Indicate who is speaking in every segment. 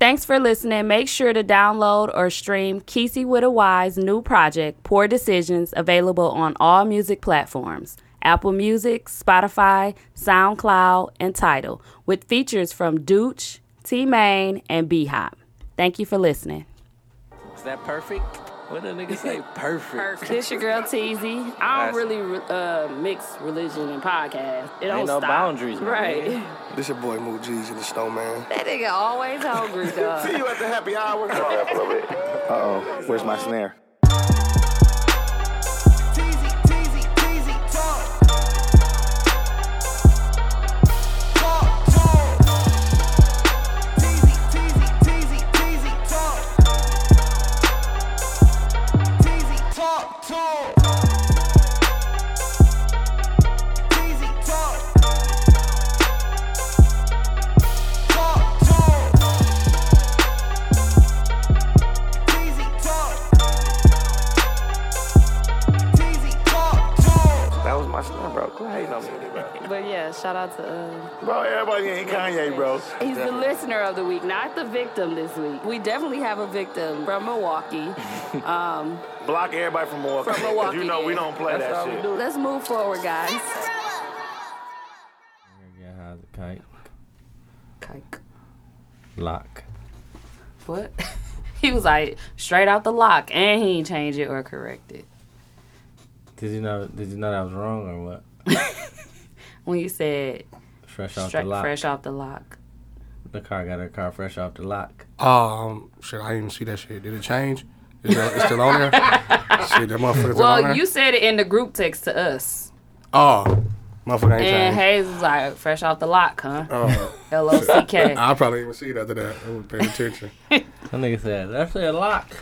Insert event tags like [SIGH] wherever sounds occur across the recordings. Speaker 1: Thanks for listening. Make sure to download or stream Kesey with a Y's new project, Poor Decisions, available on all music platforms Apple Music, Spotify, SoundCloud, and Tidal, with features from Dooch, T Main, and B Hop. Thank you for listening.
Speaker 2: Is that perfect? What did a nigga
Speaker 1: [LAUGHS]
Speaker 2: say? Perfect.
Speaker 1: This your girl Teasy. I don't really uh, mix religion and podcast. It don't
Speaker 2: Ain't no
Speaker 1: stop.
Speaker 2: boundaries, my
Speaker 1: Right.
Speaker 3: [LAUGHS] This your boy Moot G's and the Snowman.
Speaker 1: That nigga always
Speaker 4: [LAUGHS]
Speaker 1: hungry, dog. [LAUGHS]
Speaker 3: See you at the happy hour.
Speaker 4: Uh-oh, where's my snare?
Speaker 5: Teasy, teasy, teasy, talk. Talk, talk. Teasy, teasy, teasy, teasy, talk. Teasy, talk, talk. Teasy, talk. Talk, talk. Teasy, talk. Teasy, talk, talk.
Speaker 2: That was my snap, bro. Quit hating on me, bro.
Speaker 1: But yeah, shout out to. Uh,
Speaker 4: Bro, everybody ain't Kanye, bro.
Speaker 1: he's the listener of the week, not the victim this week. We definitely have a victim from [LAUGHS] Milwaukee. Um,
Speaker 4: Block everybody from Milwaukee.
Speaker 1: From Milwaukee, you know we yeah. don't
Speaker 4: play
Speaker 2: That's all we do.
Speaker 1: Let's move forward, guys.
Speaker 6: Yeah, how's it, kite?
Speaker 1: Kike.
Speaker 6: Lock.
Speaker 1: What? [LAUGHS] he was like straight out the lock, and he ain't change it or correct it.
Speaker 6: Did you know? Did you know that was wrong or what?
Speaker 1: When you said
Speaker 6: Fresh off
Speaker 1: straight
Speaker 6: the lock.
Speaker 1: fresh off the lock,
Speaker 6: The car got her car fresh off the lock.
Speaker 3: Um, shit, I didn't even see that shit. Did it change? Is that, it's
Speaker 1: [LAUGHS]
Speaker 3: still on there? shit, that motherfucker's still on
Speaker 1: well,
Speaker 3: there?
Speaker 1: you said it in the group text to us,
Speaker 3: oh, motherfucker
Speaker 1: and
Speaker 3: ain't changed.
Speaker 1: Hayes was like fresh off the lock, huh?
Speaker 3: Oh,
Speaker 1: [LAUGHS] L O C K.
Speaker 6: [LAUGHS]
Speaker 3: I probably even see it after that. I wasn't
Speaker 1: [LAUGHS]
Speaker 3: paying attention.
Speaker 6: That nigga said, "That's a lock."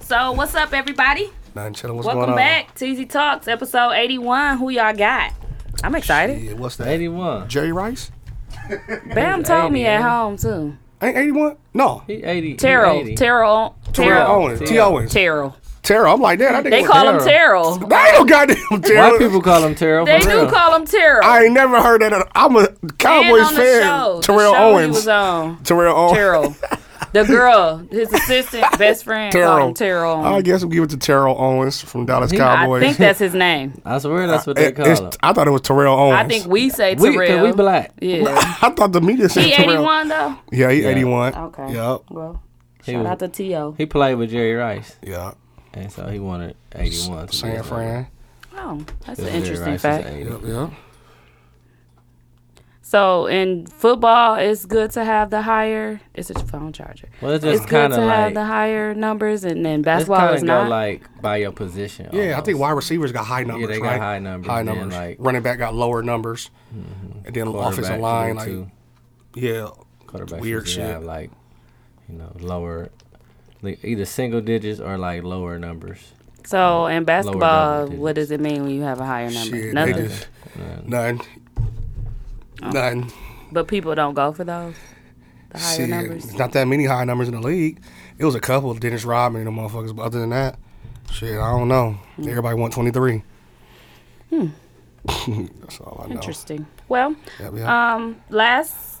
Speaker 1: So what's up, everybody?
Speaker 3: Nothing chilling. What's
Speaker 1: Welcome
Speaker 3: going
Speaker 1: back to Easy Talks, episode 81. Who y'all
Speaker 3: [LAUGHS]
Speaker 1: got? I'm
Speaker 3: on?
Speaker 1: excited.
Speaker 3: Yeah, what's that?
Speaker 6: Eighty-one.
Speaker 3: Jerry Rice?
Speaker 1: Bam told me
Speaker 6: 80,
Speaker 1: at
Speaker 6: yeah.
Speaker 1: home, too.
Speaker 3: Ain't 81? No.
Speaker 6: He eighty. he
Speaker 1: Terrell.
Speaker 6: 80.
Speaker 1: Terrell.
Speaker 3: Terrell
Speaker 1: Terrell.
Speaker 3: Owens. T.
Speaker 6: Terrell.
Speaker 3: Owens.
Speaker 1: Terrell.
Speaker 3: Terrell. I'm like, damn, I think
Speaker 1: They call him Terrell.
Speaker 3: I ain't no goddamn Terrell.
Speaker 6: White people call him Terrell.
Speaker 1: They
Speaker 6: for
Speaker 1: do
Speaker 6: real.
Speaker 1: call him Terrell.
Speaker 3: I ain't never heard that. I'm a
Speaker 1: And
Speaker 3: Cowboys
Speaker 1: on the
Speaker 3: fan.
Speaker 1: show, the
Speaker 3: Terrell
Speaker 1: show
Speaker 3: Owens.
Speaker 1: He was on.
Speaker 3: Terrell Owens. [LAUGHS]
Speaker 1: Terrell. the girl, his assistant, best friend, Terrell. Called him Terrell.
Speaker 3: I
Speaker 1: Owens.
Speaker 3: guess we'll give it to Terrell Owens from Dallas
Speaker 1: I
Speaker 3: Cowboys.
Speaker 1: think that's
Speaker 3: [LAUGHS]
Speaker 1: his name.
Speaker 6: I swear that's what they
Speaker 3: It-
Speaker 6: call
Speaker 3: it's-
Speaker 6: him.
Speaker 3: I thought it was Terrell Owens.
Speaker 1: I
Speaker 3: [LAUGHS]
Speaker 1: think we say
Speaker 6: We,
Speaker 1: Terrell.
Speaker 6: cause we black.
Speaker 1: Yeah.
Speaker 3: I thought the media said
Speaker 1: He
Speaker 3: [LAUGHS] Terrell.
Speaker 1: 81, though?
Speaker 3: Yeah, he 81.
Speaker 1: Okay.
Speaker 3: Yep.
Speaker 1: Well,
Speaker 6: He,
Speaker 1: shout
Speaker 6: was-
Speaker 1: out to T.O.
Speaker 6: he played with Jerry Rice,
Speaker 3: Yeah.
Speaker 6: and so he wanted eighty-one. to be
Speaker 3: San
Speaker 6: his
Speaker 3: Fran.
Speaker 1: Oh, that's an
Speaker 6: name. Jerry
Speaker 1: interesting
Speaker 6: Rice was
Speaker 1: fact.
Speaker 6: 80.
Speaker 3: Yep, yep.
Speaker 1: So in football, it's good to have the higher. It's a phone charger.
Speaker 6: Well, it's
Speaker 1: It's
Speaker 6: just
Speaker 1: good
Speaker 6: kind
Speaker 1: to
Speaker 6: of
Speaker 1: have
Speaker 6: like
Speaker 1: the higher numbers, and then
Speaker 6: it's
Speaker 1: basketball
Speaker 6: kind
Speaker 1: is
Speaker 6: of go
Speaker 1: not.
Speaker 6: like by your position.
Speaker 3: Yeah, I think
Speaker 6: almost.
Speaker 3: wide receivers got high numbers.
Speaker 6: they got
Speaker 3: right?
Speaker 6: high numbers,
Speaker 3: High
Speaker 6: and then,
Speaker 3: numbers.
Speaker 6: like- Mm-hmm.
Speaker 3: Running back got lower numbers, and then offensive
Speaker 6: Quarterback
Speaker 3: line,
Speaker 6: do,
Speaker 3: like
Speaker 6: too.
Speaker 3: yeah,
Speaker 6: quarterbacks
Speaker 3: weird
Speaker 6: weird shit.
Speaker 3: shit.
Speaker 6: Have like, you know, lower, like either single digits or like lower numbers.
Speaker 1: so in basketball,
Speaker 6: digits.
Speaker 1: what does it mean when you have a higher number?
Speaker 3: shit. They
Speaker 1: Nothing.
Speaker 3: just none,
Speaker 1: Oh.
Speaker 3: none.
Speaker 1: But people don't go for those. The higher
Speaker 3: Shit,
Speaker 1: numbers.
Speaker 3: it's not that many high numbers in the league. It was a couple of Dennis Rodman and them motherfuckers, but other than that, shit, I don't know.
Speaker 1: Hmm.
Speaker 3: Everybody won twenty three. [LAUGHS] That's all I know.
Speaker 1: Interesting. Well,
Speaker 3: Yep, yep.
Speaker 1: um, last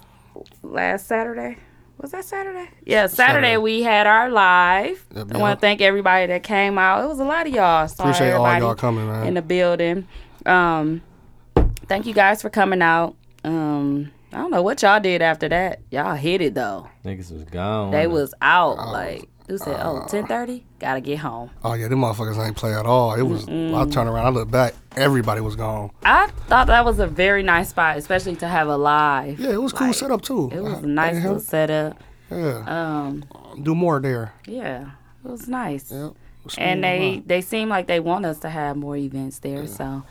Speaker 1: last Saturday. Was that Saturday? Yeah, Saturday,
Speaker 3: Saturday.
Speaker 1: we had our live.
Speaker 3: Yep,
Speaker 1: I want
Speaker 3: yep.
Speaker 1: to thank everybody that came out. It was a lot of y'all. Sorry,
Speaker 3: Appreciate all
Speaker 1: everybody.
Speaker 3: y'all coming,
Speaker 1: in
Speaker 3: man.
Speaker 1: the building. Um, thank you guys for coming out. Um, I don't know what y'all did after that. Y'all hit it though.
Speaker 6: Niggas was gone.
Speaker 1: They was out like who said,
Speaker 3: uh,
Speaker 1: oh, 10.30? Gotta get home.
Speaker 3: oh yeah, them motherfuckers ain't play at all. It was. I turned around, I looked back, everybody was gone.
Speaker 1: I thought that was a very nice spot, especially to have a live.
Speaker 3: Yeah, it was cool
Speaker 1: Like,
Speaker 3: setup too.
Speaker 1: It
Speaker 3: I-
Speaker 1: was
Speaker 3: I
Speaker 1: a nice
Speaker 3: didn't
Speaker 1: little
Speaker 3: have-
Speaker 1: setup.
Speaker 3: Yeah,
Speaker 1: Um,
Speaker 3: do more there.
Speaker 1: yeah, it was nice.
Speaker 3: Yep.
Speaker 1: And they they seem like they want us to have more events there. So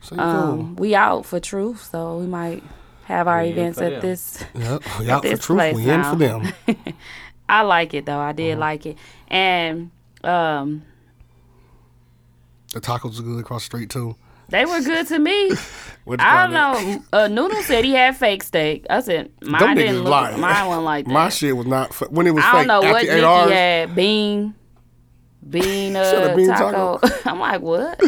Speaker 3: Seem
Speaker 1: um, we out for truth, so we might have our
Speaker 6: We in
Speaker 1: events
Speaker 6: for
Speaker 1: at
Speaker 3: [LAUGHS]
Speaker 6: them.
Speaker 1: this [LAUGHS]
Speaker 3: cool. Yep. Y'all for
Speaker 1: this
Speaker 3: truth,
Speaker 1: place
Speaker 3: we in
Speaker 1: now.
Speaker 3: for them.
Speaker 1: [LAUGHS]
Speaker 3: Uh-huh.
Speaker 1: I like it though. I did like it. And um
Speaker 3: The tacos are good across the street too.
Speaker 1: they were good to
Speaker 3: [LAUGHS]
Speaker 1: me.
Speaker 3: What you
Speaker 1: I don't
Speaker 3: call that?
Speaker 1: know. Uh, Noodle said he had fake steak. I said
Speaker 3: Them
Speaker 1: mine
Speaker 3: niggas
Speaker 1: didn't look.
Speaker 3: lying.
Speaker 1: Mine wasn't like that.
Speaker 3: [LAUGHS] My shit was not f- when it was
Speaker 1: I don't
Speaker 3: fake.
Speaker 1: know
Speaker 3: after
Speaker 1: what
Speaker 3: eight
Speaker 1: Nikki
Speaker 3: hours,
Speaker 1: had. Bean,
Speaker 3: [LAUGHS]
Speaker 1: bean,
Speaker 3: Shoulda
Speaker 1: uh,
Speaker 3: bean
Speaker 1: taco. [LAUGHS] I'm like, what?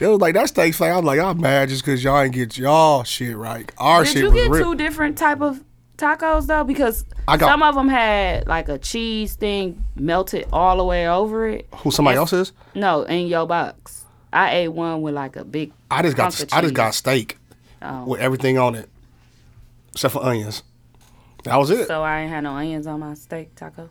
Speaker 3: They was like that steak fake. I was like, y'all mad just cause y'all ain't get y'all shit right. [LAUGHS] Our
Speaker 1: Did
Speaker 3: shit
Speaker 1: you
Speaker 3: was
Speaker 1: get
Speaker 3: real.
Speaker 1: two different type of tacos though? Because
Speaker 3: I got-
Speaker 1: some of them had like a cheese thing melted all the way over it.
Speaker 3: Who somebody
Speaker 1: Yes.
Speaker 3: else is?
Speaker 1: No, in your box. I ate one with like a big.
Speaker 3: I just got
Speaker 1: Hunk of
Speaker 3: I just
Speaker 1: cheese.
Speaker 3: got steak
Speaker 1: Oh,
Speaker 3: with everything on it, except for onions. That was it. [LAUGHS]
Speaker 1: so I ain't had no onions on my steak taco.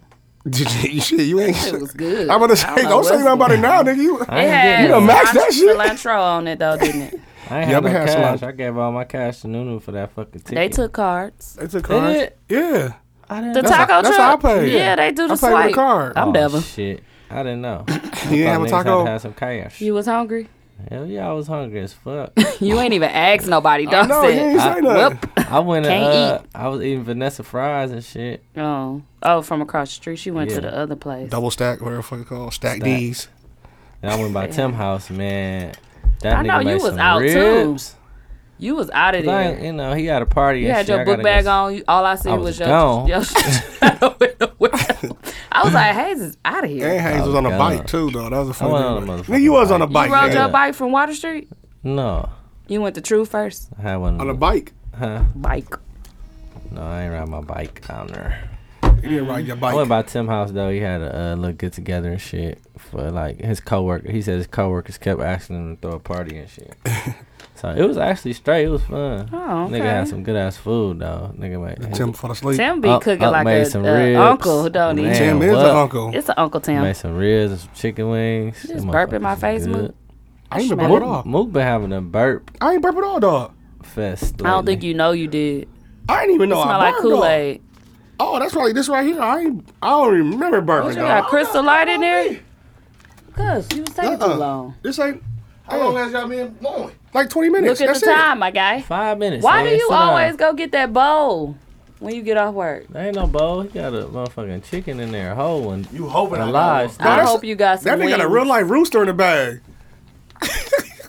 Speaker 3: Shit, you ain't.
Speaker 1: [LAUGHS] It was good.
Speaker 3: I'm gonna say,
Speaker 1: I
Speaker 3: don't,
Speaker 1: know what's
Speaker 3: say nothing about it now, nigga. You,
Speaker 6: [LAUGHS]
Speaker 1: It
Speaker 6: I ain't
Speaker 1: had
Speaker 6: getting
Speaker 3: done
Speaker 6: no-
Speaker 3: maxed
Speaker 1: [LAUGHS]
Speaker 3: that shit?
Speaker 1: cilantro on it though, didn't [LAUGHS] it?
Speaker 6: I ain't
Speaker 3: Yeah,
Speaker 6: have
Speaker 3: we
Speaker 6: no
Speaker 3: had
Speaker 6: cash.
Speaker 3: cilantro.
Speaker 6: I gave all my cash to Nunu for that fucking ticket.
Speaker 1: They
Speaker 3: [LAUGHS]
Speaker 1: took cards.
Speaker 3: it's a
Speaker 6: card. it?
Speaker 3: Yeah,
Speaker 6: I didn't
Speaker 1: The
Speaker 6: know.
Speaker 3: how-
Speaker 1: taco
Speaker 3: that's how I
Speaker 1: truck.
Speaker 3: paid.
Speaker 1: Yeah, they do the
Speaker 3: I paid with a
Speaker 1: swipe.
Speaker 3: card.
Speaker 1: I'm
Speaker 6: Oh,
Speaker 1: devil.
Speaker 6: Shit, I
Speaker 3: [COUGHS]
Speaker 6: didn't know.
Speaker 3: you didn't have a taco.
Speaker 6: Had some cash.
Speaker 1: You was hungry.
Speaker 6: Hell yeah, I was hungry
Speaker 3: [LAUGHS]
Speaker 6: as fuck.
Speaker 1: [LAUGHS] You ain't even asked nobody. Don't
Speaker 3: no, you
Speaker 1: say.
Speaker 3: ain't say nothing.
Speaker 6: I went. and,
Speaker 1: Can't
Speaker 6: uh, I was eating Vanessa fries and shit.
Speaker 1: Oh, oh, from across the street. She went to
Speaker 6: Yeah.
Speaker 1: the other place.
Speaker 3: Double stack, whatever the fuck it's called, stack, D's.
Speaker 6: And I went by Tim House, man. That
Speaker 1: I
Speaker 6: nigga
Speaker 1: know you
Speaker 6: made
Speaker 1: was
Speaker 6: some
Speaker 1: out too.
Speaker 6: ribs.
Speaker 1: You was out of
Speaker 6: Like,
Speaker 1: there.
Speaker 6: you know, he had a party.
Speaker 1: You
Speaker 6: and
Speaker 1: had
Speaker 6: shit.
Speaker 1: your
Speaker 6: I
Speaker 1: book
Speaker 6: gotta
Speaker 1: bag
Speaker 6: get-
Speaker 1: on. All I seen
Speaker 6: I
Speaker 1: was,
Speaker 6: was
Speaker 1: your,
Speaker 6: gone. [LAUGHS]
Speaker 1: your shadow in the window. I was like, Hayes is out of here.
Speaker 3: And Hayes was on a
Speaker 6: God.
Speaker 3: bike too, though. That was a funny.
Speaker 6: wasn't on a
Speaker 3: one.
Speaker 6: motherfucking
Speaker 3: Nigga, you was on a bike.
Speaker 6: bike.
Speaker 1: you rode
Speaker 3: nigga.
Speaker 1: your bike from Water Street.
Speaker 6: No,
Speaker 1: You went to True first.
Speaker 6: I had one.
Speaker 3: on a bike.
Speaker 6: Huh?
Speaker 1: Bike.
Speaker 6: No, I ain't ride my bike down there.
Speaker 3: You didn't ride your
Speaker 6: I went
Speaker 3: bike.
Speaker 6: by Tim House though. He had a uh, little get together and shit for like his coworker. He said his coworkers kept asking him to throw a party and
Speaker 3: [LAUGHS]
Speaker 6: shit. so it was actually straight. It was fun.
Speaker 1: Oh, okay.
Speaker 6: Nigga had some good ass food though. Nigga made
Speaker 3: Tim fell asleep. Tim,
Speaker 1: Tim be
Speaker 6: Unc-
Speaker 1: cooking
Speaker 6: Unc
Speaker 1: like
Speaker 6: made
Speaker 1: a,
Speaker 6: some
Speaker 1: a
Speaker 6: ribs.
Speaker 1: uncle, don't he?
Speaker 6: Man,
Speaker 3: is
Speaker 6: what?
Speaker 3: an uncle.
Speaker 1: It's an Uncle Tim.
Speaker 6: Made some ribs and some chicken wings.
Speaker 1: Just
Speaker 6: Them
Speaker 1: burping my
Speaker 6: motherfuckers
Speaker 1: face,
Speaker 6: good.
Speaker 1: Mook.
Speaker 3: I ain't burp at
Speaker 6: Mook,
Speaker 3: all.
Speaker 6: Mook been having a burp
Speaker 3: I ain't burp at all, dog.
Speaker 6: fest.
Speaker 1: I don't
Speaker 6: lately.
Speaker 1: think you know you did.
Speaker 3: I didn't even know
Speaker 1: Smell
Speaker 3: I
Speaker 1: like
Speaker 3: burped,
Speaker 1: Kool
Speaker 3: dog.
Speaker 1: Aid.
Speaker 3: Oh, that's probably this right here. I ain't, I don't even remember burping.
Speaker 1: You
Speaker 3: dog.
Speaker 1: got crystal light in there? Cuz you was taking
Speaker 3: Uh-uh.
Speaker 1: too long.
Speaker 3: This ain't
Speaker 4: How long has y'all been
Speaker 6: [LAUGHS]
Speaker 4: blowing?
Speaker 3: like twenty minutes.
Speaker 1: Look at
Speaker 3: that's
Speaker 1: the
Speaker 3: it.
Speaker 1: time, my guy.
Speaker 6: Five minutes.
Speaker 1: Why
Speaker 6: man.
Speaker 1: do you
Speaker 6: Sit down.
Speaker 1: always go get that bowl when you get off work?
Speaker 6: There ain't no bowl. He got a motherfucking chicken in there, whole one.
Speaker 4: You hoping I
Speaker 6: Alive.
Speaker 4: got
Speaker 1: I
Speaker 3: that's-
Speaker 1: hope you got some
Speaker 3: That nigga got a
Speaker 1: wings.
Speaker 3: real life rooster in the bag.
Speaker 4: one.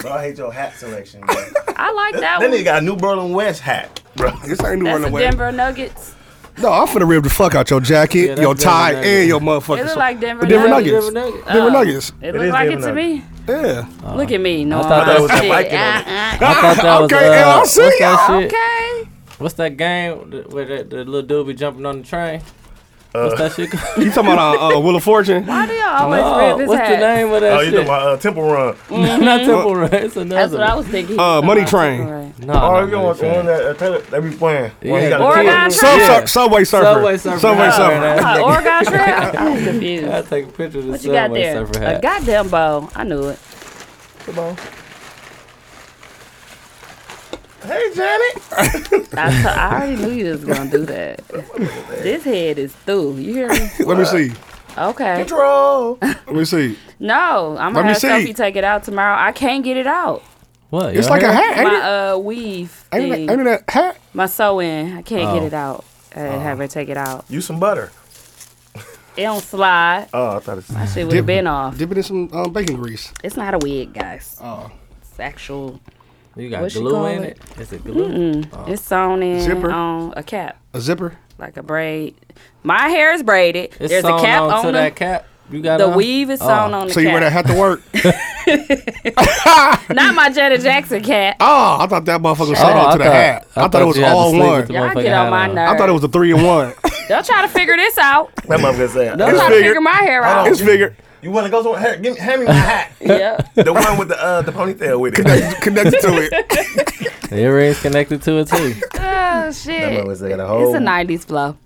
Speaker 4: Bro, I hate your hat selection. Bro.
Speaker 1: I like that
Speaker 4: that nigga
Speaker 1: one.
Speaker 4: got a New Berlin West hat, bro.
Speaker 3: [LAUGHS] This ain't
Speaker 1: That's
Speaker 3: New Orleans
Speaker 1: the
Speaker 3: way.
Speaker 1: Denver Nuggets.
Speaker 3: No, I'm finna rib the fuck out your jacket,
Speaker 6: that's
Speaker 3: your
Speaker 6: Denver
Speaker 3: tie,
Speaker 6: Nuggets.
Speaker 3: and your
Speaker 1: It
Speaker 3: motherfucking.
Speaker 1: look
Speaker 3: so-
Speaker 1: like Denver
Speaker 3: Denver
Speaker 1: Nuggets. Oh. Uh,
Speaker 3: Nuggets. Denver
Speaker 6: Denver Nuggets.
Speaker 3: Nuggets.
Speaker 1: It
Speaker 4: It
Speaker 1: look
Speaker 4: is
Speaker 1: like it
Speaker 4: Denver
Speaker 1: to me.
Speaker 3: Yeah.
Speaker 1: Look at me. No, I
Speaker 6: thought that was
Speaker 4: a
Speaker 1: [LAUGHS]
Speaker 4: blanket
Speaker 1: Uh-uh.
Speaker 4: on
Speaker 6: I thought that was
Speaker 3: Okay,
Speaker 6: uh,
Speaker 3: yeah, I
Speaker 6: what's
Speaker 3: see
Speaker 6: that shit?
Speaker 1: Okay.
Speaker 6: What's that game th- where that, the little dude be jumping on the train?
Speaker 4: Uh,
Speaker 6: what's
Speaker 4: [LAUGHS]
Speaker 6: that shit? called?
Speaker 3: You talking about uh, uh, Wheel of Fortune?
Speaker 1: Why do y'all always
Speaker 6: oh,
Speaker 1: rip his
Speaker 6: what's
Speaker 1: hat?
Speaker 6: the name of that
Speaker 4: Oh, you know
Speaker 6: shit? Mm-hmm.
Speaker 4: my uh, Temple
Speaker 6: [LAUGHS]
Speaker 4: Run.
Speaker 6: Not Temple Run. It's
Speaker 1: That's
Speaker 6: another.
Speaker 1: what I was thinking.
Speaker 3: Uh,
Speaker 1: Come
Speaker 3: Money
Speaker 1: on,
Speaker 3: Train.
Speaker 1: Temple Run.
Speaker 6: No,
Speaker 4: Oh,
Speaker 6: no,
Speaker 4: you know what the
Speaker 6: Money
Speaker 4: one
Speaker 6: Train.
Speaker 4: that uh, Taylor they be playing. When he
Speaker 6: Yeah.
Speaker 4: got a
Speaker 1: Oregon
Speaker 4: kid.
Speaker 1: Trail.
Speaker 3: Sub-
Speaker 6: Yeah.
Speaker 3: Subway Surfer.
Speaker 6: Subway Surfer.
Speaker 3: Subway
Speaker 6: Yeah.
Speaker 3: Surfer.
Speaker 6: Yeah.
Speaker 1: Uh, Oregon Trail?
Speaker 6: [LAUGHS]
Speaker 1: I'm confused.
Speaker 6: I take a picture of the
Speaker 1: What you got
Speaker 6: subway
Speaker 1: there?
Speaker 6: surfer
Speaker 1: A
Speaker 6: hat.
Speaker 1: goddamn bow. I knew it.
Speaker 4: Hey, Janet.
Speaker 1: [LAUGHS] I, t- I already knew you was gonna do that. this head is through. You hear me?
Speaker 3: [LAUGHS] Let me see.
Speaker 1: Okay.
Speaker 4: Control.
Speaker 3: Let me see.
Speaker 1: No, I'm gonna
Speaker 3: Let me
Speaker 1: have
Speaker 3: see.
Speaker 1: Sophie take it out tomorrow. I can't get it out.
Speaker 6: What?
Speaker 3: It's
Speaker 6: your
Speaker 3: like a
Speaker 6: hair?
Speaker 3: hat. Ain't it?
Speaker 1: My uh weave
Speaker 3: Ain't
Speaker 1: thing,
Speaker 3: it, ain't it a hat?
Speaker 1: my sewing. I can't get
Speaker 6: Oh.
Speaker 1: it out. I have her take it out.
Speaker 4: Use some butter.
Speaker 1: It don't slide.
Speaker 4: Oh, I thought it's. [LAUGHS]
Speaker 1: That shit would have been off.
Speaker 3: Dip it in some um, bacon grease.
Speaker 1: It's not a wig, guys.
Speaker 3: Oh.
Speaker 1: It's actual.
Speaker 6: You got
Speaker 1: What she call
Speaker 6: glue in
Speaker 1: it?
Speaker 6: it? Is it glue? Oh.
Speaker 1: It's sewn in
Speaker 3: Zipper.
Speaker 1: on a cap,
Speaker 3: A zipper.
Speaker 1: like a braid. My hair is braided.
Speaker 6: It's
Speaker 1: There's a
Speaker 6: sewn
Speaker 1: cap
Speaker 6: on
Speaker 1: on,
Speaker 6: to
Speaker 1: the.
Speaker 6: that cap. You got
Speaker 1: The
Speaker 6: on?
Speaker 1: weave is
Speaker 6: Oh.
Speaker 1: sewn on the
Speaker 3: So you
Speaker 1: cap.
Speaker 3: wear that hat to work? oh,
Speaker 1: [LAUGHS] Not my Janet Jackson cat.
Speaker 3: I thought that motherfucker was
Speaker 6: Oh,
Speaker 3: sewn
Speaker 6: I
Speaker 3: onto the
Speaker 6: thought-
Speaker 3: hat. I,
Speaker 6: I
Speaker 3: thought,
Speaker 6: thought
Speaker 3: it was
Speaker 6: you had to
Speaker 3: all
Speaker 6: sleep
Speaker 3: one.
Speaker 6: with the-
Speaker 1: Y'all
Speaker 6: Motherfucker
Speaker 1: get on
Speaker 6: hat
Speaker 1: my
Speaker 6: on.
Speaker 1: nerves.
Speaker 3: I thought it was a three and one.
Speaker 1: Y'all try to figure this out.
Speaker 4: That motherfucker said.
Speaker 6: No.
Speaker 1: Y'all
Speaker 4: uh,
Speaker 1: try to figure my hair out.
Speaker 3: it's figured.
Speaker 4: you want to go somewhere? Hey, give me, hand me my hat.
Speaker 1: Yeah.
Speaker 4: the one with the uh, the ponytail with
Speaker 3: [LAUGHS]
Speaker 4: it.
Speaker 3: It's connected to it.
Speaker 6: [LAUGHS] The earrings connected to it
Speaker 1: [LAUGHS]
Speaker 6: too.
Speaker 1: Oh shit.
Speaker 4: motherfucker got a
Speaker 1: It's
Speaker 4: whole-
Speaker 1: a nineties flow.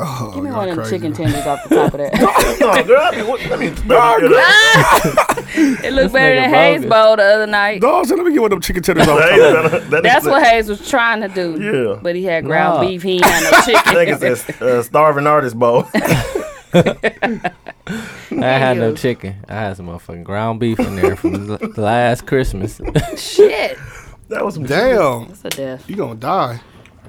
Speaker 3: Oh,
Speaker 1: Give me
Speaker 3: y'all
Speaker 1: one of them
Speaker 3: crazy.
Speaker 1: chicken
Speaker 3: [LAUGHS]
Speaker 1: tenders off [LAUGHS] the top of that.
Speaker 4: [LAUGHS] no, girl. I mean, what, I mean,
Speaker 1: [LAUGHS]
Speaker 4: girl.
Speaker 1: it looked better
Speaker 6: nigga
Speaker 1: than Hayes
Speaker 6: bogus.
Speaker 1: Bowl the other night.
Speaker 3: Dog, so let me get one of them chicken tenders off.
Speaker 4: Hey, [LAUGHS] that- that- that-
Speaker 1: That's what Hayes was trying to do.
Speaker 4: Yeah.
Speaker 1: But he had ground
Speaker 6: Nah.
Speaker 1: beef. He ain't
Speaker 4: [LAUGHS]
Speaker 1: had no
Speaker 4: I think
Speaker 1: chicken.
Speaker 4: it's a uh, starving artist bowl.
Speaker 6: I had no
Speaker 1: you.
Speaker 6: chicken. I had some motherfucking ground beef in there from [LAUGHS] l- last Christmas.
Speaker 1: [LAUGHS] shit.
Speaker 4: that was some
Speaker 3: Damn,
Speaker 1: It's a death.
Speaker 3: you gonna die.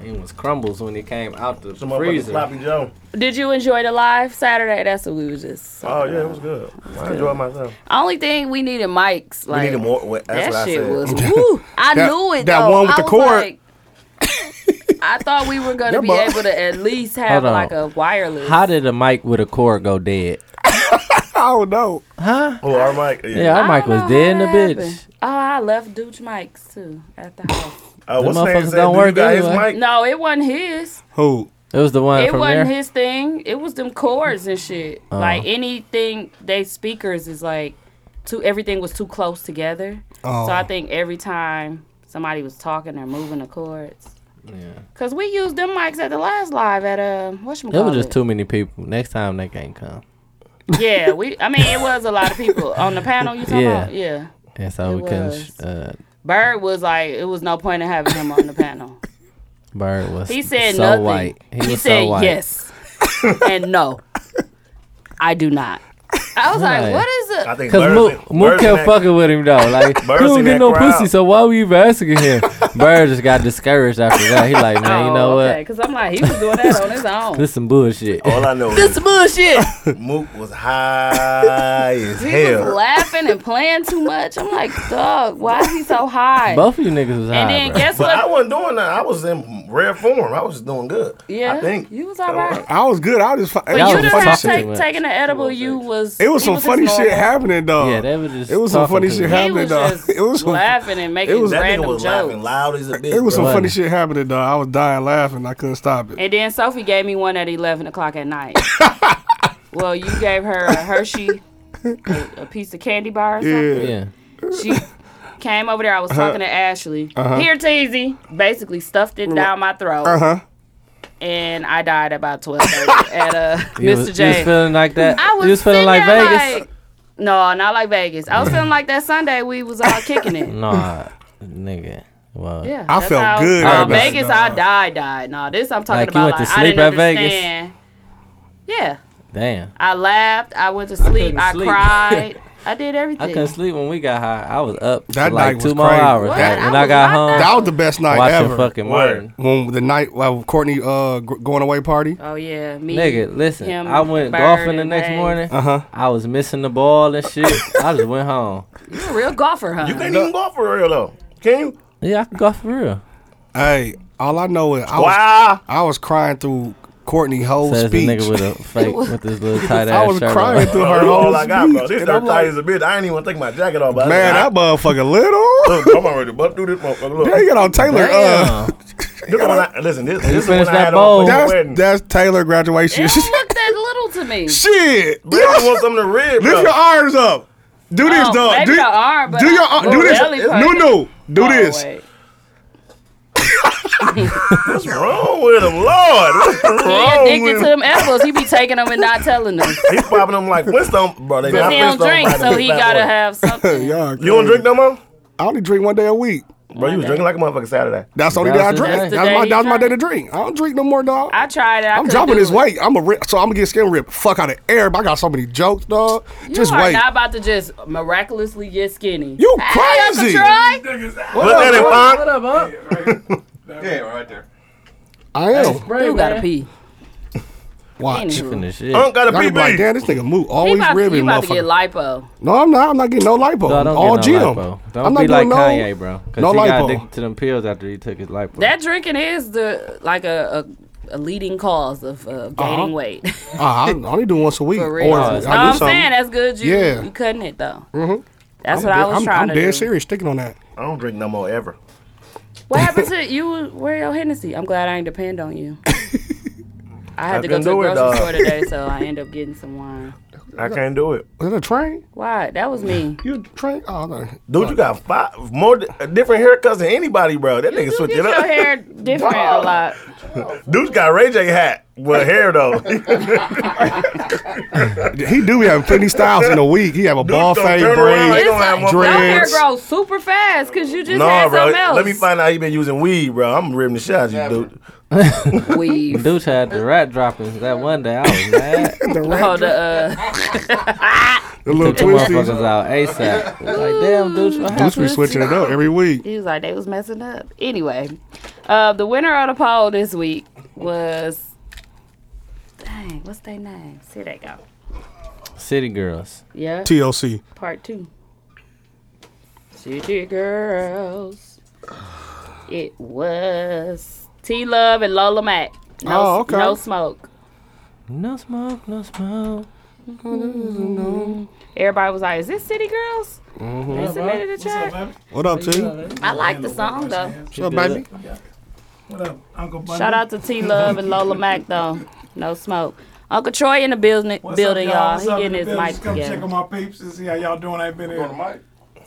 Speaker 6: it was crumbles when it came out the
Speaker 4: Some motherfucking
Speaker 6: freezer.
Speaker 4: sloppy Joe.
Speaker 1: Did you enjoy the live Saturday? That's what we was just.
Speaker 4: Oh yeah, it was good. I enjoyed myself.
Speaker 1: Only thing we needed mics. Like
Speaker 4: We needed more. Well, that's
Speaker 1: that
Speaker 4: what I
Speaker 1: shit
Speaker 4: said.
Speaker 1: was.
Speaker 4: [LAUGHS]
Speaker 1: Woo, I
Speaker 3: That-
Speaker 1: knew it.
Speaker 3: that
Speaker 1: though.
Speaker 3: one with
Speaker 1: I
Speaker 3: the
Speaker 1: was
Speaker 3: cord.
Speaker 1: like- I thought we were gonna
Speaker 3: That
Speaker 1: be
Speaker 3: bu-
Speaker 1: able to at least have
Speaker 6: Hold on.
Speaker 1: like a wireless.
Speaker 6: How did a mic with a cord go dead?
Speaker 3: I don't know.
Speaker 4: Oh, our mic. Yeah.
Speaker 6: Yeah,
Speaker 1: I
Speaker 6: our mic
Speaker 1: don't
Speaker 6: was
Speaker 1: know
Speaker 6: dead in
Speaker 1: how
Speaker 6: the
Speaker 1: that
Speaker 6: bitch.
Speaker 1: happened. Oh, I left Dooch mics too at the house.
Speaker 4: Uh, what's the name?
Speaker 6: Them motherfuckers
Speaker 4: said,
Speaker 6: don't
Speaker 4: "Do
Speaker 6: work
Speaker 4: you got his
Speaker 6: anyway."
Speaker 4: mic?
Speaker 1: No, it wasn't his.
Speaker 3: Who?
Speaker 6: It was the one
Speaker 1: It
Speaker 6: from
Speaker 1: wasn't
Speaker 6: there. Oh.
Speaker 1: his thing. It was them chords and shit. Like anything, they speakers is like too. Everything was too close together.
Speaker 3: Oh.
Speaker 1: So I think every time somebody was talking or moving the chords,
Speaker 6: Yeah.
Speaker 1: cause we used them mics at the last live at uh, what's
Speaker 6: It was just too [LAUGHS] many people. Next time they can't come.
Speaker 1: Yeah, we. I mean, it was a lot of people on the panel. You talking
Speaker 6: Yeah.
Speaker 1: about? Yeah.
Speaker 6: And so
Speaker 1: It
Speaker 6: we couldn't. sh-
Speaker 1: was.
Speaker 6: Uh,
Speaker 1: Bird was like, it was no point in having him on the panel.
Speaker 6: Bird was.
Speaker 1: He said
Speaker 6: so
Speaker 1: nothing.
Speaker 6: white. He, was
Speaker 1: said
Speaker 6: so white.
Speaker 1: yes and no. I do not. I was
Speaker 7: [LAUGHS]
Speaker 1: like,
Speaker 6: Right.
Speaker 1: what is it?
Speaker 4: I think
Speaker 6: Cause Mook,
Speaker 4: Bird-
Speaker 6: Mook
Speaker 4: Bird's
Speaker 6: kept
Speaker 4: next.
Speaker 6: fucking with him though. Like he
Speaker 4: Bird's
Speaker 6: don't
Speaker 4: in
Speaker 6: get
Speaker 4: that
Speaker 6: no
Speaker 4: crowd.
Speaker 6: pussy, so why we even asking him? Bird just got discouraged after that. He like, man, you know what?
Speaker 1: Because I'm like, he was doing that Oh, on his own.
Speaker 6: This some bullshit.
Speaker 4: All I
Speaker 6: [LAUGHS]
Speaker 4: know
Speaker 1: this
Speaker 4: is
Speaker 1: bullshit.
Speaker 4: Mook was high as
Speaker 1: He was
Speaker 4: hell.
Speaker 1: laughing and playing too much. I'm like, dog, why is he so high?
Speaker 6: Both of you niggas was high.
Speaker 1: and then
Speaker 6: bro.
Speaker 1: guess
Speaker 4: But I
Speaker 1: what?
Speaker 4: wasn't doing that. I was in rare form. I was just doing good.
Speaker 1: Yeah,
Speaker 4: I think
Speaker 1: you was all right.
Speaker 3: I was good. I was just. But
Speaker 1: But
Speaker 6: Y'all
Speaker 1: you
Speaker 6: was
Speaker 1: didn't have
Speaker 6: fucking too
Speaker 1: take,
Speaker 6: much.
Speaker 1: taking an edible. You was.
Speaker 3: It was
Speaker 1: he
Speaker 3: some
Speaker 1: his
Speaker 3: funny shit
Speaker 1: normal.
Speaker 3: happening, though.
Speaker 6: yeah, that was just.
Speaker 3: It was some
Speaker 6: talking
Speaker 3: funny
Speaker 6: to
Speaker 3: shit
Speaker 6: me.
Speaker 1: He
Speaker 3: happening.
Speaker 1: was
Speaker 3: dog.
Speaker 1: just
Speaker 3: It was some-
Speaker 1: laughing and making
Speaker 3: was-
Speaker 4: that nigga
Speaker 1: random
Speaker 4: was
Speaker 1: jokes.
Speaker 4: laughing loud as a bitch.
Speaker 3: It was some
Speaker 4: bro.
Speaker 3: funny shit happening, though. I was dying laughing. I couldn't stop it.
Speaker 1: And then Sophie gave me one at eleven o'clock at night.
Speaker 3: [LAUGHS]
Speaker 1: well, you gave her a Hershey, a, a piece of candy bar. Or something.
Speaker 6: Yeah.
Speaker 1: She came over there. I
Speaker 3: Uh-huh.
Speaker 1: was talking to Ashley. Here, Teasy. Basically, stuffed it down my throat,
Speaker 3: Uh huh.
Speaker 1: and I died about twelve thirty [LAUGHS] at uh,
Speaker 6: You was,
Speaker 1: Mr.
Speaker 6: You was
Speaker 1: J.
Speaker 6: feeling like that.
Speaker 1: I was,
Speaker 6: you was feeling
Speaker 1: sitting
Speaker 6: like
Speaker 1: there
Speaker 6: Vegas.
Speaker 1: like- no, not like Vegas. I
Speaker 3: [LAUGHS]
Speaker 1: was feeling like that Sunday we was all kicking it.
Speaker 6: [LAUGHS] Nah, nigga. Well,
Speaker 1: Yeah,
Speaker 3: I
Speaker 1: that's
Speaker 3: felt
Speaker 1: how-
Speaker 3: good
Speaker 1: Nah,
Speaker 3: at Vegas.
Speaker 1: Vegas, I died, died. Nah, this I'm talking
Speaker 6: Like, you
Speaker 1: about.
Speaker 6: went
Speaker 1: like,
Speaker 6: to
Speaker 1: I
Speaker 6: sleep
Speaker 1: didn't
Speaker 6: at Vegas?
Speaker 1: understand. Yeah,
Speaker 6: damn.
Speaker 1: I laughed. I went to sleep.
Speaker 6: couldn't
Speaker 1: I,
Speaker 6: sleep. [LAUGHS]
Speaker 1: cried. I did everything.
Speaker 6: I couldn't sleep when we got high. I was up
Speaker 3: That
Speaker 6: for like
Speaker 3: night
Speaker 6: two
Speaker 3: was
Speaker 6: more
Speaker 3: crazy.
Speaker 6: hours.
Speaker 1: What?
Speaker 6: Like,
Speaker 1: I
Speaker 6: when I
Speaker 1: was
Speaker 6: got
Speaker 1: knocked
Speaker 6: home,
Speaker 3: That was the best night
Speaker 6: watching
Speaker 3: ever.
Speaker 6: fucking
Speaker 4: Word.
Speaker 6: Martin.
Speaker 3: When the night well, Courtney uh g- going away party.
Speaker 1: Oh yeah, me.
Speaker 6: Nigga, listen.
Speaker 1: him,
Speaker 6: I went
Speaker 1: Bird,
Speaker 6: golfing the
Speaker 1: and
Speaker 6: next
Speaker 1: Hayes.
Speaker 6: morning.
Speaker 3: Uh huh.
Speaker 6: I was missing the ball and shit. I just went home.
Speaker 1: You a real golfer, huh?
Speaker 4: You can't even go for real though. Can you?
Speaker 6: Yeah, I can golf for real.
Speaker 3: Hey, all I know is I was,
Speaker 4: Wow.
Speaker 3: I was crying through Courtney whole
Speaker 6: Says the
Speaker 3: speech. [LAUGHS]
Speaker 6: nigga with a fake with this little tight ass
Speaker 3: I was
Speaker 6: shirt.
Speaker 3: crying
Speaker 6: on.
Speaker 3: through her
Speaker 4: That's
Speaker 3: whole
Speaker 4: all I got, bro.
Speaker 3: speech,
Speaker 4: This
Speaker 3: and I'm
Speaker 4: dark tight
Speaker 3: like,
Speaker 4: as a bitch. I ain't even take my jacket off. But
Speaker 3: man,
Speaker 4: I,
Speaker 3: that motherfucker little.
Speaker 4: look, I'm already butt through this motherfucker. Look,
Speaker 3: There you know Taylor. Uh,
Speaker 6: Damn.
Speaker 4: This the one I, listen, this, this is the
Speaker 6: finished
Speaker 4: one I
Speaker 6: that
Speaker 4: had
Speaker 6: bowl.
Speaker 4: on for your
Speaker 3: that's
Speaker 4: wedding.
Speaker 3: that's Taylor
Speaker 1: It
Speaker 3: graduation.
Speaker 1: don't look that little to me.
Speaker 3: Shit.
Speaker 4: Baby want something to red,
Speaker 3: Lift
Speaker 4: bro.
Speaker 3: your arms up. Do this,
Speaker 1: Oh,
Speaker 3: dog.
Speaker 1: maybe
Speaker 3: do
Speaker 1: the arm, but
Speaker 3: do your
Speaker 1: I-
Speaker 3: ar-
Speaker 1: little
Speaker 3: do this.
Speaker 1: belly part.
Speaker 3: No, no. Do
Speaker 1: Oh,
Speaker 3: this.
Speaker 1: wait. [LAUGHS]
Speaker 4: What's wrong Oh, with him, Lord? [LAUGHS] What's wrong
Speaker 1: He addicted
Speaker 4: with
Speaker 1: to
Speaker 4: him?
Speaker 1: them edibles. He be taking them and not telling us.
Speaker 4: He's popping them like Flintstone, bro. They
Speaker 1: Cause
Speaker 4: not
Speaker 1: he don't
Speaker 4: Flintstone.
Speaker 1: drink,
Speaker 4: fries,
Speaker 1: so
Speaker 4: they
Speaker 1: he
Speaker 4: fat
Speaker 1: gotta
Speaker 4: boy.
Speaker 1: have
Speaker 3: [LAUGHS]
Speaker 1: something.
Speaker 3: Y'all
Speaker 4: You don't
Speaker 3: crazy.
Speaker 4: drink no more,
Speaker 3: I only drink one day a week.
Speaker 4: bro. You was drinking like a motherfucker Saturday.
Speaker 3: That's the only day I
Speaker 6: That's the
Speaker 3: drink.
Speaker 6: day.
Speaker 3: That's, my
Speaker 1: you
Speaker 3: that's my day
Speaker 1: drink.
Speaker 3: to drink. I don't drink no more, dog.
Speaker 1: I tried it. I
Speaker 3: I'm
Speaker 1: couldn't
Speaker 3: dropping
Speaker 1: do
Speaker 3: this
Speaker 1: it.
Speaker 3: weight. I'm a rip, so I'm gonna get skin ripped. Fuck out of air. but I got so many jokes, dog.
Speaker 1: You
Speaker 3: Just
Speaker 1: are
Speaker 3: wait.
Speaker 1: not about to just miraculously get skinny.
Speaker 3: You
Speaker 1: Hey, Uncle
Speaker 3: crazy.
Speaker 1: Troy?
Speaker 4: Look at him, Unc.
Speaker 6: What up, huh?
Speaker 3: I am.
Speaker 1: You gotta pee.
Speaker 3: Watch.
Speaker 1: Anywho.
Speaker 6: Finish it.
Speaker 4: Unc got a
Speaker 3: Y'all gonna be like,
Speaker 4: PB.
Speaker 3: damn, this nigga move
Speaker 1: He
Speaker 3: always
Speaker 1: about, to- he
Speaker 3: ribbing,
Speaker 1: about to get
Speaker 3: motherfucker.
Speaker 1: lipo.
Speaker 3: No, I'm not. I'm not getting no lipo.
Speaker 6: No, don't
Speaker 3: All
Speaker 6: get
Speaker 3: gym.
Speaker 6: no lipo. Don't
Speaker 3: I'm not
Speaker 6: be like
Speaker 3: doing
Speaker 6: Kanye,
Speaker 3: no.
Speaker 6: bro. Because
Speaker 3: no
Speaker 6: he got
Speaker 3: lipo.
Speaker 6: addicted to them pills after he took his lipo.
Speaker 1: That drinking is the like a, a, a leading cause of uh, gaining
Speaker 3: Uh-huh.
Speaker 1: weight.
Speaker 3: Uh, I I only do once a week.
Speaker 1: For real.
Speaker 3: Or
Speaker 1: no,
Speaker 3: I
Speaker 1: [LAUGHS]
Speaker 3: do
Speaker 1: I'm
Speaker 3: something.
Speaker 1: saying that's good. You,
Speaker 3: Yeah.
Speaker 1: you cutting it though.
Speaker 3: Mhm.
Speaker 1: That's
Speaker 3: I'm
Speaker 1: what
Speaker 3: dead-
Speaker 1: I was
Speaker 3: I'm,
Speaker 1: trying
Speaker 3: I'm
Speaker 1: to
Speaker 3: dead
Speaker 1: do.
Speaker 3: serious sticking on that.
Speaker 4: I don't drink no more ever.
Speaker 1: What happened to you? Where your Hennessy? I'm glad I ain't depend on you. I had
Speaker 4: I
Speaker 1: to go to
Speaker 4: can
Speaker 1: the
Speaker 4: do it,
Speaker 1: grocery
Speaker 4: dog.
Speaker 1: store today, so I end up getting some wine.
Speaker 4: I can't do it.
Speaker 3: Was it a train?
Speaker 1: Why? That was me.
Speaker 3: You train? Oh, no.
Speaker 4: Dude, you got five more di- different haircuts than anybody, bro. That
Speaker 1: You
Speaker 4: nigga
Speaker 1: do
Speaker 4: switched
Speaker 1: get
Speaker 4: it
Speaker 1: your
Speaker 4: up. [LAUGHS]
Speaker 1: hair different a lot.
Speaker 4: Dude's got Ray J hat with hair
Speaker 1: [LAUGHS]
Speaker 4: though.
Speaker 3: He do be having plenty styles in a week. He have a ball
Speaker 4: gonna
Speaker 3: fade
Speaker 4: turn around,
Speaker 3: braid.
Speaker 4: he gonna have one
Speaker 1: your hair
Speaker 3: dreads.
Speaker 1: grows super fast because you just
Speaker 4: no,
Speaker 1: had
Speaker 4: bro.
Speaker 1: something else.
Speaker 4: Let me find out he been using weed, bro. I'm ripping the shit out of you, dude. [LAUGHS]
Speaker 1: Weave.
Speaker 6: Dude had the rat droppings that one day. I was mad.
Speaker 1: [LAUGHS]
Speaker 3: The,
Speaker 1: Oh,
Speaker 3: rat,
Speaker 1: the, uh,
Speaker 3: the little
Speaker 6: Took the
Speaker 3: twisties.
Speaker 6: motherfuckers out ASAP. Like,
Speaker 1: [LAUGHS]
Speaker 6: damn, dude, what
Speaker 3: Dudes be
Speaker 6: happened?
Speaker 3: switching it up every week.
Speaker 1: He was like, they was messing up. Anyway, uh, the winner of the poll this week was, dang, what's their name? See, they go.
Speaker 6: City girls.
Speaker 1: Yeah,
Speaker 3: TLC.
Speaker 1: part two. City Girls. It was T Love and Lola Mac. No,
Speaker 3: Oh,
Speaker 1: s-
Speaker 3: okay.
Speaker 1: no smoke.
Speaker 6: No smoke, no smoke.
Speaker 1: Everybody was like, "Is this City Girls?"
Speaker 3: Mm-hmm.
Speaker 8: Mm-hmm.
Speaker 1: They submitted a
Speaker 8: What's up,
Speaker 1: track.
Speaker 8: baby?
Speaker 3: What up, T?
Speaker 1: I like the song though.
Speaker 3: What's up, baby?
Speaker 8: What up, Uncle Bunny?
Speaker 1: Shout out to T Love and Lola Mac though. No smoke. Uncle Troy in the building,
Speaker 8: What's
Speaker 1: building
Speaker 8: up,
Speaker 1: y'all.
Speaker 8: What's
Speaker 1: He
Speaker 8: up
Speaker 1: getting his
Speaker 8: in the
Speaker 1: mic
Speaker 8: business? Come check
Speaker 1: together.
Speaker 8: on my peeps and see how y'all doing. I ain't been here.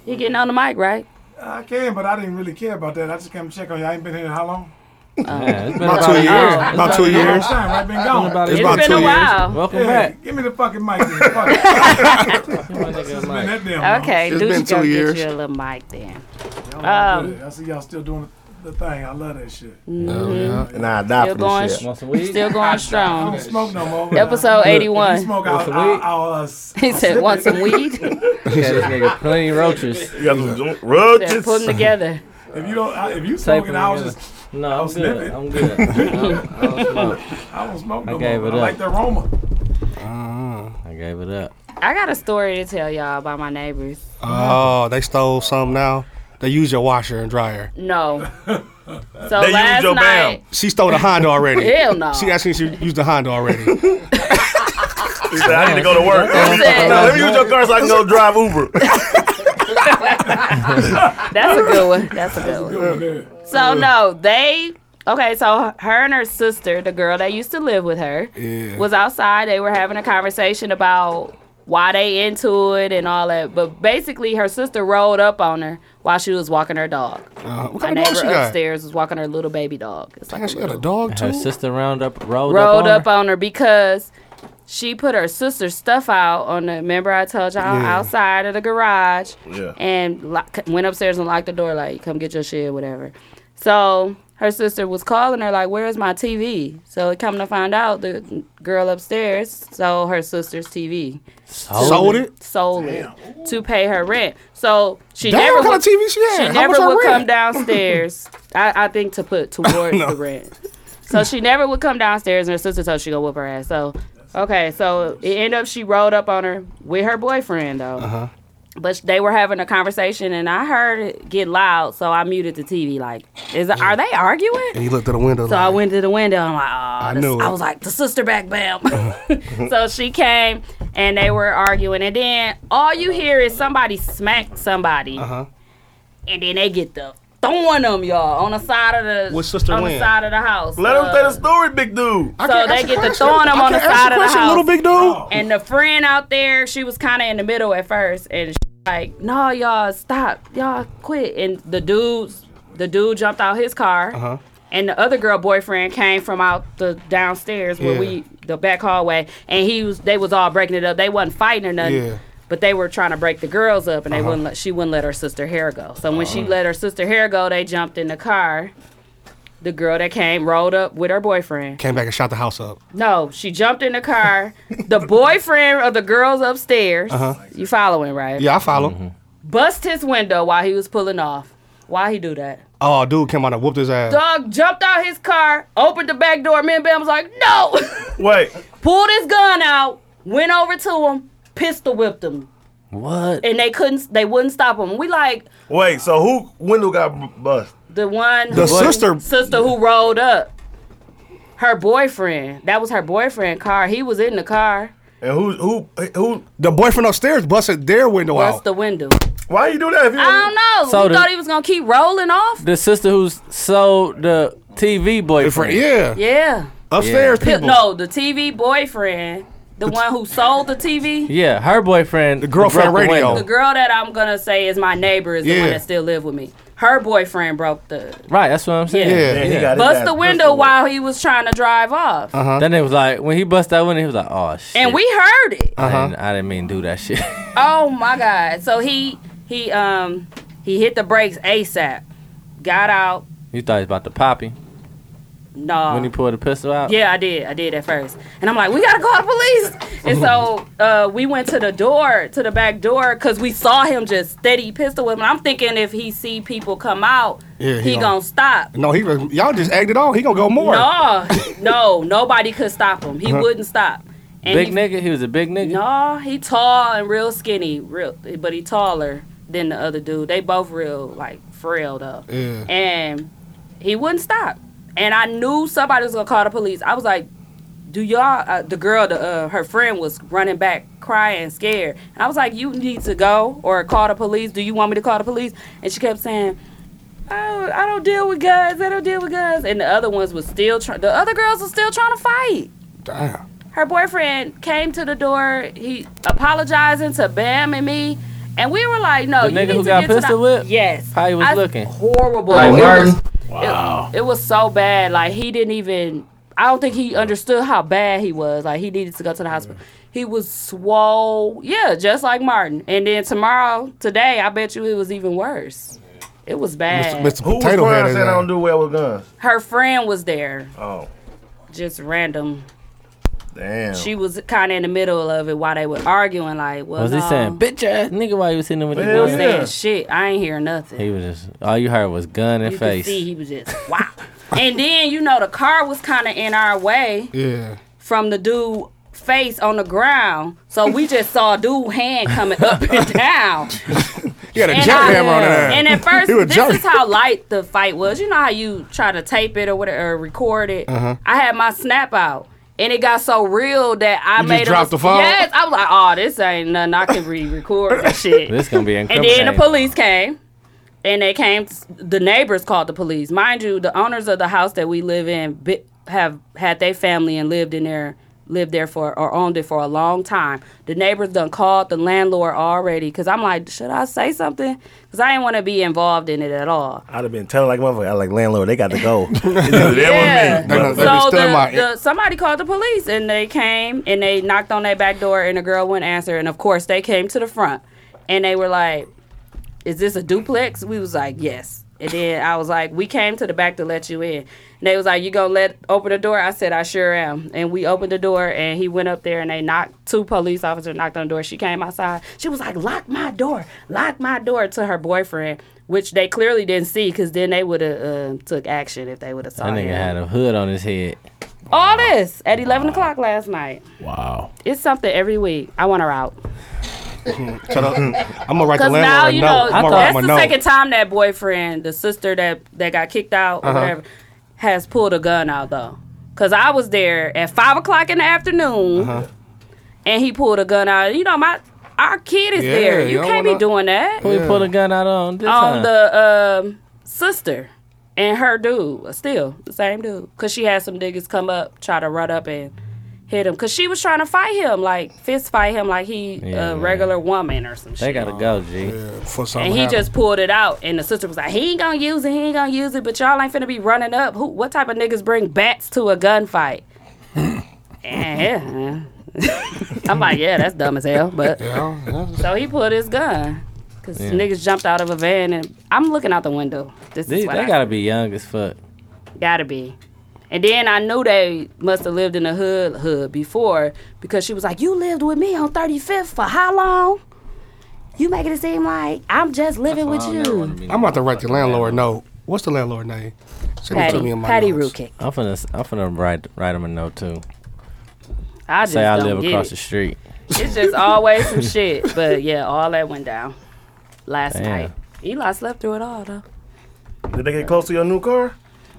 Speaker 1: He getting on the mic, right?
Speaker 8: I can, but I didn't really care about that. I just came to check on y'all. I ain't been here in how long?
Speaker 1: Oh.
Speaker 6: Yeah, it's been
Speaker 3: About two
Speaker 6: about-
Speaker 3: years. About two
Speaker 8: Long
Speaker 3: years.
Speaker 8: time, right? Been gone.
Speaker 6: about a
Speaker 3: It's
Speaker 6: year.
Speaker 3: about
Speaker 1: it's been
Speaker 3: two
Speaker 1: a
Speaker 3: years.
Speaker 1: while.
Speaker 6: Welcome
Speaker 8: yeah,
Speaker 6: back.
Speaker 8: give me the fucking
Speaker 6: [LAUGHS]
Speaker 8: mic. Then. Fuck it. It's
Speaker 6: My nigga,
Speaker 8: been
Speaker 6: Mike.
Speaker 8: that damn long.
Speaker 1: Okay,
Speaker 3: It's
Speaker 1: dude,
Speaker 3: been
Speaker 1: you go
Speaker 3: two
Speaker 1: get
Speaker 3: years.
Speaker 1: you a Oh. little mic then. Um,
Speaker 8: Y'all wanna do that. I see y'all still doing the thing. I love that shit.
Speaker 3: Oh, yeah.
Speaker 4: Nah, I die
Speaker 1: Mm-hmm. Still
Speaker 4: for this
Speaker 1: going,
Speaker 4: shit.
Speaker 6: Want some weed?
Speaker 1: still
Speaker 8: [LAUGHS]
Speaker 1: going
Speaker 8: I
Speaker 1: strong.
Speaker 8: don't smoke no more. but
Speaker 1: Episode
Speaker 8: I, if you
Speaker 1: 81.
Speaker 8: smoke, [LAUGHS] I'll,
Speaker 6: Listen,
Speaker 8: I'll,
Speaker 6: we-
Speaker 8: I'll, uh, s-
Speaker 1: He said, [LAUGHS] "Want some weed?"
Speaker 6: Yeah, this nigga plenty roaches.
Speaker 4: [LAUGHS] You got some
Speaker 1: Said, "Put them
Speaker 4: roaches.
Speaker 1: together."
Speaker 8: if you don't, I, if you
Speaker 6: Tape
Speaker 8: smoke
Speaker 6: it
Speaker 8: it, I'll
Speaker 6: together.
Speaker 8: just,
Speaker 6: No, I'm
Speaker 8: I'll
Speaker 6: good.
Speaker 8: sniff it. [LAUGHS]
Speaker 6: I'm good. I don't smoke.
Speaker 8: I don't smoke
Speaker 6: I
Speaker 8: no
Speaker 6: gave
Speaker 8: more.
Speaker 6: it
Speaker 8: I like
Speaker 6: up.
Speaker 3: Uh,
Speaker 8: the aroma.
Speaker 6: I gave it up.
Speaker 1: I got a story to tell y'all about my neighbors.
Speaker 3: Oh, they stole some now. They use your washer and dryer.
Speaker 1: No. So
Speaker 4: They used
Speaker 1: last
Speaker 4: your
Speaker 1: night,
Speaker 3: She stole the Honda already.
Speaker 1: [LAUGHS] hell no.
Speaker 3: She actually she used the Honda already.
Speaker 4: He said, I need to go to work. Let me- [LAUGHS]
Speaker 1: Listen.
Speaker 4: Let me use your car so I can go drive Uber.
Speaker 1: That's a good one. That's a good one. So no, they okay. So her and her sister, the girl that used to live with her,
Speaker 3: Yeah.
Speaker 1: was outside. They were having a conversation about why they into it and all that. But basically, her sister rolled up on her while she was walking her dog.
Speaker 3: Uh, what
Speaker 1: My
Speaker 3: kind of
Speaker 1: neighbor
Speaker 3: dog she got?
Speaker 1: upstairs was walking her little baby dog. It's like
Speaker 3: Damn,
Speaker 1: a
Speaker 3: she got a
Speaker 1: little-
Speaker 3: dog
Speaker 6: Her
Speaker 3: too.
Speaker 6: sister round up, rolled,
Speaker 1: rolled
Speaker 6: up,
Speaker 1: up on her because she put her sister's stuff out on the. Remember, I told y'all
Speaker 3: Yeah.
Speaker 1: outside of the garage.
Speaker 4: Yeah.
Speaker 1: And lock, went upstairs and locked the door, like, come get your shit, whatever. So her sister was calling her, like, where's my TV? So it come to find out the girl upstairs sold her sister's TV,
Speaker 3: Sold it.
Speaker 1: sold it to pay her rent. So she
Speaker 3: Damn,
Speaker 1: never
Speaker 3: what kind
Speaker 1: would-
Speaker 3: of TV she had?
Speaker 1: she
Speaker 3: How
Speaker 1: never
Speaker 3: much her
Speaker 1: would
Speaker 3: rent?
Speaker 1: come downstairs. I, I think to
Speaker 3: [LAUGHS]
Speaker 1: put towards
Speaker 3: No.
Speaker 1: the rent. So she never would come downstairs, and her sister told her she gonna whoop her ass. So okay, so it ended up she rolled up on her with her boyfriend though.
Speaker 3: Uh-huh.
Speaker 1: But they were having a conversation, and I heard it get loud, so I muted the TV. Like, is are they arguing?
Speaker 3: And he looked at the window.
Speaker 1: So
Speaker 3: like,
Speaker 1: I went to the window. I'm like, oh, I,
Speaker 3: knew it. Uh-huh.
Speaker 1: I was like, the sister back, bam. so she came and they were arguing. And then all you hear is somebody smack somebody.
Speaker 3: Uh-huh.
Speaker 1: And then they get the throwing them, y'all, on the side of the
Speaker 3: What sister
Speaker 1: on the
Speaker 3: win?
Speaker 1: side of the house.
Speaker 4: Let him
Speaker 1: Uh,
Speaker 4: tell the story, big dude.
Speaker 3: I
Speaker 1: so
Speaker 3: can't
Speaker 1: they
Speaker 3: ask a
Speaker 1: get the
Speaker 3: question.
Speaker 1: throwing 'em
Speaker 3: I
Speaker 1: on the
Speaker 3: can't ask
Speaker 1: side
Speaker 3: a
Speaker 1: of the
Speaker 3: question,
Speaker 1: house.
Speaker 3: Little big dude.
Speaker 1: And the friend out there, she was kind of in the middle at first, and she like, "No, y'all stop, y'all quit." And the dudes, the dude jumped out his car,
Speaker 3: Uh-huh.
Speaker 1: and the other girl boyfriend came from out the downstairs where
Speaker 3: Yeah.
Speaker 1: we the back hallway, and he was they was all breaking it up. They wasn't fighting or nothing.
Speaker 3: Yeah. Uh-huh.
Speaker 1: But they were trying to break the girls up, and they wouldn't. Let, she wouldn't let her sister hair go. So when she let her sister hair go, they jumped in the car. The girl that came rolled up with her boyfriend.
Speaker 3: Came back and shot the house up.
Speaker 1: No, she jumped in the
Speaker 3: [LAUGHS]
Speaker 1: car. the boyfriend of the girls upstairs, you following, right?
Speaker 3: Uh-huh. Yeah, I follow.
Speaker 6: Mm-hmm.
Speaker 1: Bust his window while he was pulling off. Why he do that?
Speaker 3: Oh, dude came out and whooped his ass.
Speaker 1: Dog jumped out his car, opened the back door. Me and Bam was like, no. [LAUGHS]
Speaker 4: Wait.
Speaker 1: Pulled his gun out, went over to him, pistol whipped him,
Speaker 6: [LAUGHS] What?
Speaker 1: and they couldn't. They wouldn't stop him. We like
Speaker 4: Wait, so who window got b- bust?
Speaker 1: the one
Speaker 3: The
Speaker 1: who-
Speaker 3: sister-
Speaker 1: sister who rolled up. Her boyfriend. That was her boyfriend car. He was in the car.
Speaker 4: And who who who?
Speaker 3: The boyfriend upstairs busted their window
Speaker 1: Bust
Speaker 3: out.
Speaker 1: the window.
Speaker 4: Why you do that? If you
Speaker 1: I don't know.
Speaker 6: So
Speaker 1: you
Speaker 6: the-
Speaker 1: thought he was gonna keep rolling off?
Speaker 6: The sister who sold the TV boyfriend.
Speaker 3: yeah.
Speaker 1: Yeah.
Speaker 3: Upstairs
Speaker 1: Pi-
Speaker 3: people.
Speaker 1: No, the TV boyfriend, the one who sold the TV,
Speaker 6: Yeah, her boyfriend. The
Speaker 3: girlfriend radio.
Speaker 1: the girl that I'm gonna say is my neighbor is the one
Speaker 3: Yeah.
Speaker 1: that still live with me. Her boyfriend broke the
Speaker 6: Right, that's what I'm saying.
Speaker 1: Yeah.
Speaker 4: Yeah, he got his
Speaker 1: bust
Speaker 4: ass
Speaker 1: the
Speaker 4: pistol
Speaker 1: window
Speaker 4: whipped.
Speaker 1: while he was trying to drive off,
Speaker 3: Uh-huh.
Speaker 6: Then it was like when he bust that window, he was like, "Oh shit!"
Speaker 1: and we heard it.
Speaker 3: Uh-huh.
Speaker 6: I didn't, I didn't mean to do that shit. [LAUGHS]
Speaker 1: Oh my god! So he he um he hit the brakes asap, got out.
Speaker 6: you thought he was about to pop him
Speaker 1: No,
Speaker 6: when he pulled the pistol out.
Speaker 1: Uh, Yeah, I did. I did at first. And I'm like, we gotta call the police. And so uh, we went to the door, to the back door, because we saw him just steady pistol with him. I'm thinking if he see people come out,
Speaker 3: Yeah,
Speaker 1: he,
Speaker 3: he
Speaker 1: gonna
Speaker 3: gonna-
Speaker 1: stop.
Speaker 3: No, he was, y'all just egged it on. He gonna go more. Uh-huh.
Speaker 1: No, no, nobody could stop him. He wouldn't stop. And
Speaker 6: Big
Speaker 1: he,
Speaker 6: nigga, he was a big nigga.
Speaker 1: No, he tall and real skinny, real, but he taller than the other dude. They both real like frail though.
Speaker 3: Yeah.
Speaker 1: And he wouldn't stop. And I knew somebody was gonna call the police. I was like, do y'all uh, the girl the, uh, her friend was running back crying scared and i was like you need to go or call the police do you want me to call the police and she kept saying oh i don't deal with guns i don't deal with guns and the other ones was still try- the other girls was still trying to fight
Speaker 3: Damn.
Speaker 1: her boyfriend came to the door he apologizing to bam and me and we were like no
Speaker 6: The
Speaker 1: you
Speaker 6: nigga
Speaker 1: need
Speaker 6: who
Speaker 1: to
Speaker 6: got
Speaker 1: get to the-
Speaker 6: pistol whipped?
Speaker 1: yes
Speaker 6: How he was
Speaker 1: I-
Speaker 6: looking?
Speaker 1: horrible It was- Wow. It, was so bad. Like he didn't even I don't think he understood how bad he was. Like he needed to go to the hospital. He was swole. Yeah, just like Martin. And then tomorrow, today, I bet you it was even worse. It was
Speaker 3: Mr.
Speaker 1: bad.
Speaker 3: Mr.
Speaker 4: Who was
Speaker 3: Potato Head
Speaker 4: crying
Speaker 3: is
Speaker 4: said I don't
Speaker 3: that?
Speaker 4: do well with guns?
Speaker 1: Her friend was there.
Speaker 4: Oh,
Speaker 1: Just random.
Speaker 4: damn.
Speaker 1: She was kinda in the middle of it while they were arguing, like, well,
Speaker 6: Was he
Speaker 1: no.
Speaker 6: saying bitch ass nigga while you was sitting there with the
Speaker 4: Hell
Speaker 6: boy?
Speaker 1: He
Speaker 4: yeah.
Speaker 1: said shit. I ain't hearing nothing.
Speaker 6: He was just all you heard was gun and
Speaker 1: you could
Speaker 6: face.
Speaker 1: see he was
Speaker 6: [LAUGHS]
Speaker 1: just wow.
Speaker 3: [LAUGHS]
Speaker 1: and then you know the car was kinda in our way.
Speaker 3: Yeah.
Speaker 1: from the dude face on the ground. So we just saw dude hand coming up
Speaker 3: [LAUGHS]
Speaker 1: and down.
Speaker 3: He had
Speaker 1: And,
Speaker 3: a
Speaker 1: I-
Speaker 3: jackhammer on that. [LAUGHS]
Speaker 1: and at first,
Speaker 3: He was
Speaker 1: this
Speaker 3: jumping.
Speaker 1: is how light the fight was. You know how you try to tape it or whatever, or record it.
Speaker 3: Uh-huh.
Speaker 1: I had my snap out. And it got so real that I
Speaker 3: You just
Speaker 1: made
Speaker 3: dropped
Speaker 1: a,
Speaker 3: the phone?
Speaker 1: Yes, I was like, "Oh, this ain't nothing. I can re-record
Speaker 3: [LAUGHS]
Speaker 1: this shit."
Speaker 6: This gonna
Speaker 1: [LAUGHS]
Speaker 6: be
Speaker 1: And
Speaker 6: incriminating.
Speaker 1: then the police came, and they came. The neighbors called the police. Mind you, the owners of the house that we live in bi- have had their family and lived in there, lived there for or owned it for a long time. The neighbors done called the landlord already because I'm like, should I say something? Because I didn't want to be involved in it at all.
Speaker 4: I'd have been telling like motherfucker. I like landlord. They got to
Speaker 3: [LAUGHS]
Speaker 4: go. It's either them or me,
Speaker 1: Yeah.
Speaker 3: They done-
Speaker 4: brother.
Speaker 3: they done
Speaker 1: So the,
Speaker 3: stood my-
Speaker 1: the, somebody called the police and they came and they knocked on their back door and the girl wouldn't answer and of course they came to the front and they were like, "Is this a duplex?" We was like, "Yes." And then I was like, "We came to the back to let you in." And they was like, "You gonna let open the door?" I said, "I sure am." And we opened the door and he went up there and they knocked. Two police officers knocked on the door. She came outside. She was like, "Lock my door, lock my door," to her boyfriend. Which they clearly didn't see, because then they would have um took action if they would have saw
Speaker 6: that nigga
Speaker 1: him.
Speaker 6: had a hood on his head.
Speaker 1: All this at 11 o'clock last night.
Speaker 7: Wow.
Speaker 1: It's something every week. I want her out.
Speaker 3: [LAUGHS] Shut up. I'm gonna
Speaker 1: [LAUGHS]
Speaker 3: write the
Speaker 1: Because now,
Speaker 3: landlord a
Speaker 1: you
Speaker 3: note.
Speaker 1: know,
Speaker 3: I'm gonna write
Speaker 1: that's
Speaker 3: my
Speaker 1: the
Speaker 3: note.
Speaker 1: second time that boyfriend, the sister that, that got kicked out or
Speaker 3: Uh-huh.
Speaker 1: whatever, has pulled a gun out, though. Because I was there at 5 o'clock in the afternoon
Speaker 3: Uh-huh.
Speaker 1: and he pulled a gun out. You know, my our kid is
Speaker 3: Yeah,
Speaker 1: there. You
Speaker 3: y'all
Speaker 1: can't be
Speaker 3: wanna-
Speaker 1: doing that.
Speaker 6: Who
Speaker 3: Oh,
Speaker 6: he pulled a gun out on this
Speaker 1: On
Speaker 6: time?
Speaker 1: Um, the um, sister and her dude, still the same dude. Because she had some niggas come up, try to run up and hit him. Because she was trying to fight him, like fist fight him, like he
Speaker 6: Yeah.
Speaker 1: a regular woman or some
Speaker 6: they
Speaker 1: shit.
Speaker 6: gotta go, G.
Speaker 3: For something
Speaker 1: And he
Speaker 3: happened.
Speaker 1: just pulled it out, and the sister was like, "He ain't gonna use it. He ain't gonna use it." But y'all ain't finna be running up. Who? What type of niggas bring bats to a gunfight? [LAUGHS] and, yeah, I'm like, yeah, that's dumb as hell. But
Speaker 3: Yeah, yeah.
Speaker 1: so he pulled his gun because
Speaker 6: Yeah.
Speaker 1: niggas jumped out of a van, and I'm looking out the window. This
Speaker 6: They,
Speaker 1: is what
Speaker 6: they
Speaker 1: I
Speaker 6: gotta be young as fuck.
Speaker 1: Gotta be. And then I knew they must have lived in the hood hood before because she was like, "You lived with me on 35th for how long? You making it seem like I'm just living with you."
Speaker 3: I'm about to write the landlord note. What's the landlord name? Send it to me
Speaker 1: Patty,
Speaker 3: in my
Speaker 1: Patty
Speaker 3: notes.
Speaker 1: Rookick.
Speaker 6: I'm finna I'm finna write write him a note too.
Speaker 1: I just
Speaker 6: Say I
Speaker 1: don't
Speaker 6: live
Speaker 1: get
Speaker 6: across the
Speaker 1: it.
Speaker 6: street.
Speaker 1: It's
Speaker 6: [LAUGHS]
Speaker 1: just always some shit. But yeah, all that went down last
Speaker 6: Damn.
Speaker 1: night. Eli slept through it all though.
Speaker 4: Did they get close to your new car?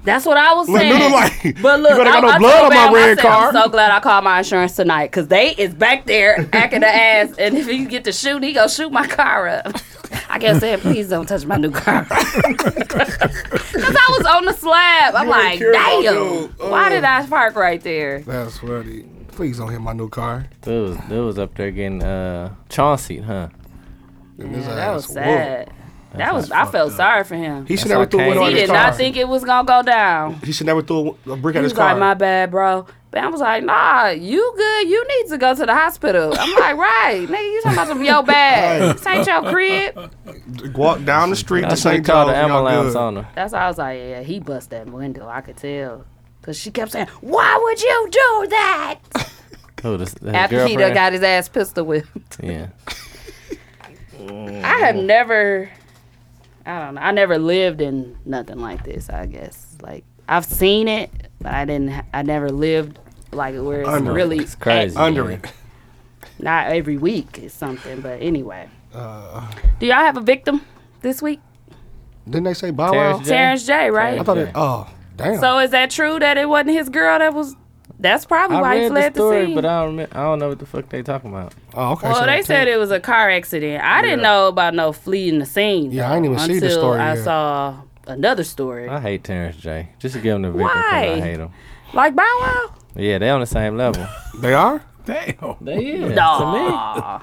Speaker 1: That's what I was
Speaker 3: Look,
Speaker 1: saying.
Speaker 3: Lulu like,
Speaker 1: but
Speaker 3: you
Speaker 1: look,
Speaker 3: better
Speaker 1: I,
Speaker 3: got no
Speaker 1: I
Speaker 3: blood
Speaker 1: told
Speaker 3: on my
Speaker 1: Bam, I
Speaker 3: red
Speaker 1: said, I'm
Speaker 3: car.
Speaker 1: so glad I called my insurance tonight because they is back there acting the ass, and if he get to shooting, he gonna shoot my car up. [LAUGHS] I kept saying, please don't touch my new car. Because I was on the slab. I'm like,
Speaker 3: care about uh,
Speaker 1: damn,
Speaker 3: dude.
Speaker 1: why did I park right there?
Speaker 3: That's funny. Please don't hit my new car.
Speaker 6: Dude was dude was up there getting uh Chauncey, huh?
Speaker 3: And his
Speaker 1: Yeah, that
Speaker 3: ass
Speaker 1: was
Speaker 3: whooped.
Speaker 1: sad. That was, I felt sorry for him.
Speaker 3: He should
Speaker 6: That's
Speaker 3: never threw
Speaker 6: okay.
Speaker 3: one
Speaker 6: He
Speaker 3: on
Speaker 1: He
Speaker 3: his
Speaker 1: did
Speaker 3: car.
Speaker 1: not think it was gonna go down.
Speaker 3: he should never throw a brick at
Speaker 1: He
Speaker 3: his
Speaker 1: was like,
Speaker 3: car.
Speaker 1: my bad, bro. Bam was like, nah, you good. You need to go to the hospital. I'm like, right. Nigga, you talking about some yo bag. This ain't your crib.
Speaker 3: Walk down the street to
Speaker 6: That's what he
Speaker 3: St.
Speaker 6: called
Speaker 3: Joe's.
Speaker 6: the
Speaker 3: y'all
Speaker 6: ambulance
Speaker 3: good.
Speaker 6: on her.
Speaker 1: That's why I was like, yeah, he bust that window. I could tell. Because she kept saying, why would you do that?
Speaker 6: Who this, his
Speaker 1: After he done
Speaker 6: girlfriend?
Speaker 1: got his ass pistol whipped. [LAUGHS]
Speaker 3: [LAUGHS]
Speaker 6: yeah.
Speaker 1: I
Speaker 6: Mm-hmm.
Speaker 1: have never, I don't know, I never lived in nothing like this, I guess. Like, I've seen it, but I didn't, I never lived like where it's
Speaker 3: Under it.
Speaker 1: really
Speaker 6: It's crazy.
Speaker 3: Under
Speaker 6: yeah.
Speaker 3: it.
Speaker 1: [LAUGHS] not every week is something, but anyway. Do y'all have a victim this week?
Speaker 3: Uh, Didn't they say Bow
Speaker 6: Terrence
Speaker 3: Wow?
Speaker 6: J.
Speaker 1: Terrence J, right?
Speaker 3: I thought it.
Speaker 6: J.
Speaker 3: Oh, damn.
Speaker 1: So is that true that it wasn't his girl that was That's probably why
Speaker 6: I
Speaker 1: he
Speaker 6: read the
Speaker 1: fled the,
Speaker 6: story,
Speaker 1: scene.
Speaker 6: but I don't remember, I don't know what the fuck they talking about.
Speaker 3: Oh, okay.
Speaker 1: well,
Speaker 3: so
Speaker 1: they
Speaker 3: that
Speaker 1: said
Speaker 3: too.
Speaker 1: it was a car accident. I didn't know about no fleeing the scene.
Speaker 3: Yeah, I ain't even
Speaker 1: though,
Speaker 3: see the
Speaker 1: until
Speaker 3: story
Speaker 1: I
Speaker 3: yet.
Speaker 1: saw another story.
Speaker 6: I hate Terrence J. Just to give him the victim, 'cause
Speaker 1: Why?
Speaker 6: I hate him.
Speaker 1: Like Bow Wow?
Speaker 6: Yeah, they on the same level.
Speaker 3: [LAUGHS] They are.
Speaker 8: Damn.
Speaker 6: Oh, they is
Speaker 1: Nah.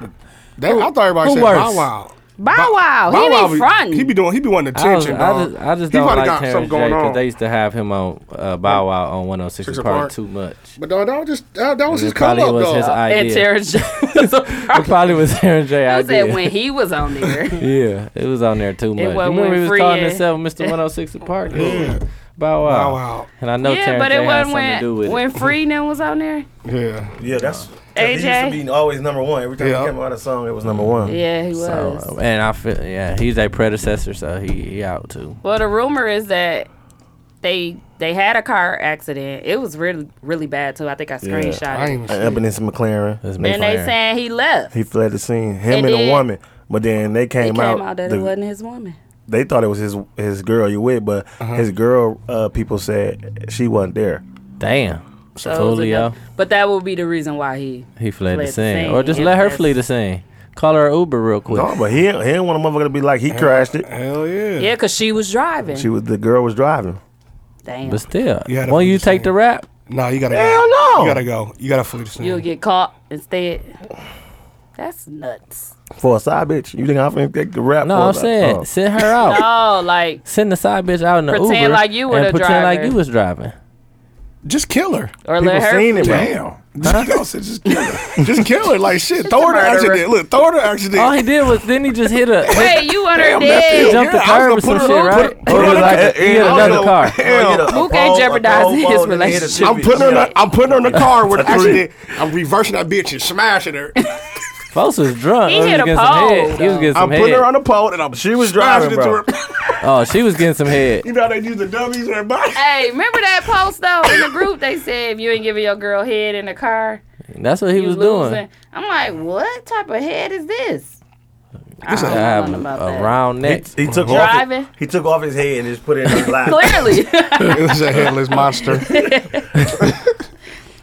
Speaker 3: They, I thought everybody
Speaker 6: who
Speaker 3: said
Speaker 6: worse?
Speaker 3: Bow Wow.
Speaker 1: Bow Wow. He
Speaker 3: Wow
Speaker 1: be fronting.
Speaker 3: He be doing. He be wanting
Speaker 6: I, was,
Speaker 3: attention.
Speaker 6: I
Speaker 3: dog.
Speaker 6: just, I just
Speaker 3: He
Speaker 6: don't
Speaker 3: probably
Speaker 6: like
Speaker 3: got something
Speaker 6: Terrence J.
Speaker 3: going
Speaker 6: Because
Speaker 3: on.
Speaker 6: they used to have him on uh, Bow Wow on 106
Speaker 3: Six
Speaker 6: Park,
Speaker 3: Park.
Speaker 6: too much.
Speaker 3: But dog, that was just that, that was his
Speaker 6: It
Speaker 3: come
Speaker 6: probably
Speaker 3: up
Speaker 6: was
Speaker 3: though.
Speaker 6: his
Speaker 1: and
Speaker 6: [LAUGHS] idea.
Speaker 1: Terrence J. was a
Speaker 6: It probably was Terrence J.
Speaker 1: I
Speaker 6: idea.
Speaker 1: said when he was on there.
Speaker 6: [LAUGHS] Yeah, it was on there too much.
Speaker 1: wasn't [LAUGHS]
Speaker 6: you remember
Speaker 1: when
Speaker 6: he was
Speaker 1: Free
Speaker 6: calling
Speaker 1: had-
Speaker 6: himself Mr. 106 at Park? Yeah. Bow wow.
Speaker 3: Bow Wow.
Speaker 6: And I know
Speaker 1: yeah,
Speaker 6: Terrence
Speaker 1: but
Speaker 6: J
Speaker 1: it
Speaker 6: had
Speaker 1: wasn't
Speaker 6: something to do
Speaker 1: when
Speaker 6: with [LAUGHS]
Speaker 1: when
Speaker 6: it.
Speaker 1: Freeman was on there.
Speaker 3: Yeah.
Speaker 4: Yeah, that's. 'cause He
Speaker 1: AJ?
Speaker 4: used to be always number one. Every time
Speaker 3: Yeah.
Speaker 4: he came out a song, it was number one.
Speaker 1: Yeah, he was.
Speaker 6: So, and I feel yeah, he's a predecessor, so he, he out too.
Speaker 1: well, the rumor is that they they had a car accident. It was really really bad too. I think I screenshot
Speaker 3: I
Speaker 1: it.
Speaker 3: ain't even
Speaker 4: And Uh, Ebenezer McLaren.
Speaker 6: That's
Speaker 1: And they saying he left.
Speaker 4: He fled the scene. Him
Speaker 1: And
Speaker 4: and,
Speaker 1: then-
Speaker 4: a woman. But then they
Speaker 1: It
Speaker 4: came,
Speaker 1: came out, that it
Speaker 4: the-
Speaker 1: wasn't his woman.
Speaker 4: They thought it was his his girl you with, but
Speaker 3: Uh-huh.
Speaker 4: his girl uh, people said she wasn't there.
Speaker 6: Damn.
Speaker 1: So it was
Speaker 6: Coolio.
Speaker 1: another- but that would be the reason why he.
Speaker 6: He fled,
Speaker 1: Fled
Speaker 6: the
Speaker 1: the
Speaker 6: scene.
Speaker 1: scene,
Speaker 6: Or just
Speaker 1: and
Speaker 6: let her
Speaker 1: that's-
Speaker 6: flee the scene. Call her Uber real quick.
Speaker 4: No, but he he didn't want a motherfucker to be like he crashed it.
Speaker 3: Hell yeah.
Speaker 1: Yeah, cause she was driving.
Speaker 4: She was the girl was driving.
Speaker 1: Damn,
Speaker 6: But still,
Speaker 3: You gotta
Speaker 6: won't
Speaker 3: flee
Speaker 6: you
Speaker 3: the
Speaker 6: take
Speaker 3: scene.
Speaker 6: the rap?
Speaker 3: No, you gotta.
Speaker 4: Hell
Speaker 3: go.
Speaker 4: no!
Speaker 3: You gotta go. You gotta flee the scene.
Speaker 1: you'll get caught instead. That's nuts.
Speaker 4: For a side bitch, you think I'm finna take the rap?
Speaker 6: No,
Speaker 4: for
Speaker 6: I'm
Speaker 4: a-
Speaker 6: saying
Speaker 4: uh,
Speaker 6: send her
Speaker 1: [LAUGHS]
Speaker 6: out.
Speaker 1: Oh,
Speaker 3: [LAUGHS]
Speaker 1: like
Speaker 6: Send the side bitch out in the
Speaker 1: Pretend
Speaker 6: Uber.
Speaker 1: like you were
Speaker 6: and
Speaker 1: the
Speaker 6: pretend like
Speaker 1: driver.
Speaker 6: you was driving.
Speaker 3: Just kill her.
Speaker 1: or
Speaker 4: people
Speaker 1: let her.
Speaker 4: seen it, bro.
Speaker 8: Damn. [LAUGHS] Y'all said just kill her.
Speaker 3: Just kill her. Like shit. Throw her to
Speaker 1: murderer.
Speaker 3: accident. Look, throw her to accident.
Speaker 6: All he did was then he just hit a hit
Speaker 1: Wait, you under
Speaker 3: that's
Speaker 1: dead? Oh.
Speaker 3: it.
Speaker 6: jump the
Speaker 3: Yeah, I
Speaker 6: curb or
Speaker 3: was
Speaker 6: some
Speaker 3: gonna
Speaker 6: shit,
Speaker 3: put her on- put-
Speaker 6: right? Or
Speaker 3: put
Speaker 6: it
Speaker 3: her
Speaker 6: was
Speaker 3: on
Speaker 6: like
Speaker 3: the-
Speaker 6: a- he hit
Speaker 4: Yeah,
Speaker 6: another
Speaker 4: yeah.
Speaker 6: car.
Speaker 4: Hell, yeah.
Speaker 1: Who can't
Speaker 4: A
Speaker 1: jeopardize
Speaker 4: pole, a
Speaker 1: [LAUGHS]
Speaker 4: pole
Speaker 1: his
Speaker 4: and then hit a
Speaker 1: relationship?
Speaker 3: I'm
Speaker 4: chick.
Speaker 3: putting her. In
Speaker 4: Yeah.
Speaker 3: a, I'm putting her in the
Speaker 4: [LAUGHS]
Speaker 3: car with an accident. I'm reversing that bitch and smashing
Speaker 6: [LAUGHS]
Speaker 3: her.
Speaker 6: Folks was drunk.
Speaker 1: He
Speaker 6: was
Speaker 1: hit a
Speaker 6: getting some
Speaker 1: pole,
Speaker 6: head. He was
Speaker 1: though.
Speaker 6: getting
Speaker 4: I'm
Speaker 6: some
Speaker 4: putting
Speaker 6: head.
Speaker 4: her on the pole, and I'm she was driving,
Speaker 3: Smashing it to
Speaker 4: bro.
Speaker 3: her.
Speaker 6: oh, she was getting some head.
Speaker 3: You know how they use the dummies in her body.
Speaker 1: Hey, remember that post though in the group? They said if you ain't giving your girl head in the car,
Speaker 6: That's what he
Speaker 1: you
Speaker 6: was
Speaker 1: losing.
Speaker 6: doing.
Speaker 1: I'm like, what type of head is
Speaker 3: [LAUGHS]
Speaker 1: this?
Speaker 6: I
Speaker 1: don't
Speaker 6: have
Speaker 1: know about
Speaker 6: a
Speaker 1: that.
Speaker 6: round neck.
Speaker 4: He took
Speaker 1: Driving?
Speaker 4: off. He took off his head and just put it in his lap. [LAUGHS]
Speaker 3: [LAUGHS]
Speaker 1: Clearly, [LAUGHS]
Speaker 3: it was a headless monster.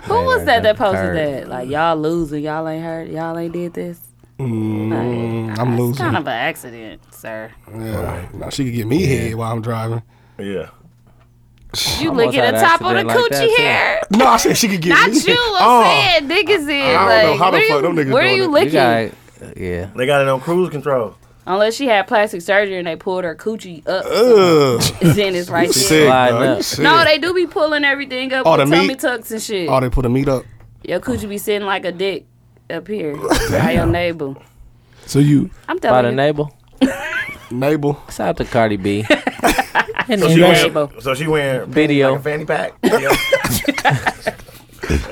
Speaker 1: who was that that posted
Speaker 6: Hurt.
Speaker 1: that? Like y'all losing, y'all ain't hurt, y'all ain't did this.
Speaker 3: Mm, I'm
Speaker 1: It's kind
Speaker 3: losing.
Speaker 1: of an accident, sir.
Speaker 3: Yeah. Now she could get me head while I'm driving.
Speaker 4: yeah.
Speaker 1: You
Speaker 6: Almost
Speaker 1: licking the
Speaker 6: had an
Speaker 1: top of the
Speaker 6: accident like that,
Speaker 1: coochie
Speaker 6: too.
Speaker 1: hair.
Speaker 3: No, I said she could get
Speaker 1: Not
Speaker 3: me.
Speaker 1: you,
Speaker 3: Oh,
Speaker 1: I'm saying niggas is
Speaker 3: I don't know
Speaker 1: like,
Speaker 3: how the
Speaker 1: where
Speaker 3: fuck
Speaker 1: you,
Speaker 3: them niggas
Speaker 1: where
Speaker 3: doing
Speaker 1: you
Speaker 3: it. You
Speaker 6: You
Speaker 1: licking?
Speaker 6: got, yeah.
Speaker 4: They got it on cruise control.
Speaker 1: Unless she had plastic surgery and they pulled her coochie up,
Speaker 4: [LAUGHS]
Speaker 3: Ugh.
Speaker 1: then it's right
Speaker 3: You
Speaker 1: there.
Speaker 3: sick,
Speaker 6: Sliding
Speaker 3: dog. You
Speaker 6: up.
Speaker 3: sick.
Speaker 1: No, they do be pulling everything up
Speaker 3: All
Speaker 1: with
Speaker 3: the
Speaker 1: tummy
Speaker 3: meat?
Speaker 1: tucks and shit.
Speaker 3: Oh, they put a meat up.
Speaker 1: Your coochie be sitting like a dick up
Speaker 8: [LAUGHS]
Speaker 1: here by your neighbor.
Speaker 3: So you,
Speaker 1: I'm
Speaker 6: By
Speaker 1: telling
Speaker 6: the
Speaker 1: you.
Speaker 6: neighbor.
Speaker 3: neighbor.
Speaker 6: Shout out to
Speaker 1: [LAUGHS]
Speaker 6: Cardi B. and
Speaker 4: So she
Speaker 1: Neighbor.
Speaker 4: wearing, so she wearing
Speaker 6: Video.
Speaker 4: like a fanny pack. [LAUGHS] Yo. I'm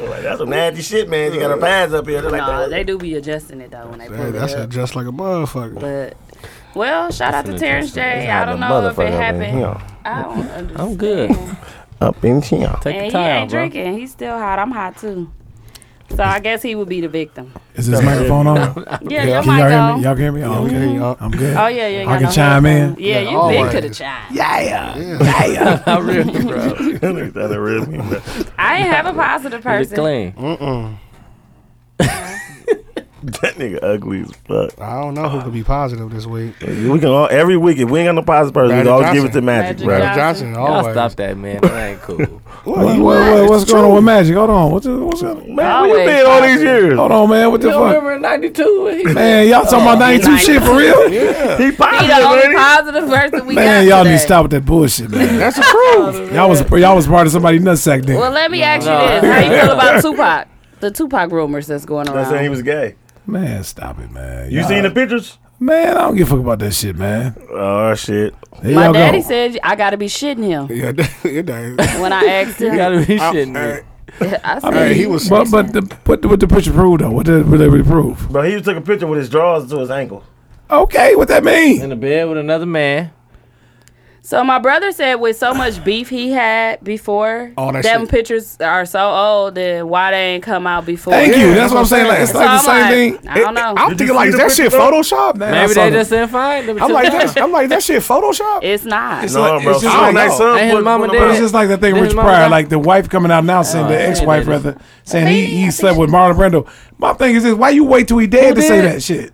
Speaker 4: like, That's some nasty shit, man. You got her pads up here. They're like,
Speaker 1: Nah,
Speaker 4: that.
Speaker 1: they do be adjusting it though when they
Speaker 3: Hey,
Speaker 1: pull
Speaker 3: that's
Speaker 1: it
Speaker 3: a,
Speaker 1: up.
Speaker 3: just like a motherfucker.
Speaker 1: But well, shout out to
Speaker 6: Finna
Speaker 1: Terrence
Speaker 6: adjust it.
Speaker 1: J. I don't know if it happened.
Speaker 4: Up
Speaker 1: I don't understand.
Speaker 6: I'm good.
Speaker 4: in here.
Speaker 6: [LAUGHS]
Speaker 1: And
Speaker 6: Take the
Speaker 1: he
Speaker 6: time,
Speaker 1: ain't
Speaker 6: bro.
Speaker 1: drinking. He's still hot. I'm hot too. So I guess he would be the victim.
Speaker 8: Is this microphone on?
Speaker 1: [LAUGHS] Yeah,
Speaker 3: Yeah.
Speaker 1: your mic
Speaker 8: Can y'all hear
Speaker 1: on.
Speaker 8: me? Y'all can hear me? Oh,
Speaker 3: Yeah,
Speaker 8: okay.
Speaker 3: yeah.
Speaker 8: I'm good.
Speaker 1: Oh yeah, you ain't
Speaker 8: I
Speaker 1: got
Speaker 8: can
Speaker 1: no
Speaker 8: chime
Speaker 1: headphones.
Speaker 8: in?
Speaker 1: Yeah,
Speaker 3: Yeah,
Speaker 1: you been
Speaker 3: always.
Speaker 1: could
Speaker 3: [LAUGHS]
Speaker 1: have chimed.
Speaker 6: [LAUGHS] I really, bro.
Speaker 4: Look at that real me, bro.
Speaker 1: I ain't have a positive
Speaker 6: Really
Speaker 1: person.
Speaker 6: clean.
Speaker 4: That nigga ugly as fuck.
Speaker 3: I don't know who could be positive this week.
Speaker 4: We can all, every week if we ain't got no positive person, we
Speaker 3: Magic
Speaker 4: can always
Speaker 3: Johnson.
Speaker 4: give it to Magic,
Speaker 1: Magic
Speaker 4: bro.
Speaker 1: Johnson.
Speaker 3: Johnson,
Speaker 6: Y'all
Speaker 3: always.
Speaker 6: stop that, man. That ain't cool.
Speaker 8: What, what, what, what's going on with Magic? Hold on. What's, what's going on?
Speaker 4: Man, where
Speaker 1: Always
Speaker 4: you been all these years?
Speaker 8: Hold on, man. What the
Speaker 6: You don't
Speaker 8: fuck?
Speaker 6: remember in '92 when he
Speaker 8: Man, y'all talking about 92 shit for real?
Speaker 4: He
Speaker 1: Oh, He
Speaker 4: positive,
Speaker 1: the only
Speaker 4: ain't he?
Speaker 1: positive person we got.
Speaker 8: Man, y'all need
Speaker 1: today.
Speaker 8: to stop with that bullshit, man.
Speaker 3: That's the truth.
Speaker 8: Y'all was y'all was part of somebody nutsack
Speaker 1: [LAUGHS]
Speaker 8: then.
Speaker 1: Well, let me ask you this: How you feel
Speaker 3: [LAUGHS]
Speaker 1: about Tupac? The Tupac rumors that's going
Speaker 4: That's saying he
Speaker 1: around.
Speaker 4: was gay.
Speaker 8: Man, stop it, man.
Speaker 4: [LAUGHS] You
Speaker 8: Y'all-
Speaker 4: seen the pictures?
Speaker 8: Man, I don't give a fuck about that shit, man.
Speaker 4: Oh shit.
Speaker 8: There
Speaker 1: My
Speaker 8: y'all go. [LAUGHS]
Speaker 1: daddy said I gotta be shitting him [LAUGHS]
Speaker 3: yeah, it ain't.
Speaker 1: when I asked him.
Speaker 6: gotta
Speaker 8: [LAUGHS]
Speaker 6: be shitting me.
Speaker 3: Hey,
Speaker 1: I said,
Speaker 3: hey, he was.
Speaker 8: But but the but the, what the picture proved though? What did what did it prove?
Speaker 4: Bro, he took a picture with his drawers to his ankle.
Speaker 8: Okay, what that mean?
Speaker 6: in the bed with another man.
Speaker 1: So my brother said with so much beef he had before,
Speaker 3: All that
Speaker 1: them
Speaker 3: shit.
Speaker 1: pictures are so old that why they ain't come out before.
Speaker 3: Thank you.
Speaker 4: Yeah,
Speaker 3: That's what I'm saying. Like, it's
Speaker 1: So
Speaker 3: like the
Speaker 1: I'm
Speaker 3: same
Speaker 1: like,
Speaker 3: thing.
Speaker 1: I don't
Speaker 3: It-
Speaker 1: know.
Speaker 3: I'm
Speaker 1: Did
Speaker 4: you
Speaker 3: thinking
Speaker 4: see
Speaker 3: like,
Speaker 4: the
Speaker 3: is that shit
Speaker 4: picture, though?
Speaker 3: Photoshop? Man, I
Speaker 6: Maybe
Speaker 3: saw
Speaker 6: they
Speaker 3: that.
Speaker 6: just didn't find them.
Speaker 3: I'm like, that, I'm like, that shit Photoshop?
Speaker 1: It's not.
Speaker 4: No,
Speaker 8: like-
Speaker 4: bro.
Speaker 8: it's just
Speaker 4: I don't
Speaker 8: like-
Speaker 4: think so.
Speaker 6: Hey, his
Speaker 4: Put-
Speaker 6: mama
Speaker 4: put-
Speaker 6: did.
Speaker 8: It's just like that thing
Speaker 6: Then
Speaker 8: Rich
Speaker 6: my
Speaker 8: Pryor,
Speaker 6: mom-
Speaker 8: like the wife coming out now saying the
Speaker 6: yeah,
Speaker 8: ex-wife
Speaker 6: they just-
Speaker 8: rather saying he, he slept with Marlon Brando. My thing is this: why you wait till he dead to say
Speaker 6: did?
Speaker 8: that shit?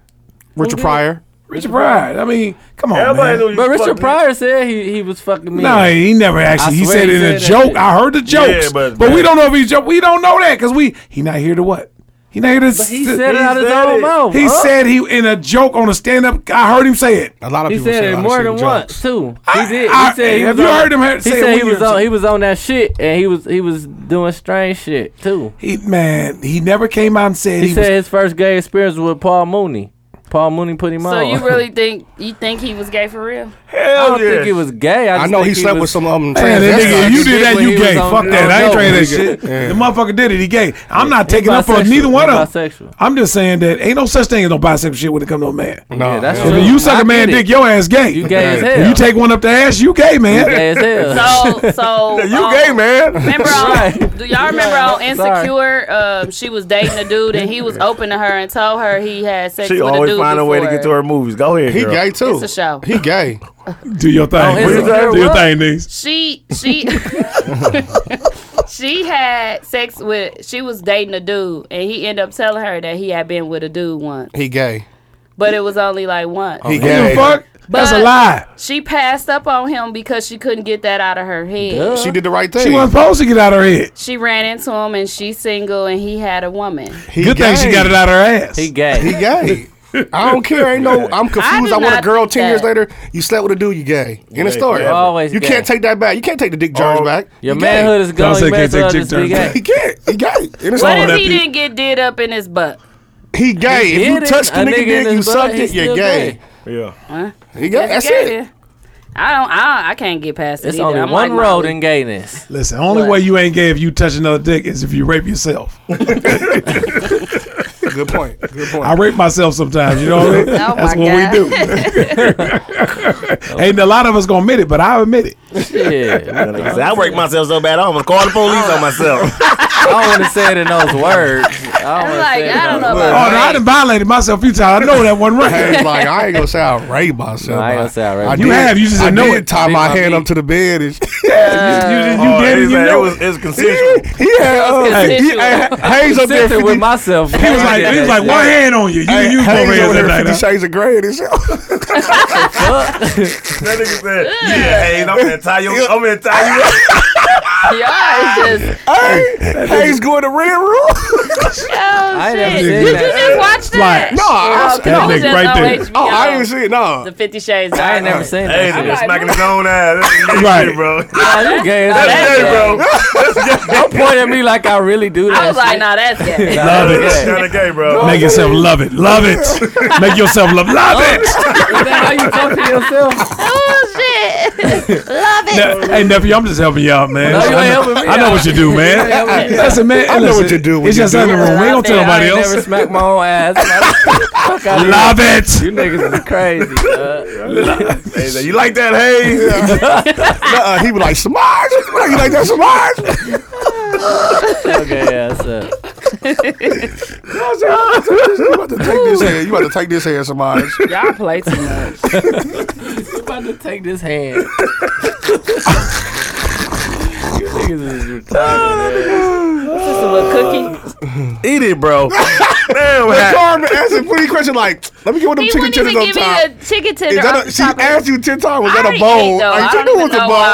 Speaker 3: Richard Pryor.
Speaker 8: Richard Pryor. I mean, come on,
Speaker 4: Everybody knew
Speaker 8: man.
Speaker 4: you
Speaker 6: But Richard
Speaker 4: fucked it.
Speaker 6: Pryor said he, he was fucking me.
Speaker 8: No, he never actually.
Speaker 6: I
Speaker 8: He
Speaker 6: swear
Speaker 8: said
Speaker 6: he
Speaker 8: it in a
Speaker 6: said that
Speaker 8: joke.
Speaker 6: shit.
Speaker 8: I heard the jokes,
Speaker 4: Yeah,
Speaker 8: but,
Speaker 4: but-
Speaker 8: we don't know if he's joke. We don't know that because we he not here to what? He not here to.
Speaker 6: But he said it out of his
Speaker 4: said
Speaker 6: own
Speaker 4: it.
Speaker 6: mouth.
Speaker 8: He
Speaker 6: huh?
Speaker 8: said he in a joke on a stand up. I heard him say it.
Speaker 3: A lot of
Speaker 6: He
Speaker 3: people
Speaker 6: said
Speaker 3: say a
Speaker 6: it
Speaker 3: lot of
Speaker 6: more
Speaker 3: shit
Speaker 6: than
Speaker 3: jokes.
Speaker 6: once too.
Speaker 8: I-
Speaker 6: He did. He
Speaker 8: I-
Speaker 6: said he
Speaker 8: have
Speaker 6: was
Speaker 8: you
Speaker 6: on-
Speaker 8: heard him ha-
Speaker 6: He
Speaker 8: say it
Speaker 6: said
Speaker 8: when
Speaker 6: he
Speaker 8: you
Speaker 6: was
Speaker 8: were
Speaker 6: on.
Speaker 8: saying-
Speaker 6: He was on that shit, and he was he was doing strange shit too.
Speaker 8: He man, he never came out and said
Speaker 6: He,
Speaker 8: he,
Speaker 6: said his first gay experience was with Paul Mooney. Paul Mooney put him on.
Speaker 1: So you
Speaker 6: [LAUGHS]
Speaker 1: really think you think he was gay for real?
Speaker 6: I
Speaker 4: Hell
Speaker 6: don't think he
Speaker 4: yeah.
Speaker 6: was gay. I,
Speaker 3: I
Speaker 6: just
Speaker 3: know
Speaker 6: think
Speaker 3: he slept
Speaker 6: was-
Speaker 3: with some
Speaker 1: [LAUGHS]
Speaker 3: um,
Speaker 8: was. Man, that nigga, if you did that,
Speaker 6: When
Speaker 8: you
Speaker 6: he was
Speaker 8: gay.
Speaker 6: on-
Speaker 8: Fuck that. I ain't
Speaker 6: no,
Speaker 8: trying that
Speaker 6: nigga.
Speaker 8: shit. The motherfucker did it. He gay. I'm not
Speaker 6: He
Speaker 8: taking up for
Speaker 6: bisexual.
Speaker 8: neither one
Speaker 6: He
Speaker 8: of them.
Speaker 6: Bisexual.
Speaker 8: I'm just saying that ain't no such thing as no bisexual shit when it comes to a man.
Speaker 3: No,
Speaker 6: Yeah, that's
Speaker 3: hell
Speaker 6: true.
Speaker 8: If you suck
Speaker 6: I
Speaker 8: a man
Speaker 6: get it.
Speaker 8: dick, your ass gay.
Speaker 6: You gay as
Speaker 8: If
Speaker 6: hell.
Speaker 8: You take one up the ass, you gay, man.
Speaker 6: Gay as hell.
Speaker 1: [LAUGHS] So so
Speaker 8: [LAUGHS]
Speaker 4: You
Speaker 1: um,
Speaker 4: gay, man.
Speaker 1: Remember um, on,
Speaker 6: Right.
Speaker 1: do y'all remember on
Speaker 6: Sorry.
Speaker 1: Insecure? Um, she was dating a dude and he was open to her and told her he had sex
Speaker 4: She
Speaker 1: with a
Speaker 4: always
Speaker 1: dude
Speaker 4: find a way to
Speaker 1: before.
Speaker 4: get to her movies. Go ahead,
Speaker 3: He
Speaker 4: girl.
Speaker 3: gay too.
Speaker 1: It's a show. Oh,
Speaker 3: He gay.
Speaker 8: [LAUGHS] Do your thing.
Speaker 6: it's
Speaker 8: bro.
Speaker 6: like,
Speaker 8: Do your
Speaker 6: what?
Speaker 8: thing, niggas.
Speaker 1: She she [LAUGHS] she had sex with she was dating a dude and he ended up telling her that he had been with a dude once,
Speaker 3: He gay.
Speaker 1: but it was only like once.
Speaker 3: He
Speaker 8: What
Speaker 3: gay.
Speaker 8: the fuck? That's a
Speaker 1: But-
Speaker 8: lie.
Speaker 1: She passed up on him because she couldn't get that out of her head.
Speaker 3: She did the right thing.
Speaker 8: She wasn't supposed to get out of her head.
Speaker 1: She ran into him and she's single and he had a woman.
Speaker 3: He
Speaker 8: Good thing she
Speaker 3: gay.
Speaker 8: got it out of her ass.
Speaker 6: He gay.
Speaker 3: He gay.
Speaker 4: [LAUGHS]
Speaker 3: I don't care. Ain't no. I'm confused.
Speaker 1: do
Speaker 3: I, want a
Speaker 1: not
Speaker 3: girl
Speaker 1: think
Speaker 3: ten years
Speaker 1: that.
Speaker 3: later. You slept with a dude. You gay. In the
Speaker 4: Gay
Speaker 3: story.
Speaker 4: forever.
Speaker 6: Always
Speaker 3: You
Speaker 6: gay.
Speaker 3: can't take that back. You can't take the dick germs
Speaker 4: Oh,
Speaker 3: back.
Speaker 6: Your
Speaker 3: He gay.
Speaker 6: manhood is
Speaker 8: Don't
Speaker 6: gone.
Speaker 8: say
Speaker 6: You
Speaker 8: can't
Speaker 6: may as
Speaker 8: take
Speaker 6: well
Speaker 8: dick
Speaker 6: just be
Speaker 8: turns.
Speaker 6: gay.
Speaker 3: He can't. He gay. In the
Speaker 1: What
Speaker 3: story.
Speaker 1: if
Speaker 8: that
Speaker 1: he
Speaker 8: piece.
Speaker 1: didn't get did up in his butt?
Speaker 3: He gay. If
Speaker 6: He
Speaker 3: you
Speaker 6: did it.
Speaker 3: touch the
Speaker 6: A
Speaker 3: nigga,
Speaker 6: nigga in
Speaker 3: dick, you
Speaker 6: his butt,
Speaker 3: sucked
Speaker 6: he's
Speaker 3: it. You're
Speaker 6: still
Speaker 3: gay.
Speaker 4: Yeah.
Speaker 3: He gay. That's
Speaker 1: Gay
Speaker 3: it.
Speaker 1: then. I don't. I, I can't get past it.
Speaker 6: It's
Speaker 1: either.
Speaker 6: only
Speaker 1: I'm like, oh,
Speaker 6: one
Speaker 1: no.
Speaker 6: road
Speaker 1: [LAUGHS]
Speaker 6: in gayness.
Speaker 8: Listen, only way you ain't gay if you touch another dick is if you rape
Speaker 3: [LAUGHS]
Speaker 8: yourself.
Speaker 3: Good point. Good
Speaker 8: I
Speaker 3: point.
Speaker 8: rape myself sometimes, you know what I mean?
Speaker 1: Oh,
Speaker 8: That's
Speaker 1: my
Speaker 8: what
Speaker 1: God.
Speaker 8: we do. [LAUGHS] ain't a lot of us gonna admit it, but I admit it.
Speaker 6: Yeah.
Speaker 4: And like I said, I worked myself so bad, I almost called the police on myself.
Speaker 6: [LAUGHS] I don't want to say it in those
Speaker 3: [LAUGHS]
Speaker 6: words. I
Speaker 1: I'm
Speaker 6: don't
Speaker 1: like, I don't know
Speaker 8: [LAUGHS] Oh,
Speaker 6: want to say it. in those-
Speaker 8: no,
Speaker 1: about
Speaker 8: I done violated myself a few times. I know that one right.
Speaker 3: Hey, like I ain't gonna say I [LAUGHS] rape myself.
Speaker 6: No, I
Speaker 3: but
Speaker 6: ain't gonna say I rape
Speaker 3: I
Speaker 6: myself.
Speaker 8: You
Speaker 3: did-
Speaker 8: have, you just
Speaker 3: I
Speaker 8: didn't know
Speaker 3: did
Speaker 8: it.
Speaker 3: Tie
Speaker 6: Leave
Speaker 3: my
Speaker 6: my
Speaker 3: hand
Speaker 6: feet.
Speaker 3: up to the
Speaker 8: [LAUGHS]
Speaker 3: bed and.
Speaker 6: Uh,
Speaker 8: you you did it, you
Speaker 4: It's-
Speaker 8: know.
Speaker 4: Oh, it was, [LAUGHS] it's consensual.
Speaker 3: He had uh,
Speaker 1: That's
Speaker 3: he-
Speaker 1: consensual.
Speaker 3: hey, Hayes up there.
Speaker 6: Sitting
Speaker 3: 50,
Speaker 6: with myself.
Speaker 8: He was like, he was like, one hand on you. You,
Speaker 3: hey,
Speaker 8: you
Speaker 3: Hayes
Speaker 8: gonna raise
Speaker 3: over
Speaker 8: that
Speaker 3: there,
Speaker 8: night.
Speaker 3: Fifty
Speaker 8: huh?
Speaker 3: Shades of Grey and shit.
Speaker 4: [LAUGHS] That nigga
Speaker 6: [LAUGHS]
Speaker 4: said, "Yeah, hey, I'm gonna tie you. I'm gonna tie
Speaker 1: [LAUGHS]
Speaker 4: you up."
Speaker 1: Y'all is just.
Speaker 3: Hey, Hayes going to red room.
Speaker 1: [LAUGHS] Oh
Speaker 6: ain't
Speaker 1: shit! Did
Speaker 6: never seen
Speaker 1: you
Speaker 6: that.
Speaker 1: just watch that? Oh,
Speaker 8: Fly.
Speaker 3: No, I,
Speaker 1: Okay,
Speaker 8: that
Speaker 1: you
Speaker 8: nigga
Speaker 1: just
Speaker 8: right
Speaker 1: on
Speaker 8: there.
Speaker 1: HBO,
Speaker 3: oh, I didn't see it. No,
Speaker 1: The Fifty Shades.
Speaker 6: I ain't
Speaker 1: of-
Speaker 6: never seen
Speaker 4: Hey,
Speaker 6: that.
Speaker 4: nigga,
Speaker 6: shit.
Speaker 4: smacking his own ass. That's
Speaker 8: Right.
Speaker 4: right, bro.
Speaker 6: Nah, you gay. as
Speaker 1: That's
Speaker 6: hell.
Speaker 4: Hey, [LAUGHS]
Speaker 1: gay.
Speaker 4: bro.
Speaker 6: Don't point at me like I really do that.
Speaker 1: I was
Speaker 6: shit.
Speaker 1: like, nah, that's gay.
Speaker 6: Nah,
Speaker 8: Love
Speaker 3: [LAUGHS]
Speaker 6: that's
Speaker 8: it.
Speaker 6: gay.
Speaker 4: Not a gay, bro.
Speaker 8: Make yourself love it. Love it. Make yourself love love it.
Speaker 6: [LAUGHS] Is that how you talk to yourself?
Speaker 1: oh shit! Love it.
Speaker 8: Ne- hey nephew, I'm just helping you out, man.
Speaker 6: No, you ain't
Speaker 8: I, know,
Speaker 6: helping me
Speaker 8: I know
Speaker 6: out.
Speaker 8: what you do, man. listen, man.
Speaker 3: I know
Speaker 8: listen,
Speaker 3: what you do when
Speaker 8: It's
Speaker 3: you
Speaker 8: just
Speaker 3: do
Speaker 8: in the
Speaker 3: it.
Speaker 8: room. We
Speaker 1: Love
Speaker 8: don't tell
Speaker 1: it. I
Speaker 8: nobody
Speaker 6: I ain't
Speaker 8: else.
Speaker 6: never smacked my own ass. Fuck out of here.
Speaker 8: Love it.
Speaker 6: You niggas is
Speaker 3: [LAUGHS]
Speaker 6: crazy. dog.
Speaker 4: Hey, so you like that, Hayes?
Speaker 3: Nuh-uh. he was like Samaj. You like that
Speaker 1: [LAUGHS]
Speaker 3: Samaj?
Speaker 6: [LAUGHS] Okay,
Speaker 3: [LAUGHS]
Speaker 6: yeah, so.
Speaker 3: you about to take this hand. You about to take this hand, Samaj.
Speaker 6: [LAUGHS]
Speaker 1: Y'all play too much.
Speaker 6: You about to take this hand. you niggas is retarded. man.
Speaker 1: Just a little cookie.
Speaker 4: Eat it, bro. [LAUGHS] Damn,
Speaker 3: But
Speaker 4: Hat.
Speaker 3: Carmen asked a pretty question like, "Let me get one of them
Speaker 1: He
Speaker 3: chicken
Speaker 1: wouldn't even
Speaker 3: tenders on
Speaker 1: give me
Speaker 3: top."
Speaker 1: the chicken tender.
Speaker 3: Is that
Speaker 1: off
Speaker 3: a,
Speaker 1: the
Speaker 3: she
Speaker 1: top of-
Speaker 3: asked you ten times. Was
Speaker 1: I
Speaker 3: that a
Speaker 1: already
Speaker 3: bowl?
Speaker 1: ate, though.
Speaker 3: Like,
Speaker 1: I
Speaker 3: you
Speaker 1: don't
Speaker 3: know
Speaker 1: even
Speaker 3: it was
Speaker 1: know
Speaker 3: a bowl.
Speaker 1: why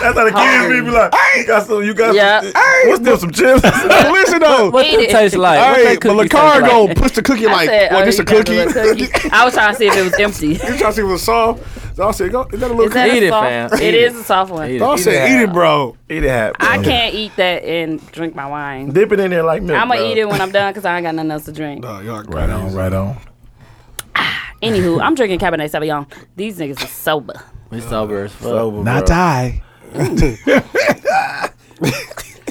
Speaker 4: That's how the kids be like, you got some, you got
Speaker 1: Yeah.
Speaker 4: some, what's them, some chips?
Speaker 3: Hey, listen though.
Speaker 6: What
Speaker 1: Eat
Speaker 6: them
Speaker 1: it.
Speaker 6: taste like? What
Speaker 3: Hey,
Speaker 6: that
Speaker 3: but
Speaker 6: cookie
Speaker 3: Lacar
Speaker 6: taste
Speaker 3: go
Speaker 6: like?
Speaker 3: push the cookie like,
Speaker 1: said,
Speaker 3: "What?
Speaker 1: oh,
Speaker 3: This
Speaker 1: you
Speaker 3: a
Speaker 1: got
Speaker 3: cookie?"
Speaker 1: the little
Speaker 3: [LAUGHS]
Speaker 1: cookie. I was trying to see if it was empty. Is
Speaker 3: You trying to see if it was soft? So I said, "Go, is that a little?"
Speaker 1: that
Speaker 3: cookie?
Speaker 6: Eat
Speaker 1: a
Speaker 6: it,
Speaker 1: soft?
Speaker 6: fam.
Speaker 1: It
Speaker 6: Eat
Speaker 1: is
Speaker 6: it.
Speaker 1: a soft one.
Speaker 6: Eat
Speaker 3: So I said, "Eat it, bro."
Speaker 4: Eat it, Hat.
Speaker 1: [LAUGHS] I can't eat that and drink my wine.
Speaker 4: Dip it in there like milk,
Speaker 1: I'm gonna
Speaker 4: bro.
Speaker 1: eat it when I'm done because I ain't got nothing else to drink.
Speaker 3: Oh, y'all crazy.
Speaker 8: Right on, right on.
Speaker 1: Anywho, I'm drinking Cabernet Sauvignon. These niggas are sober.
Speaker 6: We sober as fuck. Mm.
Speaker 4: Sober,
Speaker 8: Not
Speaker 4: bro.
Speaker 8: I.
Speaker 3: [LAUGHS]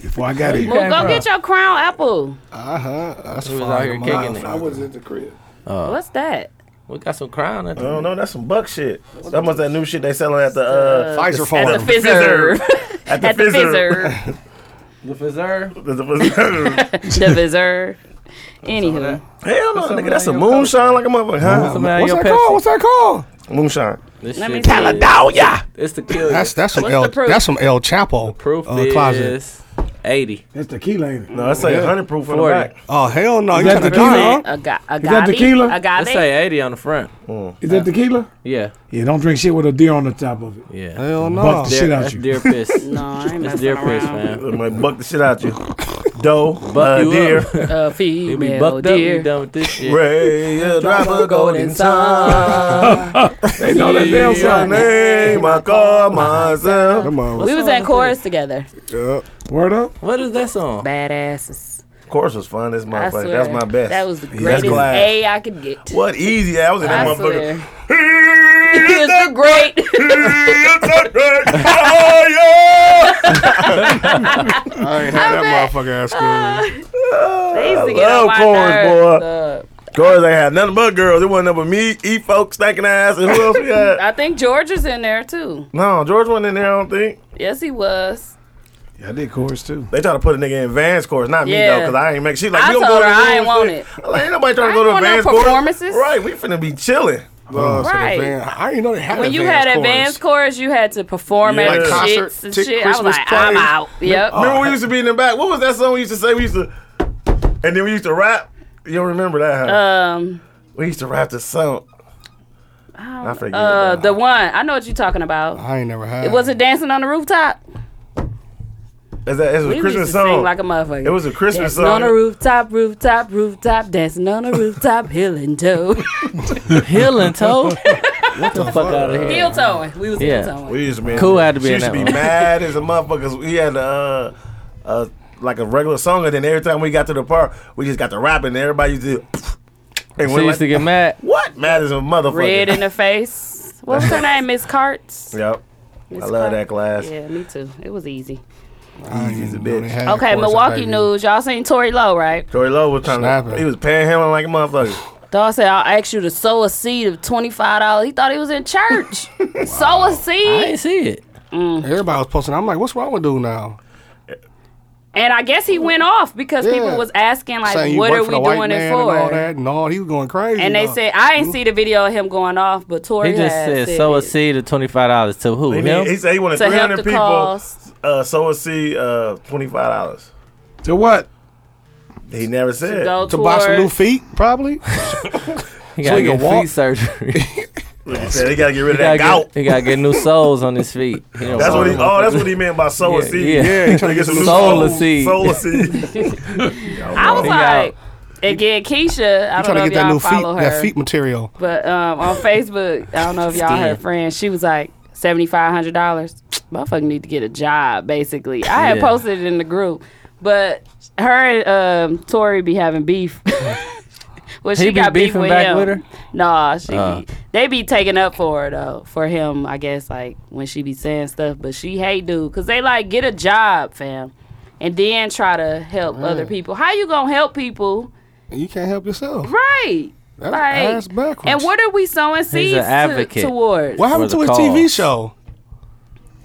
Speaker 8: Before I got here.
Speaker 1: Well, go get your crown apple.
Speaker 3: Uh huh. That's
Speaker 6: Uh-huh. We was out here
Speaker 3: fine.
Speaker 6: kicking it.
Speaker 8: was at the crib.
Speaker 1: What's that?
Speaker 6: We got some crown.
Speaker 4: I don't know. That's some buck shit. That must that new shit they selling at the uh,
Speaker 3: Pfizer
Speaker 1: At the
Speaker 3: farm.
Speaker 1: fizzer.
Speaker 4: [LAUGHS]
Speaker 1: [LAUGHS]
Speaker 4: at the
Speaker 1: At the
Speaker 4: Fizzer.
Speaker 1: fizzer.
Speaker 6: [LAUGHS] The Fizzer.
Speaker 4: At the Fizzer.
Speaker 1: the fizzer. Anywho.
Speaker 4: Hell no, [LAUGHS] nigga.
Speaker 6: What's up with
Speaker 4: That's
Speaker 6: that
Speaker 4: a
Speaker 6: yo
Speaker 4: moonshine like a motherfucker. Huh?
Speaker 6: Some out
Speaker 3: What's
Speaker 6: your
Speaker 3: that called?
Speaker 6: Pepsi.
Speaker 3: What's that called?
Speaker 4: Moonshine.
Speaker 6: This
Speaker 1: Let me
Speaker 6: shit
Speaker 1: see.
Speaker 6: is-
Speaker 4: Caladonia.
Speaker 6: It's the kill.
Speaker 3: That's that's some
Speaker 1: What's
Speaker 3: El
Speaker 1: the proof?
Speaker 3: that's some El Chapo
Speaker 6: proof
Speaker 3: uh, closet.
Speaker 6: is eighty.
Speaker 8: That's tequila, ain't it?
Speaker 4: No, that's like hundred proof on the
Speaker 6: 40.
Speaker 4: back.
Speaker 3: Oh hell no! You
Speaker 8: that
Speaker 3: trying to
Speaker 8: the tequila?
Speaker 3: die? huh?
Speaker 1: Aga- agave.
Speaker 8: that tequila?
Speaker 6: Let's
Speaker 1: Agave.
Speaker 6: say eighty on the front.
Speaker 8: Is that tequila?
Speaker 6: Yeah,
Speaker 8: Yeah, don't drink shit with a deer on the top of it.
Speaker 6: yeah.
Speaker 3: Hell no!
Speaker 8: Buck the
Speaker 6: Deer,
Speaker 8: shit out
Speaker 6: that's [LAUGHS]
Speaker 8: you.
Speaker 6: deer piss.
Speaker 1: [LAUGHS] No, I ain't
Speaker 6: That's
Speaker 1: messing
Speaker 6: deer piss,
Speaker 1: around.
Speaker 6: man.
Speaker 4: I'm like buck the shit out
Speaker 6: [LAUGHS]
Speaker 4: you. Doe,
Speaker 6: Buck
Speaker 4: uh,
Speaker 6: you [LAUGHS]
Speaker 4: deer.
Speaker 6: up.
Speaker 1: Uh,
Speaker 6: You be
Speaker 1: female
Speaker 6: bucked up. You
Speaker 1: deer.
Speaker 6: done with this shit.
Speaker 4: Ray, a drop of golden sun.
Speaker 6: [LAUGHS]
Speaker 8: They know that damn
Speaker 4: Tell your
Speaker 8: song.
Speaker 4: name, I
Speaker 1: [LAUGHS]
Speaker 4: call myself.
Speaker 3: Come on.
Speaker 1: We was at chorus together.
Speaker 8: Word up.
Speaker 6: What is that song?
Speaker 1: Badasses.
Speaker 4: Course was fun. This
Speaker 1: I
Speaker 4: motherfucker.
Speaker 1: swear.
Speaker 4: That's my best.
Speaker 1: That was the
Speaker 4: Yeah, that's
Speaker 1: greatest
Speaker 4: class.
Speaker 1: A I could get.
Speaker 4: What easy? I was in that
Speaker 1: I
Speaker 4: motherfucker. [LAUGHS]
Speaker 1: swear. Here's the great. [LAUGHS]
Speaker 3: I ain't had that motherfucker ass school.
Speaker 1: They used to get
Speaker 4: love
Speaker 1: "Ah, on my
Speaker 4: chorus,
Speaker 1: nerves,
Speaker 4: boy.
Speaker 1: uh,
Speaker 4: Girls, they had nothing but girls. It wasn't nothing but me, E folk, stacking ass, and who else
Speaker 1: [LAUGHS]
Speaker 4: we had?
Speaker 1: I think George is in there too.
Speaker 4: No, George wasn't in there. I don't think
Speaker 1: Yes, he was.
Speaker 8: Yeah, I did chorus too.
Speaker 4: they tried to put a nigga in Vans course, not me
Speaker 1: Yeah.
Speaker 4: though, because I ain't make. She like,
Speaker 1: I
Speaker 4: we gonna
Speaker 1: told
Speaker 4: go to
Speaker 1: her
Speaker 4: the
Speaker 1: I
Speaker 4: room
Speaker 1: ain't want
Speaker 4: shit.
Speaker 1: it.
Speaker 4: I'm Like, ain't nobody
Speaker 1: I
Speaker 4: trying to go
Speaker 1: ain't
Speaker 4: to a
Speaker 1: want no
Speaker 4: Vans course.
Speaker 1: performances.
Speaker 4: Right, we finna be chilling.
Speaker 3: Oh, so the
Speaker 1: Right.
Speaker 3: van- I didn't know they had
Speaker 1: When
Speaker 3: a
Speaker 1: you
Speaker 3: Vans
Speaker 1: had
Speaker 3: chorus.
Speaker 1: advanced chorus, you had to perform
Speaker 4: Yeah.
Speaker 1: at
Speaker 4: Like
Speaker 3: concert,
Speaker 1: shits and
Speaker 3: tick,
Speaker 1: shit. I
Speaker 3: Christmas
Speaker 1: was like, I'm
Speaker 3: parties.
Speaker 1: out. Yep. Oh.
Speaker 4: Remember we used to be in the back? What was that song we used to say? We used to, and then we used to rap. You don't remember that? Huh?
Speaker 1: Um,
Speaker 4: we used to rap the song. I, forget.
Speaker 1: uh,
Speaker 4: bro.
Speaker 1: the one I know what you're talking about.
Speaker 3: I ain't never had.
Speaker 4: Uh.
Speaker 1: It was it dancing on the rooftop.
Speaker 4: Is that, it's a
Speaker 1: We
Speaker 4: Christmas
Speaker 1: used to sing
Speaker 4: song.
Speaker 1: like a motherfucker.
Speaker 4: it was a Christmas
Speaker 1: dancing
Speaker 4: song.
Speaker 1: on the rooftop, rooftop, rooftop, dancing
Speaker 4: [LAUGHS]
Speaker 1: on the rooftop, heel and toe,
Speaker 6: Heel and toe. What
Speaker 1: [LAUGHS]
Speaker 6: the fuck out
Speaker 4: Uh.
Speaker 6: of here?
Speaker 1: heel toeing. We was
Speaker 6: Yeah.
Speaker 1: heel toeing.
Speaker 4: We used to be in-
Speaker 6: Cool had to be
Speaker 4: She
Speaker 6: in
Speaker 4: used to
Speaker 6: that
Speaker 4: be
Speaker 6: one.
Speaker 4: mad as a motherfucker. We had uh, uh, like a regular song, and then every time we got to the park, we just got to rap, and everybody used to. And
Speaker 6: She
Speaker 4: we're like,
Speaker 6: used to get mad.
Speaker 4: what? Mad as a motherfucker.
Speaker 1: Red in the face. What was her name? Miss Carts.
Speaker 4: Yep.
Speaker 1: Miss
Speaker 4: I love
Speaker 1: Carts.
Speaker 4: that class.
Speaker 1: Yeah, me too. It was easy.
Speaker 3: I didn't
Speaker 4: He's a
Speaker 3: know they
Speaker 4: bitch.
Speaker 3: had
Speaker 1: Okay,
Speaker 3: chorus. I
Speaker 1: Milwaukee
Speaker 3: thought you-
Speaker 1: news. Y'all seen Tory Lowe, right?
Speaker 4: Tory Lowe was trying
Speaker 3: Snapping.
Speaker 4: to. He was panhandling like a motherfucker.
Speaker 1: Dawg said, I'll ask you to sow a seed of $25. He thought he was in
Speaker 3: [LAUGHS]
Speaker 1: church. Sow a
Speaker 6: I
Speaker 1: seed.
Speaker 6: ain't see it.
Speaker 1: Mm.
Speaker 3: Everybody was posting. I'm like, what's wrong with dude now?
Speaker 1: And I guess he went off because
Speaker 3: Yeah.
Speaker 1: people was asking,
Speaker 3: Saying
Speaker 1: like,
Speaker 3: you
Speaker 1: what
Speaker 3: work
Speaker 1: are
Speaker 3: for
Speaker 1: we
Speaker 3: the white
Speaker 1: doing it
Speaker 3: man and all
Speaker 1: for?
Speaker 3: that. No, he was going crazy.
Speaker 1: And they
Speaker 3: though.
Speaker 1: said, I ain't see the video of him going off, but Tory
Speaker 6: He just
Speaker 1: has
Speaker 6: said sow a
Speaker 1: it.
Speaker 6: seed of twenty five dollars to who?
Speaker 4: He,
Speaker 6: Him?
Speaker 4: need- he said he wanted
Speaker 1: To help
Speaker 4: 300
Speaker 1: the
Speaker 4: people.
Speaker 1: cause.
Speaker 4: Uh, sow a seed, uh, twenty five dollars.
Speaker 8: To what?
Speaker 4: He never
Speaker 1: To
Speaker 4: said.
Speaker 1: go
Speaker 3: to buy some new
Speaker 1: towards-
Speaker 3: feet, probably.
Speaker 6: [LAUGHS]
Speaker 3: [LAUGHS]
Speaker 6: He gotta
Speaker 3: he can
Speaker 6: get
Speaker 3: walk.
Speaker 6: feet
Speaker 4: [LAUGHS]
Speaker 3: [LAUGHS]
Speaker 6: surgery. he,
Speaker 4: He said he gotta get rid of that
Speaker 6: gotta
Speaker 4: gout.
Speaker 6: get, he gotta get new soles on his feet. He don't
Speaker 4: That's what he.
Speaker 6: want
Speaker 4: Oh, that's what he meant by sow a
Speaker 6: Yeah,
Speaker 4: seed.
Speaker 6: yeah.
Speaker 3: Yeah, he trying to get some new
Speaker 6: Solar
Speaker 3: soul.
Speaker 6: seed.
Speaker 4: Sow a
Speaker 1: [LAUGHS]
Speaker 8: [LAUGHS]
Speaker 4: seed.
Speaker 1: I was
Speaker 6: He
Speaker 1: like, again, Keisha, I don't
Speaker 3: Trying
Speaker 1: know
Speaker 3: to
Speaker 1: if
Speaker 3: get that
Speaker 1: y'all
Speaker 3: new feet,
Speaker 1: follow her.
Speaker 3: that feet material.
Speaker 1: But um, on Facebook, I don't know if y'all her friends, she was like seventy five hundred dollars. Motherfucker need to get a job, basically. I had
Speaker 6: Yeah.
Speaker 1: posted it in the group, but her and um, Tori be having beef. [LAUGHS] well, she
Speaker 6: He be
Speaker 1: got beef
Speaker 6: beefing
Speaker 1: with
Speaker 6: back
Speaker 1: him.
Speaker 6: with her?
Speaker 1: Nah, she
Speaker 6: Uh.
Speaker 1: they be taking up for her though, for him, I guess. Like when she be saying stuff, but she hate dude because they like get a job, fam, and then try to help
Speaker 6: Mm.
Speaker 1: other people. How you gonna help people,
Speaker 3: And you can't help yourself.
Speaker 1: right?
Speaker 3: That's
Speaker 1: Like,
Speaker 3: ass backwards.
Speaker 1: And what are we sowing seeds
Speaker 6: an
Speaker 1: to-
Speaker 6: advocate.
Speaker 1: towards?
Speaker 3: What happened
Speaker 6: For
Speaker 3: to
Speaker 6: the
Speaker 3: his TV
Speaker 6: cause.
Speaker 3: show?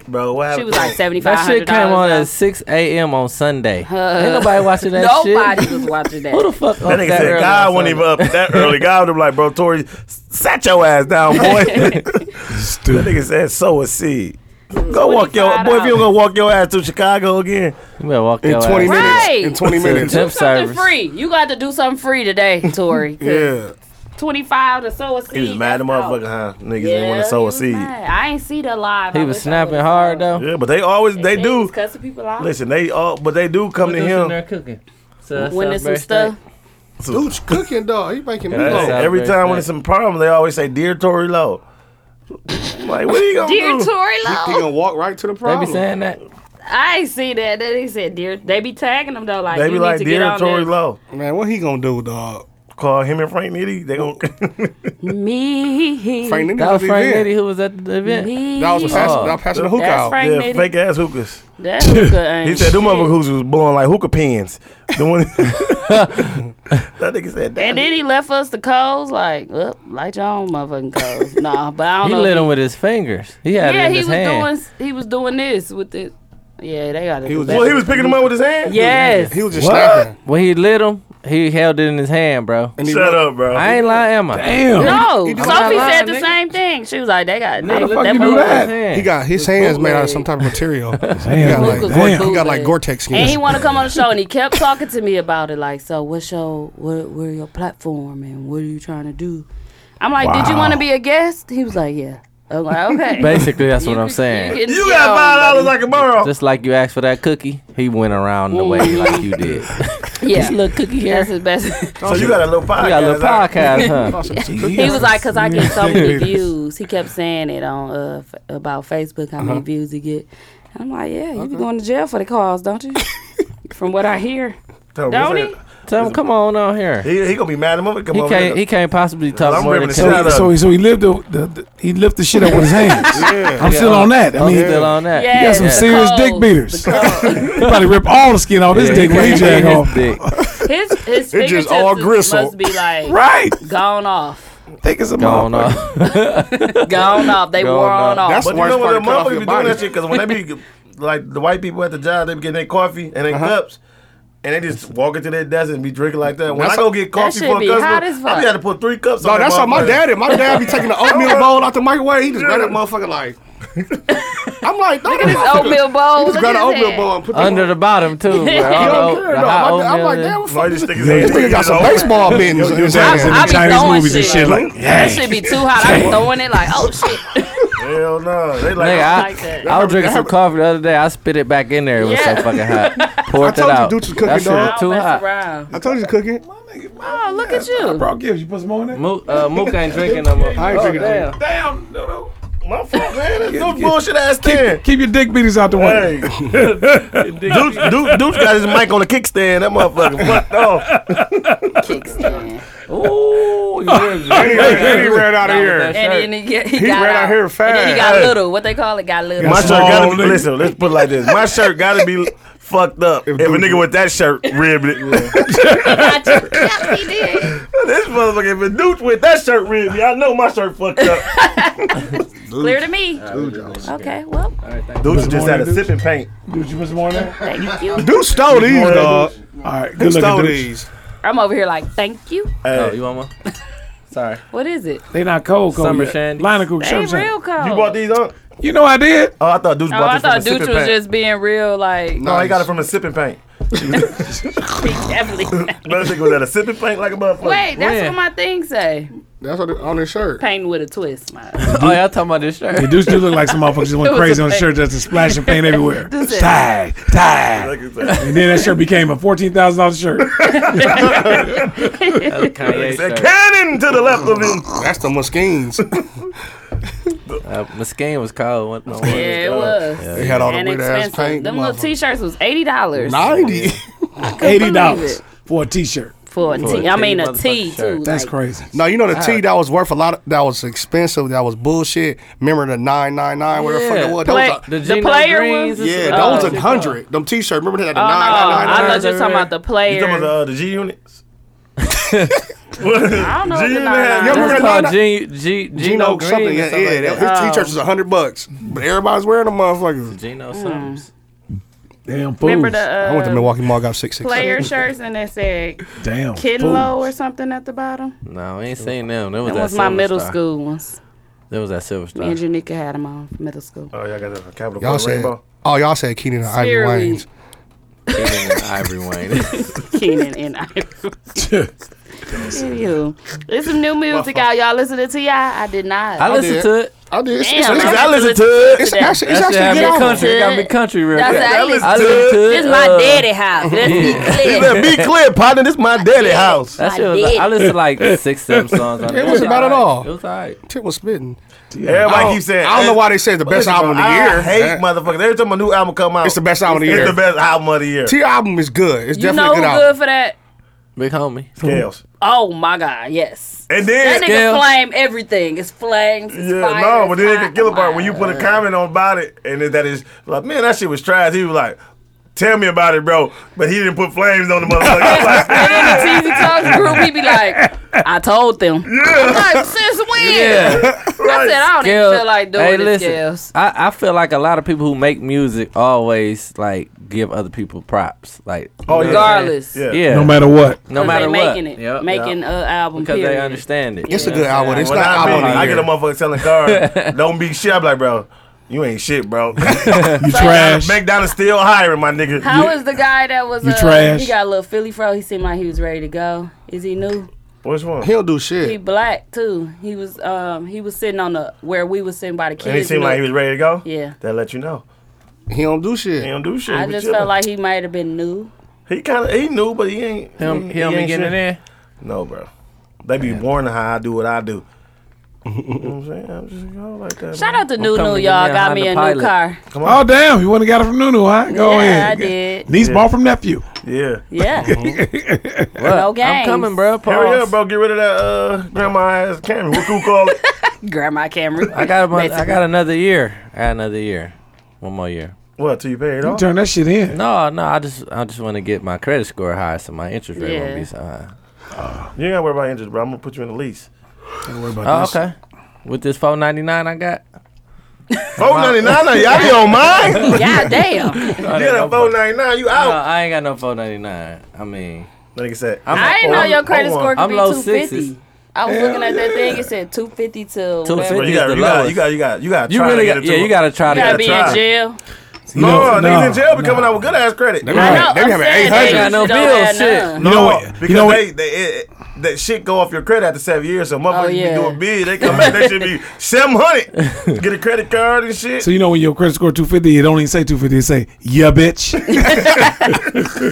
Speaker 4: Bro, what
Speaker 1: She
Speaker 4: happened?
Speaker 1: was like seventy five
Speaker 6: That
Speaker 1: hundred
Speaker 6: shit came on at
Speaker 1: dollars.
Speaker 6: six a.m. on Sunday. Ain't nobody watching that shit.
Speaker 1: Uh, Nobody was watching
Speaker 6: [LAUGHS] Who the
Speaker 1: that.
Speaker 6: fuck?
Speaker 4: that nigga said God won't even up that early. God would be like, bro, Tori, sat your ass down,
Speaker 6: [LAUGHS]
Speaker 4: boy. that nigga said sow a seed. Go walk your boy. If you don't go walk your ass to Chicago again,
Speaker 6: You better walk
Speaker 3: In
Speaker 6: your
Speaker 3: 20
Speaker 6: ass.
Speaker 1: Right.
Speaker 3: minutes. In 20
Speaker 6: To the
Speaker 3: minutes.
Speaker 6: temp
Speaker 1: Something
Speaker 6: service.
Speaker 1: free. You got to do something free today, Tori.
Speaker 3: [LAUGHS] Yeah.
Speaker 1: Twenty five to sow a seed.
Speaker 4: he was mad at
Speaker 1: that's
Speaker 4: motherfucker,
Speaker 1: all.
Speaker 4: huh? Niggas
Speaker 1: Yeah,
Speaker 4: didn't want to sow
Speaker 1: he
Speaker 4: a
Speaker 1: was
Speaker 4: seed.
Speaker 1: mad. I ain't see the live.
Speaker 6: He
Speaker 1: I
Speaker 6: was
Speaker 1: wish I
Speaker 6: snapping
Speaker 1: would've
Speaker 6: hard
Speaker 1: saw it.
Speaker 6: though.
Speaker 4: Yeah, but they always they
Speaker 1: They was
Speaker 4: do.
Speaker 1: cussing people out.
Speaker 4: Listen, they all but they do come to him.
Speaker 6: cooking.
Speaker 8: [LAUGHS]
Speaker 1: when there's some stuff.
Speaker 3: Dude's cooking, dog. He making
Speaker 6: That's
Speaker 3: meatloaf.
Speaker 6: how-
Speaker 4: Every
Speaker 6: Saturday
Speaker 4: time when
Speaker 6: night.
Speaker 4: it's some problem, they always say, "Dear Tory Lowe." I'm like, what are you gonna
Speaker 1: Dear
Speaker 4: do?
Speaker 1: Tori
Speaker 3: He
Speaker 1: Lowe,
Speaker 3: gonna walk right to the
Speaker 6: They be
Speaker 3: problem.
Speaker 6: saying that.
Speaker 1: I ain't see that. Then he said, "Dear," they be tagging them though. Like
Speaker 4: they
Speaker 1: you
Speaker 4: be like,
Speaker 1: need to get
Speaker 4: "Dear
Speaker 1: on
Speaker 4: Tory
Speaker 1: Tori
Speaker 4: Lowe."
Speaker 3: Man, what he gonna do, dog?
Speaker 4: Call him and Frank Nitty. They [LAUGHS] gonna.
Speaker 1: Me,
Speaker 3: Frank Nitty
Speaker 6: That was
Speaker 3: the
Speaker 6: Frank
Speaker 3: event.
Speaker 6: Nitty who was at the event.
Speaker 1: me.
Speaker 3: That was passing,
Speaker 6: Oh.
Speaker 3: that was passing the hook
Speaker 1: That's
Speaker 3: out.
Speaker 1: Frank
Speaker 4: Yeah,
Speaker 1: Nitty.
Speaker 4: fake ass hookahs. [LAUGHS]
Speaker 1: That hookah ain't
Speaker 4: He said them
Speaker 1: shit.
Speaker 6: [LAUGHS]
Speaker 4: motherfuckers was blowing like hookah pins. The one [LAUGHS] That nigga said that.
Speaker 1: And then he left us the codes, like, up, light your own motherfucking codes. nah, but I don't
Speaker 6: He
Speaker 1: know.
Speaker 6: lit him with his fingers. He had it
Speaker 1: yeah,
Speaker 6: in
Speaker 1: he
Speaker 6: his
Speaker 1: was
Speaker 6: hand.
Speaker 1: doing he was doing this with it. Yeah, they got it.
Speaker 3: He was-
Speaker 4: well, he was picking him up with his hand.
Speaker 1: yes.
Speaker 3: He was just
Speaker 4: What?
Speaker 3: snapping.
Speaker 6: When he lit him, he held it in his hand, bro.
Speaker 3: And he
Speaker 4: Shut
Speaker 3: looked-
Speaker 4: up, bro.
Speaker 6: I ain't lying, am I?
Speaker 8: Damn.
Speaker 1: no,
Speaker 3: He- he
Speaker 1: Oh, Sophie
Speaker 3: did not
Speaker 6: lie,
Speaker 1: said the
Speaker 6: nigga.
Speaker 1: same thing. She was like, they got
Speaker 8: the
Speaker 1: they,
Speaker 8: fuck
Speaker 1: that
Speaker 8: you do
Speaker 1: motherfucker-
Speaker 8: that?
Speaker 3: He got his hands made out of some type
Speaker 8: [LAUGHS]
Speaker 3: of material. he got like,
Speaker 1: Lucas was
Speaker 8: damn.
Speaker 3: he got like
Speaker 1: bootleg.
Speaker 3: Gore-Tex
Speaker 1: And he
Speaker 3: skins.
Speaker 1: want to come on the show, and he kept talking to me about it. Like, so what's your what? Where your platform, and what are you trying to do? I'm like, did you want to be a guest? He was like, yeah. I'm like, [LAUGHS] okay.
Speaker 6: Basically, that's what I'm
Speaker 1: can-
Speaker 6: saying.
Speaker 1: can
Speaker 4: You
Speaker 1: get
Speaker 4: got
Speaker 1: on,
Speaker 4: five dollars
Speaker 1: buddy.
Speaker 4: I can borrow.
Speaker 6: Just like you asked for that cookie, he went around the way like you did.
Speaker 1: Yeah, little cookie here. That's his best.
Speaker 4: So you got a little podcast.
Speaker 6: We got a little
Speaker 4: out.
Speaker 6: podcast, huh?
Speaker 1: He was like, because I get so many views. He kept saying it on uh, f- about Facebook, how many views he get. And I'm like, yeah, you be going to jail for the cause, don't you? From what I hear.
Speaker 4: Tell him,
Speaker 1: Don't
Speaker 4: listen,
Speaker 6: Tell him, come on out here.
Speaker 4: He, he gonna be mad at him. Come
Speaker 6: He
Speaker 4: over
Speaker 6: can't.
Speaker 4: here.
Speaker 6: He can't possibly talk
Speaker 4: I'm
Speaker 6: more
Speaker 4: ripping
Speaker 6: than
Speaker 4: the shit out
Speaker 6: ten.
Speaker 4: of
Speaker 8: So he so he lived the, the, the he lift the shit up with his hands. I'm still on that. I
Speaker 6: I'm
Speaker 8: mean,
Speaker 6: still on that.
Speaker 1: Yeah,
Speaker 8: he got some
Speaker 1: the
Speaker 8: serious dick
Speaker 1: codes,
Speaker 8: beaters.
Speaker 1: the codes.
Speaker 8: [LAUGHS] he probably rip all the skin off his
Speaker 6: Yeah,
Speaker 8: dick
Speaker 6: he
Speaker 8: when he
Speaker 6: can't
Speaker 8: jack
Speaker 6: hang
Speaker 8: off.
Speaker 6: his dick.
Speaker 1: His his
Speaker 3: It
Speaker 1: fingertips
Speaker 3: just all gristle.
Speaker 1: must be like
Speaker 8: Right,
Speaker 1: gone off,
Speaker 8: think it's a
Speaker 6: Going
Speaker 7: [LAUGHS]
Speaker 8: motherfucker.
Speaker 6: off.
Speaker 1: gone off. They
Speaker 6: Gone
Speaker 1: wore on
Speaker 6: off.
Speaker 1: off.
Speaker 3: That's
Speaker 4: But you
Speaker 3: Worst
Speaker 4: know what the
Speaker 3: part of cut off
Speaker 4: motherfuckers
Speaker 3: your
Speaker 4: be doing
Speaker 3: body.
Speaker 4: that shit because when they be
Speaker 3: [LAUGHS]
Speaker 4: like the white people at the job, they be getting their coffee and
Speaker 3: Uh-huh.
Speaker 4: their cups. And they just walk into their desk and be drinking like that. When
Speaker 3: That's
Speaker 4: I go get coffee
Speaker 1: shit
Speaker 4: for a
Speaker 1: be
Speaker 4: customer,
Speaker 1: hot as fuck.
Speaker 4: I be had to put three [LAUGHS] cups.
Speaker 3: No,
Speaker 4: on that
Speaker 3: that's how my
Speaker 4: motherfucker.
Speaker 3: dad is. My dad be
Speaker 4: [LAUGHS]
Speaker 3: taking the oatmeal bowl out the microwave. He just grab that motherfucker like. I'm like, no, look at
Speaker 1: His oatmeal bowl.
Speaker 3: He
Speaker 1: Look
Speaker 3: just grab
Speaker 1: at
Speaker 3: the
Speaker 1: his
Speaker 3: oatmeal
Speaker 1: hand.
Speaker 3: bowl and put that
Speaker 6: [LAUGHS] Under the
Speaker 1: [LAUGHS]
Speaker 3: [LAUGHS]
Speaker 6: bottom too. Bro.
Speaker 3: He
Speaker 6: All
Speaker 3: don't
Speaker 6: the-
Speaker 3: care
Speaker 6: the
Speaker 3: though.
Speaker 6: hot
Speaker 3: My dad- I'm
Speaker 6: oatmeal
Speaker 3: like,
Speaker 6: is-
Speaker 4: No,
Speaker 3: damn, what fuck
Speaker 4: he
Speaker 3: is
Speaker 4: just
Speaker 3: this?
Speaker 4: stick his hand.
Speaker 3: Nigga got some baseball
Speaker 8: Yo,
Speaker 3: buttons.
Speaker 8: your dad is in
Speaker 1: I
Speaker 8: the
Speaker 1: be
Speaker 8: Chinese
Speaker 1: throwing
Speaker 8: movies and
Speaker 1: shit.
Speaker 8: shit like,
Speaker 1: That
Speaker 8: yeah.
Speaker 1: should be too hot. I be throwing it like, oh shit.
Speaker 4: Hell no, they like.
Speaker 6: Nigga, I,
Speaker 1: like that.
Speaker 6: I was drinking some coffee the other day. I spit it back in there. It was
Speaker 1: Yeah.
Speaker 6: so
Speaker 1: [LAUGHS]
Speaker 6: fucking hot. Poured
Speaker 3: told
Speaker 6: it
Speaker 3: you
Speaker 6: out.
Speaker 3: dudes was cooking,
Speaker 6: that shit
Speaker 1: I
Speaker 6: was
Speaker 3: dog.
Speaker 1: don't
Speaker 6: too
Speaker 1: mess
Speaker 6: hot.
Speaker 1: around.
Speaker 3: I told you to cook it.
Speaker 1: Oh, look at you.
Speaker 8: Bro, give you put some more in there.
Speaker 6: Mook, uh,
Speaker 8: [LAUGHS]
Speaker 6: Mook ain't drinking no more.
Speaker 3: I ain't
Speaker 6: oh,
Speaker 3: drinking no
Speaker 6: damn.
Speaker 8: Damn, no, no.
Speaker 4: My fault, man. That's no
Speaker 8: yeah.
Speaker 4: bullshit ass thing.
Speaker 8: Keep your dick beaters out the way.
Speaker 4: Hey, [LAUGHS] Duke, Duke, Duke got his mic on the kickstand. That motherfucker
Speaker 1: [LAUGHS]
Speaker 4: fucked off.
Speaker 1: Kickstand.
Speaker 6: Ooh,
Speaker 3: [LAUGHS]
Speaker 6: you
Speaker 3: He ran out of
Speaker 6: here.
Speaker 1: And then he, get, he,
Speaker 3: He
Speaker 1: got
Speaker 3: ran out here
Speaker 1: And then he
Speaker 3: fast.
Speaker 1: got
Speaker 4: Hey.
Speaker 1: little. What they call it? Got little.
Speaker 4: My shirt
Speaker 8: Small
Speaker 4: gotta be.
Speaker 8: nigga.
Speaker 4: Listen, let's put it like this. My shirt gotta be fucked up. If, a
Speaker 3: Duke-
Speaker 4: nigga with that shirt ribbed it.
Speaker 1: yeah, he did.
Speaker 4: [LAUGHS] This motherfucker been duped with that shirt [LAUGHS] ribbed me. I know my shirt fucked up.
Speaker 1: Clear to me. Okay, well,
Speaker 4: Dude just had a sipping paint.
Speaker 8: Dude, you put some more in there?
Speaker 1: thank you.
Speaker 3: Dude stole these,
Speaker 4: Morning,
Speaker 3: dog.
Speaker 8: All right,
Speaker 3: Who
Speaker 8: good
Speaker 3: stole
Speaker 8: looking dude.
Speaker 3: these?
Speaker 1: I'm over here like, thank you.
Speaker 6: oh,
Speaker 4: Hey,
Speaker 6: you want one?
Speaker 4: [LAUGHS]
Speaker 6: Sorry.
Speaker 1: What is it?
Speaker 8: They not cold, cold.
Speaker 6: Summer
Speaker 8: yet.
Speaker 6: shandy. [LAUGHS]
Speaker 8: Linacle,
Speaker 1: They
Speaker 8: summer shandy.
Speaker 1: real cold.
Speaker 4: you bought these on?
Speaker 8: You know I did.
Speaker 4: Oh, I thought Dudes
Speaker 1: Oh,
Speaker 4: bought
Speaker 1: I
Speaker 4: this from a
Speaker 1: thought Dooch
Speaker 4: sipping
Speaker 1: was
Speaker 4: paint.
Speaker 1: just being real, like
Speaker 4: no, he got it from a sipping paint.
Speaker 1: [LAUGHS] he
Speaker 3: [LAUGHS]
Speaker 1: definitely. [LAUGHS]
Speaker 4: Another nigga was at a sipping paint like a motherfucker.
Speaker 1: Wait, that's
Speaker 6: When?
Speaker 1: what my thing say.
Speaker 3: That's what it- on his shirt.
Speaker 1: Painting with a twist, man.
Speaker 6: [LAUGHS] Oh, y'all talking about this shirt?
Speaker 8: The dudes do look like some motherfuckers
Speaker 6: [LAUGHS]
Speaker 8: just went
Speaker 1: was
Speaker 8: crazy on the
Speaker 1: amazing.
Speaker 8: shirt that's just splashing paint everywhere.
Speaker 1: This is-
Speaker 8: Tag, tag.
Speaker 4: Like it's a-
Speaker 8: And then that shirt became a fourteen thousand dollars
Speaker 6: [LAUGHS]
Speaker 8: shirt.
Speaker 6: Kanye
Speaker 4: a
Speaker 6: shirt.
Speaker 4: cannon to the left of
Speaker 6: [LAUGHS]
Speaker 4: him.
Speaker 3: That's the Muskins.
Speaker 6: Uh, Mesquite was cold. What- no
Speaker 1: yeah, it
Speaker 6: wonder.
Speaker 1: was.
Speaker 3: They had all the
Speaker 1: And
Speaker 3: weird ass
Speaker 1: expensive.
Speaker 3: paint.
Speaker 1: Them little
Speaker 3: motherfucker.
Speaker 1: t-shirts was eighty dollars
Speaker 3: 90.
Speaker 8: Eighty
Speaker 1: believe
Speaker 8: dollars
Speaker 1: it.
Speaker 8: for a t-shirt.
Speaker 1: for a t. I
Speaker 6: For a tee,
Speaker 1: mean a
Speaker 6: motherfucking
Speaker 1: tee
Speaker 6: shirt.
Speaker 1: too.
Speaker 8: That's
Speaker 1: like,
Speaker 8: crazy.
Speaker 3: No, you know the tea that was worth a lot. Of, that was expensive. That was bullshit. Remember the nine nine nine? Where the fuck
Speaker 6: Yeah.
Speaker 3: it was? That
Speaker 1: Play,
Speaker 3: was a,
Speaker 6: The
Speaker 1: the,
Speaker 6: Geno
Speaker 1: player
Speaker 6: Greens
Speaker 1: ones.
Speaker 6: is-
Speaker 3: yeah,
Speaker 1: Oh.
Speaker 3: that was a hundred. Them t shirt. Remember they had the
Speaker 1: Oh, no,
Speaker 3: nine
Speaker 1: I
Speaker 3: nine nine nine?
Speaker 1: thought you were talking about the
Speaker 4: You talking
Speaker 1: player.
Speaker 4: about uh, the G
Speaker 1: [LAUGHS]
Speaker 4: units?
Speaker 1: I don't know.
Speaker 4: G
Speaker 1: if
Speaker 4: unit
Speaker 1: it's not
Speaker 4: had-
Speaker 1: nine.
Speaker 3: Yeah,
Speaker 6: It's
Speaker 3: Remember
Speaker 6: called
Speaker 3: that-
Speaker 6: G- G- Gino
Speaker 3: Gino
Speaker 6: Green.
Speaker 3: something. Yeah, yeah.
Speaker 6: like that.
Speaker 1: Oh.
Speaker 3: his t shirts was a hundred bucks, but everybody's wearing them motherfuckers.
Speaker 6: Gino something.
Speaker 8: Damn fools.
Speaker 1: Mm. Remember the uh,
Speaker 3: I went to Milwaukee Mall, got six six.
Speaker 1: player shirts and they said
Speaker 8: Damn.
Speaker 1: Kidlow
Speaker 8: fools.
Speaker 1: or something at the bottom.
Speaker 6: No, we ain't seen them. That was,
Speaker 1: That
Speaker 6: at
Speaker 1: was my
Speaker 6: Silver
Speaker 1: middle
Speaker 6: Star.
Speaker 1: school ones.
Speaker 6: That was that Silver
Speaker 1: Me
Speaker 6: Star. [LAUGHS]
Speaker 1: and Janika had them on for middle school.
Speaker 4: Oh, y'all got that from Capital
Speaker 3: Y'all
Speaker 4: Point
Speaker 3: said. [LAUGHS]
Speaker 4: Rainbow.
Speaker 3: Oh, y'all said Keenan and Ivy
Speaker 1: Spearweed.
Speaker 3: Wayne's.
Speaker 6: Keenan and Ivory
Speaker 1: [LAUGHS]
Speaker 6: Wayne.
Speaker 1: Keenan and I. Anywho, there's some new music out. Y'all listening to y'all? I did not.
Speaker 6: I listened
Speaker 3: did.
Speaker 6: to it.
Speaker 3: I did. It's, it's,
Speaker 1: Damn,
Speaker 3: it's,
Speaker 1: I'm
Speaker 4: I
Speaker 1: gonna
Speaker 4: listened to it.
Speaker 3: it's
Speaker 1: today.
Speaker 3: actually, it's
Speaker 6: That
Speaker 3: actually
Speaker 6: shit
Speaker 3: a
Speaker 6: had
Speaker 3: good
Speaker 6: me
Speaker 3: album.
Speaker 6: country. It got me country real
Speaker 1: That's
Speaker 6: quick.
Speaker 1: how I listen
Speaker 6: I
Speaker 1: to
Speaker 6: listened
Speaker 1: it.
Speaker 6: to
Speaker 1: This is my
Speaker 6: uh,
Speaker 1: daddy house. Let's be
Speaker 6: [LAUGHS]
Speaker 1: clear.
Speaker 4: Be clear, partner. This my daddy house.
Speaker 6: That
Speaker 1: I
Speaker 6: shit was,
Speaker 1: did.
Speaker 6: I listened to like six,
Speaker 3: [LAUGHS]
Speaker 6: seven songs. on
Speaker 3: It wasn't bad at all.
Speaker 6: It was alright.
Speaker 3: Tip was spitting.
Speaker 4: Everybody keeps saying.
Speaker 3: I don't know why they say it's the best
Speaker 4: Listen,
Speaker 3: album of the
Speaker 4: I
Speaker 3: year.
Speaker 4: hate
Speaker 3: Eh,
Speaker 4: motherfuckers. Every time a new album come out,
Speaker 3: It's the best album of the
Speaker 4: it's
Speaker 3: year.
Speaker 4: the best album of the year.
Speaker 3: T album is good. It's
Speaker 1: You know who
Speaker 3: definitely a good
Speaker 1: good
Speaker 3: album.
Speaker 1: for that?
Speaker 6: Big homie.
Speaker 4: Scales.
Speaker 1: Oh my God, yes.
Speaker 4: And
Speaker 1: That
Speaker 4: then
Speaker 1: nigga
Speaker 6: Scale.
Speaker 1: flame everything. It's flames. It's
Speaker 4: Yeah,
Speaker 1: fire,
Speaker 4: no,
Speaker 1: it's
Speaker 4: but then
Speaker 1: hot.
Speaker 4: the killer part when
Speaker 1: Wow.
Speaker 4: you put a comment on about it, and then that is like, man, that shit was trash. He was like, tell me about it, bro. But he didn't put flames on the
Speaker 1: [LAUGHS]
Speaker 4: motherfucker. I'm like,
Speaker 1: And in the TZ Talks group, he be like, I told them. I'm like, since when? I said, I don't even feel like doing
Speaker 6: hey,
Speaker 1: the
Speaker 6: listen,
Speaker 1: scales.
Speaker 6: I, I feel like a lot of people who make music always like give other people props. Like
Speaker 4: Oh,
Speaker 6: you know what I'm saying?
Speaker 1: Regardless.
Speaker 4: yeah.
Speaker 6: Yeah.
Speaker 8: No matter what.
Speaker 6: no matter
Speaker 1: they
Speaker 6: what.
Speaker 1: making it.
Speaker 6: Yep.
Speaker 1: making an album,
Speaker 6: because
Speaker 1: period.
Speaker 6: they understand it.
Speaker 3: It's
Speaker 6: You
Speaker 3: a
Speaker 6: know
Speaker 3: good
Speaker 6: what I'm
Speaker 3: album.
Speaker 6: saying?
Speaker 3: It's
Speaker 4: When
Speaker 3: not
Speaker 4: I,
Speaker 3: album.
Speaker 4: mean, I
Speaker 3: here.
Speaker 4: get a motherfucker selling cars. don't be shit. I'm like, bro, you ain't shit,
Speaker 3: [LAUGHS]
Speaker 4: bro. [LAUGHS]
Speaker 8: You trash.
Speaker 4: McDonald's still hiring, my nigga.
Speaker 1: How is the guy that was
Speaker 8: You
Speaker 1: uh,
Speaker 8: trash.
Speaker 1: He got a little Philly fro. He seemed like he was ready to go. Is he new?
Speaker 4: Which one?
Speaker 3: He don't do
Speaker 1: He
Speaker 3: shit.
Speaker 1: black too. He was um he was sitting on the where we was sitting by the kids.
Speaker 4: And he seemed like he was ready to go.
Speaker 1: Yeah.
Speaker 4: that let you know
Speaker 3: He don't do shit.
Speaker 4: he don't do shit.
Speaker 1: I
Speaker 4: He
Speaker 1: just
Speaker 4: chilling.
Speaker 1: felt like he might have been new.
Speaker 4: he kind of he knew, but he ain't.
Speaker 6: Him,
Speaker 4: he,
Speaker 6: him
Speaker 4: he
Speaker 6: be
Speaker 4: ain't
Speaker 6: getting
Speaker 4: shit.
Speaker 6: it in.
Speaker 4: No, bro. They be born how I do what I
Speaker 6: [LAUGHS]
Speaker 4: do. you know what I'm saying? I'm just go like that.
Speaker 1: Shout
Speaker 4: man.
Speaker 1: out to New
Speaker 6: coming
Speaker 1: New,
Speaker 6: to
Speaker 1: y'all
Speaker 6: get me a
Speaker 1: got me
Speaker 6: Honda
Speaker 1: a new
Speaker 6: Pilot.
Speaker 1: car.
Speaker 4: Come
Speaker 8: Oh
Speaker 4: on.
Speaker 8: damn! You wouldn't have got it from Nunu, huh? Go
Speaker 1: yeah,
Speaker 8: ahead.
Speaker 1: I did.
Speaker 8: Niece bought from nephew.
Speaker 4: [LAUGHS] yeah. [LAUGHS]
Speaker 6: [LAUGHS]
Speaker 1: Yeah. no
Speaker 6: I'm
Speaker 1: games.
Speaker 6: coming, bro.
Speaker 4: Hurry
Speaker 6: Pause.
Speaker 4: up, bro. Get rid of that uh, grandma ass camera. What you call it?
Speaker 1: [LAUGHS] Grandma Camry.
Speaker 6: I got a month, I
Speaker 1: Basically.
Speaker 6: got another year. I got another year. One more year.
Speaker 4: what? Till you pay it
Speaker 8: You
Speaker 4: off?
Speaker 8: turn that shit in.
Speaker 6: No, no, I just I just want to get my credit score high so my interest rate won't
Speaker 1: Yeah.
Speaker 6: be so high.
Speaker 4: You ain't gotta worry about interest, bro. I'm gonna put you in the lease.
Speaker 3: Don't worry about
Speaker 6: Oh,
Speaker 3: this.
Speaker 6: okay. With this four ninety nine I got.
Speaker 4: Four ninety nine. Y'all be
Speaker 1: [LAUGHS]
Speaker 4: on mine.
Speaker 1: God damn.
Speaker 4: You get a four ninety nine. You
Speaker 6: No,
Speaker 4: out.
Speaker 6: I ain't got no four ninety nine. I mean,
Speaker 4: That nigga said.
Speaker 6: I'm
Speaker 1: I didn't know your credit score could
Speaker 6: I'm
Speaker 1: be
Speaker 6: low
Speaker 1: 250.
Speaker 6: sixes.
Speaker 1: I was looking at that thing. It said 250 to whatever.
Speaker 6: 250.
Speaker 4: Bro, you
Speaker 6: He's
Speaker 4: got,
Speaker 6: the
Speaker 4: you got,
Speaker 6: lowest.
Speaker 4: you got, you got, you got.
Speaker 6: you
Speaker 4: try to
Speaker 6: really
Speaker 4: get
Speaker 6: got,
Speaker 4: it to
Speaker 6: yeah,
Speaker 4: him.
Speaker 6: you gotta try to
Speaker 1: You gotta
Speaker 4: gotta
Speaker 1: be
Speaker 4: try.
Speaker 1: in jail.
Speaker 4: No,
Speaker 8: You know-
Speaker 4: niggas in jail be
Speaker 8: no,
Speaker 4: coming
Speaker 8: no.
Speaker 4: out with good ass credit.
Speaker 3: They
Speaker 4: No,
Speaker 3: be having-
Speaker 1: I know.
Speaker 3: they be
Speaker 1: I'm
Speaker 3: having
Speaker 1: saying
Speaker 3: 800.
Speaker 1: they
Speaker 6: Ain't got no
Speaker 1: usually don't
Speaker 6: bills,
Speaker 1: have
Speaker 6: shit.
Speaker 1: none.
Speaker 8: You know what- you
Speaker 4: because
Speaker 8: know what-
Speaker 4: they, they it, it- that shit go off your credit after seven years. So motherfuckers
Speaker 1: Oh, yeah.
Speaker 4: be doing big. They come back, they should be seven hundred. Get a credit card and shit.
Speaker 8: So you know when your credit score 250, it don't even say 250. It say, yeah, [LAUGHS] bitch.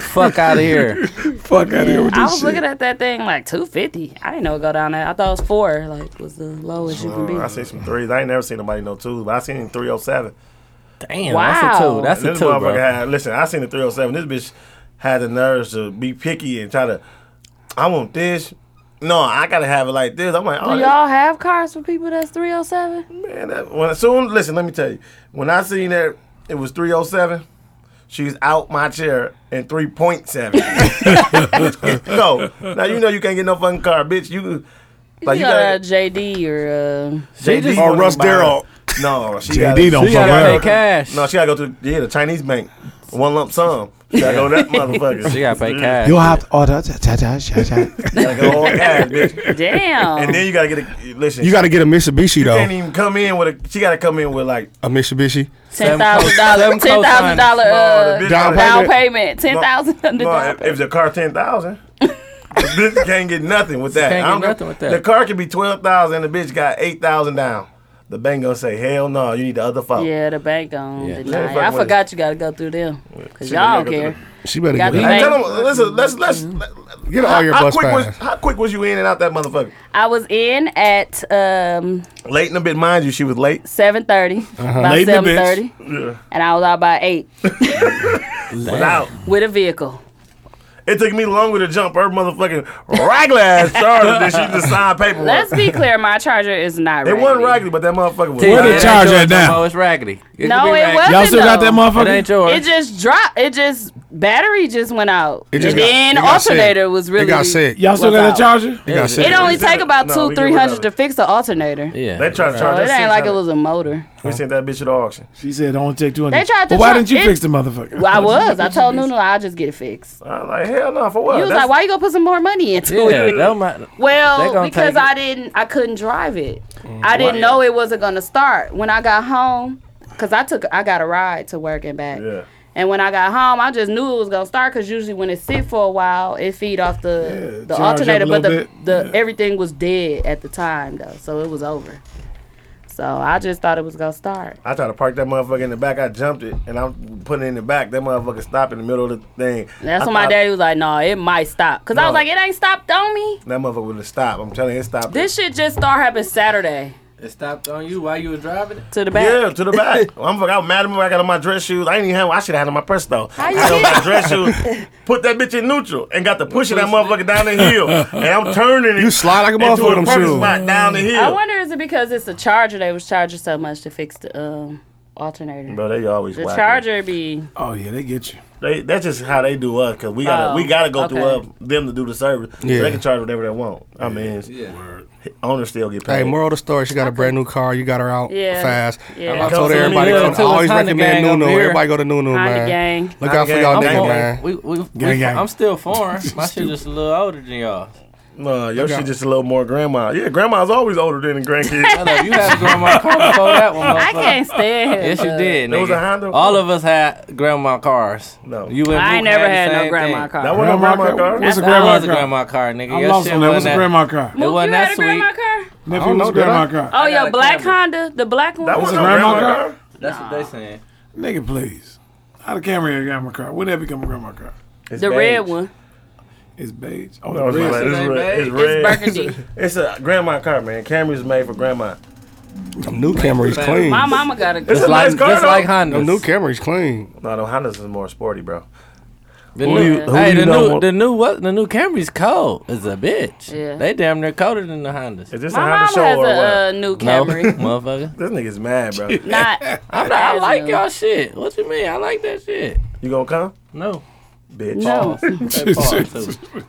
Speaker 1: [LAUGHS]
Speaker 6: fuck out
Speaker 4: [LAUGHS]
Speaker 6: of here.
Speaker 8: Fuck out of here with
Speaker 1: I
Speaker 8: this
Speaker 1: was
Speaker 8: shit.
Speaker 1: looking at that thing like 250. I didn't know it go down there. I thought it was four. Like was the lowest you can be.
Speaker 4: I seen some threes. I ain't never seen nobody no twos, but I seen three oh seven.
Speaker 6: Damn,
Speaker 1: Wow.
Speaker 6: that's a two.
Speaker 4: This
Speaker 6: That's a two,
Speaker 4: motherfucker
Speaker 6: bro.
Speaker 4: had listen. I seen the three oh seven. This bitch had the nerves to be picky and try to. I want this. No, I gotta have it like this. I'm like, oh,
Speaker 1: Do
Speaker 4: this-
Speaker 1: y'all have cars for people that's 307?
Speaker 4: Man, that, when soon listen, let me tell you. When I seen that it was 307, she's out my chair in [LAUGHS] 3.7. so now you know you can't get no fucking car, bitch. You like
Speaker 1: You
Speaker 4: you
Speaker 1: got a
Speaker 4: got
Speaker 1: JD uh, or uh,
Speaker 4: JD
Speaker 3: Or
Speaker 4: wanna
Speaker 3: Russ
Speaker 4: buy her.
Speaker 3: Darrell.
Speaker 4: No, she
Speaker 8: JD
Speaker 4: gotta-
Speaker 8: don't
Speaker 6: You
Speaker 8: fuck
Speaker 6: gotta
Speaker 8: around.
Speaker 6: pay cash.
Speaker 4: No, she gotta go to yeah the Chinese bank, one lump sum. She gotta go
Speaker 6: [LAUGHS]
Speaker 4: to that motherfucker.
Speaker 6: she gotta pay cash.
Speaker 8: You have order. ta- ta- ta- ta-
Speaker 4: [LAUGHS]
Speaker 8: ta.
Speaker 4: She gotta go all cash, bitch. And
Speaker 1: damn.
Speaker 4: then you gotta get a listen.
Speaker 3: You got to get a Mitsubishi
Speaker 4: she can't
Speaker 3: though.
Speaker 4: even come in with a. She gotta come in with like
Speaker 3: A Mitsubishi.
Speaker 1: Ten thousand dollar,
Speaker 6: Seven
Speaker 1: ten thousand dollar
Speaker 4: Oh, the
Speaker 1: uh,
Speaker 4: bitch
Speaker 3: down
Speaker 4: gotta-
Speaker 1: down payment, ten
Speaker 4: No,
Speaker 1: thousand
Speaker 4: no,
Speaker 1: down
Speaker 4: if, if
Speaker 1: payment.
Speaker 4: the car ten thousand, [LAUGHS] the bitch can't get nothing with that.
Speaker 6: Can't
Speaker 4: I don't
Speaker 6: get nothing with that.
Speaker 4: The car can be twelve thousand, the bitch got eight thousand down. The bank gonna say, hell no, you need the other phone.
Speaker 1: Yeah, the bank on
Speaker 6: Yeah.
Speaker 1: deny
Speaker 4: Yeah,
Speaker 1: it.
Speaker 4: fuck
Speaker 1: I
Speaker 4: with it.
Speaker 1: forgot you gotta go through them because
Speaker 4: She
Speaker 1: y'all don't
Speaker 4: gotta go
Speaker 1: care.
Speaker 4: through
Speaker 3: She better
Speaker 1: Gotta
Speaker 3: get,
Speaker 1: be
Speaker 3: a,
Speaker 1: made.
Speaker 4: Hey, tell them, listen, let's let's.
Speaker 3: get all your
Speaker 4: how
Speaker 3: bus
Speaker 4: quick was
Speaker 3: pass.
Speaker 4: how quick was you in and out that motherfucker?
Speaker 1: I was in at um,
Speaker 4: Late in the bit, mind you, she was late.
Speaker 1: seven thirty,
Speaker 8: Late
Speaker 3: Uh-huh.
Speaker 1: about
Speaker 8: in the
Speaker 1: seven
Speaker 8: bitch.
Speaker 1: thirty, and I was out by eight
Speaker 4: But out.
Speaker 1: with a vehicle.
Speaker 4: It took me longer to jump her motherfucking raggedy ass charger
Speaker 1: [LAUGHS]
Speaker 4: than she just signed paperwork.
Speaker 1: Let's be clear, my charger is not.
Speaker 4: it
Speaker 1: raggedy.
Speaker 4: wasn't raggedy, but that motherfucker was.
Speaker 8: Where the
Speaker 6: It ain't
Speaker 8: charge
Speaker 6: yours
Speaker 8: at
Speaker 6: no
Speaker 8: now?
Speaker 6: more, It's raggedy. It
Speaker 1: No,
Speaker 6: could be
Speaker 1: it
Speaker 6: raggedy.
Speaker 1: wasn't.
Speaker 8: Y'all still got that
Speaker 1: though.
Speaker 6: It ain't
Speaker 8: motherfucker?
Speaker 6: yours.
Speaker 1: It just dropped. It just battery just went out.
Speaker 3: It just
Speaker 1: and
Speaker 3: got-
Speaker 1: then
Speaker 3: it got
Speaker 1: alternator
Speaker 3: sick.
Speaker 1: was
Speaker 3: It
Speaker 1: really.
Speaker 3: got sick.
Speaker 8: Y'all still got that
Speaker 1: Without.
Speaker 8: charger?
Speaker 3: It got
Speaker 6: was-
Speaker 3: sick.
Speaker 1: It only
Speaker 4: We said
Speaker 1: take
Speaker 4: it.
Speaker 1: about
Speaker 4: No,
Speaker 1: two,
Speaker 4: we get
Speaker 1: three
Speaker 4: rid of
Speaker 1: hundred to
Speaker 4: it.
Speaker 1: fix the alternator.
Speaker 6: yeah.
Speaker 4: They tried to
Speaker 1: So
Speaker 4: charge
Speaker 1: it
Speaker 4: that
Speaker 1: ain't like it
Speaker 4: 600.
Speaker 1: was a [LAUGHS] motor.
Speaker 4: We sent that bitch to the auction.
Speaker 8: She said, only take 200.
Speaker 1: They tried to
Speaker 8: But why
Speaker 1: try-
Speaker 8: didn't you
Speaker 1: it-
Speaker 8: fix the motherfucker?
Speaker 1: Well, I was. I told Nunu I'll just get it fixed.
Speaker 4: [LAUGHS] I was like, hell no, for what?
Speaker 1: He was
Speaker 4: That's-
Speaker 1: like, "Why you gonna put some more money into
Speaker 6: Yeah,
Speaker 1: it?"
Speaker 6: that might. They
Speaker 1: Well,
Speaker 6: gonna
Speaker 1: because
Speaker 6: take it.
Speaker 1: I didn't, I couldn't drive it. I didn't know it wasn't gonna start when I got home, because I took, I got a ride to work and back.
Speaker 4: Yeah.
Speaker 1: And when I got home, I just knew it was gonna start because usually when it sit for a while, it feed off the the
Speaker 8: charge up
Speaker 1: alternator,
Speaker 8: a
Speaker 1: but the
Speaker 8: little bit.
Speaker 1: the everything was dead at the time though, so it was over. So I just thought it was gonna start.
Speaker 4: I tried to park that motherfucker in the back. I jumped it and I'm putting it in the back. That motherfucker stopped in the middle of the thing.
Speaker 1: That's
Speaker 4: I
Speaker 1: when my
Speaker 4: thought
Speaker 1: daddy was like, "No, it might stop," because I was
Speaker 4: No.
Speaker 1: like, "It ain't stopped on me."
Speaker 4: That motherfucker would have stopped. I'm telling you, it stopped.
Speaker 1: This shit just started happening Saturday
Speaker 6: It stopped on you while you were driving it.
Speaker 1: to the back.
Speaker 4: yeah, to the back.
Speaker 1: [LAUGHS]
Speaker 4: I'm fucking. I'm mad at me. I got on my dress shoes. I ain't even have. I should have had on my Presto. I
Speaker 1: you
Speaker 4: had on
Speaker 1: get-
Speaker 4: my dress
Speaker 1: [LAUGHS]
Speaker 4: shoes. Put that bitch in neutral and got to pushing that motherfucker down the
Speaker 3: [LAUGHS]
Speaker 4: hill. And I'm turning it.
Speaker 3: You slide like a
Speaker 4: into
Speaker 3: motherfucker
Speaker 4: a
Speaker 3: them
Speaker 4: parking
Speaker 3: shoes.
Speaker 4: spot down the hill.
Speaker 1: I wonder is it because it's a charger they was charging so much to fix the um alternator.
Speaker 4: Bro, they always
Speaker 1: the
Speaker 4: whack me.
Speaker 1: charger be
Speaker 8: Oh yeah, they get you.
Speaker 4: They, that's just how they do us because we gotta
Speaker 1: Oh,
Speaker 4: we gotta go through
Speaker 1: okay.
Speaker 4: uh, them to do the service.
Speaker 3: Yeah.
Speaker 4: So they can charge whatever they want. I mean,
Speaker 2: Yeah.
Speaker 4: owners still get paid.
Speaker 3: Hey, moral of the story, she got a brand new car. You got her out
Speaker 1: Yeah.
Speaker 3: fast.
Speaker 1: Yeah.
Speaker 3: I told
Speaker 4: Come to
Speaker 3: everybody,
Speaker 4: me,
Speaker 3: come,
Speaker 4: yeah,
Speaker 3: I
Speaker 6: tell us
Speaker 3: always
Speaker 6: Honda
Speaker 3: recommend
Speaker 6: Gang
Speaker 3: Nunu.
Speaker 6: over here.
Speaker 3: Everybody go to Nunu,
Speaker 1: Honda
Speaker 3: man.
Speaker 1: gang.
Speaker 3: Look out for
Speaker 4: Gang.
Speaker 3: y'all
Speaker 6: I'm,
Speaker 4: Gang,
Speaker 3: nigga,
Speaker 4: gang.
Speaker 3: man.
Speaker 6: we, we,
Speaker 8: Gang,
Speaker 6: we,
Speaker 8: gang.
Speaker 6: I'm
Speaker 1: [LAUGHS]
Speaker 6: still foreign. My shit just a little older than y'all.
Speaker 4: no, Uh, your
Speaker 3: Okay.
Speaker 4: shit just a little more grandma. Yeah, grandma's always older than the grandkids.
Speaker 6: Hello,
Speaker 4: [LAUGHS]
Speaker 6: you had a grandma car before that
Speaker 1: [LAUGHS]
Speaker 6: one,
Speaker 1: I
Speaker 6: motherfucker.
Speaker 1: can't stand him.
Speaker 6: Yes, you
Speaker 1: but
Speaker 6: did.
Speaker 4: There was
Speaker 6: nigga.
Speaker 4: a Honda?
Speaker 6: All of us had grandma cars.
Speaker 4: No.
Speaker 6: you and
Speaker 1: I ain't
Speaker 6: Luke
Speaker 1: never
Speaker 6: the
Speaker 1: had no
Speaker 6: same
Speaker 1: grandma
Speaker 6: thing.
Speaker 1: car.
Speaker 4: That wasn't a grandma car.
Speaker 8: What's a
Speaker 1: That
Speaker 8: grandma
Speaker 6: was a
Speaker 8: car?
Speaker 6: grandma car, nigga.
Speaker 8: I'm
Speaker 6: Your
Speaker 8: lost
Speaker 6: shit
Speaker 8: on that. What's
Speaker 6: wasn't
Speaker 8: a grandma car?
Speaker 6: It
Speaker 1: Mook,
Speaker 6: wasn't
Speaker 1: you
Speaker 6: that
Speaker 1: had
Speaker 6: sweet.
Speaker 1: a grandma car?
Speaker 8: Nephew, what's a
Speaker 3: did I?
Speaker 8: grandma car?
Speaker 1: Oh,
Speaker 2: got
Speaker 1: your
Speaker 2: a
Speaker 1: black
Speaker 2: camera.
Speaker 1: Honda, the black one.
Speaker 4: That wasn't a
Speaker 8: a grandma
Speaker 4: grandma
Speaker 8: car?
Speaker 4: car.
Speaker 6: That's what they saying.
Speaker 8: Nigga, please. How the camera here, grandma car? When did that become a grandma car?
Speaker 4: It's
Speaker 1: the
Speaker 4: beige.
Speaker 1: red one.
Speaker 8: It's beige. Oh,
Speaker 4: No,
Speaker 8: the
Speaker 4: it's,
Speaker 8: red.
Speaker 4: red.
Speaker 6: It's
Speaker 4: It's, red. it's
Speaker 6: beige.
Speaker 4: red.
Speaker 1: It's burgundy.
Speaker 4: It's a grandma car, man. Camry's made for grandma.
Speaker 3: Them new Camry's clean.
Speaker 1: My mama got a
Speaker 4: It's a
Speaker 1: good.
Speaker 4: nice
Speaker 6: Like,
Speaker 4: car.
Speaker 6: just
Speaker 4: though.
Speaker 6: like Honda.
Speaker 3: Them new Camry's clean.
Speaker 4: no, the Honda's is more sporty, bro.
Speaker 6: The
Speaker 4: Who
Speaker 6: new,
Speaker 4: you- who
Speaker 6: hey,
Speaker 4: you
Speaker 6: the
Speaker 4: know
Speaker 6: new,
Speaker 4: want-
Speaker 6: the new what? The new Camry's cold. It's a bitch.
Speaker 1: Yeah.
Speaker 6: They damn near colder than the Hondas.
Speaker 4: Is this
Speaker 1: My
Speaker 4: a Honda
Speaker 1: mama
Speaker 4: show
Speaker 1: has
Speaker 4: or what?
Speaker 1: a uh, new
Speaker 6: No,
Speaker 1: Camry.
Speaker 6: [LAUGHS] motherfucker.
Speaker 4: this nigga's mad,
Speaker 6: [LAUGHS]
Speaker 4: bro.
Speaker 1: Not.
Speaker 6: I'm not, I
Speaker 1: As
Speaker 6: like
Speaker 1: new.
Speaker 6: y'all shit. What you mean? I like that shit.
Speaker 4: You gonna come,
Speaker 6: No.
Speaker 4: bitch?
Speaker 1: No.
Speaker 6: [LAUGHS] That part, too.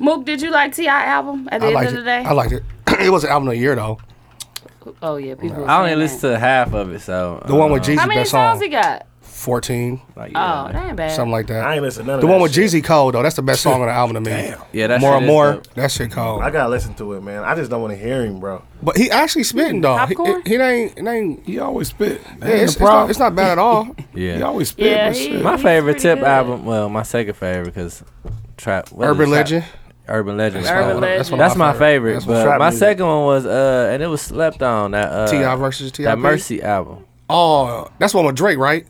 Speaker 1: Mook, did you like Ti album at the
Speaker 3: [LAUGHS] I
Speaker 1: end
Speaker 3: liked
Speaker 1: of the
Speaker 3: it.
Speaker 1: day?
Speaker 3: I liked it. [CLEARS THROAT] it was an album of the year though.
Speaker 1: oh yeah, people. were
Speaker 6: I only
Speaker 1: saying
Speaker 6: listen
Speaker 1: that.
Speaker 6: to half of it, so uh,
Speaker 3: The one with Jeezy,
Speaker 1: How many
Speaker 3: best
Speaker 1: songs
Speaker 3: song.
Speaker 1: he got?
Speaker 3: Fourteen,
Speaker 6: Like,
Speaker 1: Oh,
Speaker 6: yeah,
Speaker 1: that ain't bad.
Speaker 3: [LAUGHS] something like that.
Speaker 4: I ain't listen to none of
Speaker 3: The
Speaker 4: that
Speaker 3: one with
Speaker 4: shit.
Speaker 3: Jeezy Cole though. That's the best song on the album to me.
Speaker 6: yeah, that
Speaker 3: more
Speaker 6: shit
Speaker 3: and
Speaker 6: is
Speaker 3: more.
Speaker 6: dope.
Speaker 3: That shit cold.
Speaker 4: I gotta listen to it, man. I just don't want to hear him, bro.
Speaker 3: But he actually spitting though. He,
Speaker 1: Popcorn?
Speaker 3: he, he ain't. It ain't.
Speaker 8: He always spit. That
Speaker 3: Yeah,
Speaker 8: ain't a
Speaker 3: it's, it's not,
Speaker 8: problem.
Speaker 3: it's not bad
Speaker 1: [LAUGHS]
Speaker 3: at all.
Speaker 8: He
Speaker 6: Yeah.
Speaker 8: always spit.
Speaker 1: Yeah,
Speaker 8: but
Speaker 1: he-
Speaker 8: shit.
Speaker 6: My
Speaker 1: He's
Speaker 6: favorite
Speaker 1: pretty
Speaker 6: Tip
Speaker 1: good.
Speaker 6: album, well, my second favorite because Trap what is
Speaker 3: Urban
Speaker 6: it? Trap-
Speaker 3: Legend.
Speaker 6: Urban Legend.
Speaker 1: Urban
Speaker 6: Wow.
Speaker 1: Legend.
Speaker 3: one of
Speaker 6: That's my favorite.
Speaker 3: That's
Speaker 6: but
Speaker 3: my
Speaker 4: trap
Speaker 6: my
Speaker 4: music.
Speaker 6: second one was uh, and it was slept on that uh,
Speaker 3: Ti versus Ti.
Speaker 6: that Mercy album.
Speaker 3: Oh, that's one with Drake, right?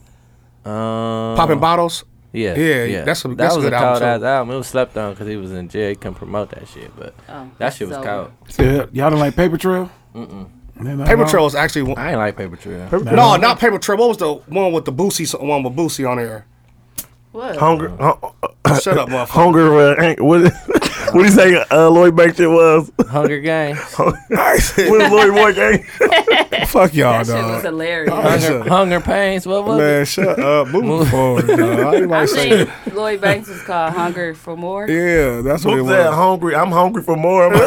Speaker 6: Um,
Speaker 3: Popping bottles.
Speaker 6: Yeah,
Speaker 3: Yeah, that's a-
Speaker 6: that
Speaker 3: that's a
Speaker 6: was
Speaker 3: good
Speaker 6: a
Speaker 3: album,
Speaker 6: cold ass
Speaker 3: too.
Speaker 6: album. It was slept on because he was in jail. He couldn't promote that shit, but
Speaker 1: Oh,
Speaker 6: that shit was
Speaker 1: so-
Speaker 6: cold.
Speaker 8: Yeah, y'all don't like Paper Trail? Mm-mm.
Speaker 3: Paper Trail is actually one.
Speaker 6: I ain't like Paper Trail.
Speaker 3: No, not Paper Trail. What was the one with the Boosie? so- One with Boosie on there.
Speaker 1: What?
Speaker 4: Hunger, hu-
Speaker 3: Shut up, motherfucker.
Speaker 4: hunger. Uh, ain't- what, [LAUGHS] what do you say? Uh, Lloyd Banks was. [LAUGHS]
Speaker 6: Hunger Games.
Speaker 4: What Lloyd Boy
Speaker 6: [LAUGHS]
Speaker 4: gang?
Speaker 3: Fuck y'all,
Speaker 1: That shit was
Speaker 3: dog.
Speaker 1: hilarious.
Speaker 6: Hunger,
Speaker 3: Shut-
Speaker 6: Hunger Pains. What was it?
Speaker 3: Man, shut up. Move forward, dog. Oh, I ain't
Speaker 1: I
Speaker 3: like saying.
Speaker 1: think Lloyd Banks was called Hunger for More.
Speaker 3: Yeah, that's what it
Speaker 4: Who said
Speaker 3: was.
Speaker 4: hungry? I'm hungry for more. I'm
Speaker 3: [LAUGHS]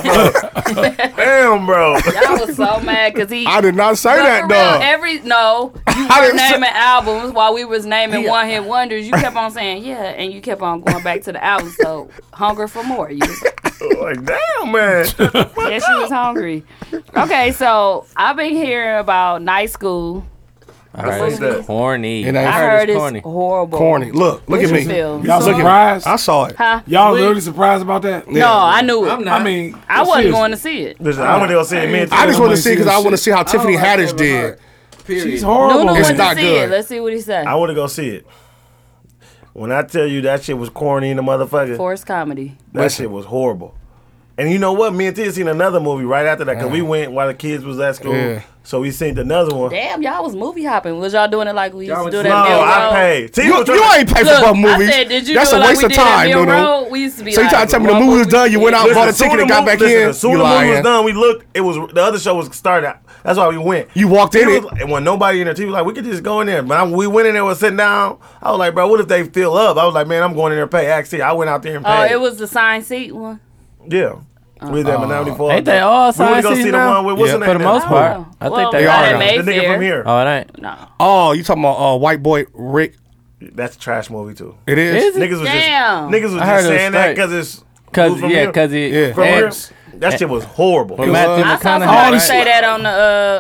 Speaker 4: like, Damn, bro.
Speaker 1: Y'all was so mad because he.
Speaker 3: I did not say
Speaker 1: But for
Speaker 3: that,
Speaker 1: real,
Speaker 3: dog.
Speaker 1: every no, you
Speaker 3: [LAUGHS] I
Speaker 1: were
Speaker 3: didn't say-
Speaker 1: naming albums while we was naming one hit wonders. You kept on saying yeah, and you kept on going back to the album. So hunger for more. You was
Speaker 4: Like, damn, man.
Speaker 1: yeah, she was hungry. Okay, so I've been hearing about night school.
Speaker 6: I heard
Speaker 4: What's
Speaker 6: it's
Speaker 4: that?
Speaker 6: corny.
Speaker 3: It ain't-
Speaker 1: I
Speaker 3: I
Speaker 1: heard it's
Speaker 6: corny.
Speaker 1: horrible.
Speaker 3: Corny. Look, look
Speaker 1: What
Speaker 3: at
Speaker 1: you
Speaker 3: me.
Speaker 1: feel?
Speaker 8: Y'all
Speaker 3: Look at-
Speaker 8: surprised?
Speaker 3: I saw it.
Speaker 1: Huh?
Speaker 8: Y'all really surprised about that?
Speaker 1: No, I knew it. i
Speaker 8: I mean,
Speaker 1: wasn't
Speaker 8: seriously.
Speaker 1: going to see it.
Speaker 4: Listen, I went to go see it. Me and
Speaker 3: I just want
Speaker 8: wanna
Speaker 3: to see
Speaker 8: see
Speaker 3: because
Speaker 8: this
Speaker 3: I want to
Speaker 8: shit.
Speaker 3: see how Tiffany
Speaker 6: like
Speaker 3: Haddish
Speaker 6: Kevin
Speaker 3: did.
Speaker 6: Hart. Period.
Speaker 8: She's
Speaker 1: Nunu
Speaker 8: horrible.
Speaker 1: went
Speaker 3: It's
Speaker 1: to
Speaker 3: not
Speaker 1: see
Speaker 3: good.
Speaker 1: it. Let's see what he said.
Speaker 4: I went to go see it. When I tell you that shit was corny in the motherfucker,
Speaker 1: Forced comedy.
Speaker 4: that shit was horrible. And you know what? Me and Tia seen another movie right after that because we went while the kids was at school.
Speaker 3: Yeah.
Speaker 4: So we seen another one.
Speaker 1: Damn, y'all was movie hopping. Was y'all doing it like we used to
Speaker 6: was-
Speaker 1: do that?
Speaker 4: No,
Speaker 1: Mill
Speaker 4: I
Speaker 1: Road?
Speaker 4: paid. Tia
Speaker 3: You,
Speaker 4: was
Speaker 3: you
Speaker 4: trying-
Speaker 3: ain't paid for
Speaker 1: Look,
Speaker 3: both movies.
Speaker 1: I said, did you
Speaker 3: That's
Speaker 1: do it
Speaker 3: a
Speaker 1: like
Speaker 3: waste
Speaker 1: we
Speaker 3: of
Speaker 1: did at
Speaker 3: time,
Speaker 1: Mill
Speaker 3: Nunu.
Speaker 1: Road? We used to be
Speaker 3: So you
Speaker 1: like,
Speaker 3: trying to tell me the
Speaker 1: one
Speaker 3: movie was
Speaker 1: movie
Speaker 3: done, you went
Speaker 1: did.
Speaker 3: out, bought
Speaker 4: Listen,
Speaker 3: a
Speaker 4: soon
Speaker 3: ticket and
Speaker 4: the
Speaker 3: got
Speaker 4: movie-
Speaker 3: back
Speaker 4: listen,
Speaker 3: in?
Speaker 4: Soon
Speaker 3: You
Speaker 4: the movie was
Speaker 3: lying.
Speaker 4: done. We looked. It was the other show was started. That's why we went.
Speaker 3: You walked in
Speaker 4: He
Speaker 3: it.
Speaker 4: was, and when nobody in there, he was like, "We could just go in there." But I, we went in there, was sitting down. I was like, "Bro, what if they fill up?" I was like, "Man, I'm going in there and pay." Actually, I went out there and
Speaker 1: Oh,
Speaker 4: paid.
Speaker 1: it was the sign seat one.
Speaker 4: yeah. We was at
Speaker 3: Oh.
Speaker 4: Menominee Falls.
Speaker 6: Ain't they all
Speaker 4: We went to
Speaker 6: signed
Speaker 4: go see
Speaker 6: seats
Speaker 4: the Oh.
Speaker 6: now?
Speaker 4: one with what's
Speaker 3: Yeah,
Speaker 4: the
Speaker 6: for
Speaker 4: name?
Speaker 6: the most
Speaker 4: now?
Speaker 6: part. I
Speaker 1: Well,
Speaker 6: think they
Speaker 1: not
Speaker 6: are.
Speaker 1: at
Speaker 4: The
Speaker 3: now.
Speaker 4: nigga
Speaker 1: Mayfair.
Speaker 4: from here.
Speaker 6: Oh, it ain't.
Speaker 1: No.
Speaker 3: Oh, you talking about uh, white boy Rick?
Speaker 4: That's a trash movie too.
Speaker 3: It is.
Speaker 6: Is it?
Speaker 4: Niggas was
Speaker 1: Damn.
Speaker 4: just niggas was
Speaker 6: I heard
Speaker 4: just
Speaker 6: it was
Speaker 4: saying that
Speaker 6: straight.
Speaker 4: because it's
Speaker 6: Cause
Speaker 4: who's from
Speaker 6: yeah,
Speaker 4: here?
Speaker 6: cause he
Speaker 3: Yeah.
Speaker 4: from here.
Speaker 6: Ants.
Speaker 4: That shit was horrible.
Speaker 6: Well, Matthew
Speaker 3: I
Speaker 1: I saw
Speaker 6: McConaughey.
Speaker 1: somebody
Speaker 8: this-
Speaker 1: say that on the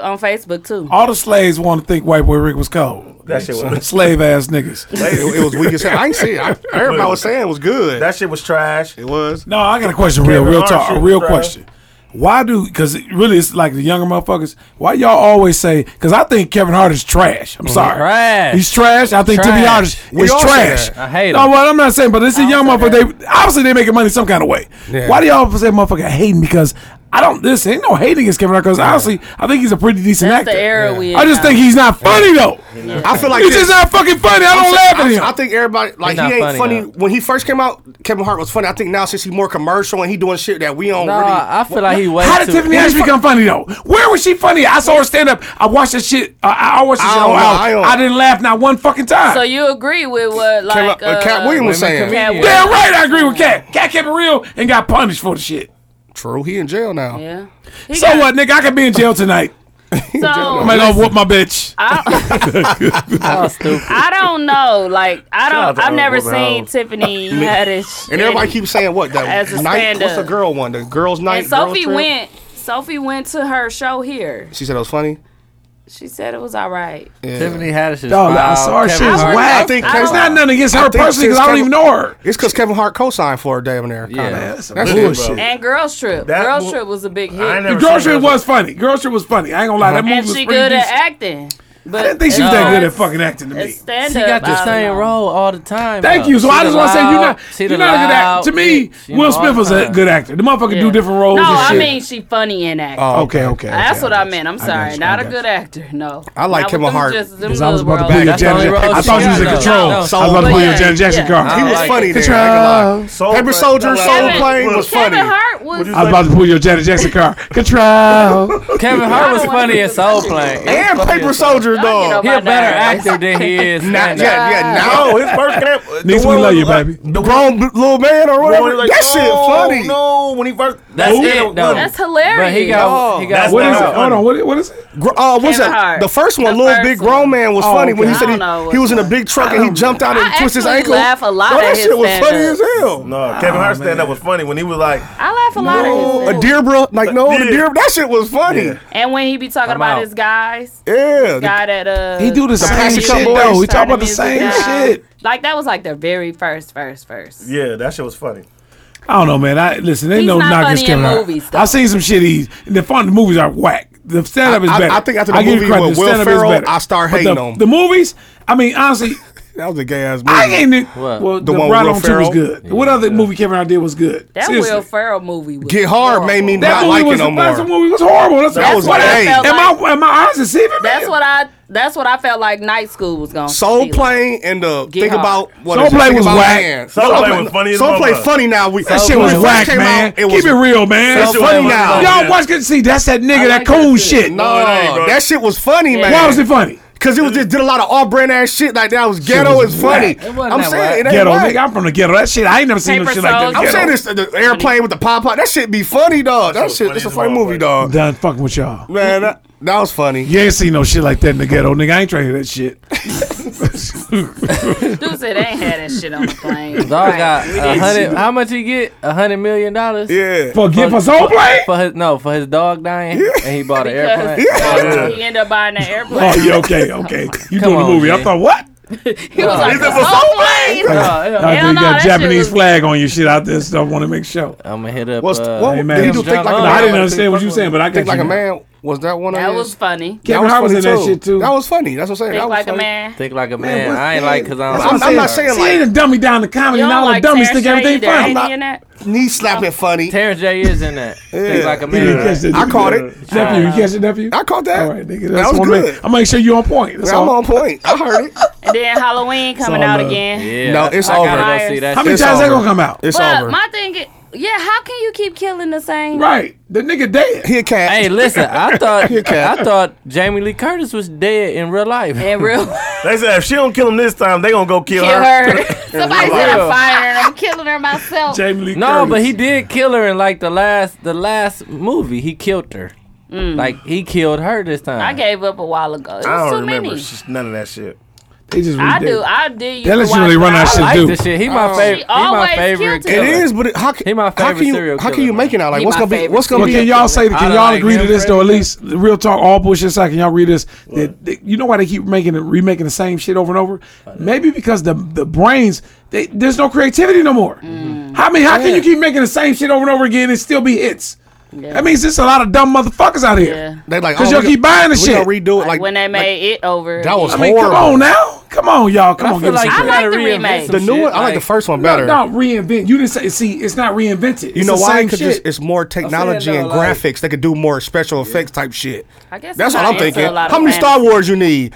Speaker 1: uh, on Facebook too.
Speaker 8: All the slaves want to think white boy Rick was cold.
Speaker 4: That shit was
Speaker 8: Slave ass niggas.
Speaker 3: It, it was weak as hell. I ain't see it. I, everybody was saying it was good.
Speaker 4: that shit was trash.
Speaker 3: it was.
Speaker 8: No, I got a question. Real,
Speaker 4: Kevin
Speaker 8: real
Speaker 4: Hart
Speaker 8: talk. A
Speaker 4: shit,
Speaker 8: real
Speaker 4: bro.
Speaker 8: question. Why do? Because really, it's like the younger motherfuckers. Why y'all always say? Because I think Kevin Hart is trash.
Speaker 7: Mm-hmm.
Speaker 8: I'm sorry.
Speaker 6: Trash.
Speaker 8: He's trash. I think Tiffany
Speaker 6: Trash.
Speaker 8: Hart is
Speaker 3: We
Speaker 8: is
Speaker 3: all say
Speaker 8: trash.
Speaker 3: that.
Speaker 6: I hate
Speaker 8: No,
Speaker 6: him.
Speaker 8: well, I'm not saying, but it's a young motherfucker. They obviously they making money some kind of way.
Speaker 3: Yeah.
Speaker 8: Why do y'all say motherfucker hate him? Because I don't. This ain't no hate against Kevin Hart because honestly, I think he's a pretty decent
Speaker 1: That's
Speaker 8: actor.
Speaker 1: the era we. in
Speaker 8: I just
Speaker 1: now.
Speaker 8: think he's not funny though.
Speaker 3: I feel like
Speaker 8: He's
Speaker 3: this-
Speaker 8: just not fucking funny. I don't laugh at
Speaker 3: I,
Speaker 8: him.
Speaker 3: I think everybody like he
Speaker 6: not
Speaker 3: ain't
Speaker 6: funny,
Speaker 3: funny.
Speaker 6: though.
Speaker 3: When he first came out, Kevin Hart was funny. I think now since he's more commercial and he doing shit that we don't
Speaker 6: Nah,
Speaker 3: really.
Speaker 6: I feel like he way
Speaker 8: How did
Speaker 6: too.
Speaker 8: Tiffany Haddish become funny though? Where was she funny? I saw her stand up. I watched that shit. Uh, I I watched that
Speaker 3: I
Speaker 8: shit.
Speaker 3: don't
Speaker 8: all
Speaker 3: know.
Speaker 8: out.
Speaker 3: I don't-
Speaker 8: I didn't laugh not one fucking time.
Speaker 1: So you agree with what
Speaker 3: Kevin-
Speaker 1: like
Speaker 3: uh, Cat Williams was saying.
Speaker 6: comedian.
Speaker 1: Cat
Speaker 8: Damn right, I agree with Cat. Cat kept it real and got punished for the shit.
Speaker 3: True, he in jail now.
Speaker 1: Yeah. He
Speaker 8: So
Speaker 1: got-
Speaker 8: what, nigga? I could be in jail
Speaker 3: [LAUGHS]
Speaker 8: tonight.
Speaker 1: So
Speaker 8: I might go whoop my bitch. [LAUGHS]
Speaker 1: I don't know. Like I don't.
Speaker 4: out to
Speaker 1: I've never
Speaker 4: Uncle
Speaker 1: seen
Speaker 4: Brown.
Speaker 1: Tiffany Haddish.
Speaker 3: [LAUGHS] And everybody keeps saying what that
Speaker 1: As a
Speaker 3: night. What's the
Speaker 1: stand-up.
Speaker 3: girl one? The girls' night.
Speaker 1: And
Speaker 3: girls'
Speaker 1: Sophie
Speaker 3: trip?
Speaker 1: went. Sophie went to her show here.
Speaker 3: She said it was funny.
Speaker 1: She said it was all right.
Speaker 3: Yeah.
Speaker 6: Tiffany Haddish is
Speaker 8: Dog, I
Speaker 6: foul.
Speaker 8: saw her
Speaker 6: Kevin
Speaker 8: shit was
Speaker 6: Hart-
Speaker 8: whack.
Speaker 3: I think
Speaker 8: It's
Speaker 3: Kevin-
Speaker 8: not nothing against her
Speaker 3: I think
Speaker 8: personally because
Speaker 3: since
Speaker 8: I don't
Speaker 3: Kevin-
Speaker 8: even know her.
Speaker 3: It's because Kevin Hart co-signed for a damn there.
Speaker 6: Yeah.
Speaker 3: Yeah.
Speaker 8: That's
Speaker 3: That's
Speaker 8: bullshit.
Speaker 3: bullshit.
Speaker 1: And Girls Trip.
Speaker 4: That
Speaker 1: Girls
Speaker 4: mo-
Speaker 1: Trip was a big hit.
Speaker 4: I ain't never
Speaker 8: The girl
Speaker 4: seen
Speaker 8: shit
Speaker 4: that.
Speaker 8: was funny. Girl shit was funny. I ain't gonna lie. That movie
Speaker 1: and
Speaker 8: was
Speaker 1: she
Speaker 8: pretty
Speaker 1: good at
Speaker 8: decent.
Speaker 1: acting. But
Speaker 8: I didn't think she was that good at fucking acting to me.
Speaker 1: Stand
Speaker 6: She got the same
Speaker 1: role.
Speaker 6: role all the time.
Speaker 8: Thank
Speaker 6: though.
Speaker 8: you. So
Speaker 6: She
Speaker 8: I
Speaker 6: the
Speaker 8: just want to say you're
Speaker 6: loud-
Speaker 8: not
Speaker 6: she the
Speaker 8: you're not a good
Speaker 6: loud
Speaker 8: actor. To me,
Speaker 6: bitch, you know,
Speaker 8: Will
Speaker 6: all
Speaker 8: Smith
Speaker 6: the
Speaker 8: was a
Speaker 6: time.
Speaker 8: good actor. The motherfucker do different roles.
Speaker 1: No,
Speaker 8: and
Speaker 1: I
Speaker 8: shit.
Speaker 1: mean she funny in acting.
Speaker 8: Oh, okay, okay.
Speaker 1: That's
Speaker 8: okay,
Speaker 1: what
Speaker 8: I
Speaker 1: I
Speaker 8: got
Speaker 1: meant. I'm
Speaker 8: you. I got
Speaker 1: sorry,
Speaker 8: you,
Speaker 1: not
Speaker 8: I
Speaker 1: a
Speaker 8: got
Speaker 1: good actor. No,
Speaker 3: I
Speaker 1: Not
Speaker 3: like
Speaker 1: with
Speaker 3: Kevin
Speaker 1: them
Speaker 3: Hart.
Speaker 1: just- them
Speaker 8: Because I was
Speaker 1: little
Speaker 8: about to pull your
Speaker 1: roles.
Speaker 6: That's the only
Speaker 8: Janet.
Speaker 6: role
Speaker 8: I
Speaker 6: she
Speaker 8: thought you
Speaker 6: got,
Speaker 8: was in
Speaker 6: though.
Speaker 8: control.
Speaker 6: No,
Speaker 8: I was about to pull your
Speaker 1: Soulplay.
Speaker 8: Janet Jackson
Speaker 1: Yeah.
Speaker 8: card.
Speaker 3: He
Speaker 6: I
Speaker 3: was
Speaker 6: like
Speaker 3: funny.
Speaker 6: it.
Speaker 3: Then,
Speaker 8: Control.
Speaker 3: I ain't gonna lie.
Speaker 4: Soul
Speaker 3: Paper
Speaker 4: Play-
Speaker 3: Soldier,
Speaker 4: Soul
Speaker 3: Soul
Speaker 4: Play-
Speaker 3: Plane
Speaker 4: Soul
Speaker 3: was
Speaker 4: Play-
Speaker 3: funny.
Speaker 1: Kevin Hart was.
Speaker 4: What'd you
Speaker 8: I was
Speaker 4: say?
Speaker 8: about to pull your Janet Jackson
Speaker 3: [LAUGHS]
Speaker 8: card. Control. [LAUGHS]
Speaker 6: Kevin Hart was
Speaker 1: don't wanna
Speaker 6: funny
Speaker 1: do
Speaker 6: in
Speaker 1: that.
Speaker 6: Soul Plane.
Speaker 3: And Paper Soldier,
Speaker 1: Y'all get
Speaker 3: dog.
Speaker 1: on
Speaker 6: He
Speaker 1: my
Speaker 6: a better
Speaker 1: nerves.
Speaker 6: actor
Speaker 8: [LAUGHS]
Speaker 6: than he is.
Speaker 3: Not,
Speaker 6: stand-up.
Speaker 3: yeah, yeah. Now
Speaker 4: No, his first camp.
Speaker 8: Niggas, we love you, baby.
Speaker 3: the grown b- little man or whatever. that shit funny.
Speaker 4: No, when he first.
Speaker 6: That's
Speaker 4: Oh,
Speaker 6: it,
Speaker 4: yeah,
Speaker 6: though.
Speaker 1: That's hilarious.
Speaker 6: But he got, he got
Speaker 4: That's
Speaker 8: What is it?
Speaker 4: not
Speaker 8: Hold
Speaker 4: funny.
Speaker 8: on. What, what is it?
Speaker 3: Gr- Uh, what's
Speaker 1: Kevin
Speaker 3: that?
Speaker 1: Hart.
Speaker 3: The first one,
Speaker 1: The
Speaker 3: little
Speaker 1: first
Speaker 3: big
Speaker 1: one.
Speaker 3: grown man, was
Speaker 8: Oh,
Speaker 3: funny when he
Speaker 8: okay.
Speaker 3: said
Speaker 1: I don't know
Speaker 3: he,
Speaker 1: which
Speaker 3: he was in a
Speaker 1: one.
Speaker 3: big truck and he jumped out and
Speaker 1: I
Speaker 3: twisted his
Speaker 1: actually
Speaker 3: ankle.
Speaker 1: laugh a lot
Speaker 3: Bro,
Speaker 1: at
Speaker 3: that
Speaker 1: his
Speaker 3: shit was funny
Speaker 1: stand-up.
Speaker 3: as hell.
Speaker 4: No, Kevin Hart stand up was funny when he was like,
Speaker 1: I laugh a lot
Speaker 3: Oh,
Speaker 1: at
Speaker 3: a
Speaker 1: his.
Speaker 3: deer, bro. Like no, the
Speaker 4: Yeah.
Speaker 3: deer. That shit was funny. Yeah,
Speaker 4: Yeah.
Speaker 1: And when he be talking
Speaker 6: I'm
Speaker 1: about
Speaker 6: out.
Speaker 1: his guys,
Speaker 3: yeah.
Speaker 1: guy that uh,
Speaker 8: He do the
Speaker 1: started
Speaker 8: same
Speaker 1: music-
Speaker 8: shit though. He talk
Speaker 1: started
Speaker 8: about the
Speaker 1: music
Speaker 8: same
Speaker 1: guy.
Speaker 8: shit.
Speaker 1: Like that was like their very first, first, first.
Speaker 4: yeah, that shit was funny.
Speaker 8: I don't know, man. I listen. They
Speaker 1: He's
Speaker 8: know
Speaker 1: not
Speaker 8: knock
Speaker 1: funny
Speaker 8: against
Speaker 1: in
Speaker 8: Kevin Hart.
Speaker 1: movies, though.
Speaker 8: I've seen some shit. He the fun the movies are whack. The stand up is
Speaker 3: I- I-
Speaker 8: better.
Speaker 3: I think after the
Speaker 8: give you
Speaker 3: movie
Speaker 8: credit,
Speaker 3: with
Speaker 8: the
Speaker 3: Will
Speaker 8: stand-up is
Speaker 3: Ferrell,
Speaker 8: better.
Speaker 3: I start
Speaker 8: But
Speaker 3: hating
Speaker 8: the,
Speaker 3: on him.
Speaker 8: The movies. I mean, honestly,
Speaker 3: [LAUGHS] That was a gay ass movie.
Speaker 8: I ain't. even-
Speaker 6: What?
Speaker 8: Well, the,
Speaker 3: The one with
Speaker 8: Ride
Speaker 3: Will
Speaker 8: on Two was
Speaker 3: Ferrell?
Speaker 8: good. what other movie Kevin Hart did was good?
Speaker 1: That
Speaker 8: Seriously.
Speaker 1: Will Ferrell movie. Was
Speaker 3: Get hard
Speaker 1: horrible.
Speaker 3: made me
Speaker 8: That
Speaker 3: not like
Speaker 8: movie
Speaker 3: it
Speaker 8: was
Speaker 3: no
Speaker 8: that's the
Speaker 3: more.
Speaker 8: movie was horrible. That's,
Speaker 3: That
Speaker 8: that's
Speaker 3: was
Speaker 8: what I,
Speaker 3: gay.
Speaker 1: Felt
Speaker 8: am
Speaker 1: like-
Speaker 8: I am my eyes deceiving?
Speaker 1: That's
Speaker 8: me?
Speaker 1: what I. That's what I felt like. Night school was going.
Speaker 3: Soul Plane and the
Speaker 1: Get
Speaker 3: think
Speaker 1: Hard.
Speaker 3: about what
Speaker 8: Soul
Speaker 3: is it?
Speaker 8: Play
Speaker 3: Think
Speaker 8: was
Speaker 3: about
Speaker 8: whack.
Speaker 3: Man.
Speaker 4: Soul Play was funny as
Speaker 3: Soul Play
Speaker 4: motherfucker.
Speaker 3: funny now. We,
Speaker 8: That shit was whack, man.
Speaker 3: It
Speaker 8: Keep
Speaker 3: was
Speaker 8: it real, man.
Speaker 3: That
Speaker 8: That's
Speaker 3: shit
Speaker 8: funny
Speaker 3: was
Speaker 8: now.
Speaker 3: funny.
Speaker 8: Y'all
Speaker 4: Yeah.
Speaker 8: watch good. See, that's that
Speaker 1: like
Speaker 8: nigga. That cool
Speaker 1: that shit.
Speaker 8: shit.
Speaker 4: No, it ain't,
Speaker 3: No,
Speaker 4: bro.
Speaker 3: that shit was funny, man.
Speaker 8: Why was it funny?
Speaker 3: Cause it was just did a lot of off brand ass shit like that. It was ghetto.
Speaker 8: was
Speaker 3: It's funny.
Speaker 6: whack. It wasn't
Speaker 3: I'm
Speaker 6: that
Speaker 3: saying
Speaker 6: whack.
Speaker 3: it ain't
Speaker 8: Ghetto,
Speaker 3: whack.
Speaker 8: nigga. I'm from the ghetto. That shit. I ain't never seen no
Speaker 1: Paper
Speaker 8: shit like that.
Speaker 1: Soldier.
Speaker 3: I'm
Speaker 8: Ghetto.
Speaker 3: saying this the airplane with the pop pop. That shit be funny, dog. That
Speaker 4: was
Speaker 3: shit.
Speaker 4: funny
Speaker 3: That's a
Speaker 4: as
Speaker 3: funny
Speaker 4: a
Speaker 3: movie,
Speaker 4: motherfucker.
Speaker 3: dog.
Speaker 8: Done fucking with y'all.
Speaker 3: Man, that, that was funny.
Speaker 8: You ain't seen no shit like that in the ghetto, nigga. I ain't trying to hear that shit.
Speaker 1: Dude said they ain't had that shit on the
Speaker 8: [LAUGHS]
Speaker 1: plane.
Speaker 6: Dog
Speaker 1: Right.
Speaker 6: got
Speaker 1: We
Speaker 6: a
Speaker 1: didn't see
Speaker 6: hundred. How much he get? A hundred million dollars.
Speaker 3: Yeah.
Speaker 8: Forget for soul play.
Speaker 6: For his no, for his dog dying, and he bought an
Speaker 1: Because
Speaker 6: airplane.
Speaker 8: [LAUGHS]
Speaker 4: Yeah.
Speaker 1: he ended up buying an airplane.
Speaker 8: Oh, yeah, okay, okay. You
Speaker 6: Come
Speaker 8: doing the
Speaker 6: on,
Speaker 8: movie? I
Speaker 6: Jay.
Speaker 8: thought what?
Speaker 1: He was like,
Speaker 4: Is it for
Speaker 1: "Soul Plane?"
Speaker 6: No, yeah.
Speaker 8: I
Speaker 1: Hell
Speaker 8: think
Speaker 1: no,
Speaker 8: you got
Speaker 1: that shit
Speaker 8: Japanese
Speaker 1: was-
Speaker 8: flag on your shit out there, so I want to make sure.
Speaker 6: I'm gonna hit up.
Speaker 3: What's-
Speaker 6: uh,
Speaker 3: what-
Speaker 8: Hey,
Speaker 3: Did
Speaker 8: man,
Speaker 3: he
Speaker 8: I'm
Speaker 3: do
Speaker 8: drunk.
Speaker 3: Think Like a
Speaker 8: No,
Speaker 3: Man?
Speaker 8: I didn't understand what you
Speaker 6: were
Speaker 8: were saying, but I got
Speaker 3: Think
Speaker 8: you.
Speaker 3: like a
Speaker 8: now.
Speaker 3: man was that one. of
Speaker 1: That
Speaker 3: his?
Speaker 1: was funny.
Speaker 3: That
Speaker 8: Kevin Hart was in
Speaker 3: funny,
Speaker 8: that shit too.
Speaker 3: That was funny. That's what I'm saying.
Speaker 1: Think
Speaker 3: that was
Speaker 1: like a
Speaker 3: funny.
Speaker 1: man.
Speaker 6: Think like a man. I ain't like because I
Speaker 3: That's
Speaker 6: don't.
Speaker 3: what
Speaker 6: Like
Speaker 3: I'm not saying
Speaker 8: See, ain't a dummy down the comedy,
Speaker 1: You
Speaker 8: and
Speaker 1: don't
Speaker 8: all
Speaker 1: like
Speaker 8: the dummies
Speaker 1: Terrence
Speaker 8: think
Speaker 1: Shay
Speaker 8: everything
Speaker 1: either.
Speaker 8: funny.
Speaker 1: Ain't he in that?
Speaker 3: Knee slapping funny.
Speaker 6: Terrence J is in that. Think like a
Speaker 8: You didn't
Speaker 6: man.
Speaker 8: catch that, [LAUGHS]
Speaker 3: I
Speaker 8: did you?
Speaker 3: caught it.
Speaker 8: Nephew, you catch it, nephew?
Speaker 3: I caught that.
Speaker 8: All right, nigga. That's
Speaker 3: That was
Speaker 8: what I'm
Speaker 3: good.
Speaker 8: making- I'm making sure you on point. That's
Speaker 3: I'm
Speaker 8: all.
Speaker 3: on point. I heard it.
Speaker 1: And then Halloween coming
Speaker 8: all
Speaker 1: out
Speaker 8: love.
Speaker 1: again.
Speaker 6: Yeah,
Speaker 3: No, it's
Speaker 6: I
Speaker 1: over.
Speaker 6: gotta go see that.
Speaker 8: How many
Speaker 3: It's
Speaker 8: times that
Speaker 3: over.
Speaker 8: gonna come out?
Speaker 3: It's
Speaker 1: But
Speaker 3: over.
Speaker 1: my thing, is, yeah, how can you keep killing the same?
Speaker 8: Right, the nigga dead.
Speaker 3: he a cat.
Speaker 6: Hey, listen. I thought I thought Jamie Lee Curtis was dead in real life.
Speaker 1: In
Speaker 6: [LAUGHS]
Speaker 1: real,
Speaker 4: They said if she don't kill him this time, they gonna go kill,
Speaker 1: kill
Speaker 4: her. [LAUGHS]
Speaker 1: her. Somebody said
Speaker 6: real.
Speaker 1: I'm firing. I'm killing her myself.
Speaker 8: Jamie Lee
Speaker 6: No, but he did kill her in like the last the last movie. He killed her. Like he killed her this time.
Speaker 1: Mm. I gave up a while ago. It was
Speaker 4: I don't
Speaker 1: too
Speaker 4: remember
Speaker 1: many.
Speaker 4: sh- none of that shit.
Speaker 8: They just
Speaker 1: I
Speaker 8: redid.
Speaker 1: do. I did. used
Speaker 8: That
Speaker 1: to
Speaker 8: lets you
Speaker 1: watch
Speaker 8: really run
Speaker 1: that.
Speaker 8: out
Speaker 1: I
Speaker 8: shit.
Speaker 6: like
Speaker 8: do.
Speaker 6: this shit. He my
Speaker 3: Oh.
Speaker 6: favorite. He
Speaker 1: always
Speaker 6: my
Speaker 1: killed
Speaker 6: favorite
Speaker 1: him.
Speaker 6: killer.
Speaker 3: it is, but it, how, ca-
Speaker 6: He my
Speaker 3: how
Speaker 6: favorite
Speaker 3: can you
Speaker 6: serial
Speaker 3: how can
Speaker 6: killer,
Speaker 3: you
Speaker 6: man.
Speaker 3: make it out? Like
Speaker 1: He
Speaker 3: what's
Speaker 1: my
Speaker 3: gonna be
Speaker 1: favorite
Speaker 3: what's gonna
Speaker 8: Well,
Speaker 3: be?
Speaker 8: can y'all say?
Speaker 6: I
Speaker 8: Can
Speaker 6: don't
Speaker 8: y'all
Speaker 6: like
Speaker 8: agree to
Speaker 6: him,
Speaker 8: this
Speaker 6: Fred.
Speaker 8: though? At least real talk, all bullshit aside, can y'all read this? That, that- you know why they keep making it, remaking the same shit over and over? Maybe because the the brains, they,
Speaker 1: Mm.
Speaker 8: there's no creativity no more. How I mean, how can you keep making the same shit over and over again and still be hits?
Speaker 1: Yeah.
Speaker 8: That means there's a lot of dumb motherfuckers out here.
Speaker 1: yeah.
Speaker 3: They like
Speaker 8: 'Cause
Speaker 3: oh,
Speaker 8: y'all
Speaker 3: we
Speaker 8: keep
Speaker 3: gonna-
Speaker 8: buying the
Speaker 3: we
Speaker 8: shit.
Speaker 3: gonna redo
Speaker 1: Like,
Speaker 3: it like
Speaker 1: when they made it over.
Speaker 3: that was
Speaker 8: I mean,
Speaker 3: horrible.
Speaker 8: come on now. Come on, y'all. Come on, give us
Speaker 1: I
Speaker 8: some
Speaker 1: like the remake.
Speaker 3: The new one, I like the first one better.
Speaker 8: No, reinvent. You didn't say. See, it's not reinvented. It's
Speaker 3: You know
Speaker 8: the
Speaker 3: why?
Speaker 8: Same
Speaker 3: Because
Speaker 8: shit.
Speaker 3: it's, it's more technology
Speaker 6: though,
Speaker 3: and
Speaker 6: like-
Speaker 3: graphics. They could do more special effects type shit.
Speaker 1: I guess
Speaker 3: That's
Speaker 1: I'm
Speaker 3: what I'm
Speaker 1: not into
Speaker 3: thinking.
Speaker 1: a lot of
Speaker 3: How many Star
Speaker 1: fantasy.
Speaker 3: Wars you need?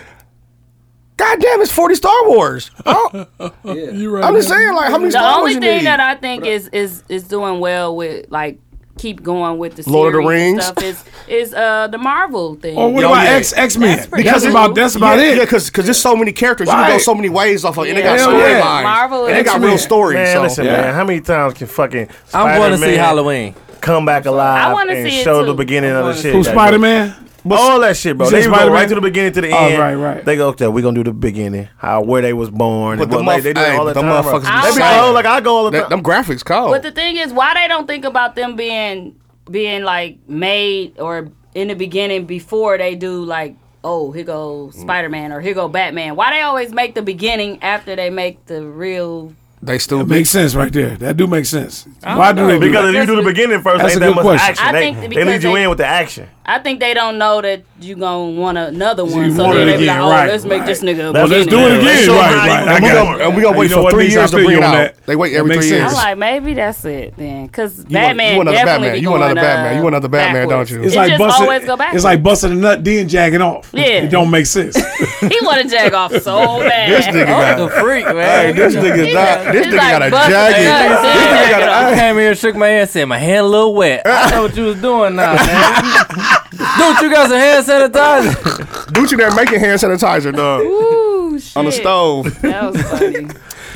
Speaker 3: God damn, it's 40 Star Wars. Oh,
Speaker 8: you right.
Speaker 3: I'm just saying, like, how many
Speaker 1: The
Speaker 3: Star
Speaker 1: only
Speaker 3: Wars you
Speaker 1: thing
Speaker 3: need?
Speaker 1: that I think is is is doing well with like keep going with the
Speaker 3: Lord of the
Speaker 1: series and
Speaker 3: Rings?
Speaker 1: stuff is is uh the Marvel thing.
Speaker 8: Or what
Speaker 3: Yo,
Speaker 8: about
Speaker 3: yeah.
Speaker 8: X X Men?
Speaker 1: That's pretty
Speaker 8: Because
Speaker 1: cool.
Speaker 8: about that's about
Speaker 3: yeah,
Speaker 8: it.
Speaker 3: Yeah, because there's so many characters. You can
Speaker 8: Right.
Speaker 3: go so many ways off of, and they got
Speaker 1: Yeah. Hell
Speaker 3: storylines.
Speaker 8: yeah.
Speaker 1: Marvel
Speaker 3: and they
Speaker 1: is-
Speaker 3: got real
Speaker 8: Man,
Speaker 3: stories.
Speaker 4: Man,
Speaker 3: so.
Speaker 4: listen, man. How many times can fucking
Speaker 6: I'm going to see
Speaker 4: Spider-Man
Speaker 6: Halloween.
Speaker 4: come back alive
Speaker 1: I wanna
Speaker 4: and
Speaker 1: see it
Speaker 4: show
Speaker 1: too.
Speaker 4: the beginning of the shit?
Speaker 8: Who
Speaker 4: Like,
Speaker 8: Spider Man?
Speaker 4: All that shit, bro.
Speaker 8: You said
Speaker 4: They go right
Speaker 8: Spider-Man?
Speaker 4: to the beginning to the
Speaker 8: Oh,
Speaker 4: end.
Speaker 8: right, right.
Speaker 4: They go, okay, we're gonna do the beginning, how where they was born.
Speaker 3: But
Speaker 4: and
Speaker 3: the
Speaker 4: what- like, they
Speaker 3: muff-
Speaker 4: do it
Speaker 3: hey,
Speaker 4: all the
Speaker 3: but the
Speaker 4: time, bro.
Speaker 3: motherfuckers be
Speaker 4: They be
Speaker 3: silent.
Speaker 4: cold like I go all the
Speaker 3: That-
Speaker 4: time.
Speaker 3: them graphics cold.
Speaker 1: But the thing is, why they don't think about them being being like made or in the beginning before they do like oh here go
Speaker 3: Mm.
Speaker 1: Spider Man or here go Batman. Why they always make the beginning after they make the real?
Speaker 3: they still be
Speaker 8: Makes sense right there. That do make sense. Why do they do
Speaker 4: Because
Speaker 8: that?
Speaker 4: if you do the beginning first,
Speaker 8: That's
Speaker 4: ain't
Speaker 8: a
Speaker 4: that
Speaker 8: good
Speaker 4: much
Speaker 3: Oh,
Speaker 8: question.
Speaker 4: action.
Speaker 1: I
Speaker 4: they,
Speaker 1: think that
Speaker 4: they
Speaker 1: because
Speaker 4: lead you
Speaker 1: they-
Speaker 4: in with the action.
Speaker 1: I think they don't know that you gonna want another one. So
Speaker 8: want
Speaker 1: then
Speaker 8: it
Speaker 1: they be like,
Speaker 8: again,
Speaker 1: oh,
Speaker 8: right,
Speaker 1: let's make this nigga. A
Speaker 4: Let's
Speaker 1: beginning.
Speaker 4: do it
Speaker 8: again,
Speaker 4: They show
Speaker 8: right,
Speaker 4: how you
Speaker 8: right.
Speaker 4: got
Speaker 8: I
Speaker 3: And we
Speaker 8: got
Speaker 4: it.
Speaker 3: go, and we gonna
Speaker 8: You
Speaker 3: wait
Speaker 8: know
Speaker 3: for
Speaker 8: what,
Speaker 3: three
Speaker 8: Lisa,
Speaker 3: years
Speaker 8: I
Speaker 3: to
Speaker 8: feel
Speaker 3: bring
Speaker 8: you
Speaker 3: it
Speaker 8: on
Speaker 3: out.
Speaker 8: that.
Speaker 3: They wait
Speaker 8: That
Speaker 3: every
Speaker 8: makes
Speaker 3: three
Speaker 8: sense.
Speaker 3: years.
Speaker 1: I'm like, maybe that's it then, because
Speaker 3: You want-
Speaker 1: Batman
Speaker 3: you want another
Speaker 1: definitely
Speaker 3: Batman.
Speaker 1: be
Speaker 3: You
Speaker 1: going
Speaker 3: want another Batman.
Speaker 1: uh,
Speaker 3: You want another Batman,
Speaker 1: backwards.
Speaker 3: don't you?
Speaker 1: It
Speaker 8: It's like
Speaker 1: just
Speaker 8: busting.
Speaker 1: always go back.
Speaker 8: It's like busting a nut, then jagging off.
Speaker 1: Yeah.
Speaker 8: it don't make sense.
Speaker 1: he want to jag off so bad.
Speaker 3: [LAUGHS]
Speaker 1: Oh,
Speaker 3: This nigga got
Speaker 6: The freak, man.
Speaker 3: this nigga not. This
Speaker 1: He's
Speaker 3: nigga
Speaker 1: like,
Speaker 3: got a
Speaker 1: "Bust it up,
Speaker 3: jagged. This nigga
Speaker 1: jagged
Speaker 3: got a.
Speaker 6: I came here, shook my hand, and said my hand a little wet. I know what you was doing now, man. Dude, you got some hand
Speaker 3: [LAUGHS]
Speaker 6: sanitizer.
Speaker 3: Dude, you there making hand sanitizer, dog,
Speaker 1: Ooh, oh, shit.
Speaker 3: on the stove.
Speaker 1: That was funny.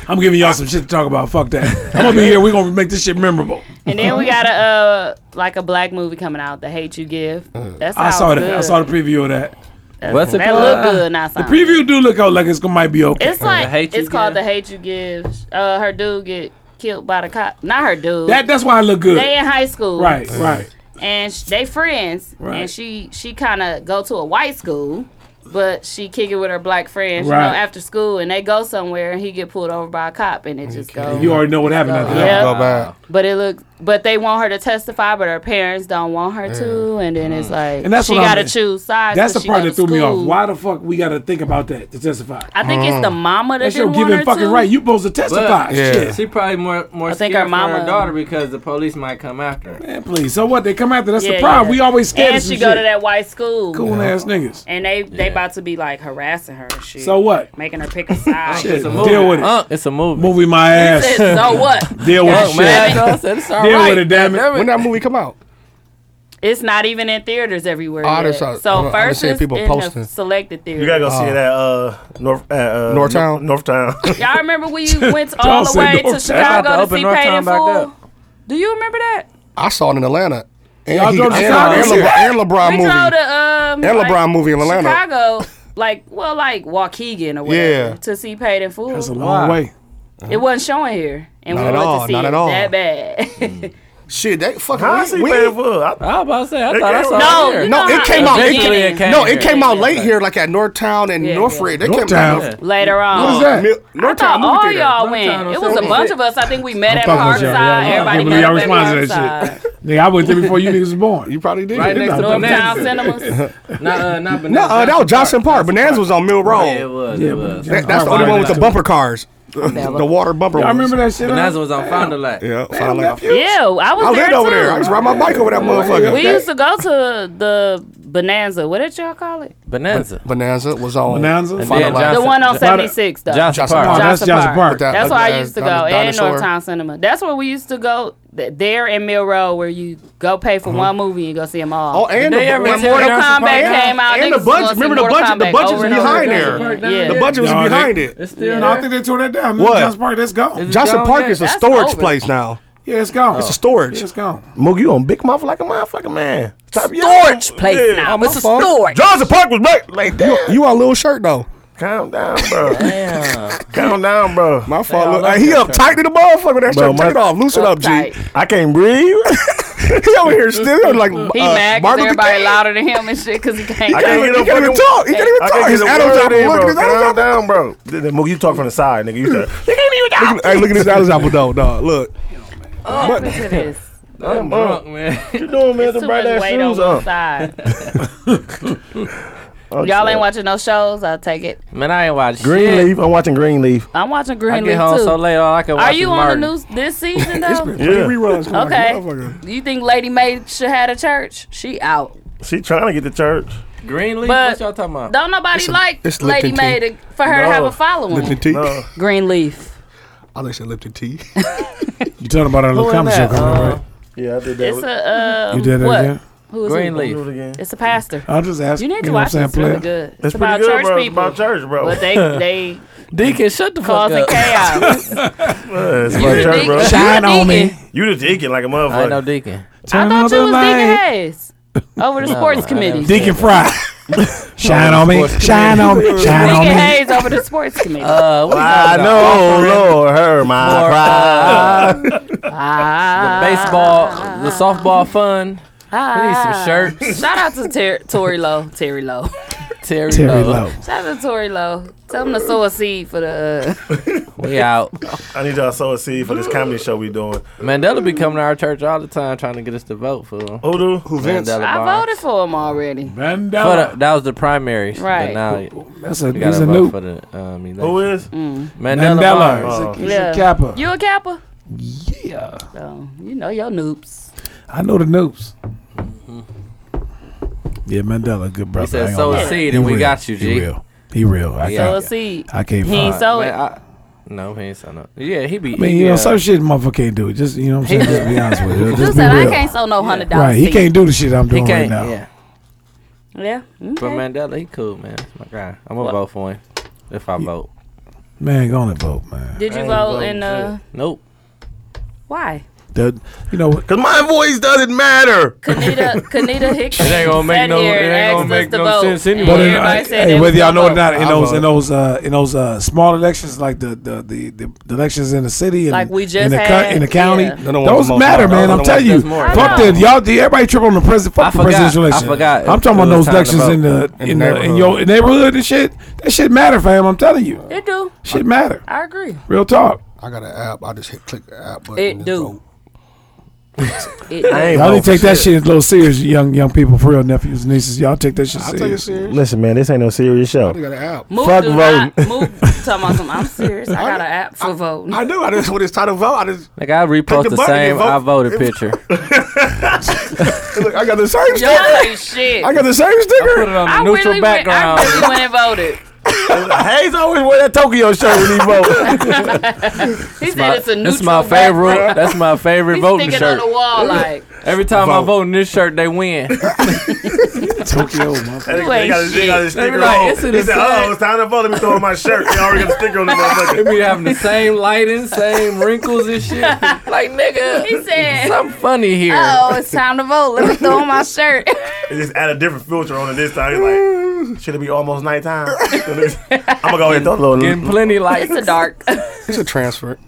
Speaker 8: I'm giving y'all some shit to talk about. Fuck that. I'm gonna be here. We're gonna make this shit memorable.
Speaker 1: And then we got a uh, like a black movie coming out, The Hate You
Speaker 3: Uh.
Speaker 1: Give. That's
Speaker 8: I saw that. I saw the preview of that.
Speaker 6: What's it
Speaker 1: That
Speaker 6: called?
Speaker 1: look good. Not the
Speaker 8: Preview do look out like it's gonna might be okay.
Speaker 1: It's like
Speaker 6: The Hate You
Speaker 1: it's called The
Speaker 6: Give?
Speaker 1: Hate You Give. Uh, her dude get killed by the cop. Not her dude.
Speaker 8: that that's why I look good.
Speaker 1: they in high school,
Speaker 8: Right, right.
Speaker 1: And sh- they friends,
Speaker 8: Right.
Speaker 1: and she she kind of go to a white school, but she kick it with her black friends, you
Speaker 8: Right.
Speaker 1: know, after school, and they go somewhere, and he get pulled over by a cop, and it just goes.
Speaker 8: You already know what happened after that.
Speaker 1: Yeah.
Speaker 3: Go back.
Speaker 1: But it look, but they want her to testify, but her parents don't want her to, and then it's like
Speaker 8: And that's
Speaker 1: she
Speaker 8: what I'm-
Speaker 1: got to choose sides.
Speaker 8: That's
Speaker 1: 'cause
Speaker 8: the
Speaker 1: she
Speaker 8: part
Speaker 1: go
Speaker 8: that
Speaker 1: to
Speaker 8: threw me off.
Speaker 1: school.
Speaker 8: Why the fuck we gotta think about that to testify?
Speaker 1: I think it's
Speaker 3: Mm.
Speaker 1: the mama that
Speaker 8: That's
Speaker 1: didn't
Speaker 8: your
Speaker 1: want her
Speaker 8: giving fucking
Speaker 1: to.
Speaker 8: right. You supposed to testify.
Speaker 6: But
Speaker 3: Yeah.
Speaker 8: Shit.
Speaker 6: she probably more more
Speaker 1: I think
Speaker 6: scared
Speaker 1: her
Speaker 6: for
Speaker 1: mama-
Speaker 6: her daughter because the police might come after her.
Speaker 8: Man, please. So what? They come after. That's
Speaker 1: Yeah,
Speaker 8: the problem.
Speaker 1: yeah.
Speaker 8: We always scared.
Speaker 1: and
Speaker 8: of some
Speaker 1: she go
Speaker 8: shit.
Speaker 1: to that white school,
Speaker 8: cool ass niggas.
Speaker 1: and they they about to be like harassing her. and Shit.
Speaker 8: So what?
Speaker 1: Making her pick a side.
Speaker 8: Shit.
Speaker 6: It's a movie.
Speaker 8: Deal with it.
Speaker 6: Uh, it's a movie.
Speaker 8: Movie my ass. [LAUGHS]
Speaker 1: so what?
Speaker 8: Deal with
Speaker 6: Fuck,
Speaker 8: the
Speaker 6: man.
Speaker 8: shit.
Speaker 6: I said, it's all
Speaker 8: Deal
Speaker 6: right.
Speaker 8: with it, damn it.
Speaker 3: When that movie come out?
Speaker 1: It's not even in theaters everywhere.
Speaker 3: Oh,
Speaker 1: yet.
Speaker 3: that's how-
Speaker 1: so
Speaker 3: I- I
Speaker 1: first
Speaker 3: understand
Speaker 1: it's
Speaker 3: people
Speaker 1: in
Speaker 3: posting.
Speaker 1: the selected theaters.
Speaker 4: You gotta go see that uh North uh, uh
Speaker 3: Northtown?
Speaker 4: Nor- [LAUGHS]
Speaker 1: [LAUGHS]
Speaker 4: Northtown.
Speaker 1: Y'all remember
Speaker 3: [LAUGHS]
Speaker 1: we went all the
Speaker 8: said
Speaker 1: way
Speaker 8: North
Speaker 1: to
Speaker 8: Town. Shout
Speaker 6: out
Speaker 1: Chicago to
Speaker 6: to
Speaker 1: see
Speaker 6: Open North
Speaker 1: Paid
Speaker 6: Town
Speaker 1: in
Speaker 6: back
Speaker 1: Full?
Speaker 6: up.
Speaker 1: Do you remember that?
Speaker 3: I saw it in Atlanta. And,
Speaker 8: Y'all
Speaker 3: he,
Speaker 8: drove to
Speaker 3: and, uh,
Speaker 8: Chicago
Speaker 3: and,
Speaker 8: this year.
Speaker 3: LeBron, and LeBron
Speaker 1: we
Speaker 3: movie.
Speaker 1: drove to um
Speaker 3: And LeBron movie in Atlanta.
Speaker 1: Chicago, like well, like Waukegan or whatever,
Speaker 3: Yeah.
Speaker 1: to see Paid in Full.
Speaker 8: That's a long way.
Speaker 1: it wasn't showing here, and
Speaker 3: Not
Speaker 1: we
Speaker 3: at
Speaker 1: went
Speaker 3: all,
Speaker 1: to see
Speaker 3: not
Speaker 1: it
Speaker 3: at all.
Speaker 1: that bad.
Speaker 3: Shit, they fucking.
Speaker 4: How I
Speaker 3: we-
Speaker 4: see
Speaker 3: we-
Speaker 4: Paid in Full? I-
Speaker 6: I was about to say, I
Speaker 4: It
Speaker 6: thought I
Speaker 4: came
Speaker 6: saw
Speaker 4: out.
Speaker 1: no,
Speaker 6: it.
Speaker 1: you
Speaker 3: No,
Speaker 1: know
Speaker 3: it
Speaker 1: how
Speaker 3: came out-
Speaker 6: Eventually
Speaker 1: beginning-
Speaker 6: it came
Speaker 3: no, it came out
Speaker 6: Yeah.
Speaker 3: late here, like at Northtown and
Speaker 1: Yeah,
Speaker 3: Northridge. They came
Speaker 8: Northtown.
Speaker 3: out.
Speaker 1: later on.
Speaker 8: What is that?
Speaker 3: Mil-
Speaker 1: I
Speaker 3: Northtown
Speaker 1: thought
Speaker 3: movie
Speaker 1: all
Speaker 3: theater.
Speaker 1: y'all
Speaker 6: time
Speaker 1: went.
Speaker 6: I
Speaker 1: It
Speaker 6: said
Speaker 1: was a
Speaker 6: that.
Speaker 1: bunch of us. I think we met at
Speaker 8: fucking with y'all.
Speaker 1: Parkside.
Speaker 8: Y'all- y'all
Speaker 1: Everybody
Speaker 8: can't
Speaker 1: met
Speaker 8: believe
Speaker 1: up
Speaker 8: y'all
Speaker 1: at
Speaker 8: responded to that
Speaker 1: Parkside.
Speaker 8: Nigga, I went there before you niggas was born.
Speaker 3: You probably did.
Speaker 6: Right next to
Speaker 8: No,
Speaker 1: Hometown
Speaker 6: Bonanza. [LAUGHS]
Speaker 1: cinemas.
Speaker 6: Not, uh, not Bonanza.
Speaker 3: No, uh, that was Johnson Park. Bonanza was on Mill Road.
Speaker 6: Yeah, it was.
Speaker 8: Yeah,
Speaker 6: it was.
Speaker 8: but-
Speaker 3: That- that's the only one with the bumper cars. [LAUGHS] the water bumper.
Speaker 8: I
Speaker 3: ones.
Speaker 8: remember that shit.
Speaker 6: Bonanza was on Founder Lake.
Speaker 3: Yeah, Fond du Lac.
Speaker 1: Yeah, I was there
Speaker 3: I lived
Speaker 1: too.
Speaker 3: over there. I used to ride my bike over that motherfucker.
Speaker 1: we used to go to the Bonanza. What did y'all call it?
Speaker 6: Bonanza.
Speaker 3: Bonanza was on.
Speaker 8: Bonanza?
Speaker 3: Fond du
Speaker 6: Yeah,
Speaker 3: Lac.
Speaker 1: The
Speaker 6: Johnson-
Speaker 1: one on
Speaker 8: Johnson-
Speaker 1: 76, though.
Speaker 6: Johnson
Speaker 3: Johnson
Speaker 8: Oh,
Speaker 6: Park.
Speaker 3: Park.
Speaker 8: that's Johnson
Speaker 1: Johnson
Speaker 8: Park.
Speaker 1: Park.
Speaker 3: With that-
Speaker 1: That's
Speaker 3: with
Speaker 1: where I
Speaker 3: that
Speaker 1: used to
Speaker 3: dino-
Speaker 1: go, and
Speaker 3: dinosaur.
Speaker 1: Northtown Cinema. That's where we used to go. th- There in Mill Road, where you go pay for one movie and go see them all.
Speaker 3: Uh-huh. Oh, and
Speaker 6: They
Speaker 3: the,
Speaker 6: ever
Speaker 3: and
Speaker 6: tell
Speaker 1: Mortal
Speaker 6: Johnson Park?
Speaker 1: Kombat came out.
Speaker 3: And
Speaker 1: niggas
Speaker 3: the
Speaker 1: was
Speaker 3: budget.
Speaker 1: gonna see
Speaker 3: Remember the
Speaker 1: Mortal
Speaker 3: budget. The
Speaker 1: Kombat
Speaker 3: budget
Speaker 1: over
Speaker 3: was
Speaker 1: and over
Speaker 3: behind
Speaker 1: again.
Speaker 3: there.
Speaker 1: Yeah.
Speaker 3: The budget was
Speaker 8: Y'all, they-
Speaker 3: behind it.
Speaker 6: It's still
Speaker 8: No, I think they tore that down.
Speaker 3: What?
Speaker 8: Johnson Park, that's gone.
Speaker 3: Johnson
Speaker 6: gone
Speaker 3: Park
Speaker 6: yet.
Speaker 3: is a
Speaker 1: That's
Speaker 3: storage
Speaker 1: over.
Speaker 3: place now.
Speaker 8: Yeah, it's gone.
Speaker 3: It's a storage.
Speaker 8: Yeah, it's gone.
Speaker 4: Mook, you on big mouth like a motherfucking man. Stop
Speaker 1: Storage place now.
Speaker 4: I'm
Speaker 1: It's a storage.
Speaker 4: Johnson Park was back. Like that.
Speaker 3: You on little shirt though.
Speaker 4: Calm down,
Speaker 8: [LAUGHS]
Speaker 4: bro. Calm down, bro.
Speaker 3: My fault. Look, hey, he up tight to the motherfucker. with That
Speaker 4: Bro,
Speaker 3: shirt.
Speaker 4: my-
Speaker 3: Take it off. Loosen up, G.
Speaker 1: Uptight.
Speaker 4: I can't breathe.
Speaker 3: [LAUGHS] he over here
Speaker 4: [LAUGHS]
Speaker 3: still like uh,
Speaker 1: He mad 'cause
Speaker 3: Martin Luther [LAUGHS]
Speaker 1: everybody
Speaker 3: King.
Speaker 1: louder than him and shit because he can't.
Speaker 4: I can't
Speaker 3: He can't
Speaker 4: get
Speaker 3: even
Speaker 4: a fucking-
Speaker 3: talk. He can't even
Speaker 4: I
Speaker 3: talk.
Speaker 4: can't
Speaker 3: His
Speaker 4: get a
Speaker 3: Adam's
Speaker 4: word
Speaker 3: apple.
Speaker 4: in,
Speaker 3: Look at
Speaker 4: bro.
Speaker 3: his Adam's
Speaker 4: Calm
Speaker 3: apple.
Speaker 4: down, bro. Th- th- Mook, you talk from the side, [LAUGHS] nigga. You said,
Speaker 3: Hey, look at his Adam's apple though, dog. Look.
Speaker 1: Listen to this.
Speaker 4: I'm
Speaker 6: Drunk,
Speaker 4: drunk.
Speaker 6: man.
Speaker 4: You doing, man?
Speaker 1: It's
Speaker 4: The
Speaker 1: too
Speaker 4: bright
Speaker 1: much
Speaker 4: ass
Speaker 1: weight
Speaker 4: shoes
Speaker 1: on
Speaker 4: on.
Speaker 1: one
Speaker 3: [LAUGHS]
Speaker 1: side.
Speaker 4: Oh,
Speaker 1: Y'all
Speaker 4: shit.
Speaker 1: ain't watching no shows. I'll take it.
Speaker 6: man, I ain't watch shit.
Speaker 4: Greenleaf. I'm watching Greenleaf.
Speaker 1: I'm watching
Speaker 6: I
Speaker 1: Green
Speaker 6: get
Speaker 1: Leaf
Speaker 6: home
Speaker 1: too.
Speaker 6: so late, all I can watch
Speaker 1: Are you
Speaker 6: is
Speaker 1: on
Speaker 6: Martin.
Speaker 1: the news this season
Speaker 3: It's
Speaker 1: though?
Speaker 3: been three
Speaker 4: Yeah.
Speaker 3: reruns. Come
Speaker 1: Okay.
Speaker 3: On, motherfucker.
Speaker 1: Do you think Lady May should have a church? She out.
Speaker 4: She trying to get to church.
Speaker 6: Greenleaf?
Speaker 1: But-
Speaker 6: What y'all talking about?
Speaker 1: Don't nobody
Speaker 3: a-
Speaker 1: like
Speaker 3: it's
Speaker 1: Lady
Speaker 3: Lipton
Speaker 1: May
Speaker 3: tea.
Speaker 1: to, for her to
Speaker 4: No.
Speaker 1: have a following.
Speaker 3: Lipton tea.
Speaker 4: No.
Speaker 1: Green Leaf.
Speaker 3: [LAUGHS] I like said Lipton tea.
Speaker 8: You talking about our little
Speaker 6: Who in
Speaker 8: comedy show
Speaker 6: that?
Speaker 8: coming
Speaker 3: Uh-huh.
Speaker 8: up,
Speaker 6: Uh,
Speaker 8: right?
Speaker 4: Yeah, I did that.
Speaker 1: It's
Speaker 4: with-
Speaker 1: a um,
Speaker 8: You did that
Speaker 1: what?
Speaker 8: again?
Speaker 1: Who is it?
Speaker 4: do it
Speaker 6: Greenleaf.
Speaker 4: again.
Speaker 1: It's a pastor.
Speaker 8: I'll just ask.
Speaker 1: You need to
Speaker 8: know what I'm
Speaker 1: watch it.
Speaker 8: saying,
Speaker 1: It's really
Speaker 8: player?
Speaker 1: good.
Speaker 4: That's
Speaker 1: it's about
Speaker 4: pretty good,
Speaker 1: church
Speaker 4: bro. It's
Speaker 1: people.
Speaker 4: about church, bro.
Speaker 1: But
Speaker 6: [LAUGHS]
Speaker 1: they they
Speaker 6: Deacon, shut the fuck
Speaker 1: causing
Speaker 6: up.
Speaker 4: [LAUGHS]
Speaker 1: chaos.
Speaker 4: Yeah, it's about
Speaker 1: You
Speaker 4: church,
Speaker 1: dig-
Speaker 4: bro.
Speaker 8: Shine
Speaker 1: You a
Speaker 8: on me.
Speaker 1: deacon.
Speaker 4: You the deacon like a
Speaker 6: I ain't no
Speaker 4: motherfucker.
Speaker 6: Deacon.
Speaker 1: I
Speaker 8: Turn
Speaker 1: thought
Speaker 8: on
Speaker 1: you
Speaker 8: the
Speaker 1: was Deacon
Speaker 8: light.
Speaker 1: Hayes over the
Speaker 6: No,
Speaker 1: sports
Speaker 6: I
Speaker 1: committee.
Speaker 6: never-
Speaker 8: Deacon Fry.
Speaker 6: [LAUGHS]
Speaker 8: Shine on me.
Speaker 6: Sports
Speaker 8: Shine on me. Shine
Speaker 1: Deacon
Speaker 8: on me.
Speaker 1: Hayes over the sports committee.
Speaker 6: Uh, what
Speaker 4: I know, Lord, her my pride.
Speaker 6: Uh,
Speaker 1: ah,
Speaker 6: [LAUGHS] baseball, the softball fun. We need some
Speaker 1: ah.
Speaker 6: shirts.
Speaker 1: Shout out to Ter- Tory Lowe. Terry Lowe.
Speaker 6: [LAUGHS] Terry,
Speaker 8: Terry
Speaker 6: Lowe.
Speaker 8: Lowe.
Speaker 1: Shout out to Tory Lowe. Tell him to sow a seed for the. Uh,
Speaker 6: We out.
Speaker 4: I need [LAUGHS] y'all to sow a seed for this comedy show we doing.
Speaker 6: Mandela be coming to our church all the time trying to get us to vote for him.
Speaker 4: Who do? Who
Speaker 6: Mandela
Speaker 1: I
Speaker 6: Barnes.
Speaker 1: voted for him already.
Speaker 6: But, uh,
Speaker 8: Mandela.
Speaker 6: that was the primaries.
Speaker 1: Right.
Speaker 6: But now
Speaker 8: That's a,
Speaker 6: Oh, we got
Speaker 8: that's
Speaker 6: to
Speaker 8: a
Speaker 6: vote
Speaker 8: new
Speaker 6: for the um, election.
Speaker 4: Who is?
Speaker 1: Mm.
Speaker 4: Oh.
Speaker 6: Mandela.
Speaker 8: Mandela.
Speaker 6: Barnes.
Speaker 4: Barnes.
Speaker 8: It's a- it's
Speaker 1: Yeah.
Speaker 8: a Kappa.
Speaker 1: You a Kappa?
Speaker 8: Yeah.
Speaker 1: Oh, you know your noobs.
Speaker 8: I know the news.
Speaker 1: Mm-hmm.
Speaker 8: Yeah, Mandela, good brother.
Speaker 6: He
Speaker 8: I
Speaker 6: said,
Speaker 8: ain't
Speaker 6: "Sow a
Speaker 8: gonna lie.
Speaker 6: seed
Speaker 8: He
Speaker 6: and we
Speaker 8: real.
Speaker 6: got you, G."
Speaker 8: He real. He real. I,
Speaker 6: Yeah.
Speaker 1: Sow a
Speaker 8: can't,
Speaker 1: seed.
Speaker 8: I can't
Speaker 1: He ain't
Speaker 8: fight.
Speaker 1: sow
Speaker 6: Man,
Speaker 1: it.
Speaker 6: I- no, he ain't sign up. Yeah, he be.
Speaker 8: I mean, you
Speaker 6: yeah.
Speaker 8: know, some shit motherfucker can't do. Just, you know what I'm saying? Just be honest with you.
Speaker 1: You
Speaker 8: Just be
Speaker 1: said I
Speaker 8: real.
Speaker 1: can't sow no hundred dollars.
Speaker 8: Right. He can't do the shit I'm
Speaker 6: He
Speaker 8: doing right
Speaker 6: can't.
Speaker 8: now.
Speaker 6: yeah.
Speaker 1: Yeah.
Speaker 6: But
Speaker 1: Okay.
Speaker 6: Mandela, he cool, man. That's my guy. I'm gonna vote for him if I vote.
Speaker 8: Man, go on and vote, man.
Speaker 1: Did you
Speaker 6: ain't
Speaker 1: vote
Speaker 6: voting
Speaker 1: in uh?
Speaker 6: Nope.
Speaker 1: Why?
Speaker 8: The, you know,
Speaker 4: Cause my voice doesn't matter.
Speaker 1: Kanita
Speaker 4: [LAUGHS]
Speaker 6: [LAUGHS]
Speaker 1: Kanita Hickson.
Speaker 6: It ain't gonna make
Speaker 1: sat
Speaker 6: no-
Speaker 1: here
Speaker 6: it
Speaker 1: and
Speaker 6: ain't
Speaker 1: asked
Speaker 6: gonna
Speaker 1: us
Speaker 6: make
Speaker 1: to
Speaker 6: no
Speaker 1: vote,
Speaker 6: sense
Speaker 1: and
Speaker 6: anyway.
Speaker 8: But in,
Speaker 1: everybody
Speaker 8: I-
Speaker 1: said
Speaker 8: hey,
Speaker 1: they was
Speaker 8: whether y'all know it or
Speaker 1: vote.
Speaker 8: not, in
Speaker 4: I
Speaker 8: those
Speaker 4: vote.
Speaker 8: in those uh, in those uh, small elections, like the the, the, the, the elections in the city, and
Speaker 1: Like we just
Speaker 8: in the,
Speaker 1: had,
Speaker 8: in the county,
Speaker 1: yeah.
Speaker 3: They're the ones
Speaker 8: those
Speaker 3: with most
Speaker 8: matter,
Speaker 3: votes.
Speaker 8: man.
Speaker 3: They're
Speaker 8: I'm
Speaker 3: the
Speaker 8: telling
Speaker 6: ones
Speaker 8: you,
Speaker 6: that's more.
Speaker 8: fuck
Speaker 1: I know.
Speaker 8: that, y'all. The, everybody trip on the president. Fuck
Speaker 6: I
Speaker 8: the
Speaker 6: forgot.
Speaker 8: presidential
Speaker 6: I
Speaker 8: election.
Speaker 6: forgot.
Speaker 8: am talking
Speaker 6: It
Speaker 8: about those
Speaker 6: was time to
Speaker 8: elections
Speaker 6: vote.
Speaker 8: in the
Speaker 3: In
Speaker 8: in
Speaker 3: the
Speaker 8: the in your neighborhood and shit. That shit matter, fam. I'm telling you,
Speaker 1: It do.
Speaker 8: shit matter.
Speaker 1: I agree.
Speaker 8: Real talk.
Speaker 3: I got an app. I just hit click the app button.
Speaker 1: It
Speaker 3: and
Speaker 1: do. It do.
Speaker 3: vote.
Speaker 4: I ain't
Speaker 8: Y'all
Speaker 4: voting
Speaker 8: need to take
Speaker 4: for
Speaker 8: that shit a little serious, young young people, for real nephews and nieces. Y'all take that shit
Speaker 3: I take it
Speaker 8: serious.
Speaker 3: serious.
Speaker 4: Listen, man, this ain't no serious show.
Speaker 3: I got an app.
Speaker 1: Move
Speaker 4: Fuck
Speaker 1: do not
Speaker 4: [LAUGHS]
Speaker 1: move. Talking about something. I'm serious. I got an
Speaker 3: [LAUGHS]
Speaker 1: app for voting.
Speaker 3: I do. I just when it's time to vote, I just
Speaker 6: Like I repost
Speaker 3: the
Speaker 6: the,
Speaker 3: button
Speaker 6: same
Speaker 3: and vote.
Speaker 6: I voted picture. I
Speaker 3: look, I got the same.
Speaker 1: Yo,
Speaker 3: sticker.
Speaker 1: ain't [LAUGHS] shit.
Speaker 3: I got the same
Speaker 6: put it
Speaker 3: sticker.
Speaker 6: on the
Speaker 1: I
Speaker 6: neutral
Speaker 1: really went.
Speaker 6: background.
Speaker 1: I really [LAUGHS] went and voted.
Speaker 6: [LAUGHS]
Speaker 4: [LAUGHS] Hayes always wear that Tokyo shirt when he vote.
Speaker 1: He
Speaker 6: My-
Speaker 1: said it's a neutral.
Speaker 6: that's my favorite. That's my favorite
Speaker 1: He's
Speaker 6: voting
Speaker 1: sticking
Speaker 6: shirt.
Speaker 1: on the wall like
Speaker 6: Every time I
Speaker 3: Vote.
Speaker 6: vote in this shirt, they
Speaker 8: [LAUGHS]
Speaker 3: [LAUGHS]
Speaker 6: win.
Speaker 8: Tokyo, motherfucker.
Speaker 4: they, they got a, they got a sticker
Speaker 6: like,
Speaker 4: on.
Speaker 6: it's in
Speaker 4: He
Speaker 6: the
Speaker 4: said,
Speaker 6: sack.
Speaker 4: "Oh, it's time to vote. Let me throw on my shirt. They already got a sticker on the
Speaker 6: they
Speaker 4: motherfucker."
Speaker 6: be
Speaker 4: [LAUGHS]
Speaker 6: having the same lighting, same wrinkles
Speaker 1: [LAUGHS]
Speaker 6: and shit. Oh, Like
Speaker 1: he
Speaker 6: nigga,
Speaker 1: said.
Speaker 6: something funny here.
Speaker 1: Oh, it's time to vote. Let me throw on my shirt.
Speaker 4: They just add a different filter on it this time. He's like, "Should it be
Speaker 1: [LAUGHS]
Speaker 4: almost nighttime?" I'm gonna go ahead and throw a [LAUGHS]
Speaker 6: Getting
Speaker 4: little.
Speaker 6: plenty
Speaker 1: [LAUGHS]
Speaker 6: lights.
Speaker 1: it's a dark.
Speaker 3: It's a transfer.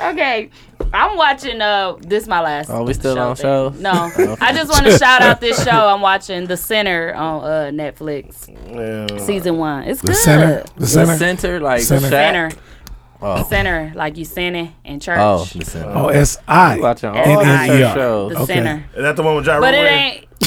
Speaker 1: Okay. I'm watching uh this my last
Speaker 6: Oh, we still on
Speaker 1: thing.
Speaker 6: shows? [LAUGHS]
Speaker 1: No. I just want to shout out this show I'm watching The Center on uh Netflix.
Speaker 4: Yeah.
Speaker 1: Season 1. It's
Speaker 8: The
Speaker 1: good.
Speaker 8: center, the
Speaker 6: The
Speaker 8: center.
Speaker 6: center, like
Speaker 8: Center.
Speaker 6: Shaq.
Speaker 1: Center.
Speaker 6: Oh.
Speaker 1: Center like you sinning in church.
Speaker 6: Oh, the center.
Speaker 8: O S I.
Speaker 6: Watching
Speaker 3: E
Speaker 1: And
Speaker 6: all
Speaker 1: I-
Speaker 6: the
Speaker 1: The
Speaker 6: church shows.
Speaker 8: Okay.
Speaker 1: Center.
Speaker 4: Is that the one with Ja Rule?
Speaker 1: But it
Speaker 4: in?
Speaker 1: ain't [LAUGHS]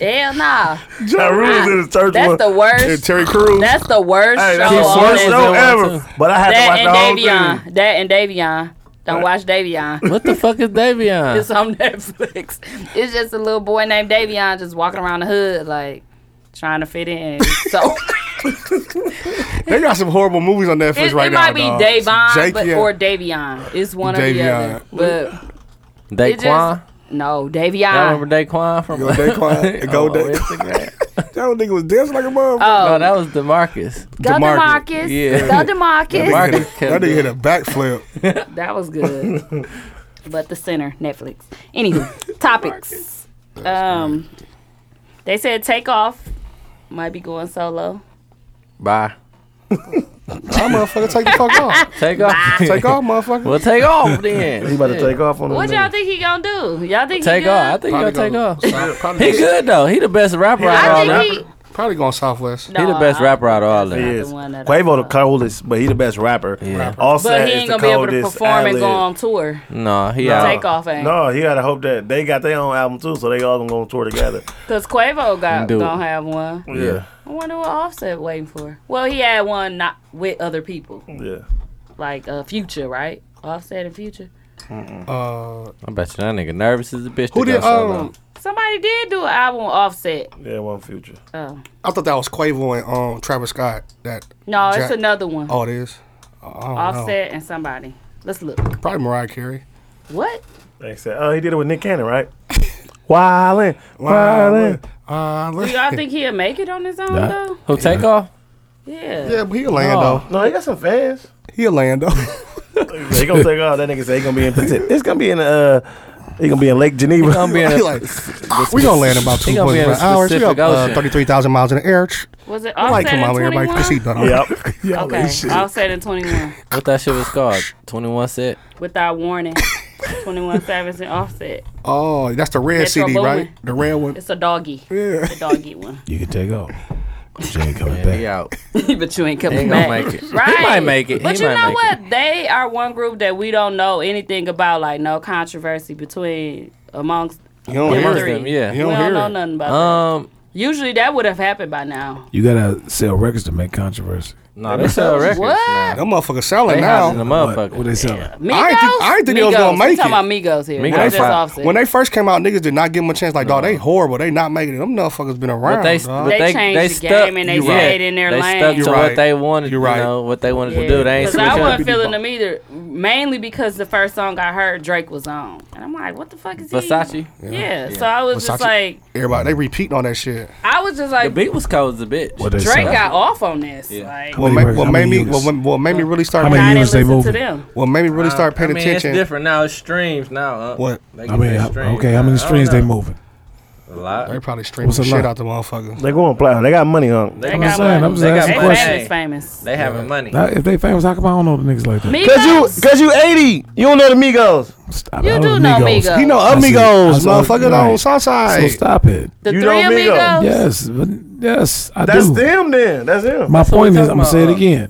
Speaker 1: Hell nah.
Speaker 4: Ja Rule was in the church
Speaker 1: That's
Speaker 4: one.
Speaker 1: [LAUGHS] the
Speaker 3: And
Speaker 1: worst.
Speaker 3: Terry Crews.
Speaker 1: That's the worst
Speaker 4: Hey, that's
Speaker 1: show
Speaker 4: the
Speaker 1: on
Speaker 4: worst
Speaker 1: this-
Speaker 4: show
Speaker 6: one,
Speaker 4: ever. But I had
Speaker 1: That
Speaker 4: to
Speaker 1: and
Speaker 4: watch the whole thing.
Speaker 1: Davion. That and Davion. Don't watch Davion.
Speaker 6: [LAUGHS] What the fuck is
Speaker 3: Uh.
Speaker 6: Davion?
Speaker 1: It's on Netflix. It's just a little boy named Davion just walking around the hood, like trying to fit in.
Speaker 3: [LAUGHS]
Speaker 1: So
Speaker 3: They got some horrible movies on Netflix
Speaker 1: it,
Speaker 3: right
Speaker 1: it
Speaker 3: now.
Speaker 1: might be
Speaker 3: dog.
Speaker 1: Davon
Speaker 3: Jake,
Speaker 1: but,
Speaker 3: yeah. [LAUGHS]
Speaker 1: or Davion. It's one or the other. But it
Speaker 6: Daquan.
Speaker 1: just no
Speaker 6: Y'all
Speaker 1: Davion.
Speaker 6: remember Daquan from
Speaker 3: Yo,
Speaker 6: [LAUGHS]
Speaker 3: Daquan. Go
Speaker 6: Oh,
Speaker 1: [LAUGHS]
Speaker 3: Daquan.
Speaker 6: Instagram?
Speaker 3: That little nigga was dancing like a motherfucker.
Speaker 1: Oh, [LAUGHS]
Speaker 6: No, that was Demarcus.
Speaker 1: go
Speaker 3: DeMarcus.
Speaker 1: Demarcus.
Speaker 6: Yeah.
Speaker 1: Go Demarcus.
Speaker 3: that, nigga
Speaker 6: Marcus
Speaker 3: hit a,
Speaker 6: kept
Speaker 3: that nigga
Speaker 6: doing
Speaker 3: hit a backflip.
Speaker 1: That was good. but the center, Netflix.
Speaker 3: [LAUGHS]
Speaker 1: Anywho, topics. Um, they said take off might be going solo.
Speaker 6: Bye.
Speaker 3: I'm motherfucker. Take the
Speaker 1: [LAUGHS]
Speaker 3: fuck off.
Speaker 6: Take [LAUGHS] off.
Speaker 3: Take off, motherfucker.
Speaker 6: Well, take off then.
Speaker 4: He about to take off on
Speaker 1: What
Speaker 4: the
Speaker 1: y'all think he gonna do? Y'all think
Speaker 6: Take
Speaker 1: he good?
Speaker 6: off. I think
Speaker 3: Probably
Speaker 6: he'll take
Speaker 3: gonna-
Speaker 6: off. He good though. He the best rapper out
Speaker 1: I
Speaker 6: of all
Speaker 1: think
Speaker 6: rappers.
Speaker 1: he.
Speaker 3: Probably going Southwest.
Speaker 6: He the best rapper out of all
Speaker 1: He
Speaker 6: them.
Speaker 4: He
Speaker 1: is.
Speaker 4: is. Quavo the coldest, but he the best rapper.
Speaker 6: Yeah.
Speaker 4: Also,
Speaker 1: But he ain't gonna be able to perform and go on tour.
Speaker 6: No, he
Speaker 1: Takeoff
Speaker 6: out.
Speaker 1: Take off ain't.
Speaker 4: No, he gotta hope that they got their own album too, so they all gonna go on tour together.
Speaker 1: Cause Quavo got
Speaker 6: Do it.
Speaker 1: gonna have one.
Speaker 4: yeah,
Speaker 1: I wonder what Offset waiting for. Well, he had one not with other people,
Speaker 4: yeah.
Speaker 1: like uh, Future, right? Offset and Future.
Speaker 3: Uh,
Speaker 6: I bet you that nigga nervous as a bitch.
Speaker 3: who
Speaker 6: to
Speaker 3: did?
Speaker 6: go solo.
Speaker 3: Um,
Speaker 1: Somebody did do an album with Offset.
Speaker 4: Yeah, one future.
Speaker 1: Oh
Speaker 3: I thought that was Quavo and um Travis Scott. That
Speaker 1: no, it's
Speaker 3: Jack-
Speaker 1: another one.
Speaker 3: Oh, it is. I don't know.
Speaker 1: Offset and somebody. Let's look.
Speaker 3: Probably Mariah Carey.
Speaker 1: What?
Speaker 4: They said, oh, he did it with Nick Cannon, right? [LAUGHS] Wildin', wildin'.
Speaker 3: Uh,
Speaker 1: Do y'all think he'll make it on his own though?
Speaker 6: Who take off?
Speaker 1: Yeah.
Speaker 3: yeah, but he Orlando.
Speaker 4: No, he got some fans.
Speaker 3: He
Speaker 6: [LAUGHS]
Speaker 3: Orlando.
Speaker 4: [LAUGHS] They gonna take off. That nigga say he gonna be in. It's gonna be in. Uh, he gonna be in Lake Geneva. [LAUGHS]
Speaker 6: Gonna be in
Speaker 3: [LAUGHS] he
Speaker 6: a-
Speaker 3: like, we gonna land in about
Speaker 6: He
Speaker 3: two
Speaker 6: gonna be
Speaker 3: point
Speaker 6: in
Speaker 3: five
Speaker 6: the
Speaker 3: hours. We up
Speaker 6: Pacific
Speaker 3: uh,
Speaker 6: Ocean.
Speaker 3: thirty-three thousand miles in the air.
Speaker 1: Was it
Speaker 3: I
Speaker 1: Offset
Speaker 3: like come
Speaker 1: and
Speaker 3: out when everybody can see
Speaker 1: 21?
Speaker 3: that.
Speaker 4: yep.
Speaker 3: [LAUGHS] Yeah,
Speaker 1: Okay, Offset and 21.
Speaker 6: what that shit was called? Twenty one set.
Speaker 1: Without
Speaker 3: [LAUGHS]
Speaker 1: warning. 21 Savage and Offset.
Speaker 3: Oh, that's the red
Speaker 1: Metro
Speaker 3: CD,
Speaker 1: Boomin.
Speaker 3: right? The red one.
Speaker 1: It's a doggy.
Speaker 3: Yeah.
Speaker 1: The doggy one.
Speaker 8: You can take off. But you ain't coming
Speaker 6: Yeah,
Speaker 8: back.
Speaker 6: he out.
Speaker 1: but you ain't coming
Speaker 6: Ain't gonna
Speaker 1: back.
Speaker 6: make it. He
Speaker 1: Right.
Speaker 6: might make it.
Speaker 1: But
Speaker 6: He
Speaker 1: you
Speaker 6: might
Speaker 1: know
Speaker 6: make
Speaker 1: what? They are one group that we don't know anything about. Like no controversy between amongst.
Speaker 3: You don't
Speaker 1: them
Speaker 6: hear
Speaker 1: three.
Speaker 6: them, yeah.
Speaker 1: we
Speaker 3: You don't
Speaker 1: don't
Speaker 3: hear
Speaker 1: know
Speaker 3: it.
Speaker 1: nothing about. that.
Speaker 6: Um,
Speaker 1: Usually that would have happened by now.
Speaker 8: You gotta sell records to make controversy.
Speaker 6: no,
Speaker 1: [LAUGHS]
Speaker 6: they sell records.
Speaker 1: What?
Speaker 6: now.
Speaker 3: Them motherfuckers
Speaker 6: They
Speaker 3: selling
Speaker 6: now, the
Speaker 3: now.
Speaker 8: What, what
Speaker 6: motherfucker.
Speaker 8: they selling?
Speaker 1: Migos.
Speaker 3: I ain't think- I ain't think they was
Speaker 1: Migos.
Speaker 3: gonna
Speaker 1: We
Speaker 3: make
Speaker 1: talking
Speaker 3: it.
Speaker 1: about Migos here.
Speaker 6: Migos.
Speaker 1: Not just
Speaker 6: They fi-
Speaker 1: Offset. Uh-huh.
Speaker 3: When they first came out, niggas did not give them a chance. Like, dog, they horrible. They not making it. Them motherfuckers been around.
Speaker 6: But they,
Speaker 3: dog.
Speaker 6: but
Speaker 1: They
Speaker 6: they,
Speaker 1: changed the
Speaker 6: stuck,
Speaker 1: game and they
Speaker 6: you
Speaker 1: stayed in their
Speaker 6: they
Speaker 1: lane.
Speaker 6: stuck to
Speaker 3: You're
Speaker 6: what
Speaker 3: right.
Speaker 6: they wanted.
Speaker 3: You're
Speaker 6: You
Speaker 3: right.
Speaker 6: know what they wanted to
Speaker 1: Yeah.
Speaker 6: do. They ain't
Speaker 1: Cause I
Speaker 6: switch up.
Speaker 1: wasn't feeling them either, mainly because the first song I heard Drake was on, and I'm like, "What the fuck is
Speaker 6: Versace?
Speaker 1: he?" Yeah. So I was just
Speaker 3: Versace.
Speaker 1: like,
Speaker 3: Everybody, they repeating on that shit.
Speaker 1: I was just
Speaker 6: The
Speaker 1: like,
Speaker 6: beat was cold as a bitch.
Speaker 8: What they
Speaker 1: Drake
Speaker 8: selling?
Speaker 1: got off on this.
Speaker 6: Yeah.
Speaker 1: Like,
Speaker 3: What,
Speaker 8: many
Speaker 3: ma-
Speaker 8: records-
Speaker 3: what
Speaker 8: how
Speaker 3: made
Speaker 8: many
Speaker 3: me?
Speaker 8: units?
Speaker 3: What, ma- what made me really start?
Speaker 8: How many
Speaker 1: I
Speaker 8: units?
Speaker 3: Paying,
Speaker 1: didn't
Speaker 8: years they
Speaker 1: listen to
Speaker 8: moving?
Speaker 1: them.
Speaker 3: what made me really start
Speaker 6: Uh, I
Speaker 3: paying
Speaker 6: mean, it's
Speaker 3: attention?
Speaker 6: different now. It's streams now. uh,
Speaker 3: What?
Speaker 6: they
Speaker 8: I
Speaker 6: get
Speaker 8: mean,
Speaker 6: their
Speaker 8: how-
Speaker 6: streams
Speaker 8: okay, how
Speaker 6: now. I
Speaker 8: many
Speaker 6: don't
Speaker 8: streams they
Speaker 6: know.
Speaker 8: moving?
Speaker 6: A lot.
Speaker 3: They probably streaming
Speaker 8: What's the
Speaker 3: shit
Speaker 8: line?
Speaker 3: out the motherfuckers.
Speaker 4: They going platinum. They got money on.
Speaker 6: They
Speaker 1: They
Speaker 6: got
Speaker 1: got
Speaker 8: saying,
Speaker 1: money.
Speaker 8: I'm just
Speaker 6: They
Speaker 8: asking
Speaker 6: got
Speaker 8: questions.
Speaker 6: money.
Speaker 1: Famous, famous.
Speaker 6: They having money.
Speaker 8: Now, if they famous, how come I don't know the niggas like that?
Speaker 1: Migos.
Speaker 4: Cause you, cause you eighty. You don't know the Migos.
Speaker 8: Stop
Speaker 1: You
Speaker 8: I
Speaker 1: do
Speaker 8: the
Speaker 1: know Migos.
Speaker 8: He
Speaker 1: He know
Speaker 8: Oh, I see- I
Speaker 3: Amigos,
Speaker 8: saw-
Speaker 3: motherfucker,
Speaker 8: right.
Speaker 3: on Southside.
Speaker 8: So stop it.
Speaker 1: the
Speaker 4: You
Speaker 1: three
Speaker 4: know Migos.
Speaker 1: amigos.
Speaker 8: Yes, but yes, I
Speaker 4: That's
Speaker 8: do.
Speaker 4: them. Then that's him.
Speaker 8: My
Speaker 6: what
Speaker 8: point
Speaker 6: we
Speaker 8: is, I'm
Speaker 6: talking
Speaker 8: gonna say it
Speaker 6: about, uh,
Speaker 8: again.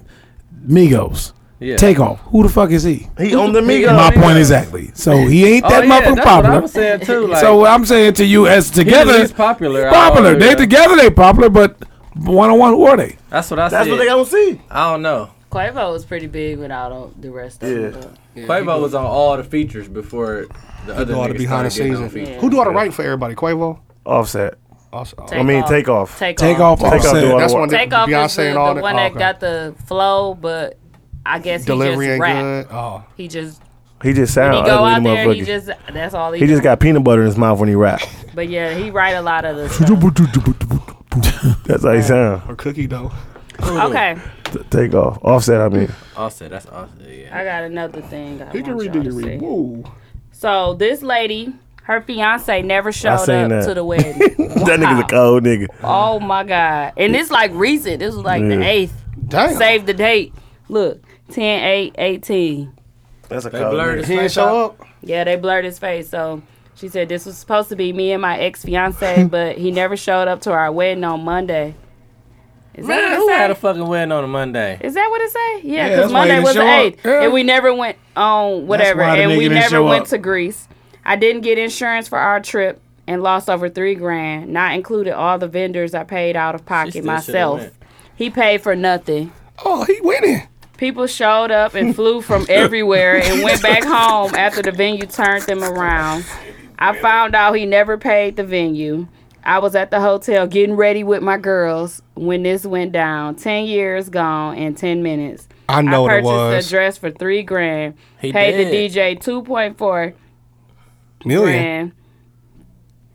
Speaker 8: Migos,
Speaker 6: Yeah.
Speaker 8: take off. Who the fuck is he?
Speaker 4: He owned the Migos.
Speaker 8: My point exactly. So he ain't
Speaker 6: Oh,
Speaker 8: that
Speaker 6: yeah,
Speaker 8: motherfucking
Speaker 6: that's What
Speaker 8: popular.
Speaker 6: I'm saying too.
Speaker 8: [LAUGHS]
Speaker 6: Like,
Speaker 8: so what I'm saying to you, as
Speaker 6: he the
Speaker 8: together,
Speaker 6: least popular. out of all
Speaker 8: popular.
Speaker 6: of
Speaker 8: They
Speaker 6: them.
Speaker 8: together, they popular, but one on one, who are they?
Speaker 6: That's what I
Speaker 4: That's
Speaker 6: said.
Speaker 4: what they gonna see.
Speaker 6: I don't know.
Speaker 1: Quavo was pretty big without all the rest of
Speaker 4: Yeah.
Speaker 1: them.
Speaker 6: Quavo was on all the features before the other
Speaker 3: do all the
Speaker 6: niggas
Speaker 3: behind the
Speaker 6: started getting
Speaker 3: scenes.
Speaker 6: on features.
Speaker 3: Who do all the writing for everybody? Quavo.
Speaker 4: Offset.
Speaker 3: Also,
Speaker 1: Take
Speaker 4: I mean,
Speaker 1: off.
Speaker 4: take off.
Speaker 1: Take,
Speaker 8: Take
Speaker 1: off.
Speaker 8: off,
Speaker 4: Take off
Speaker 8: offset.
Speaker 4: the
Speaker 3: uh, that's one
Speaker 1: Take
Speaker 3: that
Speaker 1: off is
Speaker 3: Beyonce
Speaker 1: the,
Speaker 3: and all
Speaker 1: the
Speaker 3: that.
Speaker 1: one
Speaker 3: oh,
Speaker 1: that
Speaker 3: okay.
Speaker 1: got the flow, but I guess he
Speaker 3: delivery
Speaker 1: just
Speaker 3: ain't
Speaker 1: rap.
Speaker 3: good. Oh,
Speaker 1: He just
Speaker 4: He just
Speaker 1: he
Speaker 4: sound
Speaker 1: go out
Speaker 4: ugly,
Speaker 1: there. He
Speaker 4: motherfucker.
Speaker 1: just that's all he.
Speaker 4: He
Speaker 1: do.
Speaker 4: just got peanut butter in his mouth when
Speaker 8: [LAUGHS]
Speaker 4: he rap.
Speaker 1: But yeah, he write a lot of the
Speaker 3: [LAUGHS]
Speaker 1: stuff.
Speaker 4: That's how he sound.
Speaker 3: or cookie dough.
Speaker 1: Okay,
Speaker 4: T- Take off. Offset. I mean,
Speaker 6: Offset. That's Offset. Yeah.
Speaker 1: I got another thing. I
Speaker 3: He can
Speaker 1: want
Speaker 3: redo
Speaker 1: y'all
Speaker 3: your
Speaker 1: to see.
Speaker 3: read. Woo.
Speaker 1: So this lady, her fiance never showed
Speaker 4: seen
Speaker 1: up
Speaker 4: that.
Speaker 1: to the
Speaker 4: [LAUGHS]
Speaker 1: wedding.
Speaker 4: that nigga's a cold nigga.
Speaker 1: Oh my god! And it's like recent. This was like the
Speaker 4: Yeah.
Speaker 1: eighth.
Speaker 3: Damn.
Speaker 1: Save the date. Look, 10, 8, 18.
Speaker 4: That's a
Speaker 6: They
Speaker 4: cold
Speaker 6: blurred
Speaker 4: nigga.
Speaker 6: his
Speaker 3: He didn't
Speaker 6: face
Speaker 3: show up.
Speaker 1: Yeah, they blurred his face. So she said this was supposed to be me and my ex
Speaker 7: [LAUGHS]
Speaker 1: fiance, but he never showed up to our wedding on Monday. Is
Speaker 6: Man,
Speaker 1: that
Speaker 6: who
Speaker 1: what
Speaker 6: had
Speaker 1: it
Speaker 6: a
Speaker 1: say?
Speaker 6: fucking wedding on a Monday?
Speaker 1: Is that what it say? Yeah,
Speaker 7: Yeah,
Speaker 1: because
Speaker 7: that's why he
Speaker 1: Monday
Speaker 7: didn't
Speaker 1: was the
Speaker 7: show up.
Speaker 1: eighth,
Speaker 7: Yeah.
Speaker 1: and we never went on whatever,
Speaker 7: why the
Speaker 1: and
Speaker 7: nigga
Speaker 1: we
Speaker 7: didn't
Speaker 1: never
Speaker 7: show
Speaker 1: went
Speaker 7: up.
Speaker 1: to Greece. I didn't get insurance for our trip and lost over three grand, not included all the vendors I paid out of
Speaker 6: still
Speaker 1: pocket
Speaker 6: shoulda
Speaker 1: myself.
Speaker 6: went.
Speaker 1: He paid for nothing.
Speaker 3: Oh, he winning.
Speaker 1: People showed up and flew from everywhere and went back home after the venue turned them around. I found out he never paid the venue. I was at the hotel getting ready with my girls when this went down. 10 years gone in 10 minutes.
Speaker 3: I know
Speaker 1: I
Speaker 3: what it
Speaker 1: purchased
Speaker 3: was.
Speaker 1: a dress for 3 grand.
Speaker 6: He
Speaker 1: paid
Speaker 6: did.
Speaker 1: the DJ 2.4
Speaker 3: Million.
Speaker 1: grand.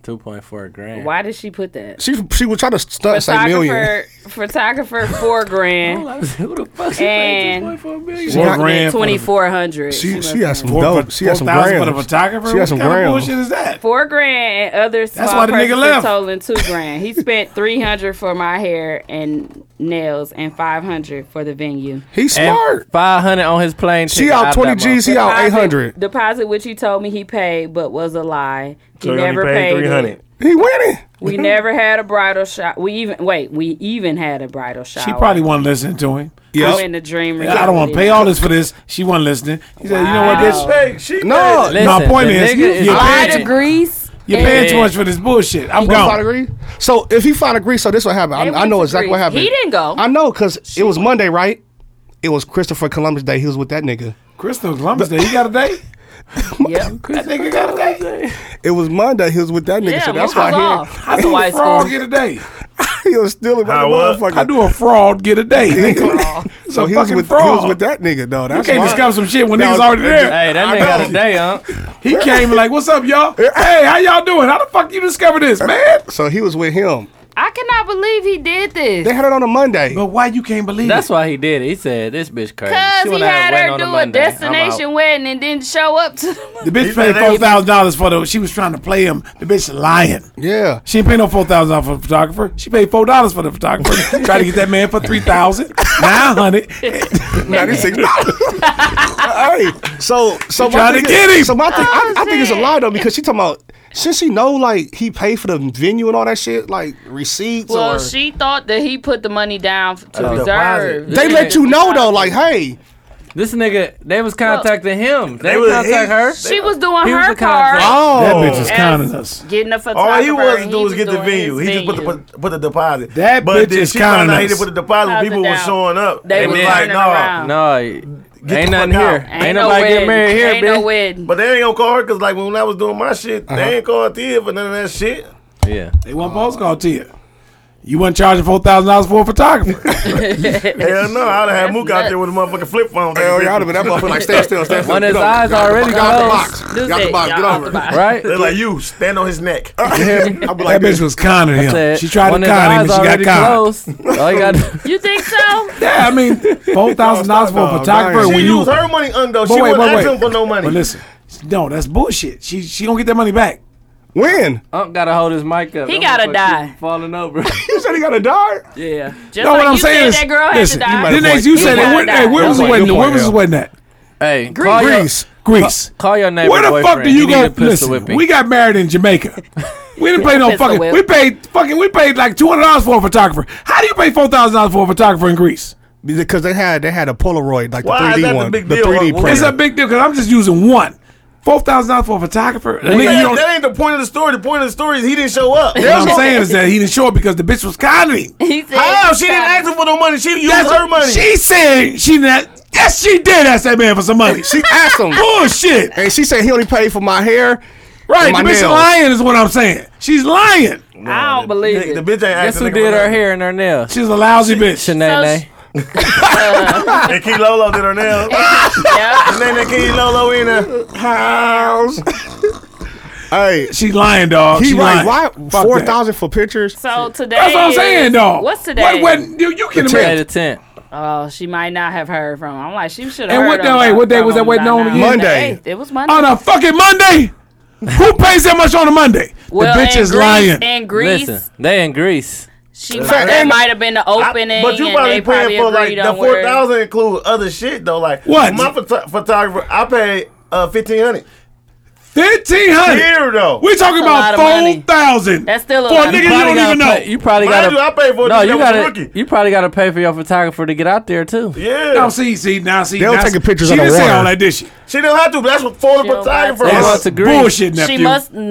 Speaker 6: Two point four grand.
Speaker 1: Why did she put that?
Speaker 3: She she was trying to stunt say million.
Speaker 1: Photographer photographer 4 grand.
Speaker 6: [LAUGHS] Who the fuck
Speaker 1: And-
Speaker 6: two point four million?
Speaker 3: She got-
Speaker 7: grand for the-
Speaker 1: 2400.
Speaker 3: She
Speaker 1: must
Speaker 3: she
Speaker 1: have.
Speaker 3: had some dope. She had some
Speaker 7: 4,000 for the
Speaker 3: grams.
Speaker 7: photographer.
Speaker 3: She had some
Speaker 7: what kind
Speaker 3: grams.
Speaker 7: of bullshit is that?
Speaker 1: Four grand and other small
Speaker 7: why the nigga
Speaker 1: purchases
Speaker 7: left.
Speaker 1: totaling two grand. He spent three hundred for my hair and nails and five hundred for the venue.
Speaker 3: He smart.
Speaker 6: Five hundred on his plane.
Speaker 3: She
Speaker 6: ticket
Speaker 3: out twenty
Speaker 6: that
Speaker 3: G's. He
Speaker 6: motherfucker.
Speaker 3: out
Speaker 1: Deposit-
Speaker 3: eight hundred.
Speaker 1: deposit, which he told me he paid, but was a lie. He
Speaker 4: So he only
Speaker 1: never
Speaker 4: paid
Speaker 1: paid,
Speaker 4: three
Speaker 1: it.
Speaker 4: hundred.
Speaker 3: He winning. [LAUGHS]
Speaker 1: We never had a bridal shower. We even wait. We even had a bridal shower.
Speaker 8: She probably wasn't listening to
Speaker 1: I'm
Speaker 8: him.
Speaker 3: Yep.
Speaker 1: in the dream.
Speaker 8: I don't want to pay all this for this. She wasn't listening. He said, "You know what, bitch?
Speaker 4: Hey, she
Speaker 3: No,
Speaker 6: Listen,
Speaker 8: my point
Speaker 6: the
Speaker 8: is,
Speaker 6: nigga
Speaker 8: you- you
Speaker 1: Five
Speaker 8: paying
Speaker 6: bitch.
Speaker 8: too,
Speaker 1: degrees.
Speaker 8: you're
Speaker 1: and-
Speaker 8: paying too much for this bullshit. I'm
Speaker 3: He found
Speaker 8: gone."
Speaker 3: agree. So if he found agree, so this what happened.
Speaker 1: They
Speaker 3: I, I
Speaker 1: went
Speaker 3: know
Speaker 1: to
Speaker 3: exactly what
Speaker 1: Greece.
Speaker 3: happened.
Speaker 1: He didn't go.
Speaker 3: I know because it was Monday, right? It was Christopher Columbus Day. He was with that nigga.
Speaker 8: Crystal Columbus Day. He got a
Speaker 3: [LAUGHS]
Speaker 8: day.
Speaker 1: Yep.
Speaker 8: That nigga got a day.
Speaker 3: It was Monday. He was with that nigga.
Speaker 1: Yeah,
Speaker 3: so that's
Speaker 1: we was
Speaker 3: why
Speaker 1: off.
Speaker 8: I
Speaker 1: That's
Speaker 8: do
Speaker 1: why
Speaker 8: a
Speaker 1: it's
Speaker 8: fraud
Speaker 1: called-
Speaker 8: get a [LAUGHS] day.
Speaker 3: he, he was stealing like a
Speaker 4: How what?
Speaker 3: motherfucker.
Speaker 8: I do a fraud get a day.
Speaker 3: [LAUGHS]
Speaker 8: nigga. It's
Speaker 3: So
Speaker 8: a
Speaker 3: he was,
Speaker 8: fucking
Speaker 3: with, he
Speaker 8: fraud.
Speaker 3: was with that nigga though.
Speaker 8: You
Speaker 3: That's
Speaker 8: can't
Speaker 3: why.
Speaker 8: discuss some shit when
Speaker 3: No,
Speaker 8: niggas already there.
Speaker 6: Hey, that nigga got a day, huh?
Speaker 8: [LAUGHS] He came like, "What's up, y'all? Hey, how y'all doing? How the fuck you discover this, man?"
Speaker 3: So he was with him.
Speaker 1: I cannot believe he did this.
Speaker 3: They had it on a Monday.
Speaker 8: But why you can't believe
Speaker 6: That's
Speaker 8: it?
Speaker 6: why he
Speaker 8: [LAUGHS]
Speaker 6: did it. He said, "This bitch crazy."
Speaker 1: Cause
Speaker 6: She
Speaker 1: he
Speaker 6: went out
Speaker 1: had
Speaker 6: waiting
Speaker 1: her
Speaker 6: on
Speaker 1: do a
Speaker 6: Monday. I'm out.
Speaker 1: destination wedding and didn't show up to the
Speaker 8: The bitch paid
Speaker 4: said they-
Speaker 8: four thousand dollars for the. She was trying to play him. The bitch lying.
Speaker 3: Yeah.
Speaker 8: She ain't pay no four thousand dollars for the photographer. She paid four dollars for the photographer. [LAUGHS] Try to get that man for three thousand nine hundred.
Speaker 3: Ninety six dollars. [LAUGHS] hey, so so my
Speaker 8: trying
Speaker 3: thing
Speaker 8: to
Speaker 3: is-
Speaker 8: get him.
Speaker 3: So my thing, I, I think it's a
Speaker 1: shit.
Speaker 3: lie though because she talking about since she know like he paid for the venue and all that shit like receipts
Speaker 1: Well,
Speaker 3: or
Speaker 1: she thought that he put the money down f- to reserve.
Speaker 3: they
Speaker 1: [LAUGHS]
Speaker 3: let you know though like hey
Speaker 6: This nigga, they was contacting him.
Speaker 4: They
Speaker 6: They, didn't
Speaker 4: was-
Speaker 6: contact
Speaker 4: he-
Speaker 6: her.
Speaker 1: She was doing
Speaker 6: He was
Speaker 1: her
Speaker 6: a
Speaker 1: part,
Speaker 6: contract.
Speaker 8: That
Speaker 3: oh
Speaker 8: bitch is
Speaker 1: As-
Speaker 8: counting us.
Speaker 1: getting a photographer.
Speaker 4: All he was to
Speaker 1: and
Speaker 4: do was get the
Speaker 1: doing his
Speaker 4: venue. He just put the
Speaker 1: venue.
Speaker 4: put, put the deposit.
Speaker 8: That
Speaker 4: but
Speaker 8: bitch
Speaker 4: then
Speaker 8: is
Speaker 4: she found out
Speaker 8: counting
Speaker 4: he
Speaker 8: us.
Speaker 4: didn't put the deposit.
Speaker 1: Thousand
Speaker 4: People were
Speaker 1: down.
Speaker 4: showing up.
Speaker 1: They was
Speaker 4: was like,
Speaker 1: turning
Speaker 4: nah.
Speaker 1: around.
Speaker 6: No,
Speaker 4: the
Speaker 6: ain't nothing
Speaker 4: fuck out.
Speaker 6: here. Ain't,
Speaker 1: Ain't, no
Speaker 6: nobody
Speaker 1: wedding.
Speaker 6: getting married here,
Speaker 1: Ain't
Speaker 6: bitch.
Speaker 1: no wedding.
Speaker 4: But they ain't gonna call her because like when I was doing my shit, they ain't called Tia for none of that shit.
Speaker 6: Yeah.
Speaker 8: They want postcard to you. You wasn't charging four thousand dollars for a
Speaker 4: [LAUGHS]
Speaker 8: photographer.
Speaker 4: Hell no, I'd have had
Speaker 1: That's
Speaker 4: Mook out there with a motherfucking flip phone.
Speaker 3: hell y'all have been that motherfucker like stand still stand still
Speaker 6: When
Speaker 3: get
Speaker 6: his
Speaker 3: over it,
Speaker 6: eyes
Speaker 3: get over it,
Speaker 6: already
Speaker 3: get out the
Speaker 6: closed.
Speaker 3: box
Speaker 1: This
Speaker 3: get out the
Speaker 1: it,
Speaker 3: box get
Speaker 1: y'all
Speaker 3: over
Speaker 1: out the
Speaker 3: it
Speaker 1: box.
Speaker 6: Right?
Speaker 4: They're like you, stand on his neck.
Speaker 3: I'm
Speaker 8: that bitch
Speaker 3: like this.
Speaker 8: was conning him.
Speaker 6: Said,
Speaker 8: She tried
Speaker 6: when
Speaker 8: to
Speaker 6: his
Speaker 8: con him and
Speaker 6: eyes
Speaker 8: she got
Speaker 6: already
Speaker 8: conned.
Speaker 6: closed, all
Speaker 8: [LAUGHS]
Speaker 6: you got to
Speaker 1: You think so?
Speaker 8: Yeah, I mean, four thousand dollars for a
Speaker 3: dog,
Speaker 8: photographer
Speaker 4: [LAUGHS]
Speaker 3: dang.
Speaker 4: She
Speaker 8: when you
Speaker 4: used her money, Undo.
Speaker 8: But
Speaker 4: She
Speaker 8: wait,
Speaker 4: wasn't
Speaker 8: but wait.
Speaker 4: asking for no money.
Speaker 8: But listen, no, that's bullshit. She she gonna get that money back.
Speaker 3: when
Speaker 6: Unc gotta hold his mic up.
Speaker 1: He
Speaker 6: That
Speaker 1: gotta
Speaker 6: motherfucker
Speaker 1: die.
Speaker 6: keep Falling over. [LAUGHS]
Speaker 3: you said he got a dart
Speaker 6: yeah.
Speaker 1: Just like
Speaker 8: No, what I'm
Speaker 1: you
Speaker 8: saying
Speaker 1: said that
Speaker 8: is,
Speaker 1: girl
Speaker 8: listen,
Speaker 1: had to
Speaker 3: you
Speaker 1: die.
Speaker 3: might-
Speaker 8: Then they, you
Speaker 1: You
Speaker 8: said that.
Speaker 1: gotta
Speaker 8: Where,
Speaker 1: die.
Speaker 8: hey, where
Speaker 1: Your
Speaker 8: was his
Speaker 3: point,
Speaker 8: wedding?
Speaker 3: your
Speaker 8: at? Where
Speaker 3: point,
Speaker 8: was his
Speaker 3: yeah.
Speaker 8: wedding at?
Speaker 6: Hey, call your,
Speaker 8: Greece, Greece.
Speaker 6: call your neighbor
Speaker 8: Where the
Speaker 6: boyfriend.
Speaker 8: fuck do you
Speaker 6: he need
Speaker 8: go?
Speaker 6: to pistol
Speaker 8: Listen,
Speaker 6: whip
Speaker 8: we got married in
Speaker 6: [LAUGHS]
Speaker 8: Jamaica. We didn't pay no
Speaker 1: Pistol
Speaker 8: fucking.
Speaker 1: whip.
Speaker 8: We paid fucking. We paid like two hundred dollars for a photographer. How do you pay four thousand dollars for a photographer in Greece?
Speaker 3: because they had they had a Polaroid like
Speaker 4: Why is
Speaker 3: the
Speaker 4: that the
Speaker 3: 3D one
Speaker 4: big
Speaker 3: the
Speaker 4: deal?
Speaker 3: 3D
Speaker 4: Well,
Speaker 3: printer
Speaker 8: It's a big deal because I'm just using one. Four thousand dollars for a photographer. I mean, you
Speaker 4: that,
Speaker 8: don't,
Speaker 4: that ain't the point of the story. The point of the story is he didn't show up.
Speaker 8: what
Speaker 4: [LAUGHS]
Speaker 8: I'm saying is that he didn't show up because the bitch was conning. him.
Speaker 1: [LAUGHS] He said,
Speaker 4: How? She didn't ask him for no money. She used
Speaker 8: That's
Speaker 4: her money. [LAUGHS]
Speaker 8: She said she not. Yes, she did ask that man for some money.
Speaker 3: she asked him
Speaker 8: bullshit.
Speaker 3: and she said he only paid for my hair
Speaker 8: Right,
Speaker 3: and my
Speaker 8: the bitch
Speaker 3: nails.
Speaker 8: lying is what I'm saying. She's lying.
Speaker 1: I don't believe
Speaker 4: the
Speaker 1: it.
Speaker 4: bitch ain't
Speaker 6: Guess
Speaker 4: asking.
Speaker 6: who did her hair and her nails?
Speaker 8: She's a lousy bitch.
Speaker 6: Shanae.
Speaker 4: And Key Lolo did her nails.
Speaker 1: [LAUGHS] Yeah.
Speaker 4: His name that Key Lolo in the house.
Speaker 3: hey
Speaker 8: She's lying, dog.
Speaker 3: he
Speaker 8: She
Speaker 3: right
Speaker 8: lying.
Speaker 3: Oh, why
Speaker 8: Fuck
Speaker 3: four
Speaker 8: that.
Speaker 3: thousand for pictures
Speaker 1: So today.
Speaker 8: That's what I'm
Speaker 1: is-
Speaker 8: saying, dog.
Speaker 1: What's today?
Speaker 8: What, what, you, you can
Speaker 6: Today
Speaker 8: imagine.
Speaker 6: the tent.
Speaker 1: Oh, she might not have heard from him. I'm like, she should have.
Speaker 8: And what
Speaker 1: heard
Speaker 8: day-
Speaker 1: him
Speaker 8: wait, what day
Speaker 1: from
Speaker 8: was that
Speaker 1: him
Speaker 8: wedding
Speaker 1: by
Speaker 8: on
Speaker 1: now.
Speaker 8: again?
Speaker 3: Monday.
Speaker 1: Eighth. It was Monday.
Speaker 8: On a fucking Monday? Who pays that much on a Monday?
Speaker 1: Well,
Speaker 8: the bitch
Speaker 1: in
Speaker 8: is
Speaker 1: Greece-
Speaker 8: lying.
Speaker 1: In Greece,
Speaker 6: Listen, they in Greece.
Speaker 1: she might, that might have been the opening.
Speaker 4: I- but you
Speaker 1: and
Speaker 4: probably
Speaker 1: they probably
Speaker 4: paying for like
Speaker 1: agreed
Speaker 4: the
Speaker 1: on where-
Speaker 4: four thousand include other shit though. Like
Speaker 8: What?
Speaker 4: My photo- photographer, I paid uh fifteen hundred.
Speaker 8: Fifteen hundred.
Speaker 4: Here though.
Speaker 8: We're talking
Speaker 1: That's a lot
Speaker 8: about
Speaker 1: of money.
Speaker 8: four thousand.
Speaker 1: That's still a
Speaker 8: for a
Speaker 1: lot of
Speaker 8: nigga you
Speaker 1: money.
Speaker 8: don't
Speaker 6: gotta
Speaker 8: even know.
Speaker 6: pay- you probably
Speaker 4: Mind you, I
Speaker 6: got
Speaker 4: paid for
Speaker 6: to.
Speaker 4: it.
Speaker 6: No,
Speaker 4: No,
Speaker 6: you
Speaker 4: was a
Speaker 6: got to.
Speaker 4: rookie.
Speaker 6: You probably got to pay for your photographer to get out there too.
Speaker 4: yeah.
Speaker 8: Now see, see, now see.
Speaker 3: They don't
Speaker 8: now
Speaker 3: take
Speaker 8: see.
Speaker 3: the pictures
Speaker 8: She
Speaker 3: on the
Speaker 8: didn't say
Speaker 3: water.
Speaker 8: all that, did she?
Speaker 4: she didn't have to. But that's what for the
Speaker 1: She don't have
Speaker 4: photographer.
Speaker 1: to.
Speaker 6: Yes.
Speaker 4: was.
Speaker 6: to Greece.
Speaker 8: bullshit,
Speaker 1: She
Speaker 8: nephew.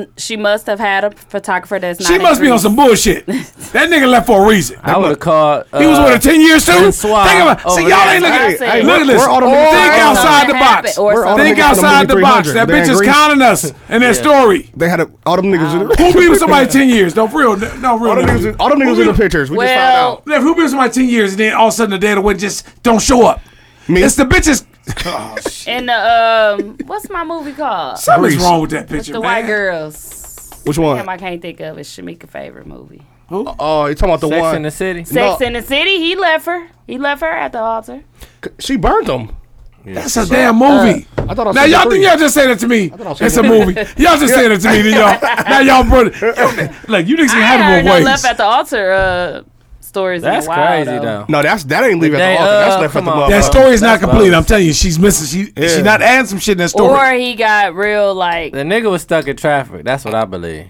Speaker 1: must. She must have had a photographer that's not.
Speaker 8: She
Speaker 1: in
Speaker 8: must be on
Speaker 1: Greece.
Speaker 8: some
Speaker 6: [LAUGHS]
Speaker 8: bullshit. That nigga left for a reason.
Speaker 6: I would have called. Uh,
Speaker 8: He was with her ten years too.
Speaker 6: Prince
Speaker 8: Think
Speaker 6: Suave
Speaker 8: about. See,
Speaker 6: over
Speaker 8: y'all
Speaker 6: there.
Speaker 8: ain't looking.
Speaker 1: I'd
Speaker 8: Hey,
Speaker 1: say-
Speaker 8: hey,
Speaker 1: We're-
Speaker 8: look at this.
Speaker 3: we're all the
Speaker 8: Think
Speaker 3: niggas that got
Speaker 8: outside the
Speaker 1: something
Speaker 8: box.
Speaker 1: happened or
Speaker 3: We're all the
Speaker 8: Think
Speaker 3: niggas from the
Speaker 8: outside
Speaker 3: movie
Speaker 8: the box.
Speaker 3: 300.
Speaker 8: That
Speaker 3: They're in
Speaker 8: bitch is
Speaker 3: Greece.
Speaker 8: conning us and their story.
Speaker 3: they had a, all them niggas
Speaker 1: [LAUGHS]
Speaker 3: in the
Speaker 8: Who be with somebody ten years? No, for real. No, no, real.
Speaker 3: all them
Speaker 8: no.
Speaker 3: niggas in- all them niggas in the pictures we just found
Speaker 1: Well,
Speaker 3: out
Speaker 8: Now, if who be with somebody ten years and then all of a sudden the day of the wedding just don't show up?
Speaker 3: Me.
Speaker 8: It's the [LAUGHS] bitches. Oh,
Speaker 1: in the um, what's my movie called?
Speaker 8: Something's
Speaker 3: Greece.
Speaker 8: wrong with that
Speaker 1: With
Speaker 8: picture,
Speaker 1: the
Speaker 8: man.
Speaker 1: white girls.
Speaker 3: which one?
Speaker 1: Damn, I can't think of it. Shamika favorite movie.
Speaker 3: Oh, you talking about the
Speaker 6: Sex
Speaker 3: one?
Speaker 6: in the City.
Speaker 1: Sex in the City. He left her. He left her at the altar.
Speaker 3: She burned them.
Speaker 8: That's a damn movie.
Speaker 1: Uh,
Speaker 3: I thought I was
Speaker 8: now y'all
Speaker 3: three.
Speaker 8: think y'all just said it to me.
Speaker 3: thought I was
Speaker 8: It's a movie.
Speaker 1: [LAUGHS]
Speaker 8: Y'all just said it to me, then
Speaker 3: [LAUGHS]
Speaker 8: y'all. Now y'all brought it. Like you niggas
Speaker 1: I
Speaker 8: can
Speaker 1: ain't
Speaker 8: have
Speaker 1: heard
Speaker 8: it
Speaker 1: no
Speaker 8: both
Speaker 1: left
Speaker 8: ways.
Speaker 1: at the altar uh, stories. in a
Speaker 6: That's
Speaker 1: while,
Speaker 6: crazy
Speaker 1: though.
Speaker 6: though.
Speaker 3: No, that's that ain't leaving
Speaker 6: They,
Speaker 3: at the altar.
Speaker 6: uh,
Speaker 3: That's left at
Speaker 6: come
Speaker 3: the
Speaker 6: on.
Speaker 3: motherfucker.
Speaker 8: That story is not
Speaker 6: That's
Speaker 8: complete.
Speaker 6: bogus.
Speaker 8: I'm telling you, she's missing. She
Speaker 3: Yeah.
Speaker 8: she not adding some shit in that story.
Speaker 1: Or he got real like
Speaker 6: The nigga was stuck in traffic. That's what I believe.